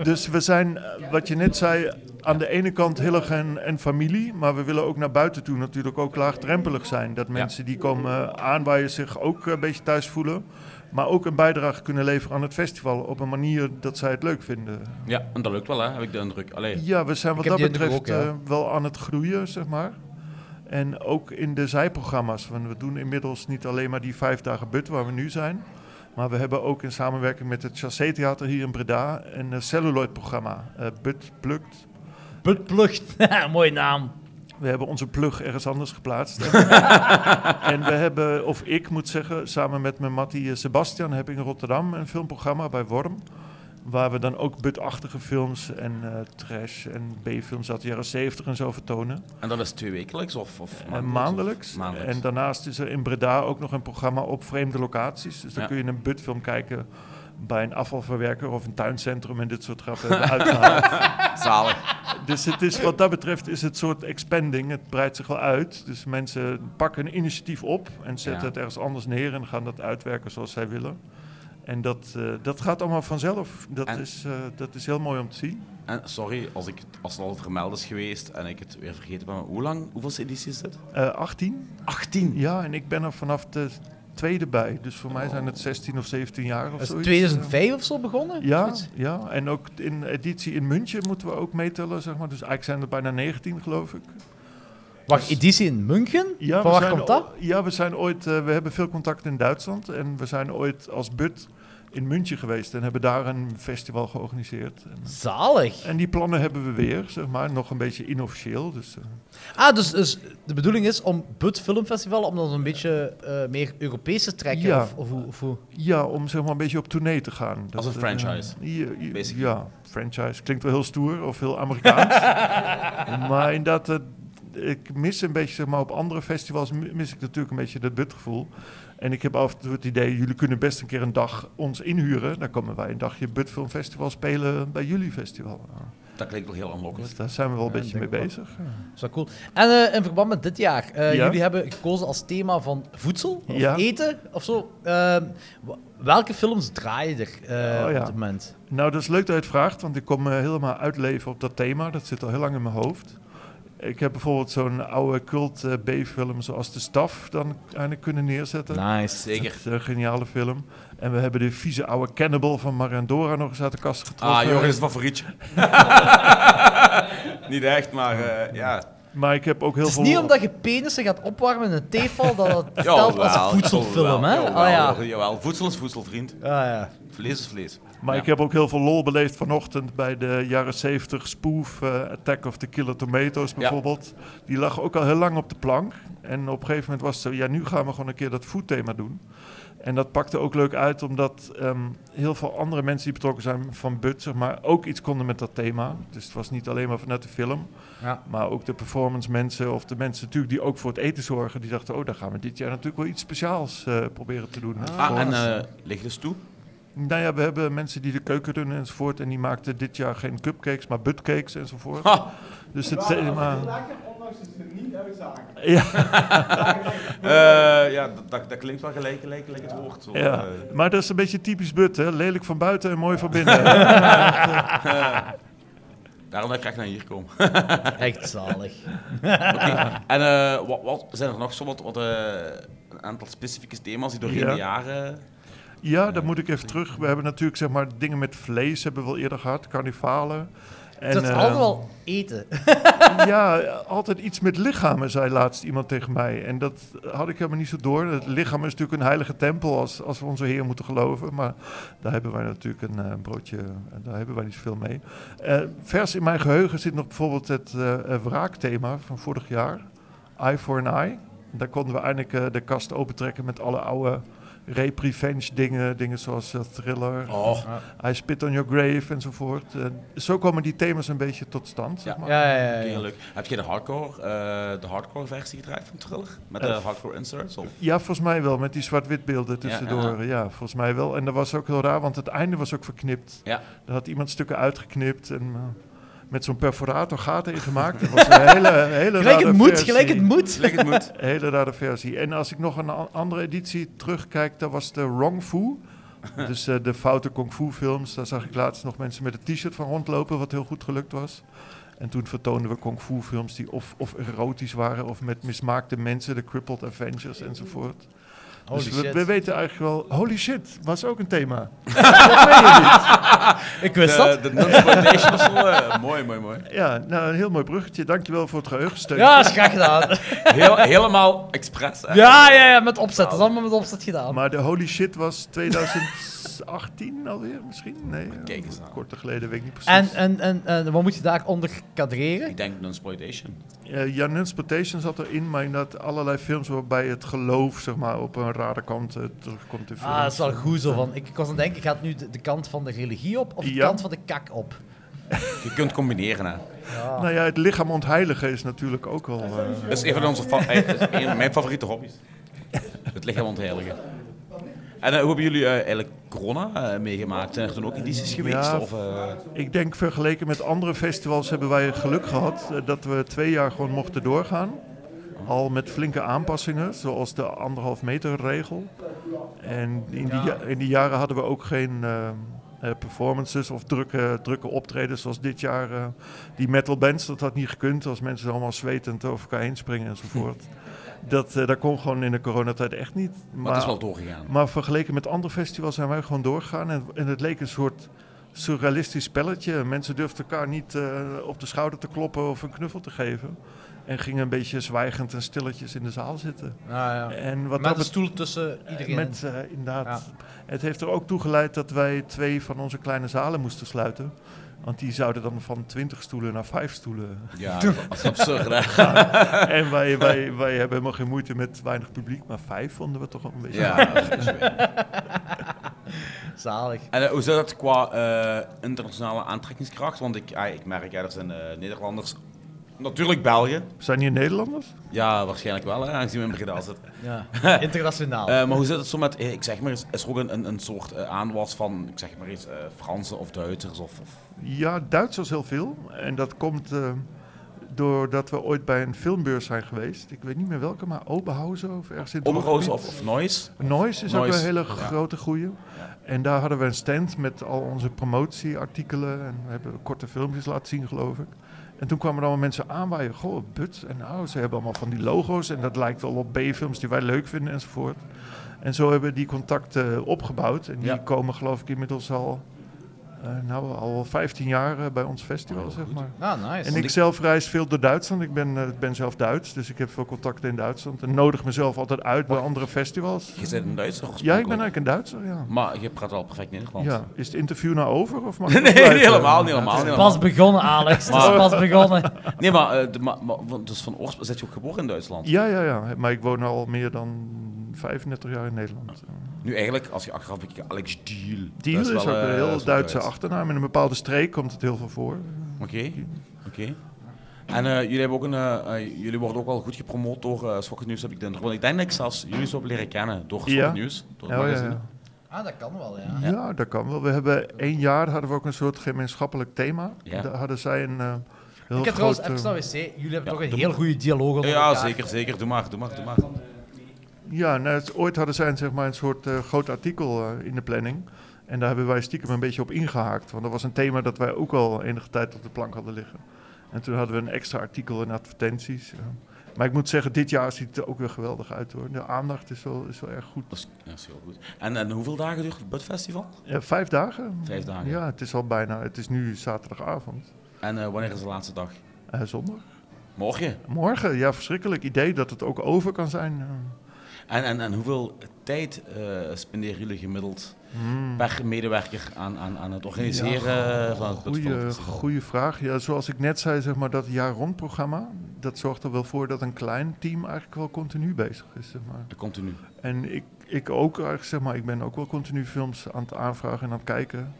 S10: Dus we zijn, eh, wat je net zei, aan de ene kant heel erg en, en familie. Maar we willen ook naar buiten toe natuurlijk ook laagdrempelig zijn. Dat mensen die komen aanwaaien zich ook eh, een beetje thuis voelen. Maar ook een bijdrage kunnen leveren aan het festival. Op een manier dat zij het leuk vinden.
S2: Ja, en dat lukt wel, hè? heb ik de indruk. Allee.
S10: Ja, we zijn wat
S1: Ik heb
S10: dat
S1: die indruk
S10: betreft
S1: ook, ja.
S10: eh, wel aan het groeien, zeg maar. En ook in de zijprogramma's. Want we doen inmiddels niet alleen maar die vijf dagen but waar we nu zijn. Maar we hebben ook in samenwerking met het Chassé Theater hier in Breda een eh, celluloid-programma. eh, but plukt.
S1: Butplucht. [LAUGHS] Mooie naam.
S10: We hebben onze plug ergens anders geplaatst.
S1: [LAUGHS]
S10: en we hebben, of ik moet zeggen, samen met mijn Mattie eh, Sebastian heb ik in Rotterdam een filmprogramma bij Worm. Waar we dan ook butachtige films en eh, trash en B-films uit de jaren 70 en zo vertonen.
S6: En dat is twee wekelijks of, of
S10: En
S6: of-
S10: maandelijks.
S6: maandelijks.
S10: En daarnaast is er in Breda ook nog een programma op vreemde locaties. Dus dan
S6: Ja.
S10: kun je een budfilm kijken bij een afvalverwerker of een tuincentrum en dit soort grappen
S6: [LAUGHS]
S10: hebben uitgehaald.
S6: Zalig.
S10: Dus het is, wat dat betreft is het soort expanding. Het breidt zich wel uit. Dus mensen pakken een initiatief op en zetten
S6: Ja.
S10: het ergens anders neer en gaan dat uitwerken zoals zij willen. En dat, eh, dat gaat allemaal vanzelf. Dat,
S6: En-
S10: is, eh, dat is heel mooi om te zien.
S6: En sorry als, ik, het- als het al vermeld is geweest en ik het weer vergeten ben. maar Hoe lang? Hoeveel editie is dit?
S10: Eh 18?
S6: 18.
S10: Ja, en ik ben er vanaf de tweede bij. Dus voor mij zijn het 16 of 17 jaar of
S1: Is het
S10: zoiets. eh.
S1: 2005 of zo begonnen?
S10: Ja, ja, en ook in editie in München moeten we ook meetellen, zeg maar. Dus eigenlijk zijn er bijna 19, geloof ik.
S1: Wacht, editie in München?
S10: Dus- Ja,
S1: Van
S10: we
S1: waar
S10: zijn
S1: komt dat?
S10: o- Ja, we zijn ooit, eh, we hebben veel contact in Duitsland en we zijn ooit als BUT in München geweest en hebben daar een festival georganiseerd. En, eh,
S1: Zalig.
S10: en die plannen hebben we weer, zeg maar, nog een beetje inofficieel. Dus, eh,
S1: Ah, dus, dus de bedoeling is om Bud Filmfestival, om dan een beetje eh, meer Europees te trekken?
S10: Ja.
S1: Of, of, hoe- of hoe?
S10: ja, om zeg maar een beetje op tournee te gaan. Dat,
S6: Als een
S10: eh,
S6: franchise,
S10: ja, ja,
S6: basically.
S10: ja, franchise. Klinkt wel heel stoer of heel Amerikaans. maar inderdaad, eh, ik mis een beetje, zeg maar, op andere festivals mi- mis ik natuurlijk een beetje dat butgevoel. En ik heb af en toe het idee, jullie kunnen best een keer een dag ons inhuren. Dan komen wij een dagje Budfilm Festival spelen bij jullie festival.
S6: Dat klinkt wel heel aanlokkelijk.
S10: Dus daar zijn we wel een
S1: Ja,
S10: beetje mee
S1: denk ik wel.
S10: bezig.
S1: Dat is wel cool. En eh, in verband met dit jaar, eh,
S10: Ja.
S1: jullie hebben gekozen als thema van voedsel of
S10: Ja.
S1: eten of zo. Ehm, wa- welke films draaien er eh,
S10: Oh, ja.
S1: op dit moment?
S10: Nou, dat is leuk dat je het vraagt, want ik kom eh, helemaal uitleven op dat thema. Dat zit al heel lang in mijn hoofd. Ik heb bijvoorbeeld zo'n oude cult eh, B-film zoals De Staf dan eindelijk kunnen neerzetten.
S1: Nice.
S6: Zeker.
S10: Dat is een geniale film. En we hebben de vieze oude Cannibal van Marandora nog eens uit de kast getrokken.
S6: Ah, Joris is favorietje. [LAUGHS] Niet echt, maar eh, ja.
S10: Maar ik heb ook heel
S1: Het is
S10: veel...
S1: niet omdat je penissen gaat opwarmen in een tefal dat [LAUGHS] het telt als
S6: Jawel,
S1: een voedselfilm, hè?
S6: jawel,
S1: Ah
S6: Jawel,
S1: ja.
S6: jawel, jawel. Voedsel is voedsel, vriend.
S1: Ah, ja.
S6: Vlees is vlees.
S10: Maar
S6: Ja.
S10: ik heb ook heel veel lol beleefd vanochtend bij de jaren 70 spoof eh, Attack of the Killer Tomatoes bijvoorbeeld. Die lag ook al heel lang op de plank. En op een gegeven moment was het zo, ja nu gaan we gewoon een keer dat foodthema doen. En dat pakte ook leuk uit omdat ehm, heel veel andere mensen die betrokken zijn van Bud, zeg maar, ook iets konden met dat thema. Dus het was niet alleen maar vanuit de film,
S1: Ja.
S10: maar ook de performance mensen of de mensen natuurlijk die ook voor het eten zorgen. Die dachten, oh daar gaan we dit jaar natuurlijk wel iets speciaals eh, proberen te doen.
S6: Ah,
S10: Voor-
S6: en eh leg dus toe.
S10: nou ja, we hebben mensen die de keuken doen enzovoort. En die maakten dit jaar geen cupcakes, maar buttcakes enzovoort.
S6: Ha!
S10: Dus het thema...
S8: ondanks dat ze niet uitzagen.
S10: Ja,
S6: Eh, ja, dat, dat, dat klinkt wel gelijk, gelijk, gelijk het woord. Zo,
S10: ja,
S6: eh.
S10: maar dat is een beetje typisch but, hè. Lelijk van buiten en mooi van binnen.
S6: Daarom dat ik graag naar hier kom. [LAUGHS]
S1: Echt zalig.
S6: En eh, wat, wat zijn er nog zo wat, wat eh, een aantal specifieke thema's die doorheen
S10: Ja.
S6: de jaren...
S10: Ja, dat moet ik even terug. We hebben natuurlijk zeg maar, dingen met vlees hebben we wel eerder gehad, carnivalen. En,
S1: dat Dus is
S10: eh,
S1: altijd wel eten.
S10: Ja, altijd iets met lichamen, zei laatst iemand tegen mij. En dat had ik helemaal niet zo door. Het lichaam is natuurlijk een heilige tempel als, als we onze Heer moeten geloven. Maar daar hebben wij natuurlijk een eh, broodje, en daar hebben wij niet zoveel mee. Eh, vers in mijn geheugen zit nog bijvoorbeeld het eh, eh, wraakthema van vorig jaar. Eye for an Eye. Daar konden we eindelijk eh, de kast opentrekken met alle oude rape revenge dingen. Dingen zoals eh, Thriller,
S6: Oh,
S10: I Spit on Your Grave enzovoort. Eh, zo komen die thema's een beetje tot stand. zeg
S6: Ja.
S10: maar.
S1: Ja, ja, ja, ja.
S6: heel leuk. Heb je de hardcore, eh, de hardcore versie gedraaid van Thriller? Met de
S10: Eh,
S6: hardcore inserts? Of?
S10: Ja, volgens mij wel, met die zwart-wit beelden tussendoor. Ja, volgens mij wel. En dat was ook heel raar, want het einde was ook verknipt.
S6: Ja.
S10: Daar had iemand stukken uitgeknipt en eh, met zo'n perforator gaten in gemaakt. Dat was een hele, hele
S1: Gelijk
S10: rare
S1: het moet,
S10: versie.
S1: gelijk het moet.
S6: Leg het moet.
S10: Een [LAUGHS] hele rare versie. En als ik nog een a- andere editie terugkijk, dat was de
S6: [LAUGHS]
S10: Wrong Fu. Dus eh, de foute kung fu films. Daar zag ik laatst nog mensen met een t-shirt van rondlopen, wat heel goed gelukt was. En toen vertoonden we kung fu films die of, of erotisch waren of met mismaakte mensen, de Crippled Avengers enzovoort.
S1: Holy
S10: dus we,
S1: shit.
S10: we weten eigenlijk wel, holy shit, was ook een thema. Dat weet je niet.
S1: Ik wist
S6: De,
S1: dat.
S6: de non-exploitation of zo. eh, mooi, mooi, mooi.
S10: Ja, nou een heel mooi bruggetje. Dankjewel voor het geheugensteun.
S1: Ja, is graag
S10: [LAUGHS]
S1: gedaan.
S6: Heel, helemaal expres. hè.
S1: Ja, ja, ja, met opzet. Dat is allemaal met opzet gedaan.
S10: Maar de holy shit was 2018 [LAUGHS] alweer misschien? Nee,
S6: Kijk eens aan.
S10: korte geleden, weet ik niet precies.
S1: En, en, en, en wat moet je daaronder kadreren?
S6: Ik denk non-exploitation.
S10: Eh, ja, Nunspotation zat erin, maar inderdaad allerlei films waarbij het geloof zeg maar, op een een rare kant eh, terugkomt in films.
S1: Ah, dat is wel goed zo. Van. Ik, ik was aan het denken, gaat het nu de, de kant van de religie op of de
S10: eh. Ja.
S1: kant van de kak op?
S2: Je kunt combineren, hè.
S10: Nou ja, het lichaam ontheiligen is natuurlijk ook wel... eh,
S2: Dat is een van onze fa- eh, dat is een van mijn favoriete hobby's. Het lichaam ontheiligen. En eh, hoe hebben jullie eh, eigenlijk corona eh, meegemaakt? Zijn er toen ook edities geweest?
S10: Ja.
S2: Of, eh,
S10: Ik denk vergeleken met andere festivals hebben wij geluk gehad eh, dat we twee jaar gewoon mochten doorgaan. Al met flinke aanpassingen, zoals de anderhalf meter regel. En in die, ja- in die jaren hadden we ook geen eh, eh, performances of drukke, drukke optredens zoals dit jaar. eh, die metal bands, dat had niet gekund als mensen allemaal zwetend over elkaar heen springen
S2: [LAUGHS]
S10: enzovoort. Dat, eh, dat kon gewoon in de coronatijd echt niet.
S2: maar het is wel doorgegaan.
S10: Maar vergeleken met andere festivals zijn wij gewoon doorgegaan. En, en het leek een soort surrealistisch spelletje. Mensen durfden elkaar niet eh, op de schouder te kloppen of een knuffel te geven. En gingen een beetje zwijgend en stilletjes in de zaal zitten.
S1: Ah,
S10: En wat
S1: Met
S10: dat
S1: een
S10: bet-
S1: stoel tussen iedereen.
S10: Met, eh, inderdaad. Het heeft er ook toe geleid dat wij twee van onze kleine zalen moesten sluiten. Want die zouden dan van 20 stoelen naar 5 stoelen
S2: Ja, dat is absurd. hè.
S10: en wij, wij, wij hebben helemaal geen moeite met weinig publiek, maar vijf vonden we toch wel een beetje.
S2: Ja, dat is wel.
S1: Zalig.
S2: En eh, hoe zit dat qua eh, internationale aantrekkingskracht? Want ik, ah, ik merk, ja, er zijn eh, Nederlanders. Natuurlijk België.
S10: Zijn hier Nederlanders?
S2: Ja, waarschijnlijk wel, hè, aangezien we in Breda zitten.
S1: Ja. Internationaal.
S2: Eh, maar hoe zit het zo met, eh, ik zeg maar eens, is er ook een, een, een soort eh, aanwas van, ik zeg maar eens, eh Fransen of Duitsers of... of
S10: Ja, Duitsers heel veel. En dat komt eh, doordat we ooit bij een filmbeurs zijn geweest. Ik weet niet meer welke, maar Oberhausen of ergens in het
S2: Oberhausen
S10: Ruhrgebied.
S2: of, of Noise?
S10: Noise is ook
S2: Noise,
S10: een hele
S2: ja.
S10: grote goeie. En daar hadden we een stand met al onze promotieartikelen. En we hebben korte filmpjes laten zien, geloof ik. En toen kwamen er allemaal mensen aan waar je, goh, but. En nou, ze hebben allemaal van die logo's. En dat lijkt wel op B-films die wij leuk vinden enzovoort. En zo hebben we die contacten opgebouwd. En die
S2: Ja.
S10: komen, geloof ik, inmiddels al, eh, nou, al 15 jaar eh, bij ons
S2: Oh,
S10: festival, zeg maar.
S1: Ah, nice.
S10: En ik zelf reis veel door Duitsland. Ik ben, eh, ben zelf Duits, dus ik heb veel contacten in Duitsland. En nodig mezelf altijd uit bij andere festivals.
S2: Je bent een Duitser
S10: Ja, ik
S2: oorspronkelijk.
S10: ben eigenlijk een Duitser, ja.
S2: Maar je praat wel perfect Nederlands.
S10: ja. Is het interview nou over? Of mag
S2: [LAUGHS]
S10: ik
S2: Nee,
S10: nog
S2: nee,
S10: blijven?
S2: helemaal niet, helemaal niet.
S1: Pas begonnen, Alex. Het is
S2: Maar-
S1: pas begonnen.
S2: Nee, maar, eh, de, maar, maar- want dus van oorsprong, zit je ook geboren in Duitsland?
S10: Ja, ja, ja. Maar ik woon al meer dan 35 jaar in Nederland.
S2: Nu eigenlijk, als je achteraf bekijkt, Alex Deal.
S10: Deal is, ook
S2: eh,
S10: een heel Duitse
S2: achternaam.
S10: achternaam. In een bepaalde streek komt het heel veel voor.
S2: Oké, oké. En eh, jullie, hebben ook een, eh, eh, jullie worden ook wel goed gepromoot door eh Schokkend Nieuws, heb ik de indruk. Want ik denk dat ik zelfs jullie zo heb leren kennen door Schokkend
S10: Ja.
S2: Nieuws. Door het
S10: Ja, ja,
S2: magazine.
S10: ja.
S1: Ah, dat kan wel, ja.
S10: Ja, dat kan wel. We hebben één jaar hadden we ook een soort gemeenschappelijk thema.
S2: Ja.
S10: Daar hadden zij een eh, heel
S1: Ik heb
S10: groot...
S1: trouwens
S10: eh,
S1: even naar wc. Jullie hebben toch een
S2: doe
S1: heel goede dialoog onder
S2: Ja, ja,
S1: elkaar.
S2: zeker, zeker. Doe maar, doe maar, doe maar.
S10: Ja, nou, het- ooit hadden zij een, zeg maar, een soort eh, groot artikel eh, in de planning. En daar hebben wij stiekem een beetje op ingehaakt. Want dat was een thema dat wij ook al enige tijd op de plank hadden liggen. En toen hadden we een extra artikel en advertenties. ja. Maar ik moet zeggen, dit jaar ziet het er ook weer geweldig uit hoor. De aandacht is wel, is wel erg goed.
S2: Dat is, dat is heel goed. En, en hoeveel dagen duurt het Budfestival?
S10: Eh, vijf dagen?
S2: Vijf dagen.
S10: Ja, het is al bijna. Het is nu zaterdagavond.
S2: En eh, wanneer is de laatste dag?
S10: Eh, zondag.
S2: Morgen.
S10: Morgen, ja, verschrikkelijk idee dat het ook over kan zijn. eh.
S2: En, en, en hoeveel tijd eh, spenderen jullie gemiddeld per medewerker aan, aan, aan het organiseren eh, van het
S10: Goeie,
S2: Budfestival?
S10: goeie vraag. Ja, zoals ik net zei, zeg maar, dat jaar rond programma, dat zorgt er wel voor dat een klein team eigenlijk wel continu bezig is. Zeg maar.
S2: De Continu.
S10: En ik, ik ook eigenlijk, zeg maar, ik ben ook wel continu films aan het aanvragen en aan het kijken.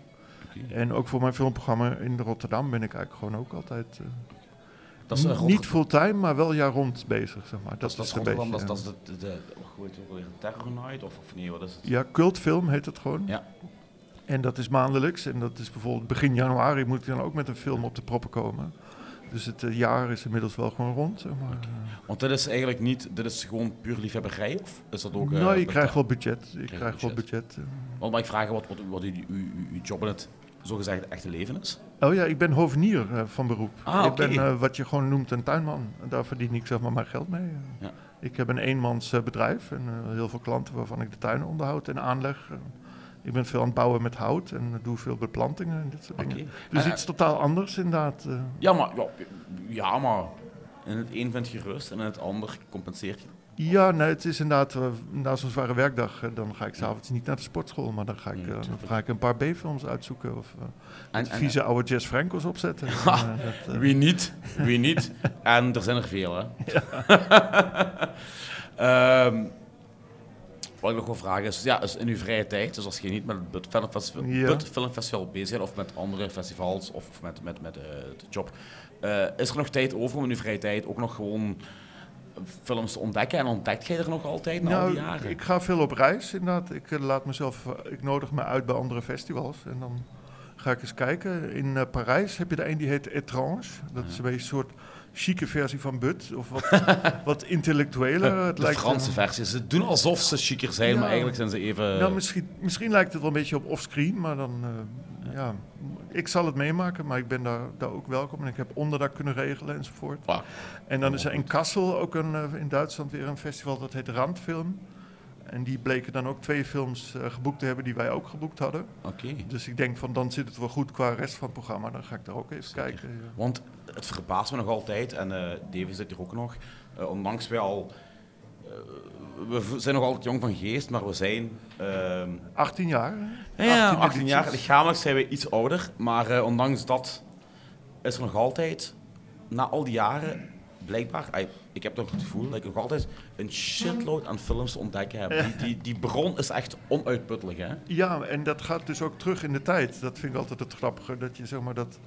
S2: Oké.
S10: En ook voor mijn filmprogramma in Rotterdam ben ik eigenlijk gewoon ook altijd eh,
S2: Dat is, eh,
S10: niet-
S2: Rotter-
S10: niet fulltime, maar wel jaar rond bezig, zeg maar. Dat,
S2: dat is,
S10: is,
S2: dat is
S10: een
S2: Rotterdam,
S10: beetje,
S2: dat is, dat is de, de, de- oh, hoe heet het ook alweer? Terror Night of, of nee, wat is het?
S10: Ja, cultfilm heet het gewoon.
S2: Ja.
S10: En dat is maandelijks. En dat is bijvoorbeeld begin januari moet ik dan ook met een film op de proppen komen. Dus het eh, jaar is inmiddels wel gewoon rond. zeg Maar,
S2: Want dit is eigenlijk niet, dit is gewoon puur liefhebberij of is dat ook... eh,
S10: nou, je
S2: betaald?
S10: krijgt wel budget. Ik krijg wel
S2: budget.
S10: budget. eh.
S2: Want mag ik vragen wat, wat, wat uw, uw, uw- uw job in het zogezegd echte leven is?
S10: Oh ja, ik ben hovenier eh, van beroep.
S2: Ah,
S10: ik
S2: oké.
S10: ben eh, wat je gewoon noemt een tuinman. Daar verdien ik zeg maar mijn geld mee. eh.
S2: Ja.
S10: Ik heb een eenmans eh, bedrijf en eh, heel veel klanten waarvan ik de tuinen onderhoud en aanleg. Eh, ik ben veel aan het bouwen met hout en eh, doe veel beplantingen en dit soort dingen.
S2: Oké.
S10: Dus
S2: En- eh,
S10: iets totaal anders inderdaad. eh.
S2: Ja, maar... Ja, ja, maar... In het een vindt je rust en in het ander compenseert je.
S10: Ja, nee, het is inderdaad, eh, na zo'n zware werkdag, eh, dan ga ik s'avonds niet naar de sportschool, maar dan ga ik,
S2: Nee,
S10: eh, dan
S2: natuurlijk.
S10: ga ik een paar B-films uitzoeken of eh,
S2: Mm, En, en-
S10: vieze oude Jess Franco's
S2: [LAUGHS]
S10: opzetten. En, eh, dat, eh,
S2: Wie niet, wie niet.
S10: [LAUGHS]
S2: En er zijn er veel, hè. Ehm, Wat ik nog wil vragen is, ja, is in uw vrije tijd, dus als je niet met het Bud Filmfestival,
S10: Ja.
S2: Bud Filmfestival bezig bent of met andere festivals of of met, met, met eh, de job, eh, is er nog tijd over om in uw vrije tijd ook nog gewoon films te ontdekken? En ontdekt jij er nog altijd na al die jaren?
S10: nou, ik ga veel op reis inderdaad. Ik, eh, laat mezelf, eh, ik nodig me uit bij andere festivals en dan ga ik eens kijken. In eh, Parijs heb je de een die heet Etrange. Dat is een beetje een soort chique versie van Bud of wat,
S2: [LAUGHS]
S10: wat intellectueler. Het
S2: de
S10: lijkt,
S2: Franse
S10: eh,
S2: versie. Ze doen alsof ze chiquer zijn,
S10: Ja.
S2: maar eigenlijk zijn ze even...
S10: nou, misschien, misschien lijkt het wel een beetje op offscreen, maar dan eh, ja. Ik zal het meemaken, maar ik ben daar, daar ook welkom en ik heb onderdak kunnen regelen enzovoort.
S2: Wauw.
S10: En dan is er in Kassel ook een, eh, in Duitsland weer een festival dat heet Randfilm. En die bleken dan ook twee films eh, geboekt te hebben die wij ook geboekt hadden.
S2: Oké.
S10: Dus ik denk van dan zit het wel goed qua rest van het programma. Dan ga ik daar ook even kijken. ja.
S2: Want het verbaast me nog altijd, en eh Davy zit hier ook nog, eh, ondanks wij al... eh, we v- zijn nog altijd jong van geest, maar we zijn... ehm,
S10: 18 jaar. hè?
S2: ja, 18,
S10: 18
S2: jaar.
S10: edities.
S2: Lichamelijk zijn we iets ouder, maar eh, ondanks dat is er nog altijd, na al die jaren, blijkbaar... ah, ik heb toch het gevoel dat ik nog altijd een shitload aan films te ontdekken heb. Die, die, die bron is echt onuitputtelijk, hè?
S10: Ja, en dat gaat dus ook terug in de tijd. Dat vind ik altijd het grappige. Dat je zeg maar dat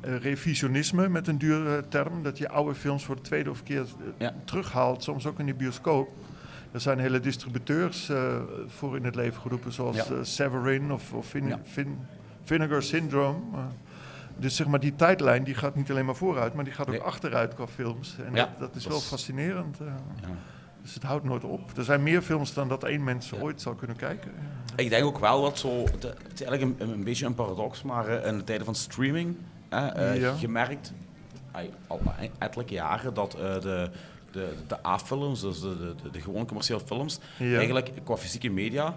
S10: eh, revisionisme met een dure term, dat je oude films voor de tweede of keer eh,
S2: Ja.
S10: terughaalt, soms ook in de bioscoop. Er zijn hele distributeurs eh, voor in het leven geroepen, zoals
S2: Ja.
S10: eh, Severin of, of Vin-
S2: Ja.
S10: Vin- Vinegar Syndrome. Eh, dus zeg maar die tijdlijn die gaat niet alleen maar vooruit, maar die gaat ook
S2: Nee.
S10: achteruit qua films. En
S2: Ja,
S10: dat, dat is
S2: dat
S10: wel
S2: is-
S10: fascinerend. eh. Dus het houdt nooit op. Er zijn meer films dan dat één mens ooit zal kunnen kijken.
S2: Ik denk ook wel dat zo. Het het is eigenlijk een, een beetje een paradox, maar eh, in de tijden van streaming hè, eh,
S10: Ja.
S2: gemerkt, ai, al e- ettelijke jaren, dat eh, de, de, de A-films, dus de, de, de, de gewone commerciële films,
S10: Ja.
S2: eigenlijk qua fysieke media,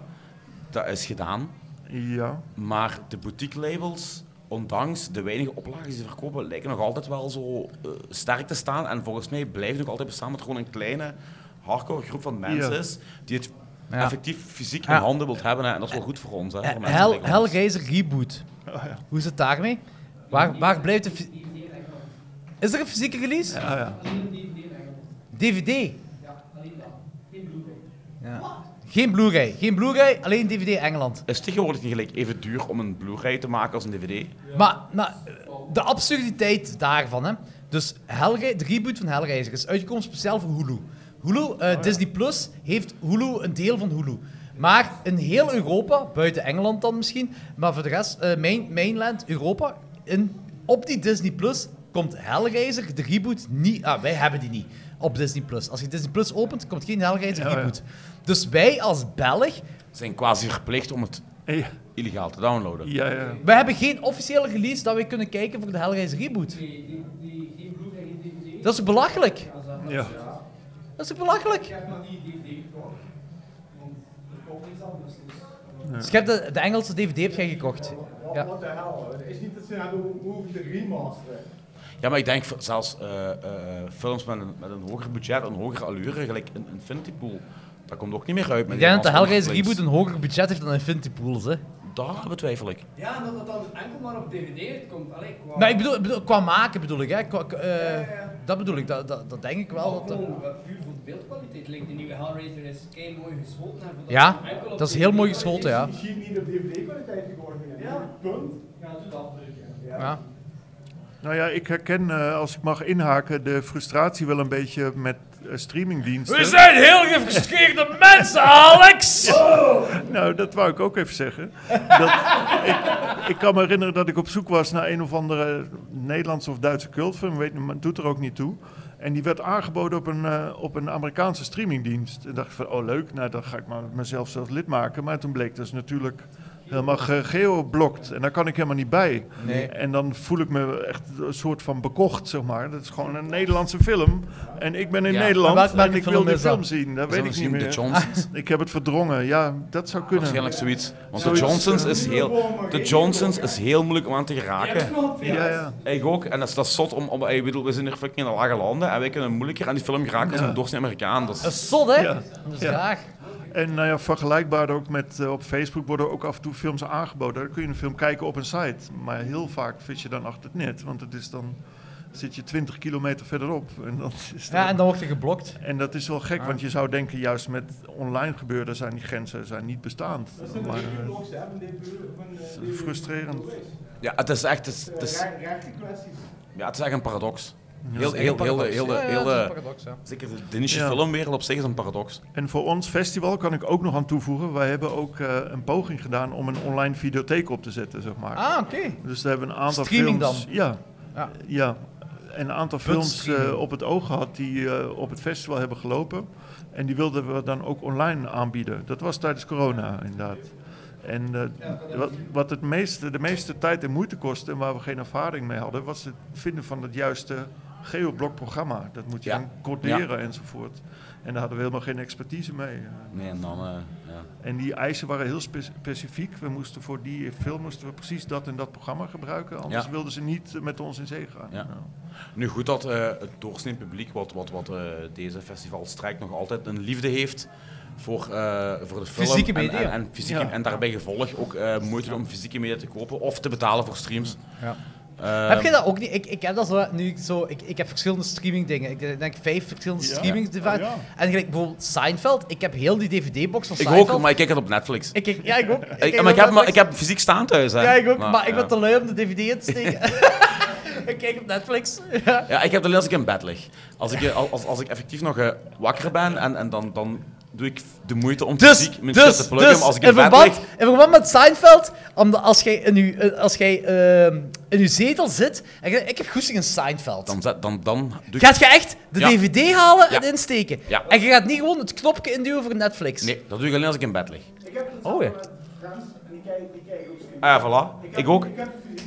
S2: dat is gedaan.
S10: Ja.
S2: Maar de boutique labels, ondanks de weinige oplagen die ze verkopen, lijken nog altijd wel zo eh, sterk te staan. En volgens mij blijven nog altijd bestaan, omdat het gewoon een kleine hardcore groep van mensen
S10: Ja.
S2: is die het
S1: Ja.
S2: effectief fysiek
S1: Ja.
S2: in handen wilt hebben. hè. En dat is wel goed voor ons. Hè, voor
S1: Eh,
S2: mensen
S1: Hel,
S2: like ons.
S1: Hellraiser reboot.
S2: Oh,
S1: Hoe is het daarmee? Waar, waar blijft de... fy- Is er een fysieke release?
S10: Ah, ja.
S1: DVD? Ja. Geen Blu-ray. Geen Blu-ray, alleen DVD Engeland.
S2: Is het tegenwoordig niet gelijk even duur om een Blu-ray te maken als een DVD?
S1: Maar, maar de absurditeit daarvan, hè. Dus Hellra- de reboot van Hellraiser is uitgekomen speciaal voor Hulu. Hulu, eh, Disney Plus, heeft Hulu een deel van Hulu. Maar in heel Europa, buiten Engeland dan misschien, maar voor de rest, eh, main, mainland Europa, in, op die Disney Plus komt Hellraiser, de reboot, niet... Ah, wij hebben die niet op Disney Plus. Als je Disney Plus opent, komt geen Hellraiser reboot. Dus wij als Belg
S2: Zijn quasi verplicht om het
S10: Ja,
S2: illegaal te downloaden.
S10: ja, ja.
S1: We hebben geen officiële release dat we kunnen kijken voor de Hellraiser reboot. Dat is belachelijk.
S10: ja.
S1: Dat is toch belachelijk. Dus je hebt de, de Engelse DVD heb jij gekocht. Ja.
S5: What the hell? Het is niet dat ze nou naar de hoeven te remasteren.
S2: Ja, maar ik denk v- zelfs eh, eh, films met een, met een hoger budget, een hogere allure, gelijk een Infinity Pool, dat komt ook niet meer uit. met
S1: Ik
S2: die
S1: denk dat de Hellraiser
S2: afstandslinks.
S1: reboot een hoger budget heeft dan Infinity Pools. Hè.
S2: Daar betwijfel ik.
S3: Ja, en dat dat dan enkel maar op DVD uitkomt. Allee, qua...
S1: Maar Nou, ik bedoel, ik bedoel, qua maken bedoel ik. Hè. Qua, qua- eh, Dat bedoel ik, dat, dat, dat denk ik wel. Dat, dat-
S3: Gewoon, eh, puur voor de beeldkwaliteit. Like, de nieuwe Hellraiser is kei mooi geschoten. en voor dat
S1: Ja,
S3: dan enkel op
S1: dat is
S3: DVD
S1: heel mooi geschoten, ja.
S5: Misschien niet op DVD-kwaliteit geworden. Ja, punt.
S3: Ja, doe dat.
S1: ja.
S10: Nou ja, ik herken, eh, als ik mag inhaken, de frustratie wel een beetje met eh, streamingdiensten.
S1: zijn heel gefrustreerde mensen, Alex!
S10: Nou, dat wou ik ook even zeggen. Dat, ik, ik kan me herinneren dat ik op zoek was naar een of andere Nederlandse of Duitse cultfilm. Weet, niet, maar het doet er ook niet toe. En die werd aangeboden op een, eh, op een Amerikaanse streamingdienst. En dacht ik van, oh leuk, nou dan ga ik maar mezelf zelf lid maken. Maar toen bleek dus natuurlijk helemaal ge- geoblokt. En daar kan ik helemaal niet bij. En dan voel ik me echt een soort van bekocht, zeg maar. Dat is gewoon een Nederlandse film. En ik ben in
S2: Ja.
S10: Nederland
S1: En welke- welke
S10: en ik wil
S1: film
S10: die
S1: is dat?
S10: film zien. Dat weet ik niet
S2: misschien
S10: meer.
S2: de [LAUGHS] Johnsons.
S10: Ik heb het verdrongen, ja, dat zou kunnen.
S2: Waarschijnlijk zoiets. Want
S10: Zoiets,
S2: de Johnsons is heel... De Johnsons is heel moeilijk om aan te geraken.
S10: Ja, ja.
S2: Ik ook. En dat is, dat is zot om... om ik bedoel, we zijn hier fucking in de lage landen en wij kunnen moeilijker aan die film geraken dan een doorsnee Amerikaan. Dat
S1: Dat
S2: is...
S1: is zot, hè?
S10: Ja.
S1: Dat is
S10: Ja.
S1: raar.
S10: En nou ja, vergelijkbaar ook met eh, op Facebook worden ook af en toe films aangeboden. Daar kun je een film kijken op een site. Maar heel vaak vis je dan achter het net, want het is dan zit je 20 kilometer verderop. En dat [LAUGHS] is
S1: Ja,
S10: dan-
S1: en dan wordt je geblokt.
S10: en dat is wel gek, want je zou denken juist met online gebeuren zijn die grenzen zijn niet bestaand. Maar, eh, het is frustrerend.
S2: Ja, het is echt... Het is, het is- ja, het is echt een paradox. Heel, heel, heel, de- heel, de-
S1: Ja, ja,
S2: heel
S1: dat is een
S2: de-
S1: paradox, ja.
S2: Zeker de Deense
S10: Ja.
S2: filmwereld op zich is een paradox.
S10: En voor ons festival kan ik ook nog aan toevoegen, wij hebben ook eh, een poging gedaan om een online videotheek op te zetten, zeg maar.
S1: Ah, oké.
S2: Ehm.
S10: Dus we hebben een aantal
S1: Streaming
S10: films. Ja.
S1: Ja.
S10: ja. En een aantal films eh, op het oog gehad die eh, op het festival hebben gelopen. En die wilden we dan ook online aanbieden. Dat was tijdens corona, inderdaad. En eh, wat, wat het meeste, de meeste tijd en moeite kostte en waar we geen ervaring mee hadden, was het vinden van het juiste geoblok programma. Dat moet je
S2: Ja.
S10: dan coderen enzovoort. En daar hadden we helemaal geen expertise mee.
S2: Nee, en dan... eh, ja.
S10: En die eisen waren heel spe- specifiek. We moesten voor die film moesten we precies dat en dat programma gebruiken. Anders
S2: Ja.
S10: wilden ze niet eh, met ons in zee gaan.
S2: Ja.
S10: Nou.
S2: Nu goed dat eh, het doorsnee publiek, wat, wat, wat eh, deze festival strijkt, nog altijd een liefde heeft voor, eh, voor de film.
S1: Fysieke
S2: en-
S1: media.
S2: En, en, fysieke,
S10: Ja.
S2: en daarbij gevolg ook eh, moeite om fysieke media te kopen of te betalen voor streams.
S1: Ja.
S2: Ehm,
S1: heb je dat ook niet? Ik, ik heb dat zo, nu ik zo. Ik, ik heb verschillende streaming dingen. Ik eh, denk vijf verschillende
S10: Ja. Ah,
S1: streaming devices.
S10: ja.
S1: En gelijk bijvoorbeeld Seinfeld. Ik heb heel die DVD-box van
S2: ik
S1: Seinfeld.
S2: ook, maar ik kijk het op Netflix. Ik,
S1: Ik, ik, ja, ik ook. Ik, kijk
S2: maar, ik
S1: dat
S2: heb, maar
S1: Netflix.
S2: ik heb hem fysiek staan thuis. Hè.
S1: Ja, ik ook, maar, ik
S2: ja.
S1: ben te lui om de DVD in te steken. [LAUGHS] ik kijk op Netflix. Ja.
S2: Ja, ik heb de les als ik in bed lig. Als ik, eh, als, als ik effectief nog eh, wakker ben en, en dan, dan doe ik de moeite om
S1: Dus,
S2: fysiek mijn shit
S1: dus,
S2: te pluggen.
S1: dus
S2: maar als ik
S1: in,
S2: in bed
S1: verband,
S2: lig...
S1: in verband met Seinfeld, omdat als jij in uw, eh, als jij, ehm, in uw zetel zit en je- ik heb goesting in Seinfeld.
S2: Dan, zet- dan, dan doe ik...
S1: Gaat je echt de
S2: Dus- Ja.
S1: DVD halen en
S2: Ja.
S1: insteken?
S2: Ja.
S1: En je gaat niet gewoon het knopje induwen voor Netflix?
S2: Nee, dat doe ik alleen als ik in bed lig.
S1: Oh ja.
S2: Ah ja, voilà. Ik ook.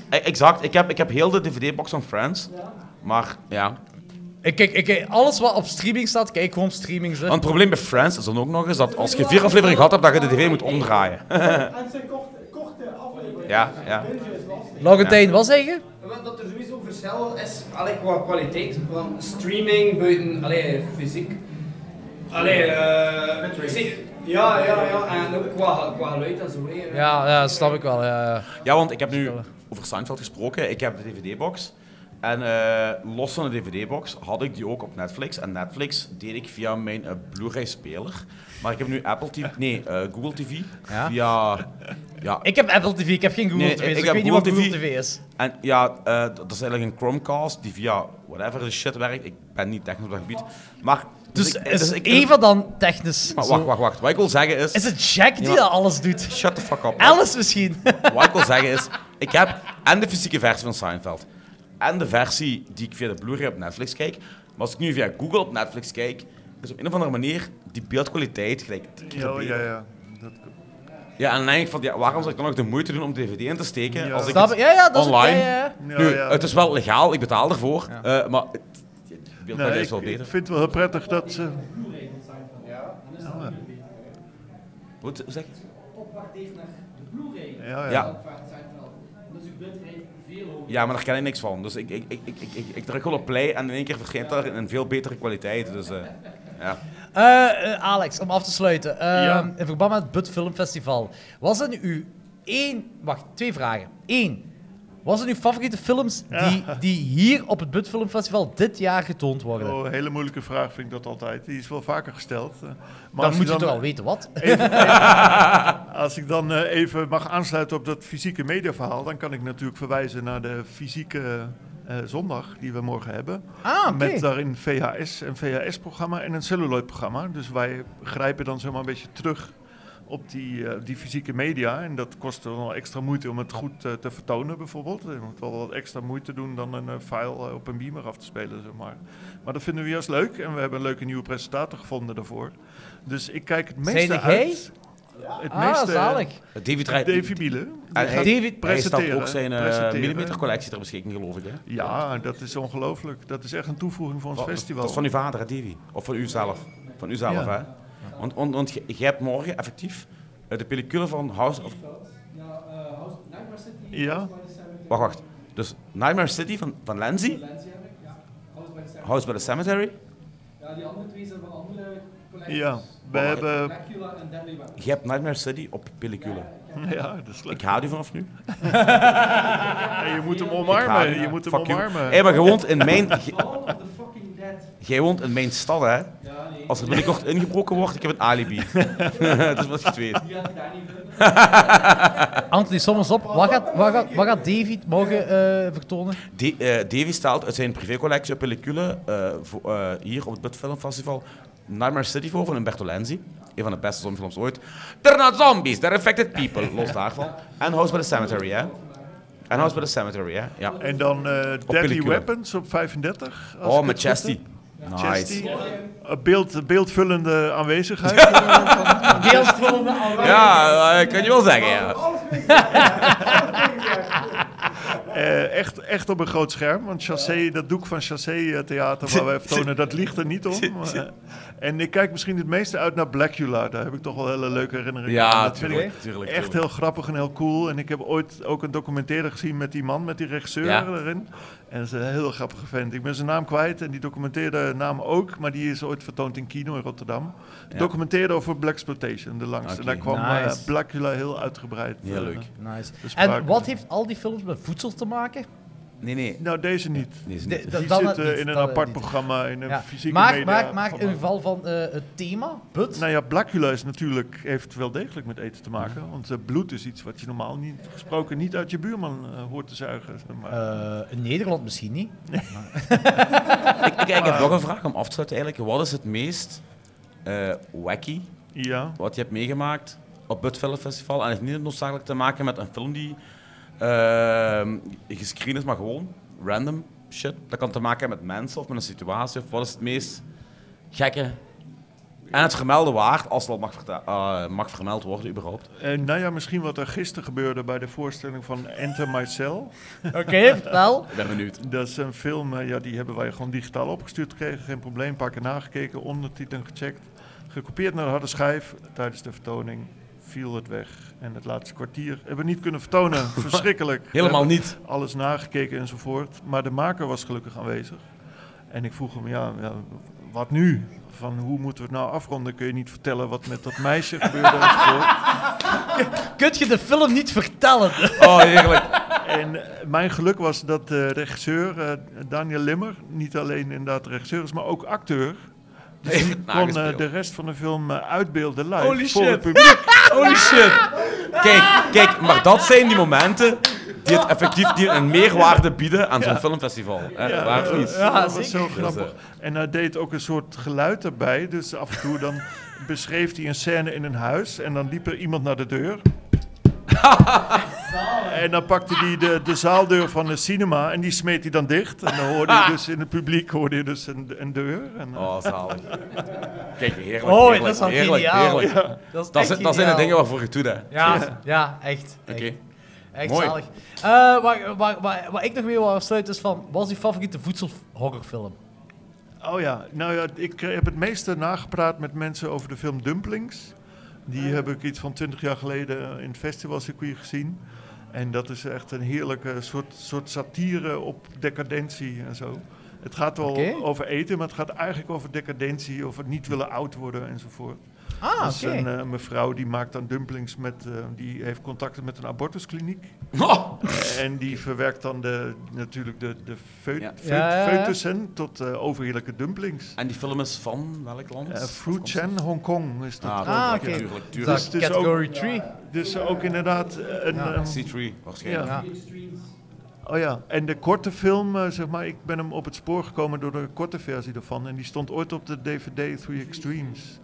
S2: Eh, Exact. Ik heb, ik heb heel de DVD-box van Friends. Maar ja.
S1: Ik kijk, ik kijk, alles wat op streaming staat, kijk gewoon streaming. Ze.
S2: Want het probleem bij Friends is dan ook nog eens dat als je vier afleveringen gehad hebt, dat je de tv moet omdraaien. [LAUGHS] Ja, ja.
S1: Laurentijn, wat zeg je?
S9: Wel, dat er sowieso verschil is allee, qua kwaliteit van streaming buiten allee, fysiek. Allee, eh, zie- ja, ja, ja, en ook qua, qua geluid en zo. hè.
S1: Ja, ja, snap ik wel. ja, ja.
S2: Ja, want ik heb nu over Seinfeld gesproken. Ik heb de DVD-box. En eh, los van de DVD-box had ik die ook op Netflix. En Netflix deed ik via mijn eh, Blu-ray-speler. Maar ik heb nu Apple TV. Nee, eh, Google TV.
S1: Ja.
S2: Via. Ja,
S1: Ik heb Apple TV, ik heb geen Google
S2: Nee,
S1: TV,
S2: ik-
S1: dus ik,
S2: ik heb
S1: weet niet wat
S2: Google
S1: Google TV is.
S2: En ja, eh, dat dat is eigenlijk een Chromecast die via whatever de shit werkt. Ik ben niet technisch op dat gebied. Maar.
S1: Dus,
S2: ik-
S1: is
S2: ik-
S1: Eva dan technisch?
S2: Maar
S1: zo-
S2: wacht, wacht, wacht. Wat ik wil zeggen is.
S1: Is het Jack die
S2: Ja.
S1: dat alles doet?
S2: Shut the fuck up.
S1: Alice misschien?
S2: Wat ik wil zeggen is. Ik heb en de fysieke versie van Seinfeld. En de versie die ik via de Blu-ray op Netflix kijk. Maar als ik nu via Google op Netflix kijk. Is op een of andere manier die beeldkwaliteit gelijk. drie keer
S10: Ja,
S2: beter.
S10: ja, ja. Dat,
S2: Ja, en dan denk ik van. Ja, waarom zou ik dan nog de moeite doen om DVD in te steken?
S10: Ja.
S2: Als ik
S1: Snap ik?
S2: het
S1: Ja, ja, dat is
S2: online.
S1: ja, ja, ja.
S10: ja,
S2: nu,
S10: ja.
S2: het is wel legaal, ik betaal ervoor. eh, maar. het- De beeldkwaliteit
S10: Nee,
S2: is wel
S10: ik, ik
S2: beter.
S10: vind het wel heel prettig dat ze...
S2: Wat zeg je?
S10: Ja, ja.
S2: Ja. Ja, maar daar ken ik niks van. Dus ik, ik, ik, ik, ik, ik, ik druk gewoon op play en in één keer verschijnt daar een veel betere kwaliteit. Dus eh, ja.
S1: Eh, eh, Alex, om af te sluiten. Ehm,
S10: Ja.
S1: In verband met het Bud Film Festival. Was het uw één... Wacht, twee vragen. Eén. Was het uw favoriete films die, die hier op het Bud Film Festival dit jaar getoond worden?
S10: Oh, hele moeilijke vraag vind ik dat altijd. Die is wel vaker gesteld. eh. Maar
S1: dan
S10: als ik
S1: moet je toch al weten wat. [LAUGHS]
S10: Als ik dan eh, even mag aansluiten op dat fysieke mediaverhaal, dan kan ik natuurlijk verwijzen naar de fysieke eh, zondag die we morgen hebben.
S1: Ah, oké.
S10: Met daarin VHS, een VHS-programma en een celluloid-programma. Dus wij grijpen dan zomaar een beetje terug op die, eh, die fysieke media. En dat kost dan wel extra moeite om het goed eh, te vertonen, bijvoorbeeld. Je moet wel wat extra moeite doen dan een eh, file eh, op een beamer af te spelen, zeg maar. Maar dat vinden we juist leuk. En we hebben een leuke nieuwe presentator gevonden daarvoor. Dus ik kijk het meeste
S1: Zijde jij?
S10: uit... Het eh,
S1: ah, zalig.
S2: David rijdt.
S10: Davy Biele.
S2: Hij,
S10: gaat
S1: David-
S2: hij stelt
S10: presenteren,
S2: ook zijn eh,
S10: presenteren.
S2: millimetercollectie ter beschikking, geloof ik. Hè?
S10: Ja, dat is ongelooflijk. Dat is echt een toevoeging voor ons festival.
S2: Dat is van uw vader, hè, Davy. Of van u zelf. Van u zelf,
S10: Ja.
S2: hè? Want, want, want je- je hebt morgen effectief eh, de pellicule van House of.
S10: Ja,
S2: Wacht, wacht. Dus Nightmare City van, van Lenzi. House by the Cemetery.
S4: Ja, die andere twee zijn van andere
S10: Ja, we hebben...
S2: Je hebt Nightmare City op pellicule.
S10: Ja, dat is leuk.
S2: Ik haat u vanaf nu.
S10: Hey, je moet hem
S2: Ik haat
S10: omarmen,
S2: u.
S10: je moet hem
S2: Fuck you.
S10: omarmen.
S2: Hey, maar je woont in mijn... Jij woont in mijn stad, hè? Als er binnenkort ingebroken wordt, ik heb een alibi. [LAUGHS] dat is wat je het weet.
S1: Anthony, som eens op. Wat gaat, wat gaat, wat gaat David morgen eh, vertonen?
S2: Da- eh, Davy staalt uit zijn privécollectie op pellicule eh, voor- eh, hier op het Bud Film Festival Nightmare City voor van Umberto Lenzi. Een van de beste zombiefilms ooit. They're not zombies, they're affected people. Los daarvan. En House by the Cemetery, hè? En House by the Cemetery, hè? Ja.
S10: En dan eh, Deadly
S2: pellicule.
S10: Weapons op 35. als ik
S2: Oh,
S10: het
S2: met
S10: goed heb.
S2: Chesty. Nice.
S10: Chesty. Een beeld, beeldvullende aanwezigheid.
S2: [LAUGHS]
S10: eh, van-
S2: Ja, eh, kan je wel zeggen, ja.
S10: eh, echt, echt op een groot scherm, want Chassé, dat doek van Chassé-theater waar wij vertonen, dat ligt er niet om. Eh, en ik kijk misschien het meeste uit naar Blackula, daar heb ik toch wel hele leuke herinneringen
S2: Ja,
S10: aan. Dat
S2: tuurlijk,
S10: vind ik
S2: tuurlijk,
S10: echt
S2: tuurlijk.
S10: heel grappig en heel cool. En ik heb ooit ook een documentaire gezien met die man, met die regisseur
S2: Ja.
S10: erin. En dat is een heel grappige vent. Ik ben zijn naam kwijt en die documentaire naam ook, maar die is ooit vertoond in Kino in Rotterdam. Documentaire over Black Exploitation, de langste.
S2: Oké.
S10: Daar kwam eh,
S1: Nice.
S10: Blackula heel uitgebreid.
S2: Heel
S10: eh,
S2: leuk.
S1: Nice.
S10: te sprake.
S1: En wat heeft al die films met voedsel te maken?
S2: Nee, nee.
S10: Nou, deze niet.
S2: nee is
S1: De-
S2: niet.
S1: dat-
S10: Die
S1: dan
S10: zit eh,
S1: het niet,
S10: in een
S1: dan het
S10: apart
S1: niet.
S10: programma, in een
S1: Ja.
S10: fysieke
S1: Maar,
S10: media.
S1: maar, maar in
S10: programma.
S1: geval van eh, het thema, put.
S10: Nou ja, Blackula is natuurlijk, heeft wel degelijk met eten te maken. Want eh, bloed is iets wat je normaal niet, gesproken niet uit je buurman eh, hoort te zuigen. zeg Maar.
S1: Eh, in Nederland misschien niet.
S2: Ik, ik, ik heb nog een vraag om af te sluiten eigenlijk. Wat is het meest eh, wacky
S10: ja.
S2: wat je hebt meegemaakt op het Film Festival. En het heeft niet noodzakelijk te maken met een film die ehm gescreend is, maar gewoon random shit. Dat kan te maken hebben met mensen of met een situatie. Of wat is het meest gekke en het vermelden waard, als het al mag, verta- eh, mag vermeld worden überhaupt.
S10: Eh, nou ja, misschien wat er gisteren gebeurde bij de voorstelling van Enter My Cell.
S1: Oké, vertel.
S2: Ik ben benieuwd.
S10: Dat is een film, eh, ja, die hebben wij gewoon digitaal opgestuurd gekregen. Geen probleem, een paar keer nagekeken, ondertitelen gecheckt. Gekopieerd naar de harde schijf. Tijdens de vertoning viel het weg. En het laatste kwartier hebben we niet kunnen
S2: [LAUGHS]
S10: vertonen. Verschrikkelijk. We
S2: Helemaal
S10: hebben
S2: niet.
S10: Alles nagekeken enzovoort. Maar de maker was gelukkig aanwezig. En ik vroeg hem, ja, ja, wat nu? Van hoe moeten we het nou afronden? Kun je niet vertellen wat met dat
S2: [LAUGHS]
S10: meisje gebeurde enzovoort?
S1: Kunt je de film niet vertellen?
S2: Oh, heerlijk.
S10: En eh, mijn geluk was dat de regisseur, eh, Daniel Limmer, niet alleen inderdaad regisseur is, maar ook acteur. Dus
S2: Heeft
S10: die
S2: het
S10: kon eh,
S2: nagespeeld.
S10: de rest van de film eh, uitbeelden live
S2: Holy
S10: voor
S2: shit.
S10: het publiek.
S2: Holy shit. Kijk, kijk, maar dat zijn die momenten die het effectief die een meerwaarde bieden aan zo'n filmfestival. Eh, waar voor iets.
S10: Ja, dat eh, was zo
S2: Dus,
S10: grappig. En hij deed ook een soort geluid erbij. Dus af en toe dan [LAUGHS] beschreef hij een scène in een huis. En dan liep er iemand naar de
S2: [LAUGHS]
S10: deur. en dan pakte hij de, de zaaldeur van de cinema en die smeet hij dan dicht. En dan hoorde [LAUGHS] je dus in het publiek hoorde je dus een, een deur. En, eh,
S2: Oh, zalig. Kijk, heerlijk.
S1: Oh,
S2: heerlijk,
S1: dat is wel
S2: heerlijk,
S1: geniaal.
S2: heerlijk.
S1: Dat, is
S2: Dat,
S1: echt
S2: zijn, dat zijn de
S1: geniaal.
S2: dingen waarvoor je doet, hè.
S1: Ja, ja, echt.
S2: Oké.
S1: Echt, echt
S2: Mooi.
S1: zalig. Eh, waar, waar, waar, waar ik nog mee wil afsluiten is van, wat is je favoriete voedselhorrorfilm?
S10: Oh ja, nou ja, ik eh, heb het meeste nagepraat met mensen over de film Dumplings. Die heb ik iets van twintig jaar geleden eh, in het festivalcircuit gezien. En dat is echt een heerlijke soort, soort satire op decadentie en zo. Het gaat wel
S1: Oké.
S10: over eten, maar het gaat eigenlijk over decadentie, over het niet willen oud worden enzovoort.
S1: Ah,
S10: Dat is
S1: oké.
S10: een eh, mevrouw die maakt dan dumplings met, eh, die heeft contacten met een
S2: [LAUGHS]
S10: abortuskliniek.
S2: Oh.
S10: En die verwerkt dan de, natuurlijk de, de feut,
S2: Ja.
S10: feut-
S1: Ja, ja, ja.
S10: feutussen tot eh overheerlijke dumplings.
S2: En die film is van welk land?
S10: Eh, Fruit Chan Hongkong is dat.
S2: Ah,
S1: Ah, oké.
S2: tuurlijk,
S1: Dat
S2: tuurlijk.
S10: Dus het is
S1: category 3.
S10: Dus ook inderdaad een...
S1: Ja.
S10: ehm,
S2: C3, waarschijnlijk.
S1: Ja.
S10: oh ja, en de korte film, eh, zeg maar, ik ben hem op het spoor gekomen door de korte versie ervan. En die stond ooit op de DVD Three Extremes.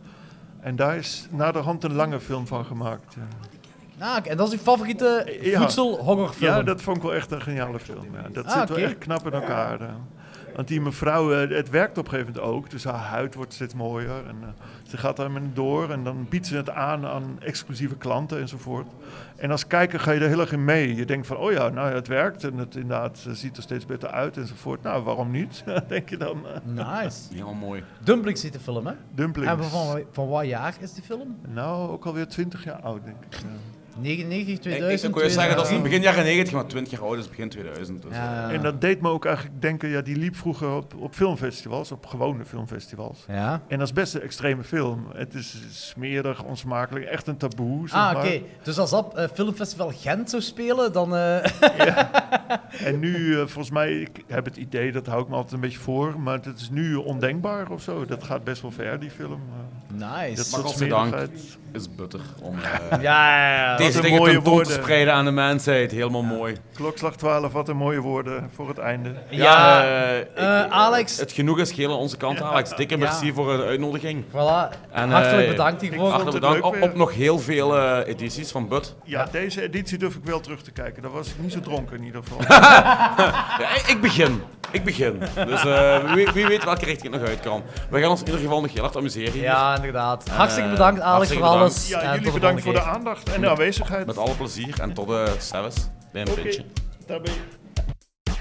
S10: En daar is naderhand een lange film van gemaakt. ja.
S1: Ah, oké. En dat is uw favoriete
S10: Ja.
S1: voedselhorrorfilm?
S10: Ja, dat vond ik wel echt een geniale film. Ja. Dat
S1: Ah,
S10: zit
S1: oké.
S10: wel echt knap in elkaar. eh. Want die mevrouw, eh, het werkt op een gegeven moment ook. Dus haar huid wordt steeds mooier. En, eh, ze gaat daarmee door en dan biedt ze het aan aan exclusieve klanten enzovoort. En als kijker ga je er heel erg in mee. Je denkt van, oh ja, nou ja, het werkt. En het inderdaad ze ziet er steeds beter uit enzovoort. Nou, waarom niet? [LAUGHS] Denk je dan. eh.
S1: Nice.
S2: Helemaal mooi.
S1: Dumplings zit de film, hè?
S10: dumplings.
S1: En van, van wat jaar is die film?
S10: Nou, ook alweer twintig jaar oud, denk ik. ja.
S1: 99,
S2: Ik, ik,
S1: 2000.
S2: ik wou zeggen, dat is in
S1: 2000.
S2: begin jaren 90, maar 20 jaar oud is begin 2000. Dus, eh.
S1: Ja.
S10: En dat deed me ook eigenlijk denken, ja, die liep vroeger op, op filmfestivals, op gewone filmfestivals.
S1: Ja.
S10: En dat is best een extreme film. Het is smerig, onsmakelijk, echt een taboe. Zeg
S1: Ah, oké.
S10: maar.
S1: Dus als dat eh, Filmfestival Gent zou spelen, dan... eh, [LAUGHS]
S10: En nu, eh, volgens mij, ik heb het idee, dat hou ik me altijd een beetje voor, maar het is nu ondenkbaar of zo. Dat gaat best wel ver, die film. Eh,
S1: Nice.
S2: maar
S10: dat soort
S2: godzijdank.
S10: smerigheid.
S2: is butter om
S1: [LAUGHS] Ja, ja, ja.
S2: deze
S10: een
S2: dingen
S10: mooie
S2: tentoon te
S10: woorden.
S2: spreiden aan de mensheid. Helemaal mooi.
S10: Klokslag 12, wat een mooie woorden voor het einde.
S1: Ja,
S2: eh, ik-
S1: eh, Alex.
S2: Het genoeg is geheel aan onze kant, Alex. Dikke merci voor eh, de uitnodiging.
S1: Voilà.
S2: En,
S1: Hartelijk
S2: eh,
S1: bedankt hiervoor.
S2: Hartelijk
S10: het
S2: bedankt.
S10: leuk
S2: Op,
S10: weer.
S2: op nog heel veel eh, edities van Bud.
S10: Ja, deze editie durf ik wel terug te kijken. Daar was ik niet zo dronken in
S1: [LAUGHS]
S10: ieder geval.
S2: Ja, ik- ik begin. Ik begin. Dus eh, wie, wie weet welke richting ik nog uit kan. We gaan ons in ieder geval nog heel hard amuseren hier. Eh,
S1: Ja, inderdaad. Hartstikke bedankt, Alex,
S2: hartstikke
S1: voor alles.
S2: bedankt.
S1: En
S10: ja,
S1: tot de
S10: jullie
S1: volgende
S10: bedankt voor de
S1: keer.
S10: aandacht en de aanwezigheid.
S2: Met alle plezier en tot de service. Bij een
S10: Oké,
S2: pintje.
S10: daar ben je.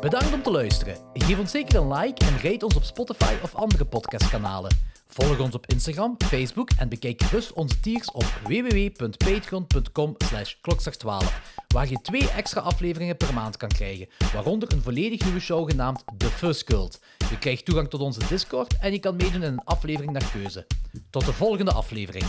S1: Bedankt om te luisteren. Geef ons zeker een like en rate ons op Spotify of andere podcastkanalen. Volg ons op Instagram, Facebook en bekijk gerust onze tiers op www.patreon.com slash klokslag12, waar je twee extra afleveringen per maand kan krijgen, waaronder een volledig nieuwe show genaamd The Fuzz Cult. Je krijgt toegang tot onze Discord en je kan meedoen in een aflevering naar keuze. Tot de volgende aflevering.